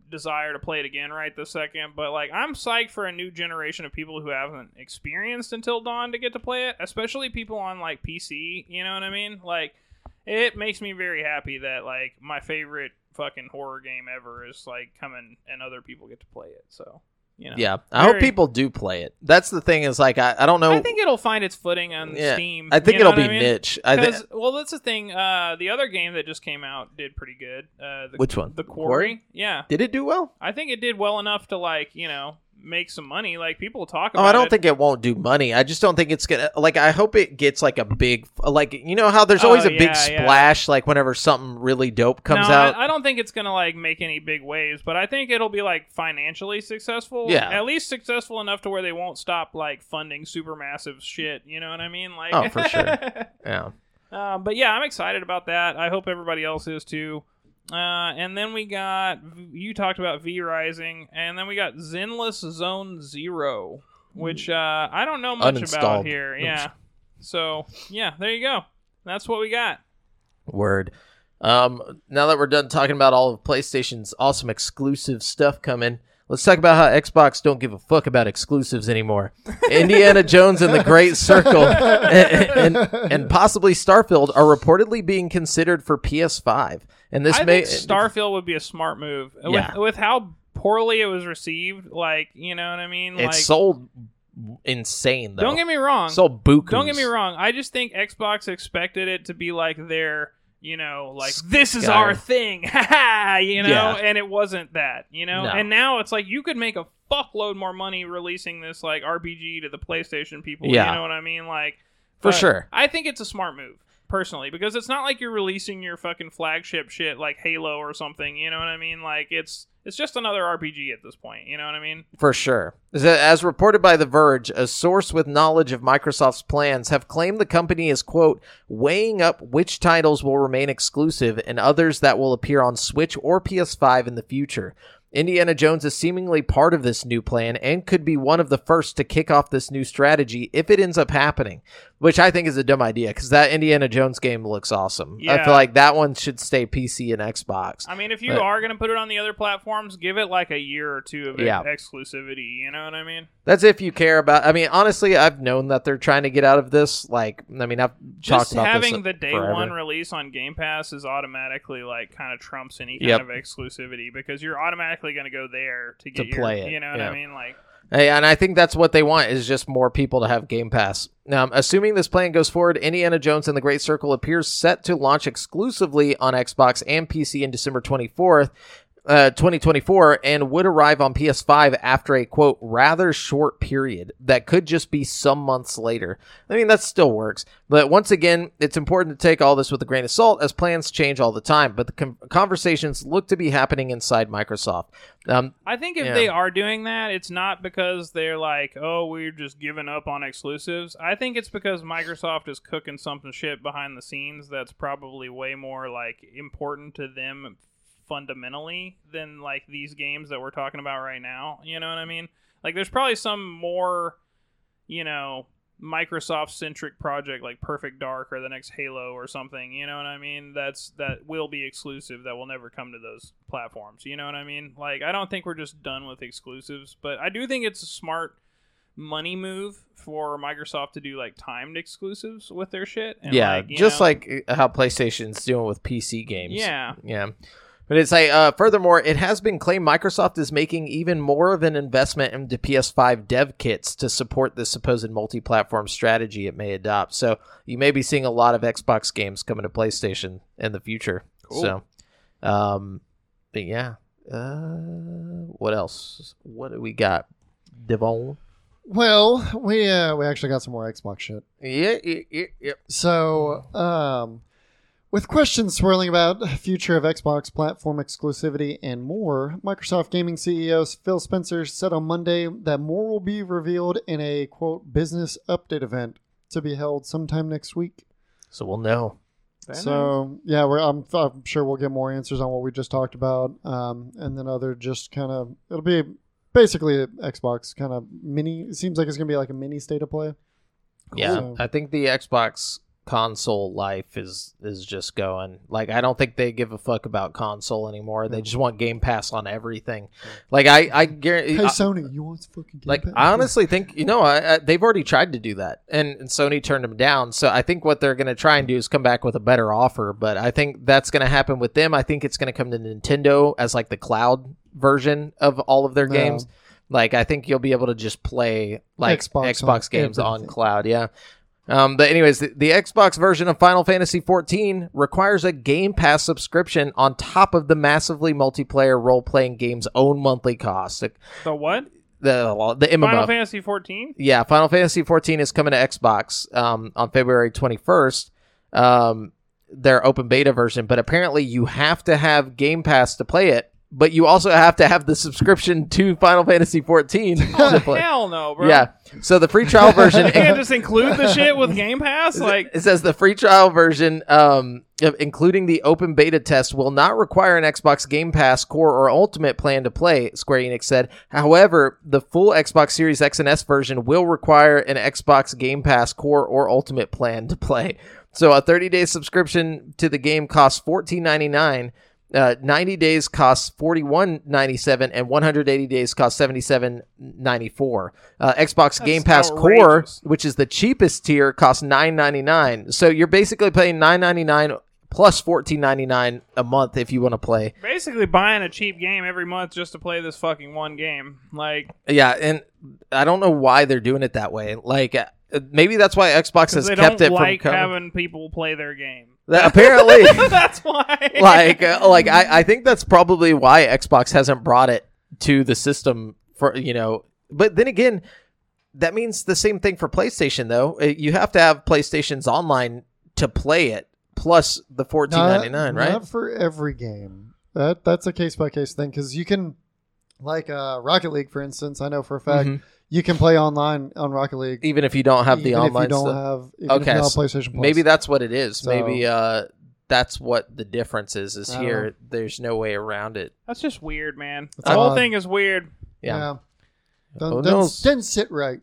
Speaker 2: desire to play it again right this second. But like, I'm psyched for a new generation of people who haven't experienced Until Dawn to get to play it, especially people on like PC. You know what I mean? Like, it makes me very happy that like my favorite fucking horror game ever is like coming and other people get to play it. So you know,
Speaker 4: Yeah. I
Speaker 2: Very-
Speaker 4: hope people do play it. That's the thing is like I, I don't know
Speaker 2: I think it'll find its footing on
Speaker 4: Yeah,
Speaker 2: Steam.
Speaker 4: I think
Speaker 2: you know
Speaker 4: it'll be
Speaker 2: what I mean?
Speaker 4: niche. I think
Speaker 2: 'Cause- well, that's the thing. Uh, the other game that just came out did pretty good. Uh, the,
Speaker 4: Which one?
Speaker 2: The Quarry. Yeah,
Speaker 4: Did it do well?
Speaker 2: I think it did well enough to like you know make some money. Like people talk
Speaker 4: Oh,
Speaker 2: about.
Speaker 4: I don't
Speaker 2: it.
Speaker 4: think it won't do money. I just don't think it's gonna like. I hope it gets like a big like. You know how there's always
Speaker 2: Oh,
Speaker 4: a big
Speaker 2: yeah, yeah.
Speaker 4: splash like whenever something really dope comes
Speaker 2: no,
Speaker 4: out.
Speaker 2: I, I don't think it's gonna like make any big waves, but I think it'll be like financially successful.
Speaker 4: Yeah.
Speaker 2: at least successful enough to where they won't stop like funding supermassive shit. You know what I mean? Like,
Speaker 4: Oh, for
Speaker 2: [laughs]
Speaker 4: sure. yeah.
Speaker 2: Um, but yeah, I'm excited about that. I hope everybody else is too. Uh, and then we got you talked about V Rising, and then we got Zenless Zone Zero, which uh, I don't know much about
Speaker 4: Uninstalled.
Speaker 2: here. Yeah, so yeah, there you go. That's what we got.
Speaker 4: Word. Um, now that we're done talking about all of PlayStation's awesome exclusive stuff coming, let's talk about how Xbox don't give a fuck about exclusives anymore.
Speaker 2: [laughs]
Speaker 4: Indiana Jones and the
Speaker 3: [laughs]
Speaker 4: Great Circle and, and, and possibly Starfield are reportedly being considered for PS5. And this
Speaker 2: I
Speaker 4: may
Speaker 2: think Starfield would be a smart move.
Speaker 4: Yeah.
Speaker 2: With, with how poorly it was received, like you know what I mean.
Speaker 4: it
Speaker 2: like,
Speaker 4: sold insane though.
Speaker 2: don't get me wrong.
Speaker 4: sold bukus.
Speaker 2: Don't get me wrong. I just think Xbox expected it to be like their, you know, like
Speaker 4: Sky.
Speaker 2: this is our thing, [laughs] ha ha, you know,
Speaker 4: Yeah.
Speaker 2: and it wasn't that, you know.
Speaker 4: No.
Speaker 2: And now it's like you could make a fuckload more money releasing this like RPG to the PlayStation people.
Speaker 4: Yeah.
Speaker 2: You know what I mean? Like
Speaker 4: For
Speaker 2: but
Speaker 4: sure.
Speaker 2: I think it's a smart move personally because it's not like you're releasing your fucking flagship shit like Halo or something. You know what I mean? Like it's it's just another RPG at this point. You know what I mean?
Speaker 4: For sure. As- As reported by The Verge, a source with knowledge of Microsoft's plans have claimed the company is, quote, weighing up which titles will remain exclusive and others that will appear on Switch or PS5 in the future. Indiana Jones is seemingly part of this new plan and could be one of the first to kick off this new strategy if it ends up happening, which I think is a dumb idea because that Indiana Jones game looks awesome. I
Speaker 2: Yeah.
Speaker 4: feel like that one should stay PC and Xbox.
Speaker 2: I mean, if you
Speaker 4: But-
Speaker 2: are going to put it on the other platforms, give it like a year or two of
Speaker 4: Yeah.
Speaker 2: exclusivity. You know what I mean?
Speaker 4: That's if you care about. I mean, honestly, I've known that they're trying to get out of this. Like, I mean, I've talked
Speaker 2: Just
Speaker 4: about
Speaker 2: having
Speaker 4: this uh,
Speaker 2: the day
Speaker 4: forever.
Speaker 2: one release on Game Pass is automatically like kind of trumps any kind
Speaker 4: Yep.
Speaker 2: of exclusivity because you're automatically going to go there to get your,
Speaker 4: play it,
Speaker 2: You know what
Speaker 4: yeah.
Speaker 2: I mean? Like,
Speaker 4: Hey, and I think that's what they want is just more people to have Game Pass. Now, assuming this plan goes forward, Indiana Jones and the Great Circle appears set to launch exclusively on Xbox and PC in December 24th, uh, 2024, and would arrive on PS5 after a quote rather short period that could just be some months later. I mean, that still works, but once again, it's important to take all this with a grain of salt as plans change all the time. But the com- conversations look to be happening inside Microsoft. Um,
Speaker 2: I think if
Speaker 4: Yeah.
Speaker 2: they are doing that, it's not because they're like, oh, we're just giving up on exclusives. I think it's because Microsoft is cooking something shit behind the scenes that's probably way more like important to them fundamentally than like these games that we're talking about right now. You know what I mean? Like there's probably some more, you know, Microsoft centric project like Perfect Dark or the next Halo or something, you know what I mean? That's that will be exclusive that will never come to those platforms. You know what I mean? Like I don't think we're just done with exclusives, but I do think it's a smart money move for Microsoft to do like timed exclusives with their shit. And,
Speaker 4: yeah,
Speaker 2: like, you
Speaker 4: just
Speaker 2: know-
Speaker 4: like uh, how PlayStation's doing with PC games.
Speaker 2: yeah,
Speaker 4: yeah. But it's like, uh, furthermore, it has been claimed Microsoft is making even more of an investment into PS5 dev kits to support this supposed multi-platform strategy it may adopt. So you may be seeing a lot of Xbox games coming to PlayStation in the future.
Speaker 2: Cool.
Speaker 4: So, um, but yeah, uh, what else? What do we got, Devon?
Speaker 3: well, we uh, we actually got some more Xbox shit.
Speaker 4: Yeah, yeah, yeah, yeah.
Speaker 3: So, um, with questions swirling about future of Xbox platform exclusivity and more, Microsoft gaming CEO Phil Spencer said on Monday that more will be revealed in a quote business update event to be held sometime next week.
Speaker 4: So we'll know.
Speaker 3: so, yeah, we're, I'm, I'm sure we'll get more answers on what we just talked about, um, and then other just kind of it'll be basically a Xbox kind of mini. It seems like it's gonna be like a mini state of play.
Speaker 4: Yeah,
Speaker 3: Cool.
Speaker 4: I think the Xbox console life is is just going like I don't think they give a fuck about console anymore. They
Speaker 3: Yeah.
Speaker 4: just want Game Pass on everything. Like I I guarantee.
Speaker 3: [laughs] Hey Sony, you want fucking Game
Speaker 4: like
Speaker 3: Pass?
Speaker 4: I honestly think you know I, I, they've already tried to do that and, and Sony turned them down so I think what they're going to try and do is come back with a better offer but I think that's going to happen with them I think it's going to come to Nintendo as like the cloud version of all of their
Speaker 3: No.
Speaker 4: games like I think you'll be able to just play like
Speaker 3: Xbox on
Speaker 4: Xbox, games on
Speaker 3: everything.
Speaker 4: cloud yeah um, but anyways, the, the Xbox version of Final Fantasy XIV requires a Game Pass subscription on top of the massively multiplayer role-playing game's own monthly cost. The
Speaker 2: The what?
Speaker 4: the, the MMO.
Speaker 2: Final Fantasy 14?
Speaker 4: Yeah, Final Fantasy 14 is coming to Xbox um, on February 21st. Um, their open beta version, but apparently you have to have Game Pass to play it, but you also have to have the subscription to Final
Speaker 2: [laughs]
Speaker 4: Fantasy 14 to play.
Speaker 2: Oh, Hell no, bro.
Speaker 4: Yeah. So the free trial version
Speaker 2: You [laughs] can't just include the shit
Speaker 4: [laughs]
Speaker 2: with Game Pass? Like,
Speaker 4: it says the free trial version, um, of- including the open beta test, will not require an Xbox Game Pass Core or Ultimate plan to play. Square Enix said. However, the full Xbox Series X and S version will require an Xbox Game Pass Core or Ultimate plan to play. So a 30-day subscription to the game costs $14.99. Uh, 90 days costs 41.97 and 180 days costs 77.94. Uh, Xbox Game Pass Core
Speaker 2: outrageous.
Speaker 4: which is the cheapest tier, costs nine ninety nine. So you're basically paying nine ninety nine plus fourteen ninety nine a month if you want to play.
Speaker 2: basically buying a cheap game every month just to play this fucking one game. Like,
Speaker 4: Yeah, and I don't know why they're doing it that way. Like uh, maybe that's why Xbox
Speaker 2: because
Speaker 4: has
Speaker 2: they
Speaker 4: kept
Speaker 2: don't
Speaker 4: it
Speaker 2: like
Speaker 4: from coming.
Speaker 2: having people play their
Speaker 4: [laughs]
Speaker 2: game. [laughs]
Speaker 4: Apparently,
Speaker 2: That's why.
Speaker 3: [laughs]
Speaker 4: like uh, like I, I think that's probably why Xbox hasn't brought it to the system for you know. But then again, that means the same thing for PlayStation though. Uh, You have to have PlayStation's online to play it plus the fourteen
Speaker 3: Not-
Speaker 4: ninety nine, right?
Speaker 3: Not for every game. That that's a case by case thing because you can, like uh, Rocket League, for instance. I know for a fact
Speaker 4: Mhm.
Speaker 3: you can play online on Rocket League.
Speaker 4: even if you don't have the
Speaker 3: even
Speaker 4: online
Speaker 3: if you don't
Speaker 4: stuff.
Speaker 3: have even if
Speaker 4: Okay,
Speaker 3: you don't have
Speaker 4: so
Speaker 3: PlayStation. Plus.
Speaker 4: maybe that's what it is.
Speaker 3: So-
Speaker 4: Maybe uh, that's what the difference is. Is
Speaker 3: I don't
Speaker 4: here? There's no way around it.
Speaker 2: [laughs] That's just weird, man.
Speaker 3: That's
Speaker 2: The whole
Speaker 3: odd.
Speaker 2: thing is weird.
Speaker 4: Yeah.
Speaker 3: Don't,
Speaker 4: Oh,
Speaker 3: don't-
Speaker 4: no.
Speaker 3: didn't sit right.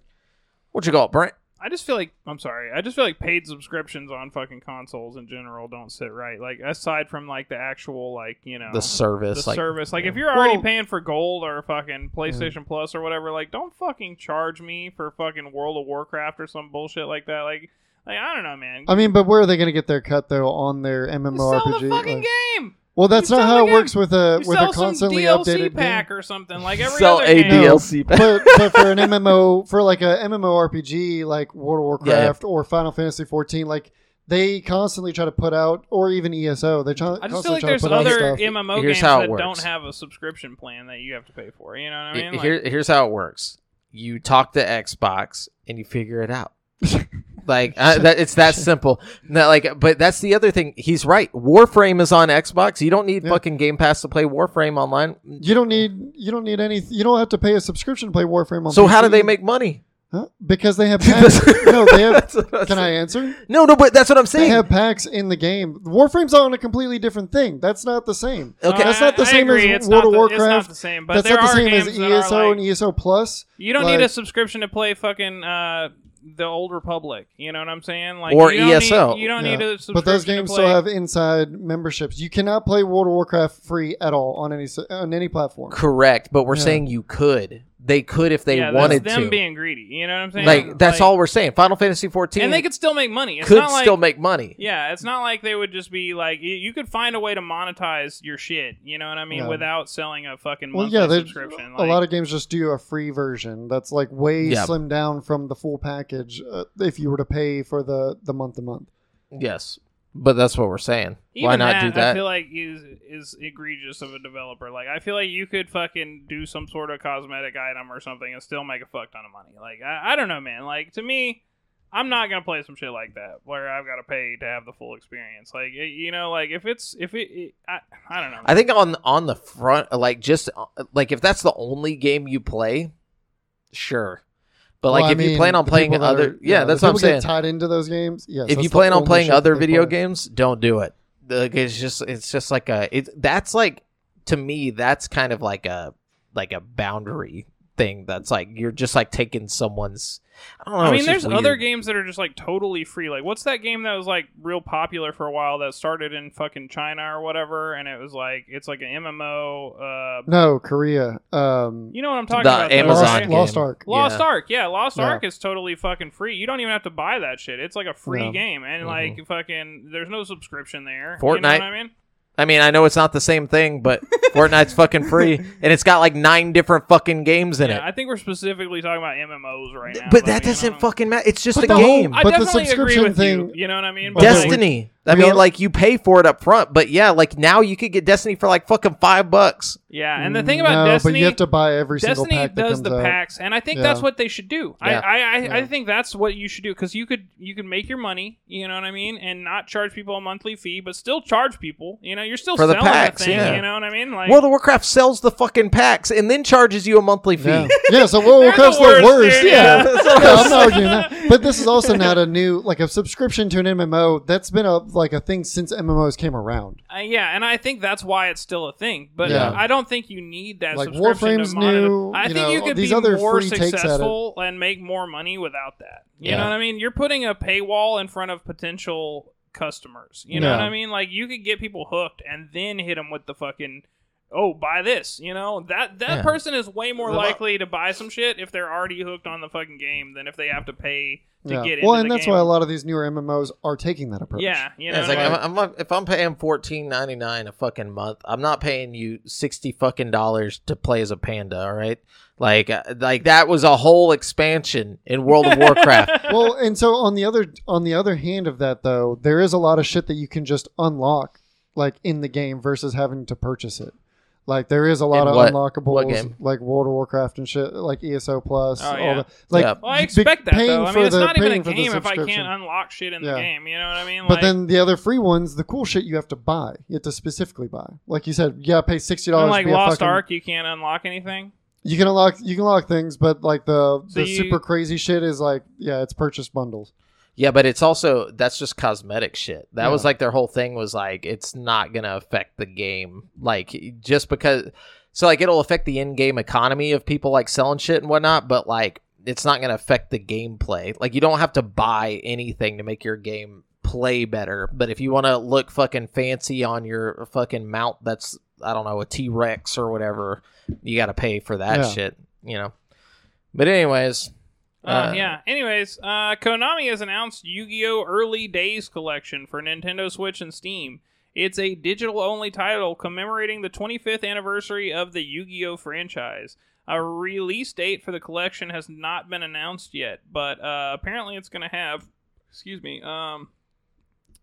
Speaker 4: What you call it, Brent?
Speaker 2: I just feel like I'm sorry. I just feel like paid subscriptions on fucking consoles in general don't sit right. Like aside from like the actual like you know
Speaker 4: The
Speaker 2: the
Speaker 4: service, like
Speaker 2: service. Like if you're already
Speaker 3: Well-
Speaker 2: paying for gold or
Speaker 3: Mm.
Speaker 2: fucking PlayStation Plus or whatever, like don't fucking charge me for fucking World of Warcraft or some bullshit like that. Like like I don't know, man.
Speaker 3: I mean, but where are they going to get their cut though on their
Speaker 2: You sell
Speaker 3: MMORPG?
Speaker 2: the fucking
Speaker 3: Like-
Speaker 2: game.
Speaker 3: well, that's
Speaker 2: you
Speaker 3: not
Speaker 2: sell
Speaker 3: how
Speaker 2: the
Speaker 3: it works with a
Speaker 2: You
Speaker 3: with a
Speaker 2: sell some
Speaker 3: constantly
Speaker 2: DLC
Speaker 3: updated
Speaker 2: pack
Speaker 3: game.
Speaker 2: or something like every
Speaker 4: sell
Speaker 2: other
Speaker 4: a
Speaker 2: game.
Speaker 4: DLC pack.
Speaker 3: but, but for an MMO, for like a MMORPG like World of
Speaker 4: Yeah, yeah.
Speaker 3: Warcraft or Final Fantasy 14, like they constantly try to put out, or even ESO, they try,
Speaker 2: I just
Speaker 3: constantly
Speaker 2: feel like
Speaker 3: try
Speaker 2: there's
Speaker 3: to put out
Speaker 2: other
Speaker 3: stuff.
Speaker 2: MMO
Speaker 4: Here's
Speaker 2: games
Speaker 4: how it
Speaker 2: that don't
Speaker 4: works.
Speaker 2: have a subscription plan that you have to pay for. You know what I
Speaker 4: It-
Speaker 2: mean? Like,
Speaker 4: here, here's how it works. You talk to Xbox and you figure it out. [laughs] like uh, that, it's that simple. Not like, but that's the other thing. He's right. Warframe is on Xbox. You don't need
Speaker 3: Yeah.
Speaker 4: fucking Game Pass to play Warframe online.
Speaker 3: you don't need you don't need any you don't have to pay a subscription to play Warframe on
Speaker 4: So how do
Speaker 3: PC.
Speaker 4: they
Speaker 3: [laughs]
Speaker 4: make money?
Speaker 3: Huh? because they
Speaker 4: [laughs]
Speaker 3: have packs. no they have
Speaker 4: That's what I'm
Speaker 3: can I
Speaker 4: saying.
Speaker 3: answer
Speaker 4: No, no, but that's what I'm
Speaker 3: they
Speaker 4: saying.
Speaker 3: have packs in the game Warframe's on a completely different thing that's not the same
Speaker 4: okay,
Speaker 3: that's not the
Speaker 2: uh, I
Speaker 3: same as
Speaker 2: agree. It's
Speaker 3: World
Speaker 2: not
Speaker 3: of
Speaker 2: the- It's
Speaker 3: Warcraft.
Speaker 2: not the same, but
Speaker 3: that's
Speaker 2: there
Speaker 3: not the
Speaker 2: are
Speaker 3: same
Speaker 2: games
Speaker 3: as
Speaker 2: that are
Speaker 3: ESO
Speaker 2: like,
Speaker 3: and ESO plus
Speaker 2: You don't need a
Speaker 3: like-
Speaker 2: subscription to play fucking uh, the Old Republic. You know what I'm saying? Like
Speaker 4: Or E
Speaker 2: you don't need-
Speaker 4: ESO.
Speaker 2: you don't
Speaker 3: Yeah.
Speaker 2: need a subscription.
Speaker 3: But those
Speaker 2: to
Speaker 3: games
Speaker 2: play.
Speaker 3: still have inside memberships. You cannot play World of Warcraft free at all on any s- on any platform.
Speaker 4: Correct, but we're
Speaker 3: Yeah.
Speaker 4: saying you could. They could if they
Speaker 2: yeah,
Speaker 4: wanted
Speaker 2: that's them
Speaker 4: to.
Speaker 2: being greedy. You know what I'm saying?
Speaker 4: like that's all we're saying. Final Fantasy 14
Speaker 2: And they could still make money. It's
Speaker 4: could
Speaker 2: not like,
Speaker 4: still make money.
Speaker 2: Yeah, it's not like they would just be like y- you could find a way to monetize your shit. You know what I mean?
Speaker 3: Yeah.
Speaker 2: Without selling a fucking
Speaker 3: Well,
Speaker 2: monthly
Speaker 3: yeah, they-
Speaker 2: subscription.
Speaker 3: a
Speaker 2: Like,
Speaker 3: lot of games just do a free version that's like way
Speaker 4: Yeah.
Speaker 3: slimmed down from the full package uh, if you were to pay for the the month to month.
Speaker 4: Yes, but that's what we're saying.
Speaker 2: Even
Speaker 4: Why not do
Speaker 2: I
Speaker 4: that?
Speaker 2: feel like is is egregious of a developer. Like I feel like you could fucking do some sort of cosmetic item or something and still make a fuck ton of money. Like I, I don't know, man. Like to me, I'm not gonna play some shit like that where I've got to pay to have the full experience. Like y- you know, like if it's if it, it- I I don't know.
Speaker 4: I think on on the front, like just uh, like if that's the only game you play, sure. But like
Speaker 3: Well, I
Speaker 4: if you
Speaker 3: mean,
Speaker 4: plan on
Speaker 3: the
Speaker 4: playing
Speaker 3: people that
Speaker 4: other,
Speaker 3: are-
Speaker 4: yeah,
Speaker 3: the
Speaker 4: that's what I'm
Speaker 3: people
Speaker 4: saying.
Speaker 3: Get tied into those games, yes.
Speaker 4: if
Speaker 3: that's
Speaker 4: you
Speaker 3: the
Speaker 4: plan on
Speaker 3: only
Speaker 4: playing
Speaker 3: shit that
Speaker 4: other
Speaker 3: they
Speaker 4: video
Speaker 3: play.
Speaker 4: games, don't do it. Like, it's just it's just like a it, that's like to me that's kind of like a like a boundary thing that's like you're just like taking someone's. I don't
Speaker 2: I
Speaker 4: know.
Speaker 2: mean,
Speaker 4: Oh, it's just
Speaker 2: there's other
Speaker 4: weird.
Speaker 2: games that are just like totally free. Like, what's that game that was like real popular for a while that started in fucking China or whatever, and it was like it's like an MMO. Uh,
Speaker 3: No, Korea. Um,
Speaker 2: you know what I'm talking
Speaker 4: The
Speaker 2: about? though,
Speaker 4: Amazon
Speaker 2: right?
Speaker 3: Lost, Lost
Speaker 4: game.
Speaker 3: Ark.
Speaker 2: Lost
Speaker 4: Yeah.
Speaker 2: Ark, yeah, Lost
Speaker 3: Yeah.
Speaker 2: Ark is totally fucking free. You don't even have to buy that shit. It's like a free
Speaker 3: No.
Speaker 2: game, and like fucking, there's no subscription there. you know
Speaker 4: Mm-hmm. Fortnite.
Speaker 2: what I mean?
Speaker 4: I mean, I know it's not the same
Speaker 2: [laughs]
Speaker 4: thing, but Fortnite's fucking free, and it's got like nine different fucking games in
Speaker 2: yeah,
Speaker 4: it.
Speaker 2: I think we're specifically talking about MMOs right now.
Speaker 4: but that
Speaker 2: you know,
Speaker 4: doesn't
Speaker 2: I'm-
Speaker 4: fucking matter. It's just
Speaker 3: But
Speaker 4: a
Speaker 3: the whole-
Speaker 4: game.
Speaker 2: I
Speaker 3: But the
Speaker 2: definitely
Speaker 3: subscription
Speaker 2: agree with
Speaker 3: thing-
Speaker 2: you. You know what I mean?
Speaker 3: But
Speaker 2: like-
Speaker 4: Destiny. I
Speaker 3: we
Speaker 4: mean,
Speaker 3: all-
Speaker 4: like you pay for it up front, but yeah, like now you could get Destiny for like fucking five bucks.
Speaker 2: yeah, and the thing
Speaker 3: Mm, no,
Speaker 2: about Destiny,
Speaker 3: but you have to buy every single
Speaker 2: Destiny
Speaker 3: pack that
Speaker 2: does
Speaker 3: comes
Speaker 2: the
Speaker 3: out.
Speaker 2: packs, and I think
Speaker 3: Yeah.
Speaker 2: that's what they should do. I,
Speaker 4: Yeah.
Speaker 2: I, I,
Speaker 3: Yeah.
Speaker 2: I think that's what you should do because you could you could make your money, you know what I mean, and not charge people a monthly fee, but still charge people. You know, you're still
Speaker 4: For the
Speaker 2: selling
Speaker 4: packs,
Speaker 2: a thing.
Speaker 4: yeah.
Speaker 2: You know what I mean? Like,
Speaker 4: World of Warcraft sells the fucking packs and then charges you a monthly fee. [laughs]
Speaker 3: Yeah. yeah, so
Speaker 2: [laughs]
Speaker 3: World
Speaker 2: They're
Speaker 3: of Warcraft's
Speaker 2: the worst,
Speaker 3: the worst.
Speaker 2: dude,
Speaker 3: Yeah.
Speaker 2: yeah.
Speaker 4: That's what
Speaker 3: Yeah, I'm
Speaker 4: I'm saying.
Speaker 3: not arguing that. But this is also
Speaker 2: [laughs]
Speaker 3: not a new like a subscription to an MMO. That's been a like a thing since MMOs came around.
Speaker 2: uh, yeah, and I think that's why it's still a thing. But
Speaker 3: Yeah.
Speaker 2: I don't think you need that
Speaker 3: Like,
Speaker 2: subscription
Speaker 3: Warframe's
Speaker 2: to monitor.
Speaker 3: new,
Speaker 2: I
Speaker 3: you
Speaker 2: think
Speaker 3: know,
Speaker 2: you could
Speaker 3: these
Speaker 2: be
Speaker 3: other
Speaker 2: more
Speaker 3: free takes at it.
Speaker 2: successful and make more money without that. You
Speaker 4: Yeah.
Speaker 2: know what I mean? You're putting a paywall in front of potential customers. You know
Speaker 3: Yeah.
Speaker 2: what I mean? Like you could get people hooked and then hit them with the fucking oh buy this. You know that that
Speaker 4: Yeah.
Speaker 2: person is way more
Speaker 3: Well,
Speaker 2: likely to buy some shit if they're already hooked on the fucking game than if they have to pay to
Speaker 3: yeah.
Speaker 2: get into
Speaker 3: well, and
Speaker 2: the
Speaker 3: that's
Speaker 2: game.
Speaker 3: why a lot of these newer MMOs are taking that approach.
Speaker 2: yeah, [laughs] you know,
Speaker 4: Yeah, it's
Speaker 2: what
Speaker 4: like,
Speaker 2: I mean?
Speaker 4: I'm, I'm, if I'm paying fourteen ninety nine a fucking month, I'm not paying you sixty fucking dollars to play as a panda. All right, like uh, like that was a whole expansion in World [laughs] of Warcraft.
Speaker 3: Well, and so on the other on the other hand of that though, there is a lot of shit that you can just unlock like in the game versus having to purchase it. Like there is a lot
Speaker 4: In
Speaker 3: of
Speaker 4: what-
Speaker 3: unlockables,
Speaker 4: what game?
Speaker 3: like World of Warcraft and shit, like ESO Plus.
Speaker 2: Oh,
Speaker 3: all
Speaker 2: yeah.
Speaker 3: the, like
Speaker 4: Yeah.
Speaker 2: Well, I
Speaker 3: be-
Speaker 2: expect that
Speaker 3: paying
Speaker 2: though. I
Speaker 3: for
Speaker 2: mean, it's
Speaker 3: the-
Speaker 2: not even a
Speaker 3: paying for the
Speaker 2: game if I
Speaker 3: subscription.
Speaker 2: can't unlock shit in
Speaker 3: Yeah.
Speaker 2: the game. You know what I mean?
Speaker 3: But
Speaker 2: like,
Speaker 3: then the other free ones, the cool shit you have to buy. You have to specifically buy. Like you said, yeah, pay sixty dollars.
Speaker 2: unlike Lost Ark, you can't unlock anything.
Speaker 3: You can unlock you can unlock things, but like the
Speaker 2: So
Speaker 3: the
Speaker 2: you-
Speaker 3: super crazy shit is like yeah, it's purchase bundles.
Speaker 4: yeah, but it's also that's just cosmetic shit. That was
Speaker 3: Yeah.
Speaker 4: like their whole thing was like it's not gonna affect the game. Like just because, so like it'll affect the in game economy of people like selling shit and whatnot, but like it's not gonna affect the gameplay. Like you don't have to buy anything to make your game play better. But if you want to look fucking fancy on your fucking mount, that's I don't know a T Rex or whatever, you got to pay for that
Speaker 3: Yeah.
Speaker 4: shit. You know. But anyways.
Speaker 2: Uh,
Speaker 4: Uh,
Speaker 2: yeah. Anyways, uh, Konami has announced Yu-Gi-Oh! Early Days Collection for Nintendo Switch and Steam. It's a digital-only title commemorating the 25th anniversary of the Yu-Gi-Oh! franchise. A release date for the collection has not been announced yet, but uh, apparently it's going to have, excuse me, um,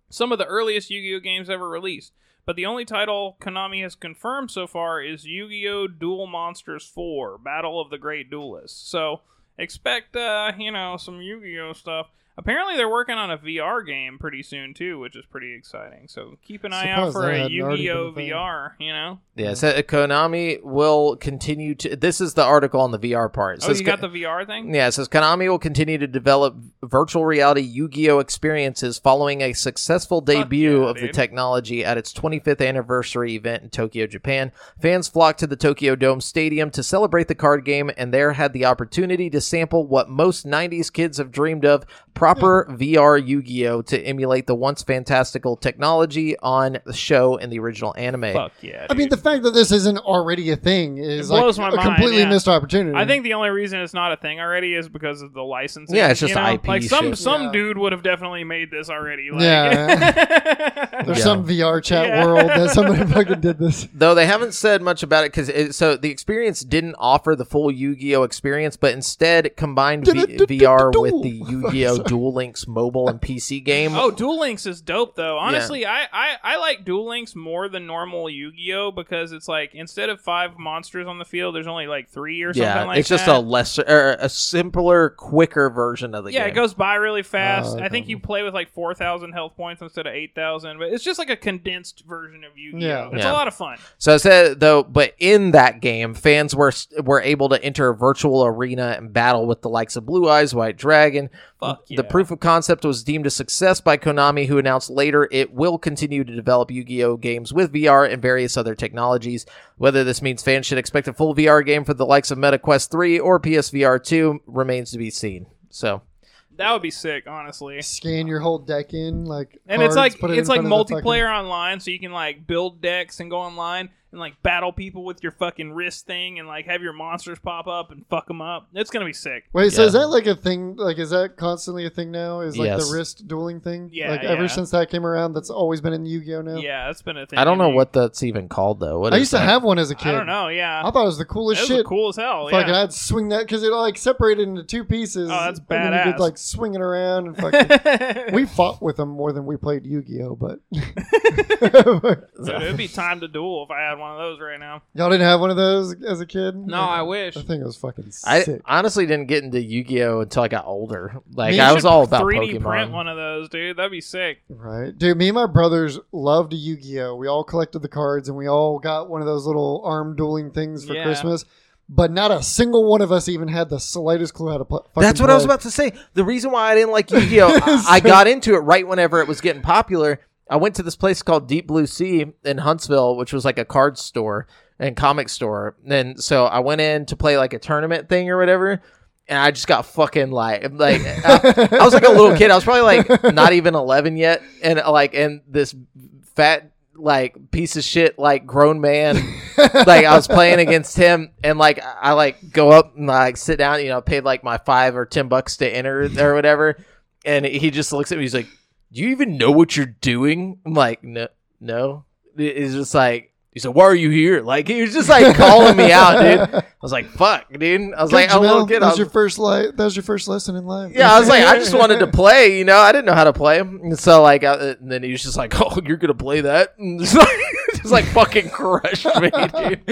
Speaker 2: some of the earliest Yu-Gi-Oh! games ever released. But the only title Konami has confirmed so far is Yu-Gi-Oh! Duel Monsters 4: Battle of the Great Duelists. So expect uh you know some yu-gi-oh stuff apparently they're working on a vr game pretty soon too which is pretty exciting so keep an eye out
Speaker 3: Surprised
Speaker 2: for
Speaker 3: that
Speaker 2: a
Speaker 3: hadn't already
Speaker 2: yu-gi-oh
Speaker 3: been a thing.
Speaker 2: vr you know
Speaker 4: Yeah, so uh, Konami will continue to. This is the article on the VR part. It
Speaker 2: oh
Speaker 4: says
Speaker 2: you got
Speaker 4: Ko-
Speaker 2: the vr thing
Speaker 4: yeah, it says Konami will continue to develop virtual reality Yu-Gi-Oh experiences following a successful debut
Speaker 2: yeah,
Speaker 4: of the
Speaker 2: dude.
Speaker 4: technology at its 25th anniversary event in Tokyo, Japan. Fans flocked to the Tokyo Dome Stadium to celebrate the card game, and there had the opportunity to sample what most 90s kids have dreamed of: proper
Speaker 2: Hmm.
Speaker 4: VR Yu-Gi-Oh to emulate the once fantastical technology on the show in the original anime.
Speaker 2: fuck yeah
Speaker 3: I mean,
Speaker 2: dude.
Speaker 3: the fact that this isn't already a thing is like
Speaker 2: blows my
Speaker 3: a
Speaker 2: mind,
Speaker 3: completely
Speaker 2: yeah.
Speaker 3: missed opportunity.
Speaker 2: I think the only reason it's not a thing already is because of the licensing.
Speaker 4: Yeah, it's just
Speaker 2: you know?
Speaker 4: IP
Speaker 2: Like some
Speaker 4: shit.
Speaker 2: some
Speaker 3: Yeah.
Speaker 2: dude would have definitely made this already. Like, [laughs]
Speaker 4: Yeah.
Speaker 3: there's some VR chat
Speaker 2: Yeah.
Speaker 3: world that
Speaker 2: [laughs]
Speaker 3: somebody fucking did this.
Speaker 4: Though they haven't said much about it because it, so the experience didn't offer the full Yu-Gi-Oh experience, but instead combined v- VR with the Yu-Gi-Oh Duel Links mobile and PC game.
Speaker 2: Oh, Duel Links is dope though. Honestly, I, I I like Duel Links more than normal Yu-Gi-Oh because it's like instead of five monsters on the field, there's only like three or
Speaker 4: yeah,
Speaker 2: something like
Speaker 4: it's just
Speaker 2: that.
Speaker 4: a lesser, or a simpler, quicker version of the
Speaker 2: yeah,
Speaker 4: game.
Speaker 2: it goes by really fast.
Speaker 3: Oh,
Speaker 2: I think
Speaker 3: okay.
Speaker 2: you play with like four thousand health points instead of eight thousand, but it's just like a condensed version of Yu-Gi-Oh.
Speaker 3: Yeah.
Speaker 2: It's
Speaker 4: Yeah.
Speaker 2: a lot of fun.
Speaker 4: So it said though, but in that game, fans were were able to enter a virtual arena and battle with the likes of Blue Eyes, White Dragon,
Speaker 2: Fuck
Speaker 4: the
Speaker 2: yeah,
Speaker 4: The proof of concept was deemed a success by Konami, who announced later it will continue to develop Yu Gi Oh! games with VR and various other technologies. Whether this means fans should expect a full VR game for the likes of MetaQuest 3 or PSVR 2 remains to be seen. So,
Speaker 2: That would be sick, honestly.
Speaker 3: Scan your whole deck in, like,
Speaker 2: And it's
Speaker 3: cards,
Speaker 2: like
Speaker 3: put it
Speaker 2: it's
Speaker 3: in
Speaker 2: like
Speaker 3: front of the
Speaker 2: multiplayer online, so you can like build decks and go online and like battle people with your fucking wrist thing and like have your monsters pop up and fuck them up. It's gonna be sick.
Speaker 3: Wait, so
Speaker 4: Yeah.
Speaker 3: is that like a thing? Like, is that constantly a thing now? Is like
Speaker 4: Yes.
Speaker 3: the wrist dueling thing?
Speaker 2: Yeah,
Speaker 3: Like ever
Speaker 2: yeah.
Speaker 3: since that came around, that's always been in Yu-Gi-Oh now.
Speaker 2: Yeah, that's been a thing.
Speaker 4: I don't
Speaker 2: to
Speaker 4: know
Speaker 2: me.
Speaker 4: what that's even called, though. What
Speaker 3: I
Speaker 4: is
Speaker 3: used to
Speaker 4: that?
Speaker 3: have one as a kid.
Speaker 2: I don't know. Yeah,
Speaker 3: I thought it was the coolest
Speaker 2: Those are
Speaker 3: shit.
Speaker 2: cool as hell.
Speaker 3: Fucking,
Speaker 2: Yeah.
Speaker 3: I'd swing that because it like separated into two pieces.
Speaker 2: Oh, that's
Speaker 3: and then You
Speaker 2: badass.
Speaker 3: could like swing it around
Speaker 2: [laughs]
Speaker 3: and fucking. we fought with them more than we played Yu-Gi-Oh, but [laughs]
Speaker 2: Dude, it'd be time to duel if I had one of those right now.
Speaker 3: y'all didn't have one of those as a kid.
Speaker 2: No, I wish.
Speaker 3: I think it was fucking
Speaker 4: I
Speaker 3: sick.
Speaker 4: honestly didn't get into Yu Gi Oh until I got older. Like
Speaker 3: Me-
Speaker 4: I
Speaker 3: You
Speaker 4: was
Speaker 2: should
Speaker 4: all about
Speaker 2: 3D
Speaker 4: Pokemon.
Speaker 2: print one of those, dude. That'd be sick.
Speaker 3: Right, dude. Me and my brothers loved Yu-Gi-Oh. We all collected the cards, and we all got one of those little arm dueling things for
Speaker 2: Yeah.
Speaker 3: Christmas. But not a single one of us even had the slightest clue how to pl- fucking play.
Speaker 4: That's what I was about to say. The reason why I didn't like Yu Gi Oh, I, I got into it right whenever it was getting popular. I went to this place called Deep Blue Sea in Huntsville, which was like a card store and comic store. And so I went in to play like a tournament thing or whatever. And I just got fucking like, like I, I was like a little
Speaker 3: [laughs]
Speaker 4: kid. I was probably like not even eleven yet, and like, and this fat like piece of shit like grown man like I was playing against him, and like I I, like go up and like sit down. You know, paid like my five or ten bucks to enter or whatever, and he just looks at me. He's like, "Do you even know what you're doing?" I'm like, "No, no." He's just like, "He's like, why are you here?" Like he was just like calling me out, dude. I was like, "Fuck, dude." I was like, "I'm a little kid." I
Speaker 3: That was
Speaker 4: was-
Speaker 3: your first li- That was your first lesson in life.
Speaker 4: yeah, I was like, I just wanted
Speaker 2: [laughs]
Speaker 3: [laughs]
Speaker 4: to play, you know. I didn't know how to play him, and so like, I, and then he was just like, [laughs] "Oh, you're gonna play that?" [laughs] And just like, just like fucking crushed me, [laughs] dude.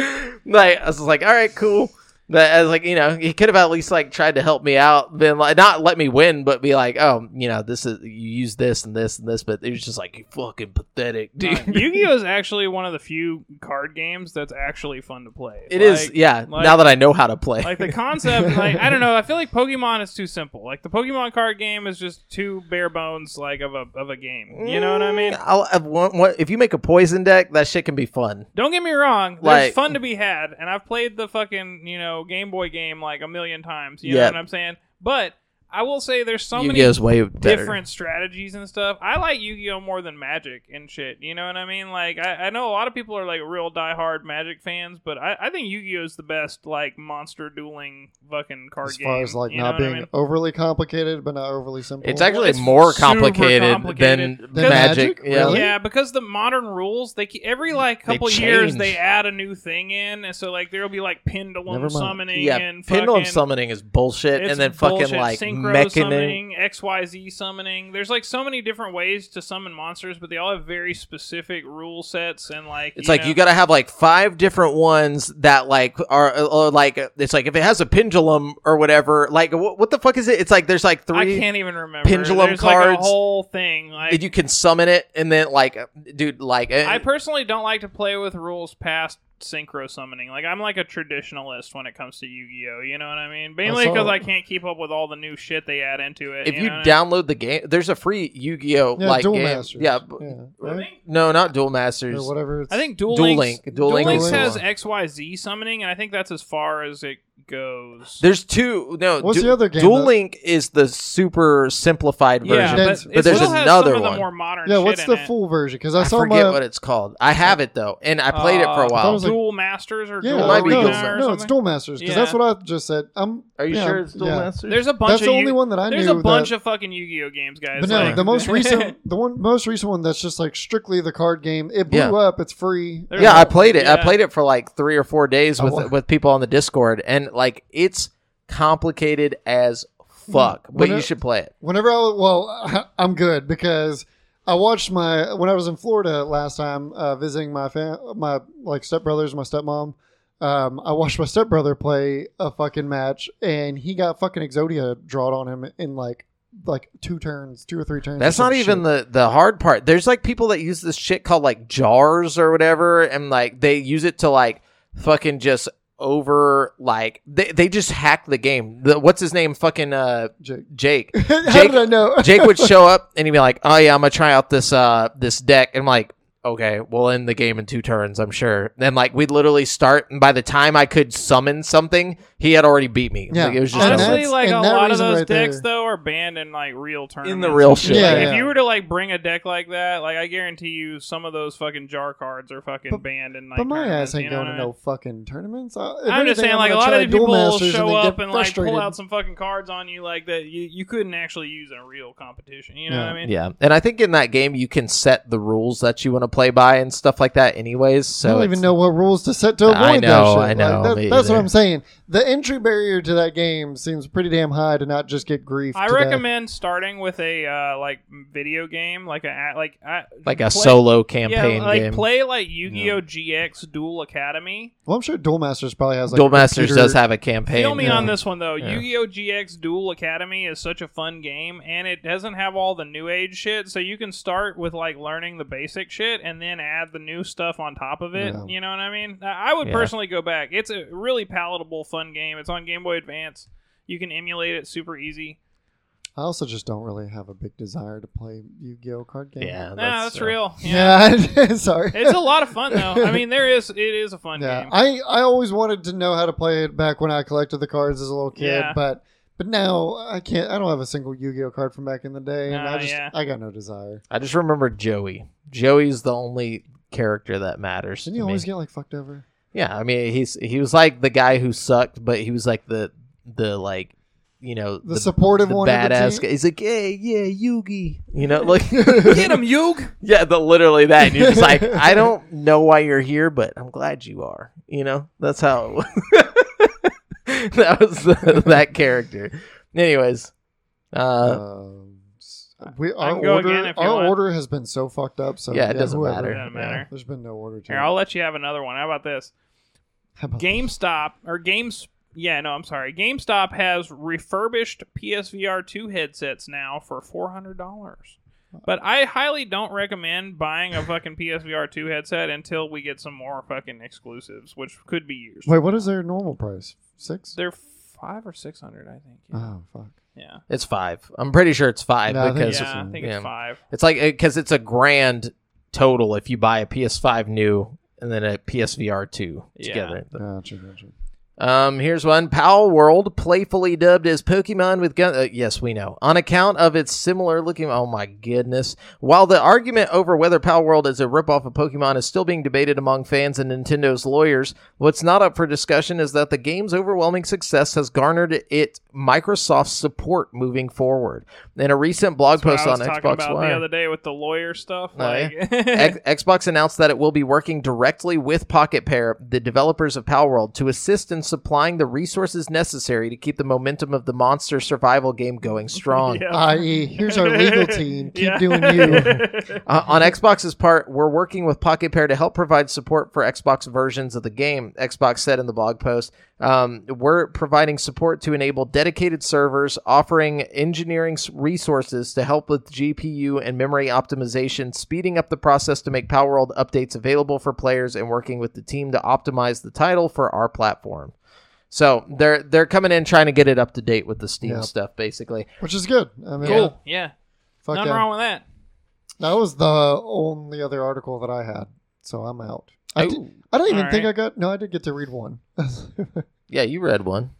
Speaker 4: Like, I was just like, "All right, cool." But I was like, you know, he could have at least like tried to help me out, been like, not let me win, but be like, "Oh, you know, this is you use this and this and this," but it was just like, "You fucking pathetic, dude."
Speaker 2: Yu-Gi-Oh is actually one of the few card games that's actually fun to play.
Speaker 4: [laughs] It is,
Speaker 2: Like-
Speaker 4: yeah.
Speaker 2: like-
Speaker 4: now that I know how to play,
Speaker 2: Like the concept, like I don't know. I feel like Pokemon is too simple. Like the Pokemon card game is just too bare bones, like of a of a game. You know what I mean?
Speaker 4: [laughs] I'll, I've one, one, if you make a poison deck, that shit can be fun.
Speaker 2: Don't get me wrong.
Speaker 4: Like-
Speaker 2: There's fun to be had, and I've played the fucking you know Game Boy game like a million times. You
Speaker 4: Yeah.
Speaker 2: know what I'm saying? But I will say there's so
Speaker 4: Yu
Speaker 2: many
Speaker 4: Gi Oh's way better.
Speaker 2: different strategies and stuff. I like Yu-Gi-Oh more than Magic and shit. You know what I mean? Like I, I know a lot of people are like real diehard Magic fans, but I, I think Yu-Gi-Oh is the best like monster dueling fucking card
Speaker 3: As
Speaker 2: game.
Speaker 3: far as like
Speaker 2: you know
Speaker 3: not
Speaker 2: what I
Speaker 3: being
Speaker 2: mean?
Speaker 3: overly complicated, but not overly simple.
Speaker 4: It's actually
Speaker 2: It's
Speaker 4: more
Speaker 2: super
Speaker 4: complicated,
Speaker 2: complicated.
Speaker 4: than
Speaker 3: Than
Speaker 4: magic.
Speaker 3: Magic?
Speaker 4: Yeah.
Speaker 3: Really?
Speaker 2: Yeah, because the modern rules, they ke- every like couple
Speaker 4: change.
Speaker 2: years they add a new thing in, and so like there'll be like pendulum
Speaker 3: Never mind.
Speaker 2: summoning
Speaker 4: Yeah,
Speaker 2: and
Speaker 4: pendulum
Speaker 2: fucking,
Speaker 4: summoning is bullshit,
Speaker 2: it's
Speaker 4: and then
Speaker 2: bullshit,
Speaker 4: fucking like
Speaker 2: synchro
Speaker 4: mechanism.
Speaker 2: summoning, XYZ summoning. There's like so many different ways to summon monsters, but they all have very specific rule sets and like
Speaker 4: It's like
Speaker 2: know-
Speaker 4: you got to have like five different ones that like are or like it's like if it has a pendulum or whatever. Like what, what the fuck is it? It's like there's like
Speaker 2: I
Speaker 4: three
Speaker 2: can't even remember.
Speaker 4: pendulum
Speaker 2: There's like a
Speaker 4: cards.
Speaker 2: whole thing. Like
Speaker 4: that you can summon it, and then like dude, like eh,
Speaker 2: I personally don't like to play with rules past synchro summoning. Like I'm like a traditionalist when it comes to Yu-Gi-Oh. You know what I mean? Mainly
Speaker 3: saw-
Speaker 2: because I can't keep up with all the new shit they add into it.
Speaker 4: if you
Speaker 2: know what I mean?
Speaker 4: download the game, there's a free Yu-Gi-Oh
Speaker 3: yeah,
Speaker 4: like
Speaker 3: dual
Speaker 4: game.
Speaker 3: masters.
Speaker 4: Yeah, b-
Speaker 3: yeah, right?
Speaker 4: no, not dual
Speaker 3: Or
Speaker 4: masters.
Speaker 3: whatever. It's,
Speaker 2: I think Duel,
Speaker 4: Duel
Speaker 2: Links,
Speaker 4: Link. Duel Link
Speaker 3: is
Speaker 2: has
Speaker 4: the
Speaker 2: XYZ summoning, and I think that's as far as it goes.
Speaker 4: There's two. No,
Speaker 3: What's
Speaker 4: du-
Speaker 3: the other game
Speaker 4: Duel
Speaker 3: that-
Speaker 4: Link is the super simplified version.
Speaker 2: yeah, but,
Speaker 3: But
Speaker 2: it
Speaker 4: there's
Speaker 2: still has
Speaker 4: another
Speaker 2: some of
Speaker 4: one.
Speaker 2: the more modern
Speaker 3: yeah.
Speaker 2: shit
Speaker 3: What's
Speaker 2: in
Speaker 3: the
Speaker 2: it.
Speaker 3: full version? Because I,
Speaker 4: I
Speaker 3: saw
Speaker 4: forget
Speaker 3: my
Speaker 4: what it's called. I have it though, and I played it for
Speaker 2: Uh,
Speaker 4: a while.
Speaker 3: was like-
Speaker 2: Duel Masters or
Speaker 3: yeah,
Speaker 2: Duel
Speaker 4: it might be
Speaker 3: no,
Speaker 4: Duel
Speaker 2: Arena or
Speaker 4: Masters.
Speaker 3: no, it's
Speaker 2: something?
Speaker 3: Duel Masters because
Speaker 2: Yeah.
Speaker 3: that's what I just said. I'm.
Speaker 4: Are you
Speaker 3: yeah,
Speaker 4: sure it's Duel
Speaker 3: yeah.
Speaker 4: Masters?
Speaker 2: There's a bunch
Speaker 3: That's
Speaker 2: of
Speaker 3: the
Speaker 2: Yu-
Speaker 3: only one that I
Speaker 2: There's
Speaker 3: knew.
Speaker 2: a bunch
Speaker 3: that,
Speaker 2: of fucking Yu-Gi-Oh games, guys.
Speaker 3: But no,
Speaker 2: like- [laughs]
Speaker 3: the most recent, the one most recent one that's just like strictly the card game. It blew
Speaker 4: Yeah.
Speaker 3: up. It's free.
Speaker 2: There's
Speaker 4: yeah,
Speaker 2: a-
Speaker 4: I played it. I
Speaker 2: yeah.
Speaker 4: played it for like three or four days with
Speaker 3: wa-
Speaker 4: with people on the Discord, and like it's complicated as fuck. But
Speaker 3: When
Speaker 4: you
Speaker 3: Mm, it-
Speaker 4: should play it.
Speaker 3: Whenever I well, [laughs] I- I'm good because I watched my when I was in Florida last time uh, visiting my fam- my like stepbrothers, my stepmom. Um, I watched my stepbrother play a fucking match, and he got fucking Exodia drawn on him in like like two turns, two or three turns.
Speaker 4: That's not even the the hard part. There's like people that use this shit called like jars or whatever, and like they use it to like fucking just over like they, they just hacked the game. The, what's his name? Fucking uh
Speaker 3: Jake.
Speaker 4: Jake.
Speaker 3: [laughs] How
Speaker 4: Jake-
Speaker 3: did I know?
Speaker 4: Jake would show up and he'd be like, "Oh yeah, I'm gonna try out this uh this deck." And I'm like, "Okay, we'll end the game in two turns, I'm sure." Then like we'd literally start, and by the time I could summon something, he had already beat me.
Speaker 3: Yeah.
Speaker 4: Like, it was just
Speaker 3: And
Speaker 4: over.
Speaker 2: Honestly,
Speaker 3: that's-
Speaker 2: like a
Speaker 3: and that
Speaker 2: lot of
Speaker 3: reason
Speaker 2: those
Speaker 3: right
Speaker 2: decks
Speaker 3: there-
Speaker 2: though are banned in like real tournaments.
Speaker 4: in the real shit.
Speaker 3: Yeah,
Speaker 2: Like,
Speaker 3: yeah.
Speaker 2: If you were to like bring a deck like that, like I guarantee you, some of those fucking jar cards are fucking
Speaker 3: But-
Speaker 2: banned in like.
Speaker 3: But my ass
Speaker 2: tournaments,
Speaker 3: ain't
Speaker 2: you know
Speaker 3: going
Speaker 2: what I
Speaker 3: to
Speaker 2: mean?
Speaker 3: no fucking tournaments. I, if
Speaker 2: I'm just
Speaker 3: anything,
Speaker 2: saying, like a
Speaker 3: gonna
Speaker 2: lot of
Speaker 3: try
Speaker 2: these
Speaker 3: Duel
Speaker 2: people will
Speaker 3: Masters
Speaker 2: show
Speaker 3: they
Speaker 2: up
Speaker 3: get
Speaker 2: and like
Speaker 3: frustrated.
Speaker 2: pull out some fucking cards on you like that you, you couldn't actually use in a real competition. You know what I mean?
Speaker 4: Yeah, and I think in that game you can set the rules that you want to play by and stuff like that. Anyways, so
Speaker 3: I don't
Speaker 4: it's-
Speaker 3: even know what rules to set to avoid
Speaker 4: I know,
Speaker 3: that shit.
Speaker 4: I know,
Speaker 3: Like, that-
Speaker 4: me
Speaker 3: that's what
Speaker 4: either.
Speaker 3: I'm saying. The entry barrier to that game seems pretty damn high to not just get grief.
Speaker 2: I recommend starting with a uh, like video game, like a like I,
Speaker 4: like a
Speaker 2: play-
Speaker 4: solo
Speaker 2: yeah,
Speaker 4: campaign
Speaker 2: like
Speaker 4: game.
Speaker 2: play like Yu-Gi-Oh GX Duel Academy.
Speaker 3: Well, I'm sure Duel Masters probably has like
Speaker 4: Duel
Speaker 3: a
Speaker 4: Masters
Speaker 3: computer-
Speaker 4: does have a campaign.
Speaker 2: Feel me
Speaker 4: yeah.
Speaker 2: on this one though.
Speaker 4: Yeah.
Speaker 2: Yu-Gi-Oh! GX Duel Academy is such a fun game, and it doesn't have all the new age shit. So you can start with like learning the basic shit, and then add the new stuff on top of it.
Speaker 3: Yeah.
Speaker 2: You know what I mean? I I would
Speaker 4: Yeah.
Speaker 2: personally go back. It's a really palatable, fun game. It's on Game Boy Advance. You can emulate it super easy.
Speaker 3: I also just don't really have a big desire to play Yu-Gi-Oh card game.
Speaker 4: Yeah, that's,
Speaker 2: nah, that's
Speaker 4: uh, [laughs]
Speaker 2: real. Yeah.
Speaker 3: Yeah, [laughs] sorry.
Speaker 2: it's a lot of fun though. I mean, there is it is a fun
Speaker 3: yeah,
Speaker 2: game.
Speaker 3: I, I always wanted to know how to play it back when I collected the cards as a little kid,
Speaker 2: Yeah.
Speaker 3: but but now I can't. I don't have a single Yu-Gi-Oh card from back in the day, and
Speaker 2: Nah,
Speaker 3: I just
Speaker 2: yeah.
Speaker 3: I got no desire.
Speaker 4: I just remember Joey. Joey's the only character that matters.
Speaker 3: Didn't
Speaker 4: to
Speaker 3: you
Speaker 4: me.
Speaker 3: always get like fucked over?
Speaker 4: Yeah, I mean, he's he was like the guy who sucked, but he was like the the like you know
Speaker 3: The, supportive
Speaker 4: the
Speaker 3: one,
Speaker 4: badass
Speaker 3: badass.
Speaker 4: guy. He's like, hey, yeah, Yugi. You
Speaker 3: [laughs]
Speaker 4: know, like [laughs]
Speaker 2: Get him, Yug.
Speaker 4: yeah, the literally that. And you're just like, I don't know why you're here, but I'm glad you are. You know, that's how. [laughs] it was. that was the, that character. Anyways, uh,
Speaker 3: Um, s- we
Speaker 2: I
Speaker 3: our
Speaker 2: can go
Speaker 3: order
Speaker 2: again if you
Speaker 3: our
Speaker 2: want.
Speaker 3: order has been so fucked up. So
Speaker 4: yeah, it doesn't
Speaker 3: whoever.
Speaker 4: matter.
Speaker 2: Doesn't
Speaker 4: Yeah.
Speaker 2: matter.
Speaker 3: There's been no order to
Speaker 2: Here, I'll let you have another one. How about this?
Speaker 3: How about
Speaker 2: GameStop or Games yeah, no, I'm sorry. GameStop has refurbished PSVR 2 headsets now for $400. But I highly don't recommend buying a fucking PSVR 2 headset until we get some more fucking exclusives, which could be years.
Speaker 3: Wait, what is their normal price? Six?
Speaker 2: They're 5 or 600, I think. Yeah.
Speaker 3: Oh fuck!
Speaker 2: yeah.
Speaker 4: it's five. I'm pretty sure it's five
Speaker 3: No, I think
Speaker 4: because
Speaker 3: it's-
Speaker 2: Yeah, I think
Speaker 4: yeah.
Speaker 2: it's 5.
Speaker 4: It's like because it's a grand total if you buy a PS5 new and then a PSVR two
Speaker 2: Yeah.
Speaker 4: together.
Speaker 2: [laughs]
Speaker 3: Gotcha, gotcha.
Speaker 4: Um, here's one. Pal World, playfully dubbed as Pokemon with gun. Uh, yes, we know on account of its similar looking. Oh my goodness! While the argument over whether Pal World is a ripoff of Pokemon is still being debated among fans and Nintendo's lawyers, what's not up for discussion is that the game's overwhelming success has garnered it Microsoft's support moving forward. In a recent blog
Speaker 2: That's
Speaker 4: post
Speaker 2: what I
Speaker 4: on
Speaker 2: was talking
Speaker 4: Xbox
Speaker 2: about
Speaker 4: Live,
Speaker 2: the other day with the lawyer stuff.
Speaker 4: Oh,
Speaker 2: like, [laughs]
Speaker 4: X- Xbox announced that it will be working directly with Pocket Pair, the developers of Palworld, to assist in supplying the resources necessary to keep the momentum of the monster survival game going strong.
Speaker 2: Yeah.
Speaker 3: I.e., E, here's our legal team.
Speaker 2: [laughs]
Speaker 3: Keep
Speaker 2: Yeah.
Speaker 3: doing you.
Speaker 2: [laughs]
Speaker 4: Uh, on Xbox's part, we're working with Pocket Pair to help provide support for Xbox versions of the game, Xbox said in the blog post. Um, we're providing support to enable dedicated servers, offering engineering s- resources to help with GPU and memory optimization, speeding up the process to make Powerworld updates available for players, and working with the team to optimize the title for our platform. So they're they're coming in trying to get it up to date with the Steam
Speaker 3: Yeah.
Speaker 4: stuff, basically.
Speaker 3: Which is good. I mean,
Speaker 2: cool. Yeah.
Speaker 3: Fuck
Speaker 2: Nothing
Speaker 3: yeah.
Speaker 2: wrong with that.
Speaker 3: That was the only other article that I had, so I'm out. I, did, I don't even
Speaker 2: Oh. All
Speaker 3: think
Speaker 2: right.
Speaker 3: I got. No, I did get to read one. [laughs]
Speaker 4: Yeah, you read one.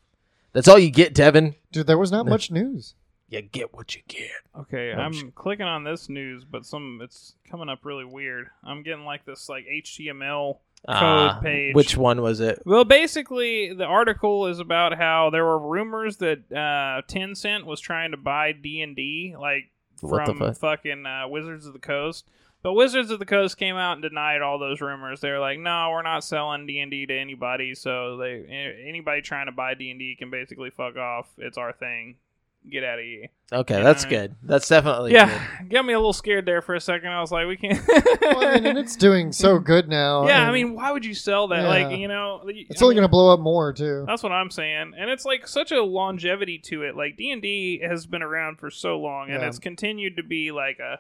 Speaker 4: That's all you get, Devin.
Speaker 3: Dude, there was not much news.
Speaker 4: you get what you get.
Speaker 2: Okay,
Speaker 4: Oh,
Speaker 2: I'm
Speaker 4: shit.
Speaker 2: clicking on this news, but some it's coming up really weird. I'm getting like this like HTML. Code page.
Speaker 4: Uh, Which one was it?
Speaker 2: Well, basically, the article is about how there were rumors that uh, Tencent was trying to buy D and D, like
Speaker 4: What the
Speaker 2: from
Speaker 4: fuck?
Speaker 2: fucking uh, Wizards of the Coast. But Wizards of the Coast came out and denied all those rumors. They were like, "No, we're not selling D and D to anybody. So they a- anybody trying to buy D and D can basically fuck off. It's our thing. Get out of here."
Speaker 4: Okay,
Speaker 2: Yeah.
Speaker 4: that's good. That's definitely
Speaker 2: yeah, got me a little scared there for a second. I was like, "We can't."
Speaker 3: Well, I mean,
Speaker 2: [laughs]
Speaker 3: and it's doing so good now.
Speaker 2: Yeah,
Speaker 3: and
Speaker 2: I mean, why would you sell that?
Speaker 3: Yeah.
Speaker 2: Like, you know, the-
Speaker 3: it's
Speaker 2: I
Speaker 3: only
Speaker 2: mean,
Speaker 3: going to blow up more too.
Speaker 2: that's what I'm saying, and it's like such a longevity to it. Like D and D has been around for so long, and
Speaker 3: Yeah.
Speaker 2: it's continued to be like a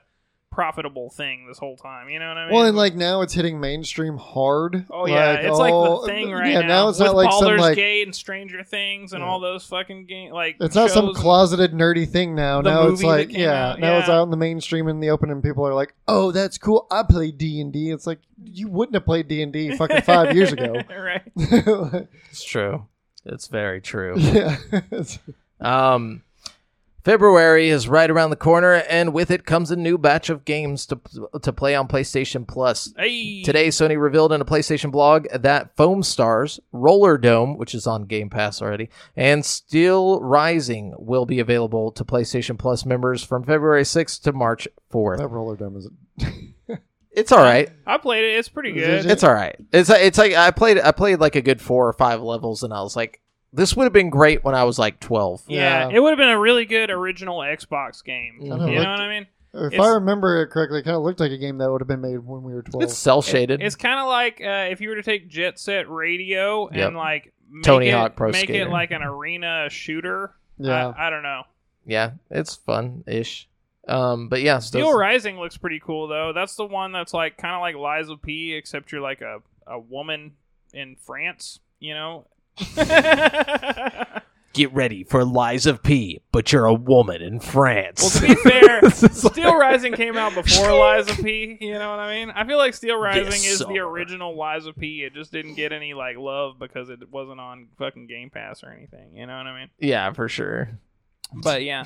Speaker 2: profitable thing this whole time. You know what I mean?
Speaker 3: Well, and like now it's hitting mainstream hard.
Speaker 2: Oh yeah, it's like
Speaker 3: all-
Speaker 2: the thing right
Speaker 3: yeah,
Speaker 2: now.
Speaker 3: now it's not
Speaker 2: with
Speaker 3: like
Speaker 2: Baldur's
Speaker 3: some like
Speaker 2: Gate and Stranger Things and
Speaker 3: Yeah.
Speaker 2: all those fucking game like.
Speaker 3: it's not some
Speaker 2: shows.
Speaker 3: closeted nerdy thing now.
Speaker 2: The
Speaker 3: Now
Speaker 2: movie
Speaker 3: it's
Speaker 2: that
Speaker 3: like
Speaker 2: came
Speaker 3: yeah,
Speaker 2: out,
Speaker 3: now it's
Speaker 2: yeah.
Speaker 3: out in the mainstream in the open, and people are like, "Oh, that's cool. I play D and D." It's like you wouldn't have played D and D fucking five years ago.
Speaker 2: [laughs] right? [laughs]
Speaker 3: [laughs]
Speaker 4: It's true. It's very true.
Speaker 3: yeah, It's-
Speaker 4: [laughs] Um, February is right around the corner, and with it comes a new batch of games to to play on PlayStation Plus.
Speaker 2: Hey,
Speaker 4: Today, Sony revealed in a PlayStation blog that Foam Stars, Roller Dome, which is on Game Pass already, and Steel Rising will be available to PlayStation Plus members from February 6th to March 4th.
Speaker 3: that roller dome is
Speaker 4: It's all right.
Speaker 2: I played it. It's pretty
Speaker 3: Is
Speaker 2: good.
Speaker 3: it-
Speaker 4: It's all right. It's it's like I played I played like a good four or five levels, and I was like, this would have been great when I was like 12.
Speaker 2: yeah,
Speaker 3: yeah.
Speaker 2: it would have been a really good original Xbox game. You
Speaker 4: Kinda
Speaker 2: know
Speaker 4: like-
Speaker 2: what I mean?
Speaker 3: If
Speaker 2: It's-
Speaker 3: I remember it correctly, it kind of looked like a game that would have been made when we were twelve.
Speaker 4: It's cell shaded.
Speaker 2: It's kind of like uh, if you were to take Jet Set Radio
Speaker 4: Yep.
Speaker 2: and like make
Speaker 4: Tony
Speaker 2: it,
Speaker 4: Hawk Pro
Speaker 2: make
Speaker 4: Skater.
Speaker 2: it like an arena shooter.
Speaker 3: yeah,
Speaker 2: I, I don't know.
Speaker 4: yeah, it's fun ish. Um, but yeah, so
Speaker 2: Steel Rising looks pretty cool though. That's the one that's like kind of like Liza P, except you're like a, a woman in France. You know. [laughs] well,
Speaker 4: get ready for Lies of P, but you're a woman in France. [laughs]
Speaker 2: to be fair,
Speaker 4: This is like-
Speaker 2: Steel Rising came
Speaker 3: [laughs]
Speaker 2: out before Liza P. You know what I mean? I feel like Steel Rising is the
Speaker 4: summer.
Speaker 2: original Liza P. It just didn't get any like love because it wasn't on fucking Game Pass or anything. You know what I mean?
Speaker 4: yeah, for sure.
Speaker 2: But yeah.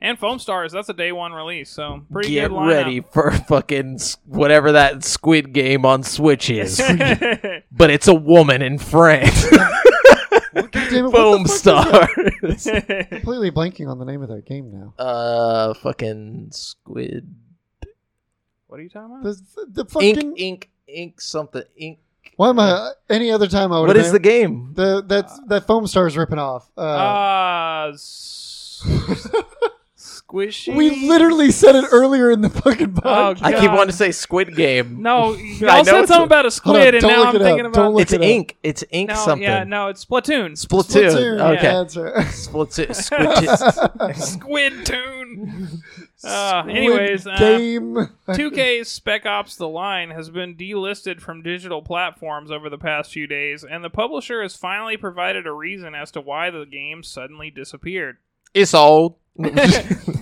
Speaker 2: And Foam Stars, that's a day one release, so pretty
Speaker 4: get
Speaker 2: good
Speaker 4: ready
Speaker 2: [laughs]
Speaker 3: [laughs]
Speaker 4: for fucking s- whatever that Squid Game on Switch
Speaker 2: [laughs]
Speaker 4: is,
Speaker 2: lineup.
Speaker 4: but it's a woman in France.
Speaker 3: God damn it, what
Speaker 4: [laughs]
Speaker 3: the
Speaker 4: Foam
Speaker 3: fuck is that?
Speaker 4: stars.
Speaker 3: I'm completely blanking on the name of that game now.
Speaker 4: uh, fucking Squid
Speaker 2: what are you talking about?
Speaker 3: The, the fucking.
Speaker 4: Ink Ink Ink something Ink.
Speaker 3: Why am I? Any other time I would.
Speaker 4: What
Speaker 3: have
Speaker 4: is the game?
Speaker 3: Oh, the that's that foam stars ripping off? Uh,
Speaker 2: Uh, s- squishy.
Speaker 3: we literally said it earlier in the fucking
Speaker 2: Oh,
Speaker 3: podcast.
Speaker 4: I keep
Speaker 2: God.
Speaker 4: wanting to say Squid Game.
Speaker 3: [laughs]
Speaker 2: No,
Speaker 4: I
Speaker 2: y'all
Speaker 4: know
Speaker 2: said
Speaker 4: it's
Speaker 2: something
Speaker 4: a-
Speaker 2: about a
Speaker 3: Hold on,
Speaker 2: squid, and
Speaker 3: don't
Speaker 2: now
Speaker 3: look
Speaker 2: I'm
Speaker 3: it up,
Speaker 2: thinking
Speaker 3: don't
Speaker 2: about.
Speaker 3: look
Speaker 4: it's
Speaker 3: it up.
Speaker 4: Ink. It's Ink
Speaker 2: no,
Speaker 4: something.
Speaker 2: yeah, no, it's Splatoon.
Speaker 4: Splatoon.
Speaker 3: Splatoon,
Speaker 4: Okay.
Speaker 3: yeah, that's right.
Speaker 2: [laughs]
Speaker 4: Splatoon.
Speaker 3: [laughs]
Speaker 4: Squid.
Speaker 2: Squid Tune. Uh,
Speaker 3: Squid
Speaker 2: anyways, uh,
Speaker 3: game.
Speaker 2: 2K's Spec Ops The Line has been delisted from digital platforms over the past few days, and the publisher has finally provided a reason as to why the game suddenly disappeared.
Speaker 4: it's old.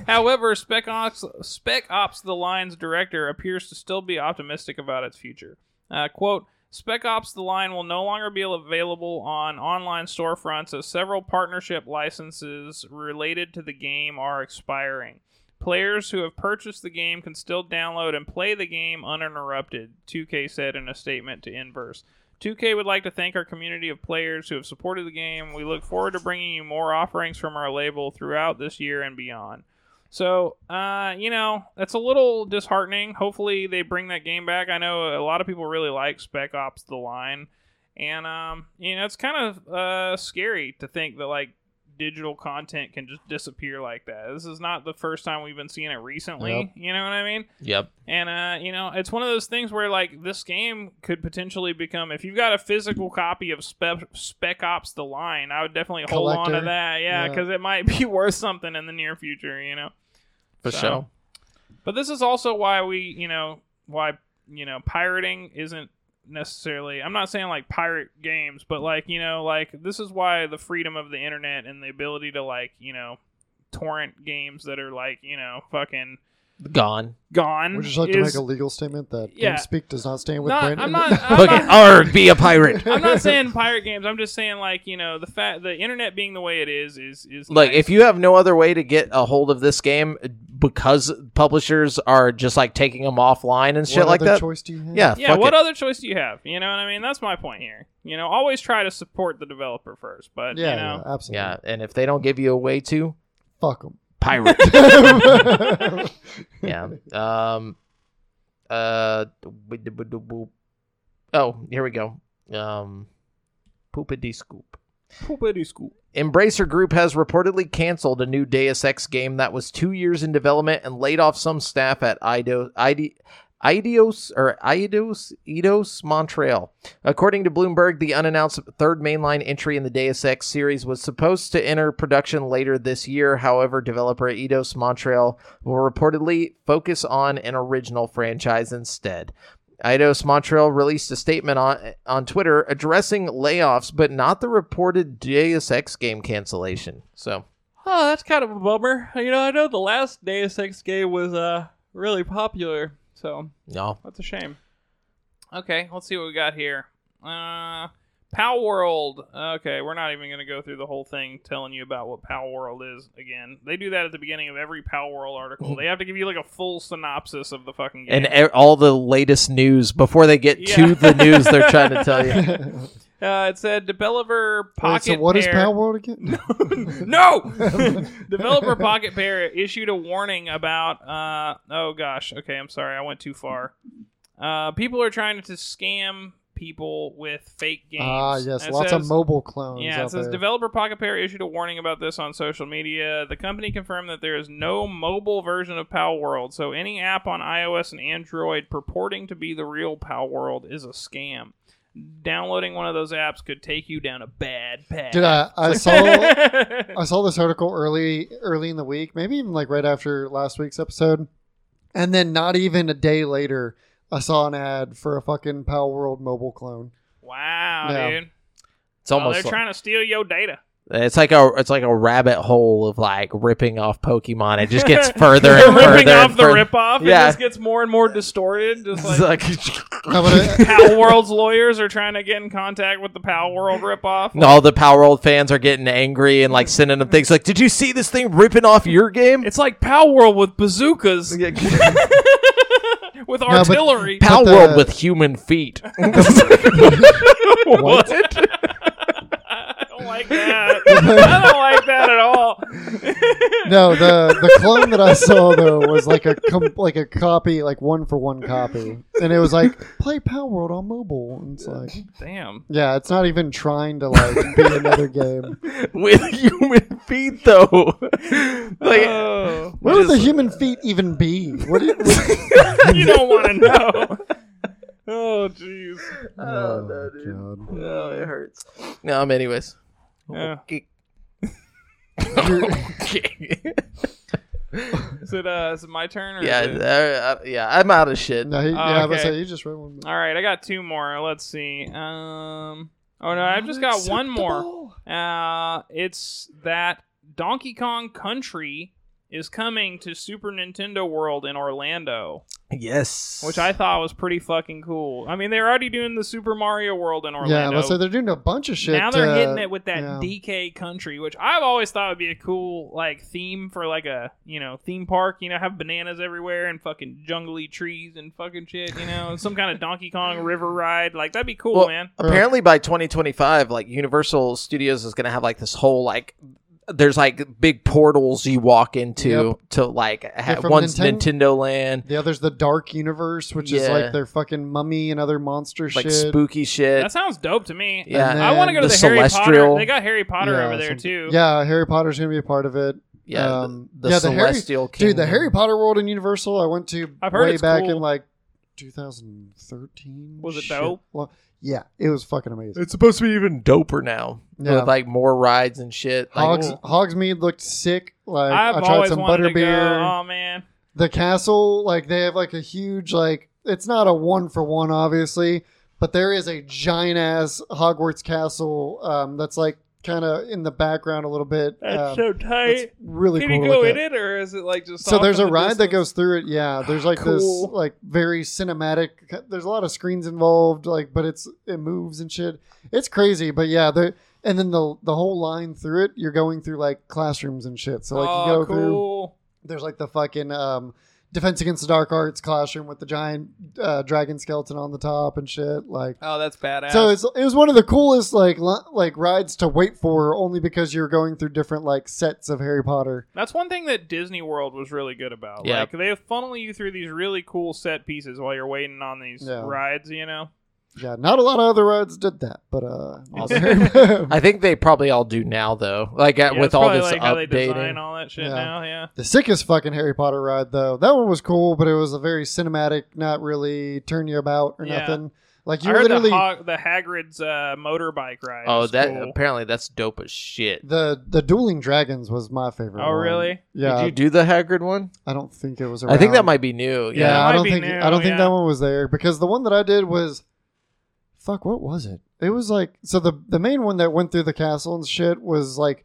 Speaker 2: However, Spec Ops, Spec Ops The Line's director appears to still be optimistic about its future. Uh, quote, Spec Ops The Line will no longer be available on online storefronts as several partnership licenses related to the game are expiring. Players who have purchased the game can still download and play the game uninterrupted, 2K said in a statement to Inverse. 2K would like to thank our community of players who have supported the game. We look forward to bringing you more offerings from our label throughout this year and beyond. So, uh, you know, that's a little disheartening. Hopefully, they bring that game back. I know a lot of people really like Spec Ops: The Line, and um, you know, it's kind of uh, scary to think that like digital content can just disappear like that. This is not the first time we've been seeing it recently.
Speaker 3: Yep.
Speaker 2: You know what I mean?
Speaker 4: [laughs] Yep.
Speaker 2: And uh, you know, it's one of those things where like this game could potentially become if you've got a physical copy of Spec, Spec Ops: The Line, I would definitely hold on to
Speaker 3: Collector.
Speaker 2: that. Yeah,
Speaker 3: Yeah.
Speaker 2: because it might [laughs] be worth something in the near future. You know.
Speaker 4: For
Speaker 2: So-
Speaker 4: sure.
Speaker 2: But this is also why we, you know, why you know, pirating isn't necessarily. I'm not saying like pirate games, but like you know, like this is why the freedom of the internet and the ability to like you know, torrent games that are like you know, fucking [laughs]
Speaker 4: Gone.
Speaker 2: gone.
Speaker 3: Would you just like to
Speaker 2: is-
Speaker 3: make a legal statement that
Speaker 2: Yeah.
Speaker 3: Speak does not stand with
Speaker 2: Not-
Speaker 3: Brandon?
Speaker 2: I'm
Speaker 3: [laughs]
Speaker 2: not- I'm
Speaker 4: Fucking arg, be a pirate.
Speaker 2: I'm not saying pirate games. I'm just saying like you know, the fact the internet being the way it is is is
Speaker 4: Like,
Speaker 2: nice.
Speaker 4: if you have no other way to get a hold of this game uh, because publishers are just like taking them offline and shit
Speaker 3: what
Speaker 4: like
Speaker 3: other
Speaker 4: that.
Speaker 3: choice do you have?
Speaker 4: yeah.
Speaker 2: Yeah,
Speaker 4: fuck
Speaker 2: what
Speaker 4: it.
Speaker 2: other choice do you have? You know what I mean? That's my point here. You know, always try to support the developer first, but
Speaker 3: Yeah,
Speaker 2: you know,
Speaker 3: yeah, absolutely.
Speaker 4: yeah. And if they don't give you a way to,
Speaker 3: Fuck them.
Speaker 4: pirate.
Speaker 3: [laughs]
Speaker 4: yeah. Um. Uh. Oh, here we go. Um. Poopity scoop.
Speaker 2: Poopity scoop.
Speaker 4: Embracer Group has reportedly canceled a new Deus Ex game that was two years in development and laid off some staff at Ido, ID, Idios or Idos Eidos Montreal. According to Bloomberg, the unannounced third mainline entry in the Deus Ex series was supposed to enter production later this year. However, developer Eidos Montreal will reportedly focus on an original franchise instead. Eidos Montreal released a statement on on Twitter addressing layoffs, but not the reported Deus Ex game cancellation. So
Speaker 2: Oh, that's kind of a bummer. You know, I know the last Deus Ex game was uh really popular, so
Speaker 4: no,
Speaker 2: that's a shame. Okay, let's see what we got here. Uh, Pal World. Okay, we're not even going to go through the whole thing telling you about what Pal World is again. They do that at the beginning of every Pal World article. they have to give you like a full synopsis of the fucking game.
Speaker 4: and e- all the latest news before they get
Speaker 2: Yeah.
Speaker 4: to the news they're trying to tell
Speaker 2: [laughs]
Speaker 4: you.
Speaker 2: uh, it said developer
Speaker 3: Wait,
Speaker 2: Pocket.
Speaker 3: so what is
Speaker 2: Pair- [laughs]
Speaker 3: Pal World again? [laughs]
Speaker 2: no [laughs] developer pocket pair issued a warning about uh oh gosh okay i'm sorry i went too far uh people are trying to scam people with fake games
Speaker 3: Ah, yes,
Speaker 2: And it
Speaker 3: lots
Speaker 2: says-
Speaker 3: of mobile clones.
Speaker 2: yeah, it
Speaker 3: out
Speaker 2: says
Speaker 3: there.
Speaker 2: developer Pocket Pair issued a warning about this on social media. The company confirmed that there is no mobile version of Pal World, so any app on iOS and Android purporting to be the real Pal World is a scam. Downloading one of those apps could take you down a bad path.
Speaker 3: Did I?
Speaker 2: [laughs]
Speaker 3: I saw I saw this article early early in the week, maybe even like right after last week's episode, and then not even a day later, I saw an ad for a fucking Pal World mobile clone.
Speaker 2: wow,
Speaker 3: Yeah.
Speaker 2: dude.
Speaker 4: It's
Speaker 2: Oh,
Speaker 4: almost
Speaker 2: they're
Speaker 4: like-
Speaker 2: trying to steal your
Speaker 4: [laughs]
Speaker 2: data.
Speaker 4: It's like a it's like a rabbit hole of like ripping off Pokemon. It
Speaker 2: [laughs]
Speaker 4: just gets further and further.
Speaker 2: ripping
Speaker 4: and
Speaker 2: off the
Speaker 4: further. [laughs]
Speaker 2: ripoff.
Speaker 4: Yeah.
Speaker 2: It just gets more and more distorted. Just
Speaker 4: It's [laughs]
Speaker 2: like,
Speaker 4: like,
Speaker 3: No, but
Speaker 2: Pal World's lawyers are trying to get in contact with the Pal World ripoff.
Speaker 4: and all the Power World fans are getting angry and like sending them things like, "Did you see this thing ripping off your game?"
Speaker 2: It's like Pal World with bazookas,
Speaker 3: [laughs]
Speaker 4: It's
Speaker 2: [laughs] with
Speaker 3: but-
Speaker 2: artillery. [laughs]
Speaker 4: Power
Speaker 3: the-
Speaker 4: World with human feet.
Speaker 3: [laughs] What?
Speaker 2: I don't like that. [laughs] I don't like that at all.
Speaker 3: I- no, the the clone that I saw though was like a com- like a copy, like one for one copy, and it was like play Pal World on mobile. And it's like,
Speaker 2: Damn.
Speaker 3: yeah, it's not even trying to like be another
Speaker 4: [laughs]
Speaker 3: game.
Speaker 4: with human feet [laughs] though. like
Speaker 2: Oh,
Speaker 3: Where would the
Speaker 4: Just-
Speaker 3: human feet even be? What do you?
Speaker 2: [laughs]
Speaker 4: [laughs]
Speaker 2: you don't want to know. [laughs] Oh, jeez.
Speaker 4: Oh, no, dude.
Speaker 3: God.
Speaker 4: Oh, it hurts. No, um, anyways. [laughs]
Speaker 2: Yeah.
Speaker 4: Okay.
Speaker 3: You're- [laughs]
Speaker 4: Okay.
Speaker 2: Is it, uh, is it my turn? Or
Speaker 4: yeah,
Speaker 2: is it-
Speaker 4: I- I- uh, yeah, I'm out of shit.
Speaker 3: No, he, yeah, I was
Speaker 2: okay.
Speaker 3: gonna say you just read one.
Speaker 2: All right, I got two more. Let's see. Um. Oh no, I've just got one more. Uh, it's that Donkey Kong Country is coming to Super Nintendo World in Orlando,
Speaker 4: Yes.
Speaker 2: which I thought was pretty fucking cool. I mean, they're already doing the Super Mario World in
Speaker 3: Yeah,
Speaker 2: Orlando.
Speaker 3: let's say they're doing a bunch of shit.
Speaker 2: now they're
Speaker 3: uh,
Speaker 2: hitting it with that
Speaker 3: yeah.
Speaker 2: DK Country, which I've always thought would be a cool like theme for like a you know theme park. You know, have bananas everywhere and fucking jungly trees and fucking shit. You know, some
Speaker 3: [laughs]
Speaker 2: kind of Donkey Kong river ride. Like that'd be cool,
Speaker 4: Well,
Speaker 2: man.
Speaker 4: apparently by 2025 like universal studios is going to have like this whole like there's like big portals you walk into to like ha-
Speaker 3: Different
Speaker 4: one's
Speaker 3: Ninten-
Speaker 4: nintendo land
Speaker 3: The other's the Dark Universe, which is
Speaker 4: Yeah.
Speaker 3: like their fucking mummy and other monster
Speaker 4: like
Speaker 3: shit.
Speaker 4: spooky shit
Speaker 2: That sounds dope to me.
Speaker 4: yeah
Speaker 3: And
Speaker 2: I want to go to
Speaker 4: The
Speaker 2: the, Harry
Speaker 4: Celestial.
Speaker 2: Potter. They got Harry Potter
Speaker 3: Yeah,
Speaker 2: over there
Speaker 3: some-
Speaker 2: too.
Speaker 3: Yeah, Harry Potter's gonna be a part of it.
Speaker 4: yeah the-
Speaker 3: um,
Speaker 4: the,
Speaker 3: yeah, the Harry-
Speaker 4: celestial Kingdom.
Speaker 3: Dude, the Harry Potter world in Universal, I went to
Speaker 2: I've heard
Speaker 3: way
Speaker 2: it's
Speaker 3: back
Speaker 2: cool.
Speaker 3: in like 2013.
Speaker 2: Was it
Speaker 3: Shit.
Speaker 2: dope?
Speaker 3: Well, yeah, it was fucking amazing.
Speaker 4: it's supposed to be even doper now
Speaker 3: Yeah.
Speaker 4: with like more rides and shit like,
Speaker 3: Hogs, Hogsmeade looked sick. Like
Speaker 2: I've
Speaker 3: I tried
Speaker 2: always
Speaker 3: some
Speaker 2: wanted to go.
Speaker 3: butterbeer.
Speaker 2: Oh man,
Speaker 3: The castle, like they have like a huge like it's not a one for one obviously, but there is a giant ass Hogwarts castle um, that's like kind of in the background a little bit.
Speaker 2: that's
Speaker 3: Um,
Speaker 2: so
Speaker 3: it's
Speaker 2: tight.
Speaker 3: really
Speaker 2: Can
Speaker 3: cool.
Speaker 2: you
Speaker 3: to
Speaker 2: go
Speaker 3: look
Speaker 2: in
Speaker 3: at.
Speaker 2: it, or is it like just
Speaker 3: So
Speaker 2: off
Speaker 3: there's
Speaker 2: in
Speaker 3: a
Speaker 2: the
Speaker 3: ride that
Speaker 2: distance?
Speaker 3: goes through it. Yeah, there's like
Speaker 4: Cool.
Speaker 3: this like very cinematic. There's a lot of screens involved, like, but it's it moves and shit. It's crazy, but yeah, the and then the the whole line through it, you're going through like classrooms and shit. So like
Speaker 2: oh,
Speaker 3: you go through.
Speaker 2: cool.
Speaker 3: There's like the fucking um, defense against the dark arts classroom with the giant uh, dragon skeleton on the top and shit. Like
Speaker 2: Oh, that's badass.
Speaker 3: so it's, it was one of the coolest like li- like rides to wait for only because you're going through different like sets of Harry Potter.
Speaker 2: That's one thing that Disney World was really good about.
Speaker 4: Yeah.
Speaker 2: Like they funnel you through these really cool set pieces while you're waiting on these
Speaker 3: Yeah.
Speaker 2: rides, you know.
Speaker 3: Yeah, not a lot of other roads did that,
Speaker 2: [laughs]
Speaker 3: but uh,
Speaker 4: I think they probably all do now, though. Like at,
Speaker 2: Yeah,
Speaker 4: with
Speaker 2: it's
Speaker 4: all
Speaker 2: probably
Speaker 4: this
Speaker 2: like how they design
Speaker 4: updating.
Speaker 2: all that shit
Speaker 3: Yeah.
Speaker 2: now. Yeah.
Speaker 3: the sickest fucking Harry Potter ride though. That one was cool, but it was a very cinematic, not really turn you about or
Speaker 2: Yeah.
Speaker 3: nothing. Like
Speaker 2: I
Speaker 3: you
Speaker 2: heard
Speaker 3: literally
Speaker 2: the, Hog- the Hagrid's uh, motorbike ride.
Speaker 4: Oh,
Speaker 2: is
Speaker 4: that
Speaker 2: cool.
Speaker 4: apparently that's dope as shit.
Speaker 3: the the dueling dragons was my favorite.
Speaker 2: Oh,
Speaker 3: one.
Speaker 2: really?
Speaker 3: Yeah,
Speaker 4: Did you do the Hagrid one?
Speaker 3: I don't think it was. Around.
Speaker 4: I think that might be new.
Speaker 3: Yeah,
Speaker 4: Yeah.
Speaker 2: might
Speaker 3: I don't
Speaker 2: be
Speaker 3: think
Speaker 2: new,
Speaker 3: I don't think
Speaker 2: yeah.
Speaker 3: that one was there because the one that I did was, fuck, what was it? It was like so the the main one that went through the castle and shit was like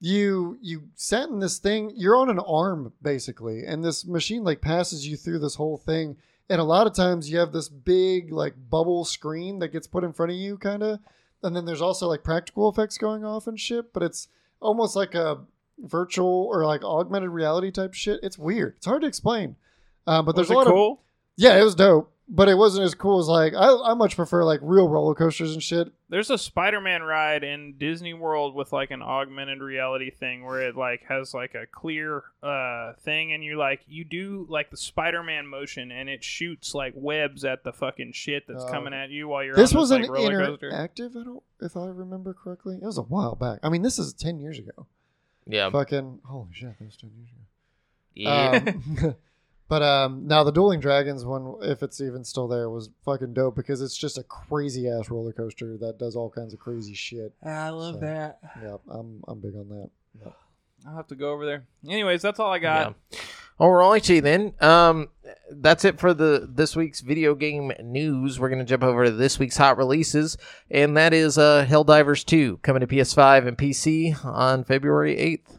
Speaker 3: you you sat in this thing you're on an arm basically and this machine like passes you through this whole thing and a lot of times you have this big like bubble screen that gets put in front of you kind of and then there's also like practical effects going off and shit but it's almost like a virtual or like augmented reality type shit it's weird it's hard to explain um, but
Speaker 2: Was
Speaker 3: there's
Speaker 2: it
Speaker 3: a lot of
Speaker 2: cool?
Speaker 3: yeah, it was dope, but it wasn't as cool as like I, I much prefer like real roller coasters and shit.
Speaker 2: There's a Spider-Man ride in Disney World with like an augmented reality thing where it like has like a clear uh thing and you like you do like the Spider-Man motion and it shoots like webs at the fucking shit that's
Speaker 3: Oh.
Speaker 2: coming at you while you're
Speaker 3: this
Speaker 2: on
Speaker 3: was
Speaker 2: this,
Speaker 3: an uh,
Speaker 2: like, roller coaster.
Speaker 3: interactive, I don't, if I remember correctly. It was a while back. I mean, this is ten years ago.
Speaker 4: Yeah.
Speaker 3: Fucking holy shit, that was ten years ago.
Speaker 4: Yeah.
Speaker 3: Um,
Speaker 4: [laughs]
Speaker 3: [laughs] but um, now the Dueling Dragons one, if it's even still there, was fucking dope because it's just a crazy ass roller coaster that does all kinds of crazy shit.
Speaker 2: Ah,
Speaker 4: I
Speaker 3: love so-
Speaker 4: that.
Speaker 3: Yeah, I'm I'm big on that.
Speaker 2: I'll have to go over there. Anyways, that's all I got.
Speaker 4: Yeah. Alrighty then. Um, that's it for the this week's video game news. We're gonna jump over to this week's hot releases, and that is uh Helldivers 2 coming to PS5 and PC on February 8th.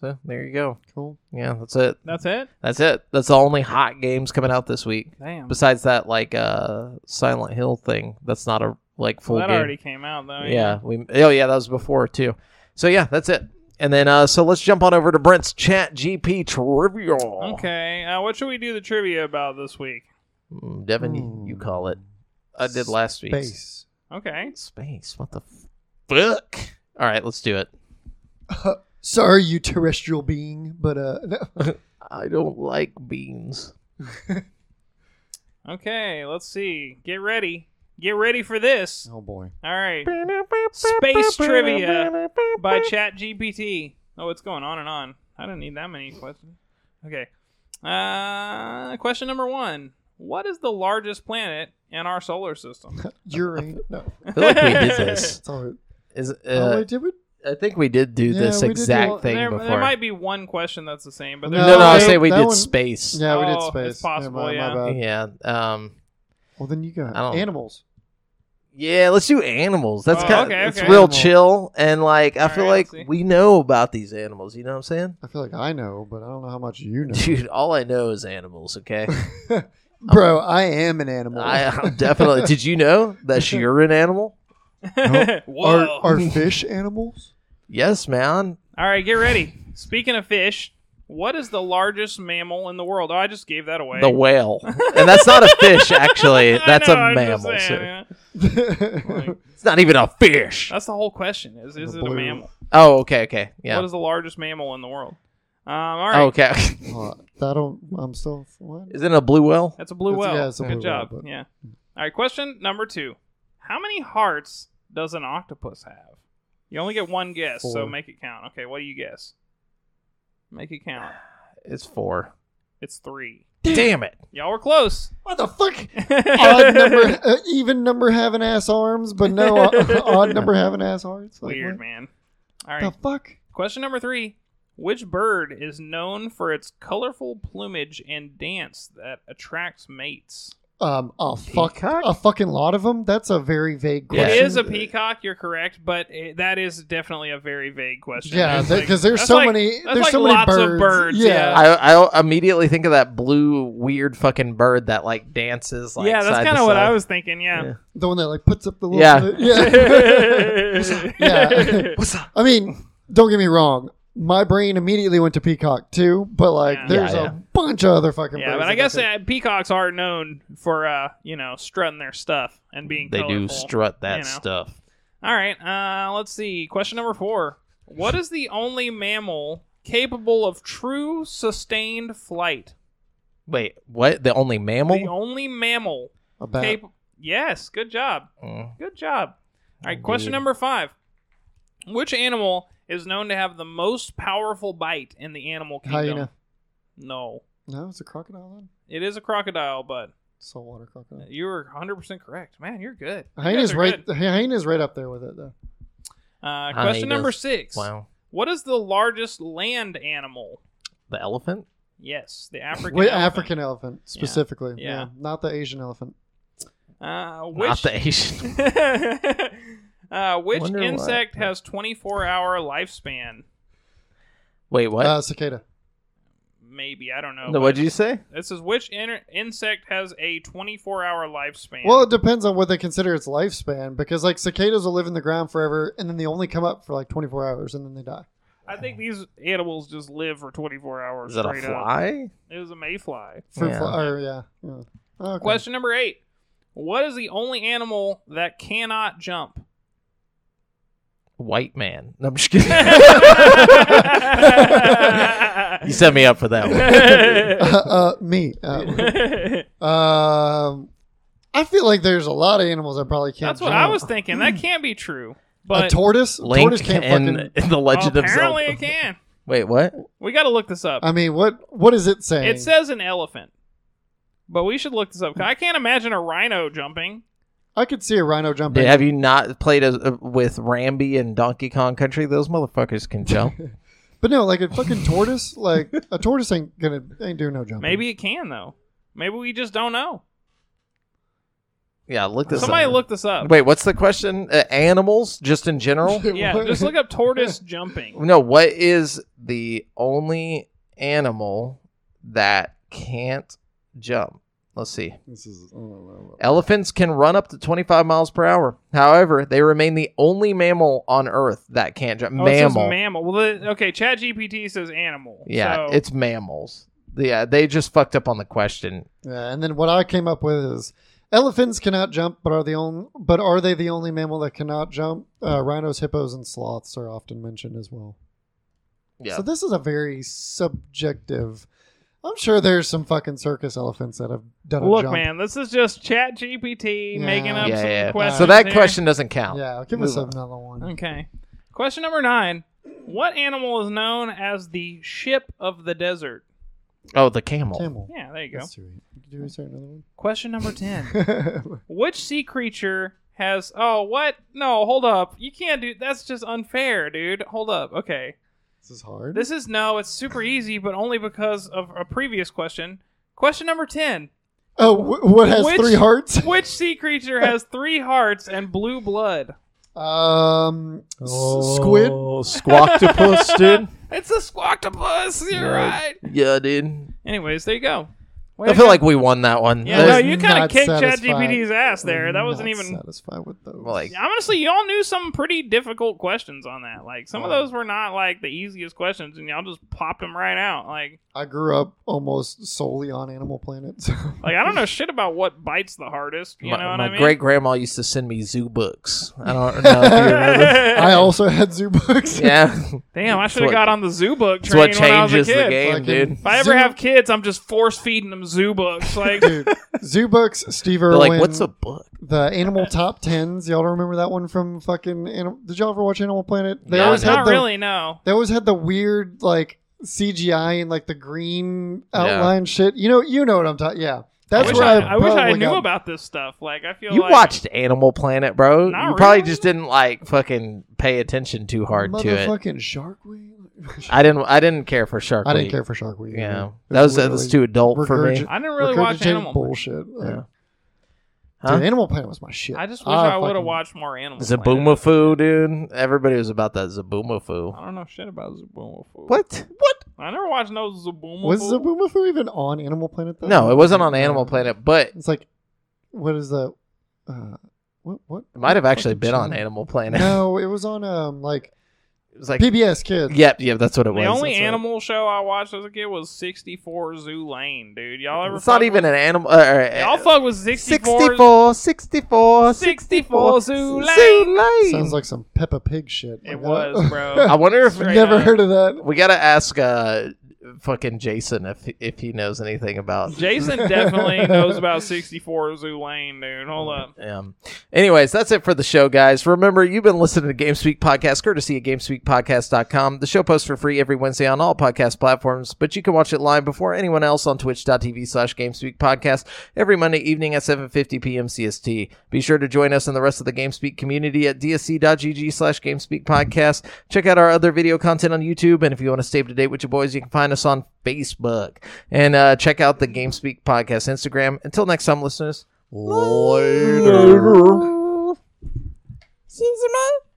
Speaker 4: So there you go.
Speaker 3: Cool.
Speaker 4: Yeah, that's it.
Speaker 2: That's it.
Speaker 4: That's it. That's the only hot games coming out this week.
Speaker 2: Damn.
Speaker 4: Besides that, like uh Silent Hill thing. That's not a like full
Speaker 2: Well, that
Speaker 4: game.
Speaker 2: already came out though.
Speaker 4: Yeah, we. Oh yeah, that was before too. So yeah, that's it. And then uh, so let's jump on over to Brent's Chat GP trivia.
Speaker 2: Okay. Uh, what should we do the trivia about this week?
Speaker 4: Mm, Devin,
Speaker 3: Hmm.
Speaker 4: you, you call it. I did last week.
Speaker 3: Base.
Speaker 2: Okay.
Speaker 4: Space. What the fuck? All right, let's do it.
Speaker 3: Sorry, you terrestrial being, but uh, no.
Speaker 4: [laughs] I don't like beans.
Speaker 2: Okay. Let's see. Get ready. Get ready for this.
Speaker 3: oh boy. [laughs]
Speaker 2: All right. Space trivia by
Speaker 3: [laughs]
Speaker 2: ChatGPT. Oh, it's going on and on. I don't need that many questions. Okay. Uh, question number one. What is the largest planet in our solar system?
Speaker 3: Uranus. No.
Speaker 4: I feel like we did
Speaker 2: [laughs]
Speaker 3: [laughs]
Speaker 4: this.
Speaker 3: It's all right.
Speaker 4: Is, uh,
Speaker 3: oh, wait, did we?
Speaker 4: I think we did do
Speaker 3: Yeah,
Speaker 4: this
Speaker 3: we did do
Speaker 4: exact
Speaker 3: all-
Speaker 4: thing
Speaker 2: there,
Speaker 4: before.
Speaker 2: there might be one question that's the same, but
Speaker 3: No,
Speaker 4: no,
Speaker 2: there's
Speaker 4: no, I
Speaker 3: Oh, that-
Speaker 4: say we
Speaker 3: that
Speaker 4: did
Speaker 3: one-
Speaker 4: space.
Speaker 3: Yeah, we
Speaker 2: Oh,
Speaker 3: did
Speaker 2: it's
Speaker 3: space.
Speaker 2: possible,
Speaker 3: Never mind,
Speaker 2: yeah.
Speaker 3: My bad.
Speaker 4: Yeah. Um.
Speaker 3: Well, then you got
Speaker 4: I don't-
Speaker 3: animals.
Speaker 4: Yeah, let's do animals. That's
Speaker 2: Oh,
Speaker 4: kind of
Speaker 2: okay,
Speaker 4: it's
Speaker 2: okay.
Speaker 4: real
Speaker 3: Animal.
Speaker 4: chill and like I
Speaker 2: All
Speaker 4: feel
Speaker 2: right,
Speaker 4: like
Speaker 2: I see.
Speaker 4: we know about these animals, you know what I'm saying?
Speaker 3: I feel like I know, but I don't know how much
Speaker 4: [laughs]
Speaker 3: you know.
Speaker 4: Dude, all I know is animals, okay?
Speaker 3: Bro, I am an animal.
Speaker 4: I I'm definitely Did you know
Speaker 2: [laughs]
Speaker 4: that you're an animal?
Speaker 3: are,
Speaker 2: Whoa.
Speaker 3: are fish [laughs] animals?
Speaker 4: Yes, man.
Speaker 2: All right, get ready. Speaking of fish, what is the largest mammal in the world? Oh, I just gave that away. [laughs]
Speaker 4: The whale. and that's not a fish actually.
Speaker 2: I
Speaker 4: That's
Speaker 2: know,
Speaker 4: a
Speaker 2: I'm just
Speaker 4: mammal.
Speaker 2: saying,
Speaker 4: sir.
Speaker 2: yeah.
Speaker 3: [laughs]
Speaker 2: Uh,
Speaker 3: Like,
Speaker 4: It's not even a fish.
Speaker 2: That's the whole question. Is is it
Speaker 3: The
Speaker 2: a
Speaker 3: blue.
Speaker 2: mammal?
Speaker 4: Oh, okay, okay.
Speaker 2: What
Speaker 4: Yeah.
Speaker 2: is the largest mammal in the world? Um, all right,
Speaker 4: Oh, okay. [laughs]
Speaker 3: oh, I don't. I'm still. What?
Speaker 4: Isn't it a blue whale?
Speaker 2: that's a blue
Speaker 3: That's-
Speaker 2: whale.
Speaker 3: yeah, it's a
Speaker 2: Good
Speaker 3: blue
Speaker 2: job.
Speaker 3: whale, but-
Speaker 2: Yeah. All right, question number two: How many hearts does an octopus have? You only get one guess, so
Speaker 3: Four.
Speaker 2: make it count. Okay, what do you guess? Make it count.
Speaker 4: It's
Speaker 2: [laughs]
Speaker 4: four.
Speaker 2: It's three.
Speaker 4: Damn it.
Speaker 2: Y'all were close.
Speaker 3: What the fuck? [laughs]
Speaker 2: [laughs]
Speaker 3: odd number, uh, even number having ass arms, but no uh,
Speaker 2: [laughs]
Speaker 3: odd number having ass arms. Like,
Speaker 2: Weird,
Speaker 3: what
Speaker 2: man. All right.
Speaker 3: The fuck?
Speaker 2: Question number three. Which bird is known for its colorful plumage and dance that attracts mates?
Speaker 3: Um, a fuck, a fucking lot of them. That's a very vague
Speaker 4: Yeah.
Speaker 3: question.
Speaker 2: It is a peacock, you're correct, but it, that is definitely a very vague question.
Speaker 3: Yeah,
Speaker 2: That's like-
Speaker 3: because there's
Speaker 2: that's
Speaker 3: so
Speaker 2: like-
Speaker 3: many.
Speaker 2: that's
Speaker 3: There's
Speaker 2: like
Speaker 3: so many
Speaker 2: lots
Speaker 3: birds.
Speaker 2: of birds, yeah.
Speaker 4: I, I immediately think of that blue weird fucking bird that like dances like
Speaker 2: yeah, that's
Speaker 4: kind
Speaker 2: kind of what I was thinking. Yeah.
Speaker 3: The one that like puts up the little
Speaker 4: Yeah.
Speaker 2: [laughs]
Speaker 3: yeah. [laughs]
Speaker 4: [laughs]
Speaker 3: Yeah.
Speaker 4: [laughs] What's up?
Speaker 3: I mean, don't get me wrong. My brain immediately went to Peacock too, but like,
Speaker 2: Yeah.
Speaker 3: there's
Speaker 4: Yeah,
Speaker 3: a
Speaker 4: yeah.
Speaker 3: bunch of other fucking.
Speaker 2: Yeah,
Speaker 3: birds
Speaker 2: but
Speaker 3: that
Speaker 2: I guess
Speaker 3: could-
Speaker 2: uh, peacocks are known for uh, you know strutting their stuff and being.
Speaker 4: They do
Speaker 2: colorful.
Speaker 4: strut that
Speaker 2: you know.
Speaker 4: stuff.
Speaker 2: All right, uh, let's see. Question number four. What is the only mammal capable of true sustained flight?
Speaker 4: Wait, what? The only mammal?
Speaker 2: The only mammal
Speaker 3: a bat.
Speaker 2: cap- Yes, good job.
Speaker 4: Mm.
Speaker 2: Good job. All right, question
Speaker 4: Indeed.
Speaker 2: number five. Which animal is known to have the most powerful bite in the animal kingdom?
Speaker 3: Hyena.
Speaker 2: No.
Speaker 3: No, it's a crocodile then?
Speaker 2: It is a crocodile, but
Speaker 3: Saltwater crocodile.
Speaker 2: you were 100% correct. Man, you're good. You guys
Speaker 3: Hyena's
Speaker 2: are
Speaker 3: right
Speaker 2: good.
Speaker 3: hyena's right up there with it though.
Speaker 2: Uh, question number
Speaker 4: Hyenas.
Speaker 2: six.
Speaker 4: Wow.
Speaker 2: What is the largest land animal?
Speaker 4: The elephant?
Speaker 2: Yes, the African.
Speaker 3: Wait,
Speaker 2: elephant.
Speaker 3: African elephant specifically.
Speaker 2: Yeah.
Speaker 3: yeah. Not the Asian elephant.
Speaker 2: Uh,
Speaker 4: Not
Speaker 2: which
Speaker 4: the Asian.
Speaker 2: [laughs]
Speaker 4: [laughs]
Speaker 2: uh, which
Speaker 4: Wonder why.
Speaker 2: insect has 24 hour lifespan?
Speaker 4: Wait, what?
Speaker 3: Uh, cicada.
Speaker 2: Maybe I don't know.
Speaker 4: no,
Speaker 2: but
Speaker 4: what did you say?
Speaker 2: This is which in- insect has a 24 hour lifespan?
Speaker 3: Well, it depends on what they consider its lifespan because like cicadas will live in the ground forever and then they only come up for like 24 hours and then they die.
Speaker 2: I think these animals just live for 24 hours
Speaker 4: Is that a
Speaker 2: straight up.
Speaker 4: fly?
Speaker 2: It was a mayfly.
Speaker 3: For
Speaker 4: Yeah.
Speaker 3: fl- or, yeah. yeah. Okay.
Speaker 2: Question number eight: What is the only animal that cannot jump? [laughs]
Speaker 4: White man. No, I'm just kidding. [laughs] you
Speaker 2: you
Speaker 4: set me up for that one.
Speaker 3: [laughs] uh, uh, me.
Speaker 2: [laughs]
Speaker 3: Uh, um, I feel like there's a lot of animals I probably can't.
Speaker 2: That's what
Speaker 3: jump.
Speaker 2: I was thinking. That can't be true.
Speaker 3: a
Speaker 2: But
Speaker 3: tortoise. A
Speaker 4: Link
Speaker 3: [laughs] tortoise can't
Speaker 4: and
Speaker 3: fucking.
Speaker 4: [laughs] The Legend of
Speaker 2: apparently
Speaker 4: Zelda.
Speaker 2: it can.
Speaker 4: Wait, what?
Speaker 2: We got to look this up.
Speaker 3: I mean, what what is it saying?
Speaker 2: It says an elephant, but we should look this up. 'cause I can't imagine a rhino jumping.
Speaker 3: I could see a rhino jumping.
Speaker 4: Did- have you not played as, uh, with Rambi and Donkey Kong Country? Those motherfuckers
Speaker 3: [laughs]
Speaker 4: can jump.
Speaker 3: But no, like a fucking tortoise. Like a tortoise ain't gonna ain't do no jumping. [laughs]
Speaker 2: Maybe it can though. Maybe we just don't know.
Speaker 4: yeah, look this
Speaker 2: Somebody
Speaker 4: up.
Speaker 2: look this up.
Speaker 4: Wait, what's the question? Uh, animals, just in [laughs] general?
Speaker 2: Yeah, just look up tortoise jumping.
Speaker 4: no, what is the only animal that can't jump? Let's see.
Speaker 3: This is. oh, I don't know.
Speaker 4: Elephants can run up to 25 miles per hour. However, they remain the only mammal on Earth that can't jump.
Speaker 2: Oh, it says
Speaker 4: mammal.
Speaker 2: mammal. Well, it- okay. Chat GPT says animal.
Speaker 4: yeah,
Speaker 2: so-
Speaker 4: it's mammals. Yeah, they just fucked up on the question.
Speaker 3: Yeah, and then what I came up with is elephants cannot jump, but are the only but are they the only mammal that cannot jump? Uh, rhinos, hippos, and sloths are often mentioned as well.
Speaker 4: Yeah.
Speaker 3: So this is a very subjective. I'm sure there's some fucking circus elephants that have done a
Speaker 2: Look,
Speaker 3: jump.
Speaker 2: man, this is just Chat GPT
Speaker 3: Yeah.
Speaker 2: making up
Speaker 4: yeah,
Speaker 2: some
Speaker 4: yeah.
Speaker 2: questions.
Speaker 4: So that
Speaker 2: here.
Speaker 4: question doesn't count.
Speaker 3: Yeah, give us another one.
Speaker 2: Okay. Question number nine. What animal is known as the ship of the desert?
Speaker 4: Oh, the camel.
Speaker 3: Camel.
Speaker 2: Yeah, there you go. Mm.
Speaker 3: That's too easy. Did we start another one?
Speaker 2: Question number
Speaker 4: [laughs]
Speaker 2: 10. [laughs] Which sea creature has Oh, what? No, hold up. You can't do That's just unfair, dude. Hold up. Okay.
Speaker 3: [laughs] this is hard.
Speaker 2: This is no, it's super easy, but only because of a previous question. Question number 10.
Speaker 3: oh, wh- what has
Speaker 2: Which-
Speaker 3: three hearts?
Speaker 2: Which sea creature has 3 hearts and blue blood?
Speaker 3: Um, s- squid.
Speaker 2: Oh,
Speaker 4: Squawktopus, dude.
Speaker 2: It's a squoctopus. You're
Speaker 4: Yeah.
Speaker 2: right.
Speaker 4: [laughs] Yeah, dude.
Speaker 2: Anyways, there you go. Way
Speaker 4: I
Speaker 2: to
Speaker 4: feel
Speaker 2: go.
Speaker 4: like we won that one.
Speaker 2: Yeah, no,
Speaker 4: There's-
Speaker 2: you kind of
Speaker 3: not
Speaker 2: kicked
Speaker 3: satisfied.
Speaker 2: ChatGPT's ass there. That
Speaker 3: I'm
Speaker 2: wasn't
Speaker 3: not
Speaker 2: even.
Speaker 3: satisfied with those.
Speaker 4: Like-
Speaker 2: Honestly, y'all knew some pretty difficult questions on that. Like some of
Speaker 4: Oh.
Speaker 3: Yeah.
Speaker 2: those were not like the easiest questions, and y'all just popped them right out. Like,
Speaker 3: I grew up almost solely on Animal Planet.
Speaker 2: [laughs]
Speaker 3: So.
Speaker 2: like I don't know shit about what bites the hardest. You
Speaker 4: my
Speaker 2: know what
Speaker 4: my
Speaker 2: I mean? [laughs]
Speaker 4: great grandma used to send me zoo books. I don't know if you remember.
Speaker 2: [laughs]
Speaker 3: I also had zoo books.
Speaker 4: [laughs] yeah.
Speaker 2: Damn, I
Speaker 4: It's
Speaker 2: should have
Speaker 4: what-
Speaker 2: got on the zoo book
Speaker 4: It's
Speaker 2: train
Speaker 4: what
Speaker 2: when I was a
Speaker 4: changes the
Speaker 2: kid.
Speaker 4: game,
Speaker 3: Fucking-
Speaker 4: dude.
Speaker 2: If I ever
Speaker 3: Zoo-
Speaker 2: have kids, I'm just force feeding them zoo books. Like,
Speaker 3: [laughs] Dude, zoo books, Steve
Speaker 4: They're
Speaker 3: Irwin.
Speaker 4: like, what's a book?
Speaker 3: the animal top tens? Y'all remember that one from fucking? Animal, did y'all ever watch Animal Planet? They
Speaker 4: Yeah,
Speaker 3: always
Speaker 4: no.
Speaker 3: had
Speaker 2: not
Speaker 3: the
Speaker 2: really. No.
Speaker 3: they always had the weird like CGI and like the green
Speaker 4: Yeah.
Speaker 3: outline shit. You know, you know what I'm talking. Yeah,
Speaker 2: I
Speaker 3: that's
Speaker 2: wish
Speaker 3: where
Speaker 2: I,
Speaker 3: I,
Speaker 2: I wish I
Speaker 3: probably
Speaker 2: knew
Speaker 3: got-
Speaker 2: about this stuff. Like, I feel
Speaker 4: You
Speaker 2: like
Speaker 4: watched Animal Planet, bro. You
Speaker 2: Not
Speaker 4: probably
Speaker 2: really.
Speaker 4: just didn't like fucking pay attention too hard to it.
Speaker 3: motherfucking
Speaker 2: [laughs]
Speaker 3: Shark Week.
Speaker 4: I didn't. I didn't care for Shark
Speaker 3: I didn't
Speaker 4: Week.
Speaker 3: care for Shark Week.
Speaker 4: Yeah,
Speaker 3: It
Speaker 4: that was that was too
Speaker 3: literally
Speaker 4: adult for me.
Speaker 3: regurgi-
Speaker 2: I didn't really watch
Speaker 3: regurgitated
Speaker 2: Animal. Planet.
Speaker 3: bullshit. Like,
Speaker 4: Yeah. Huh?
Speaker 3: Dude, Animal Planet was my shit.
Speaker 2: I just wish I, would have
Speaker 3: Ah, fucking-
Speaker 2: watched more Animal. Planet.
Speaker 4: Zaboomafu, dude. Everybody was about that Zaboomafu.
Speaker 2: I don't know shit about Zaboomafoo.
Speaker 4: What? What?
Speaker 2: I never watched no Zaboomafoo.
Speaker 3: Was Zabumafu even on Animal Planet? Though?
Speaker 4: No, it wasn't on Animal
Speaker 3: Yeah.
Speaker 4: Planet, but it
Speaker 3: It's like, what is the, uh, what what?
Speaker 4: might have actually
Speaker 3: fucking
Speaker 4: been on
Speaker 3: channel? [laughs]
Speaker 4: Animal Planet.
Speaker 3: No, it was on um like
Speaker 4: It was [laughs] like,
Speaker 3: PBS Kids.
Speaker 4: yep, yep, that's what it was.
Speaker 2: the only
Speaker 4: That's right.
Speaker 2: animal show I watched as a kid was 64 Zoo Lane, dude. Y'all ever?
Speaker 4: It's not
Speaker 2: fuck
Speaker 4: even
Speaker 2: With,
Speaker 4: an animal. Uh, uh,
Speaker 2: y'all fuck with 64.
Speaker 4: 64, 64,
Speaker 2: 64 Zoo Lane.
Speaker 3: Sounds like some Peppa Pig shit.
Speaker 2: It
Speaker 3: Like, uh, [laughs]
Speaker 2: was, bro.
Speaker 4: I wonder if
Speaker 2: Straight
Speaker 3: Never
Speaker 2: up.
Speaker 3: heard of that.
Speaker 4: we gotta ask uh, fucking Jason if if he knows anything about.
Speaker 2: Jason definitely knows about 64 Zoo Lane, dude. Hold up.
Speaker 4: Um, anyways, that's it for the show, guys. Remember, you've been listening to GameSpeak Podcast, courtesy of GameSpeakPodcast.com. The show posts for free every Wednesday on all podcast platforms, but you can watch it live before anyone else on twitch.tv slash GameSpeak Podcast every Monday evening at 7.50 p.m. CST. Be sure to join us and the rest of the GameSpeak community at dsc.gg slash GameSpeak Podcast. Check out our other video content on YouTube, and if you want to stay up to date with your boys, you can find us on Facebook. And uh, check out the GameSpeak Podcast Instagram. Until next time, listeners, later.
Speaker 3: Later.
Speaker 4: Cinzimon?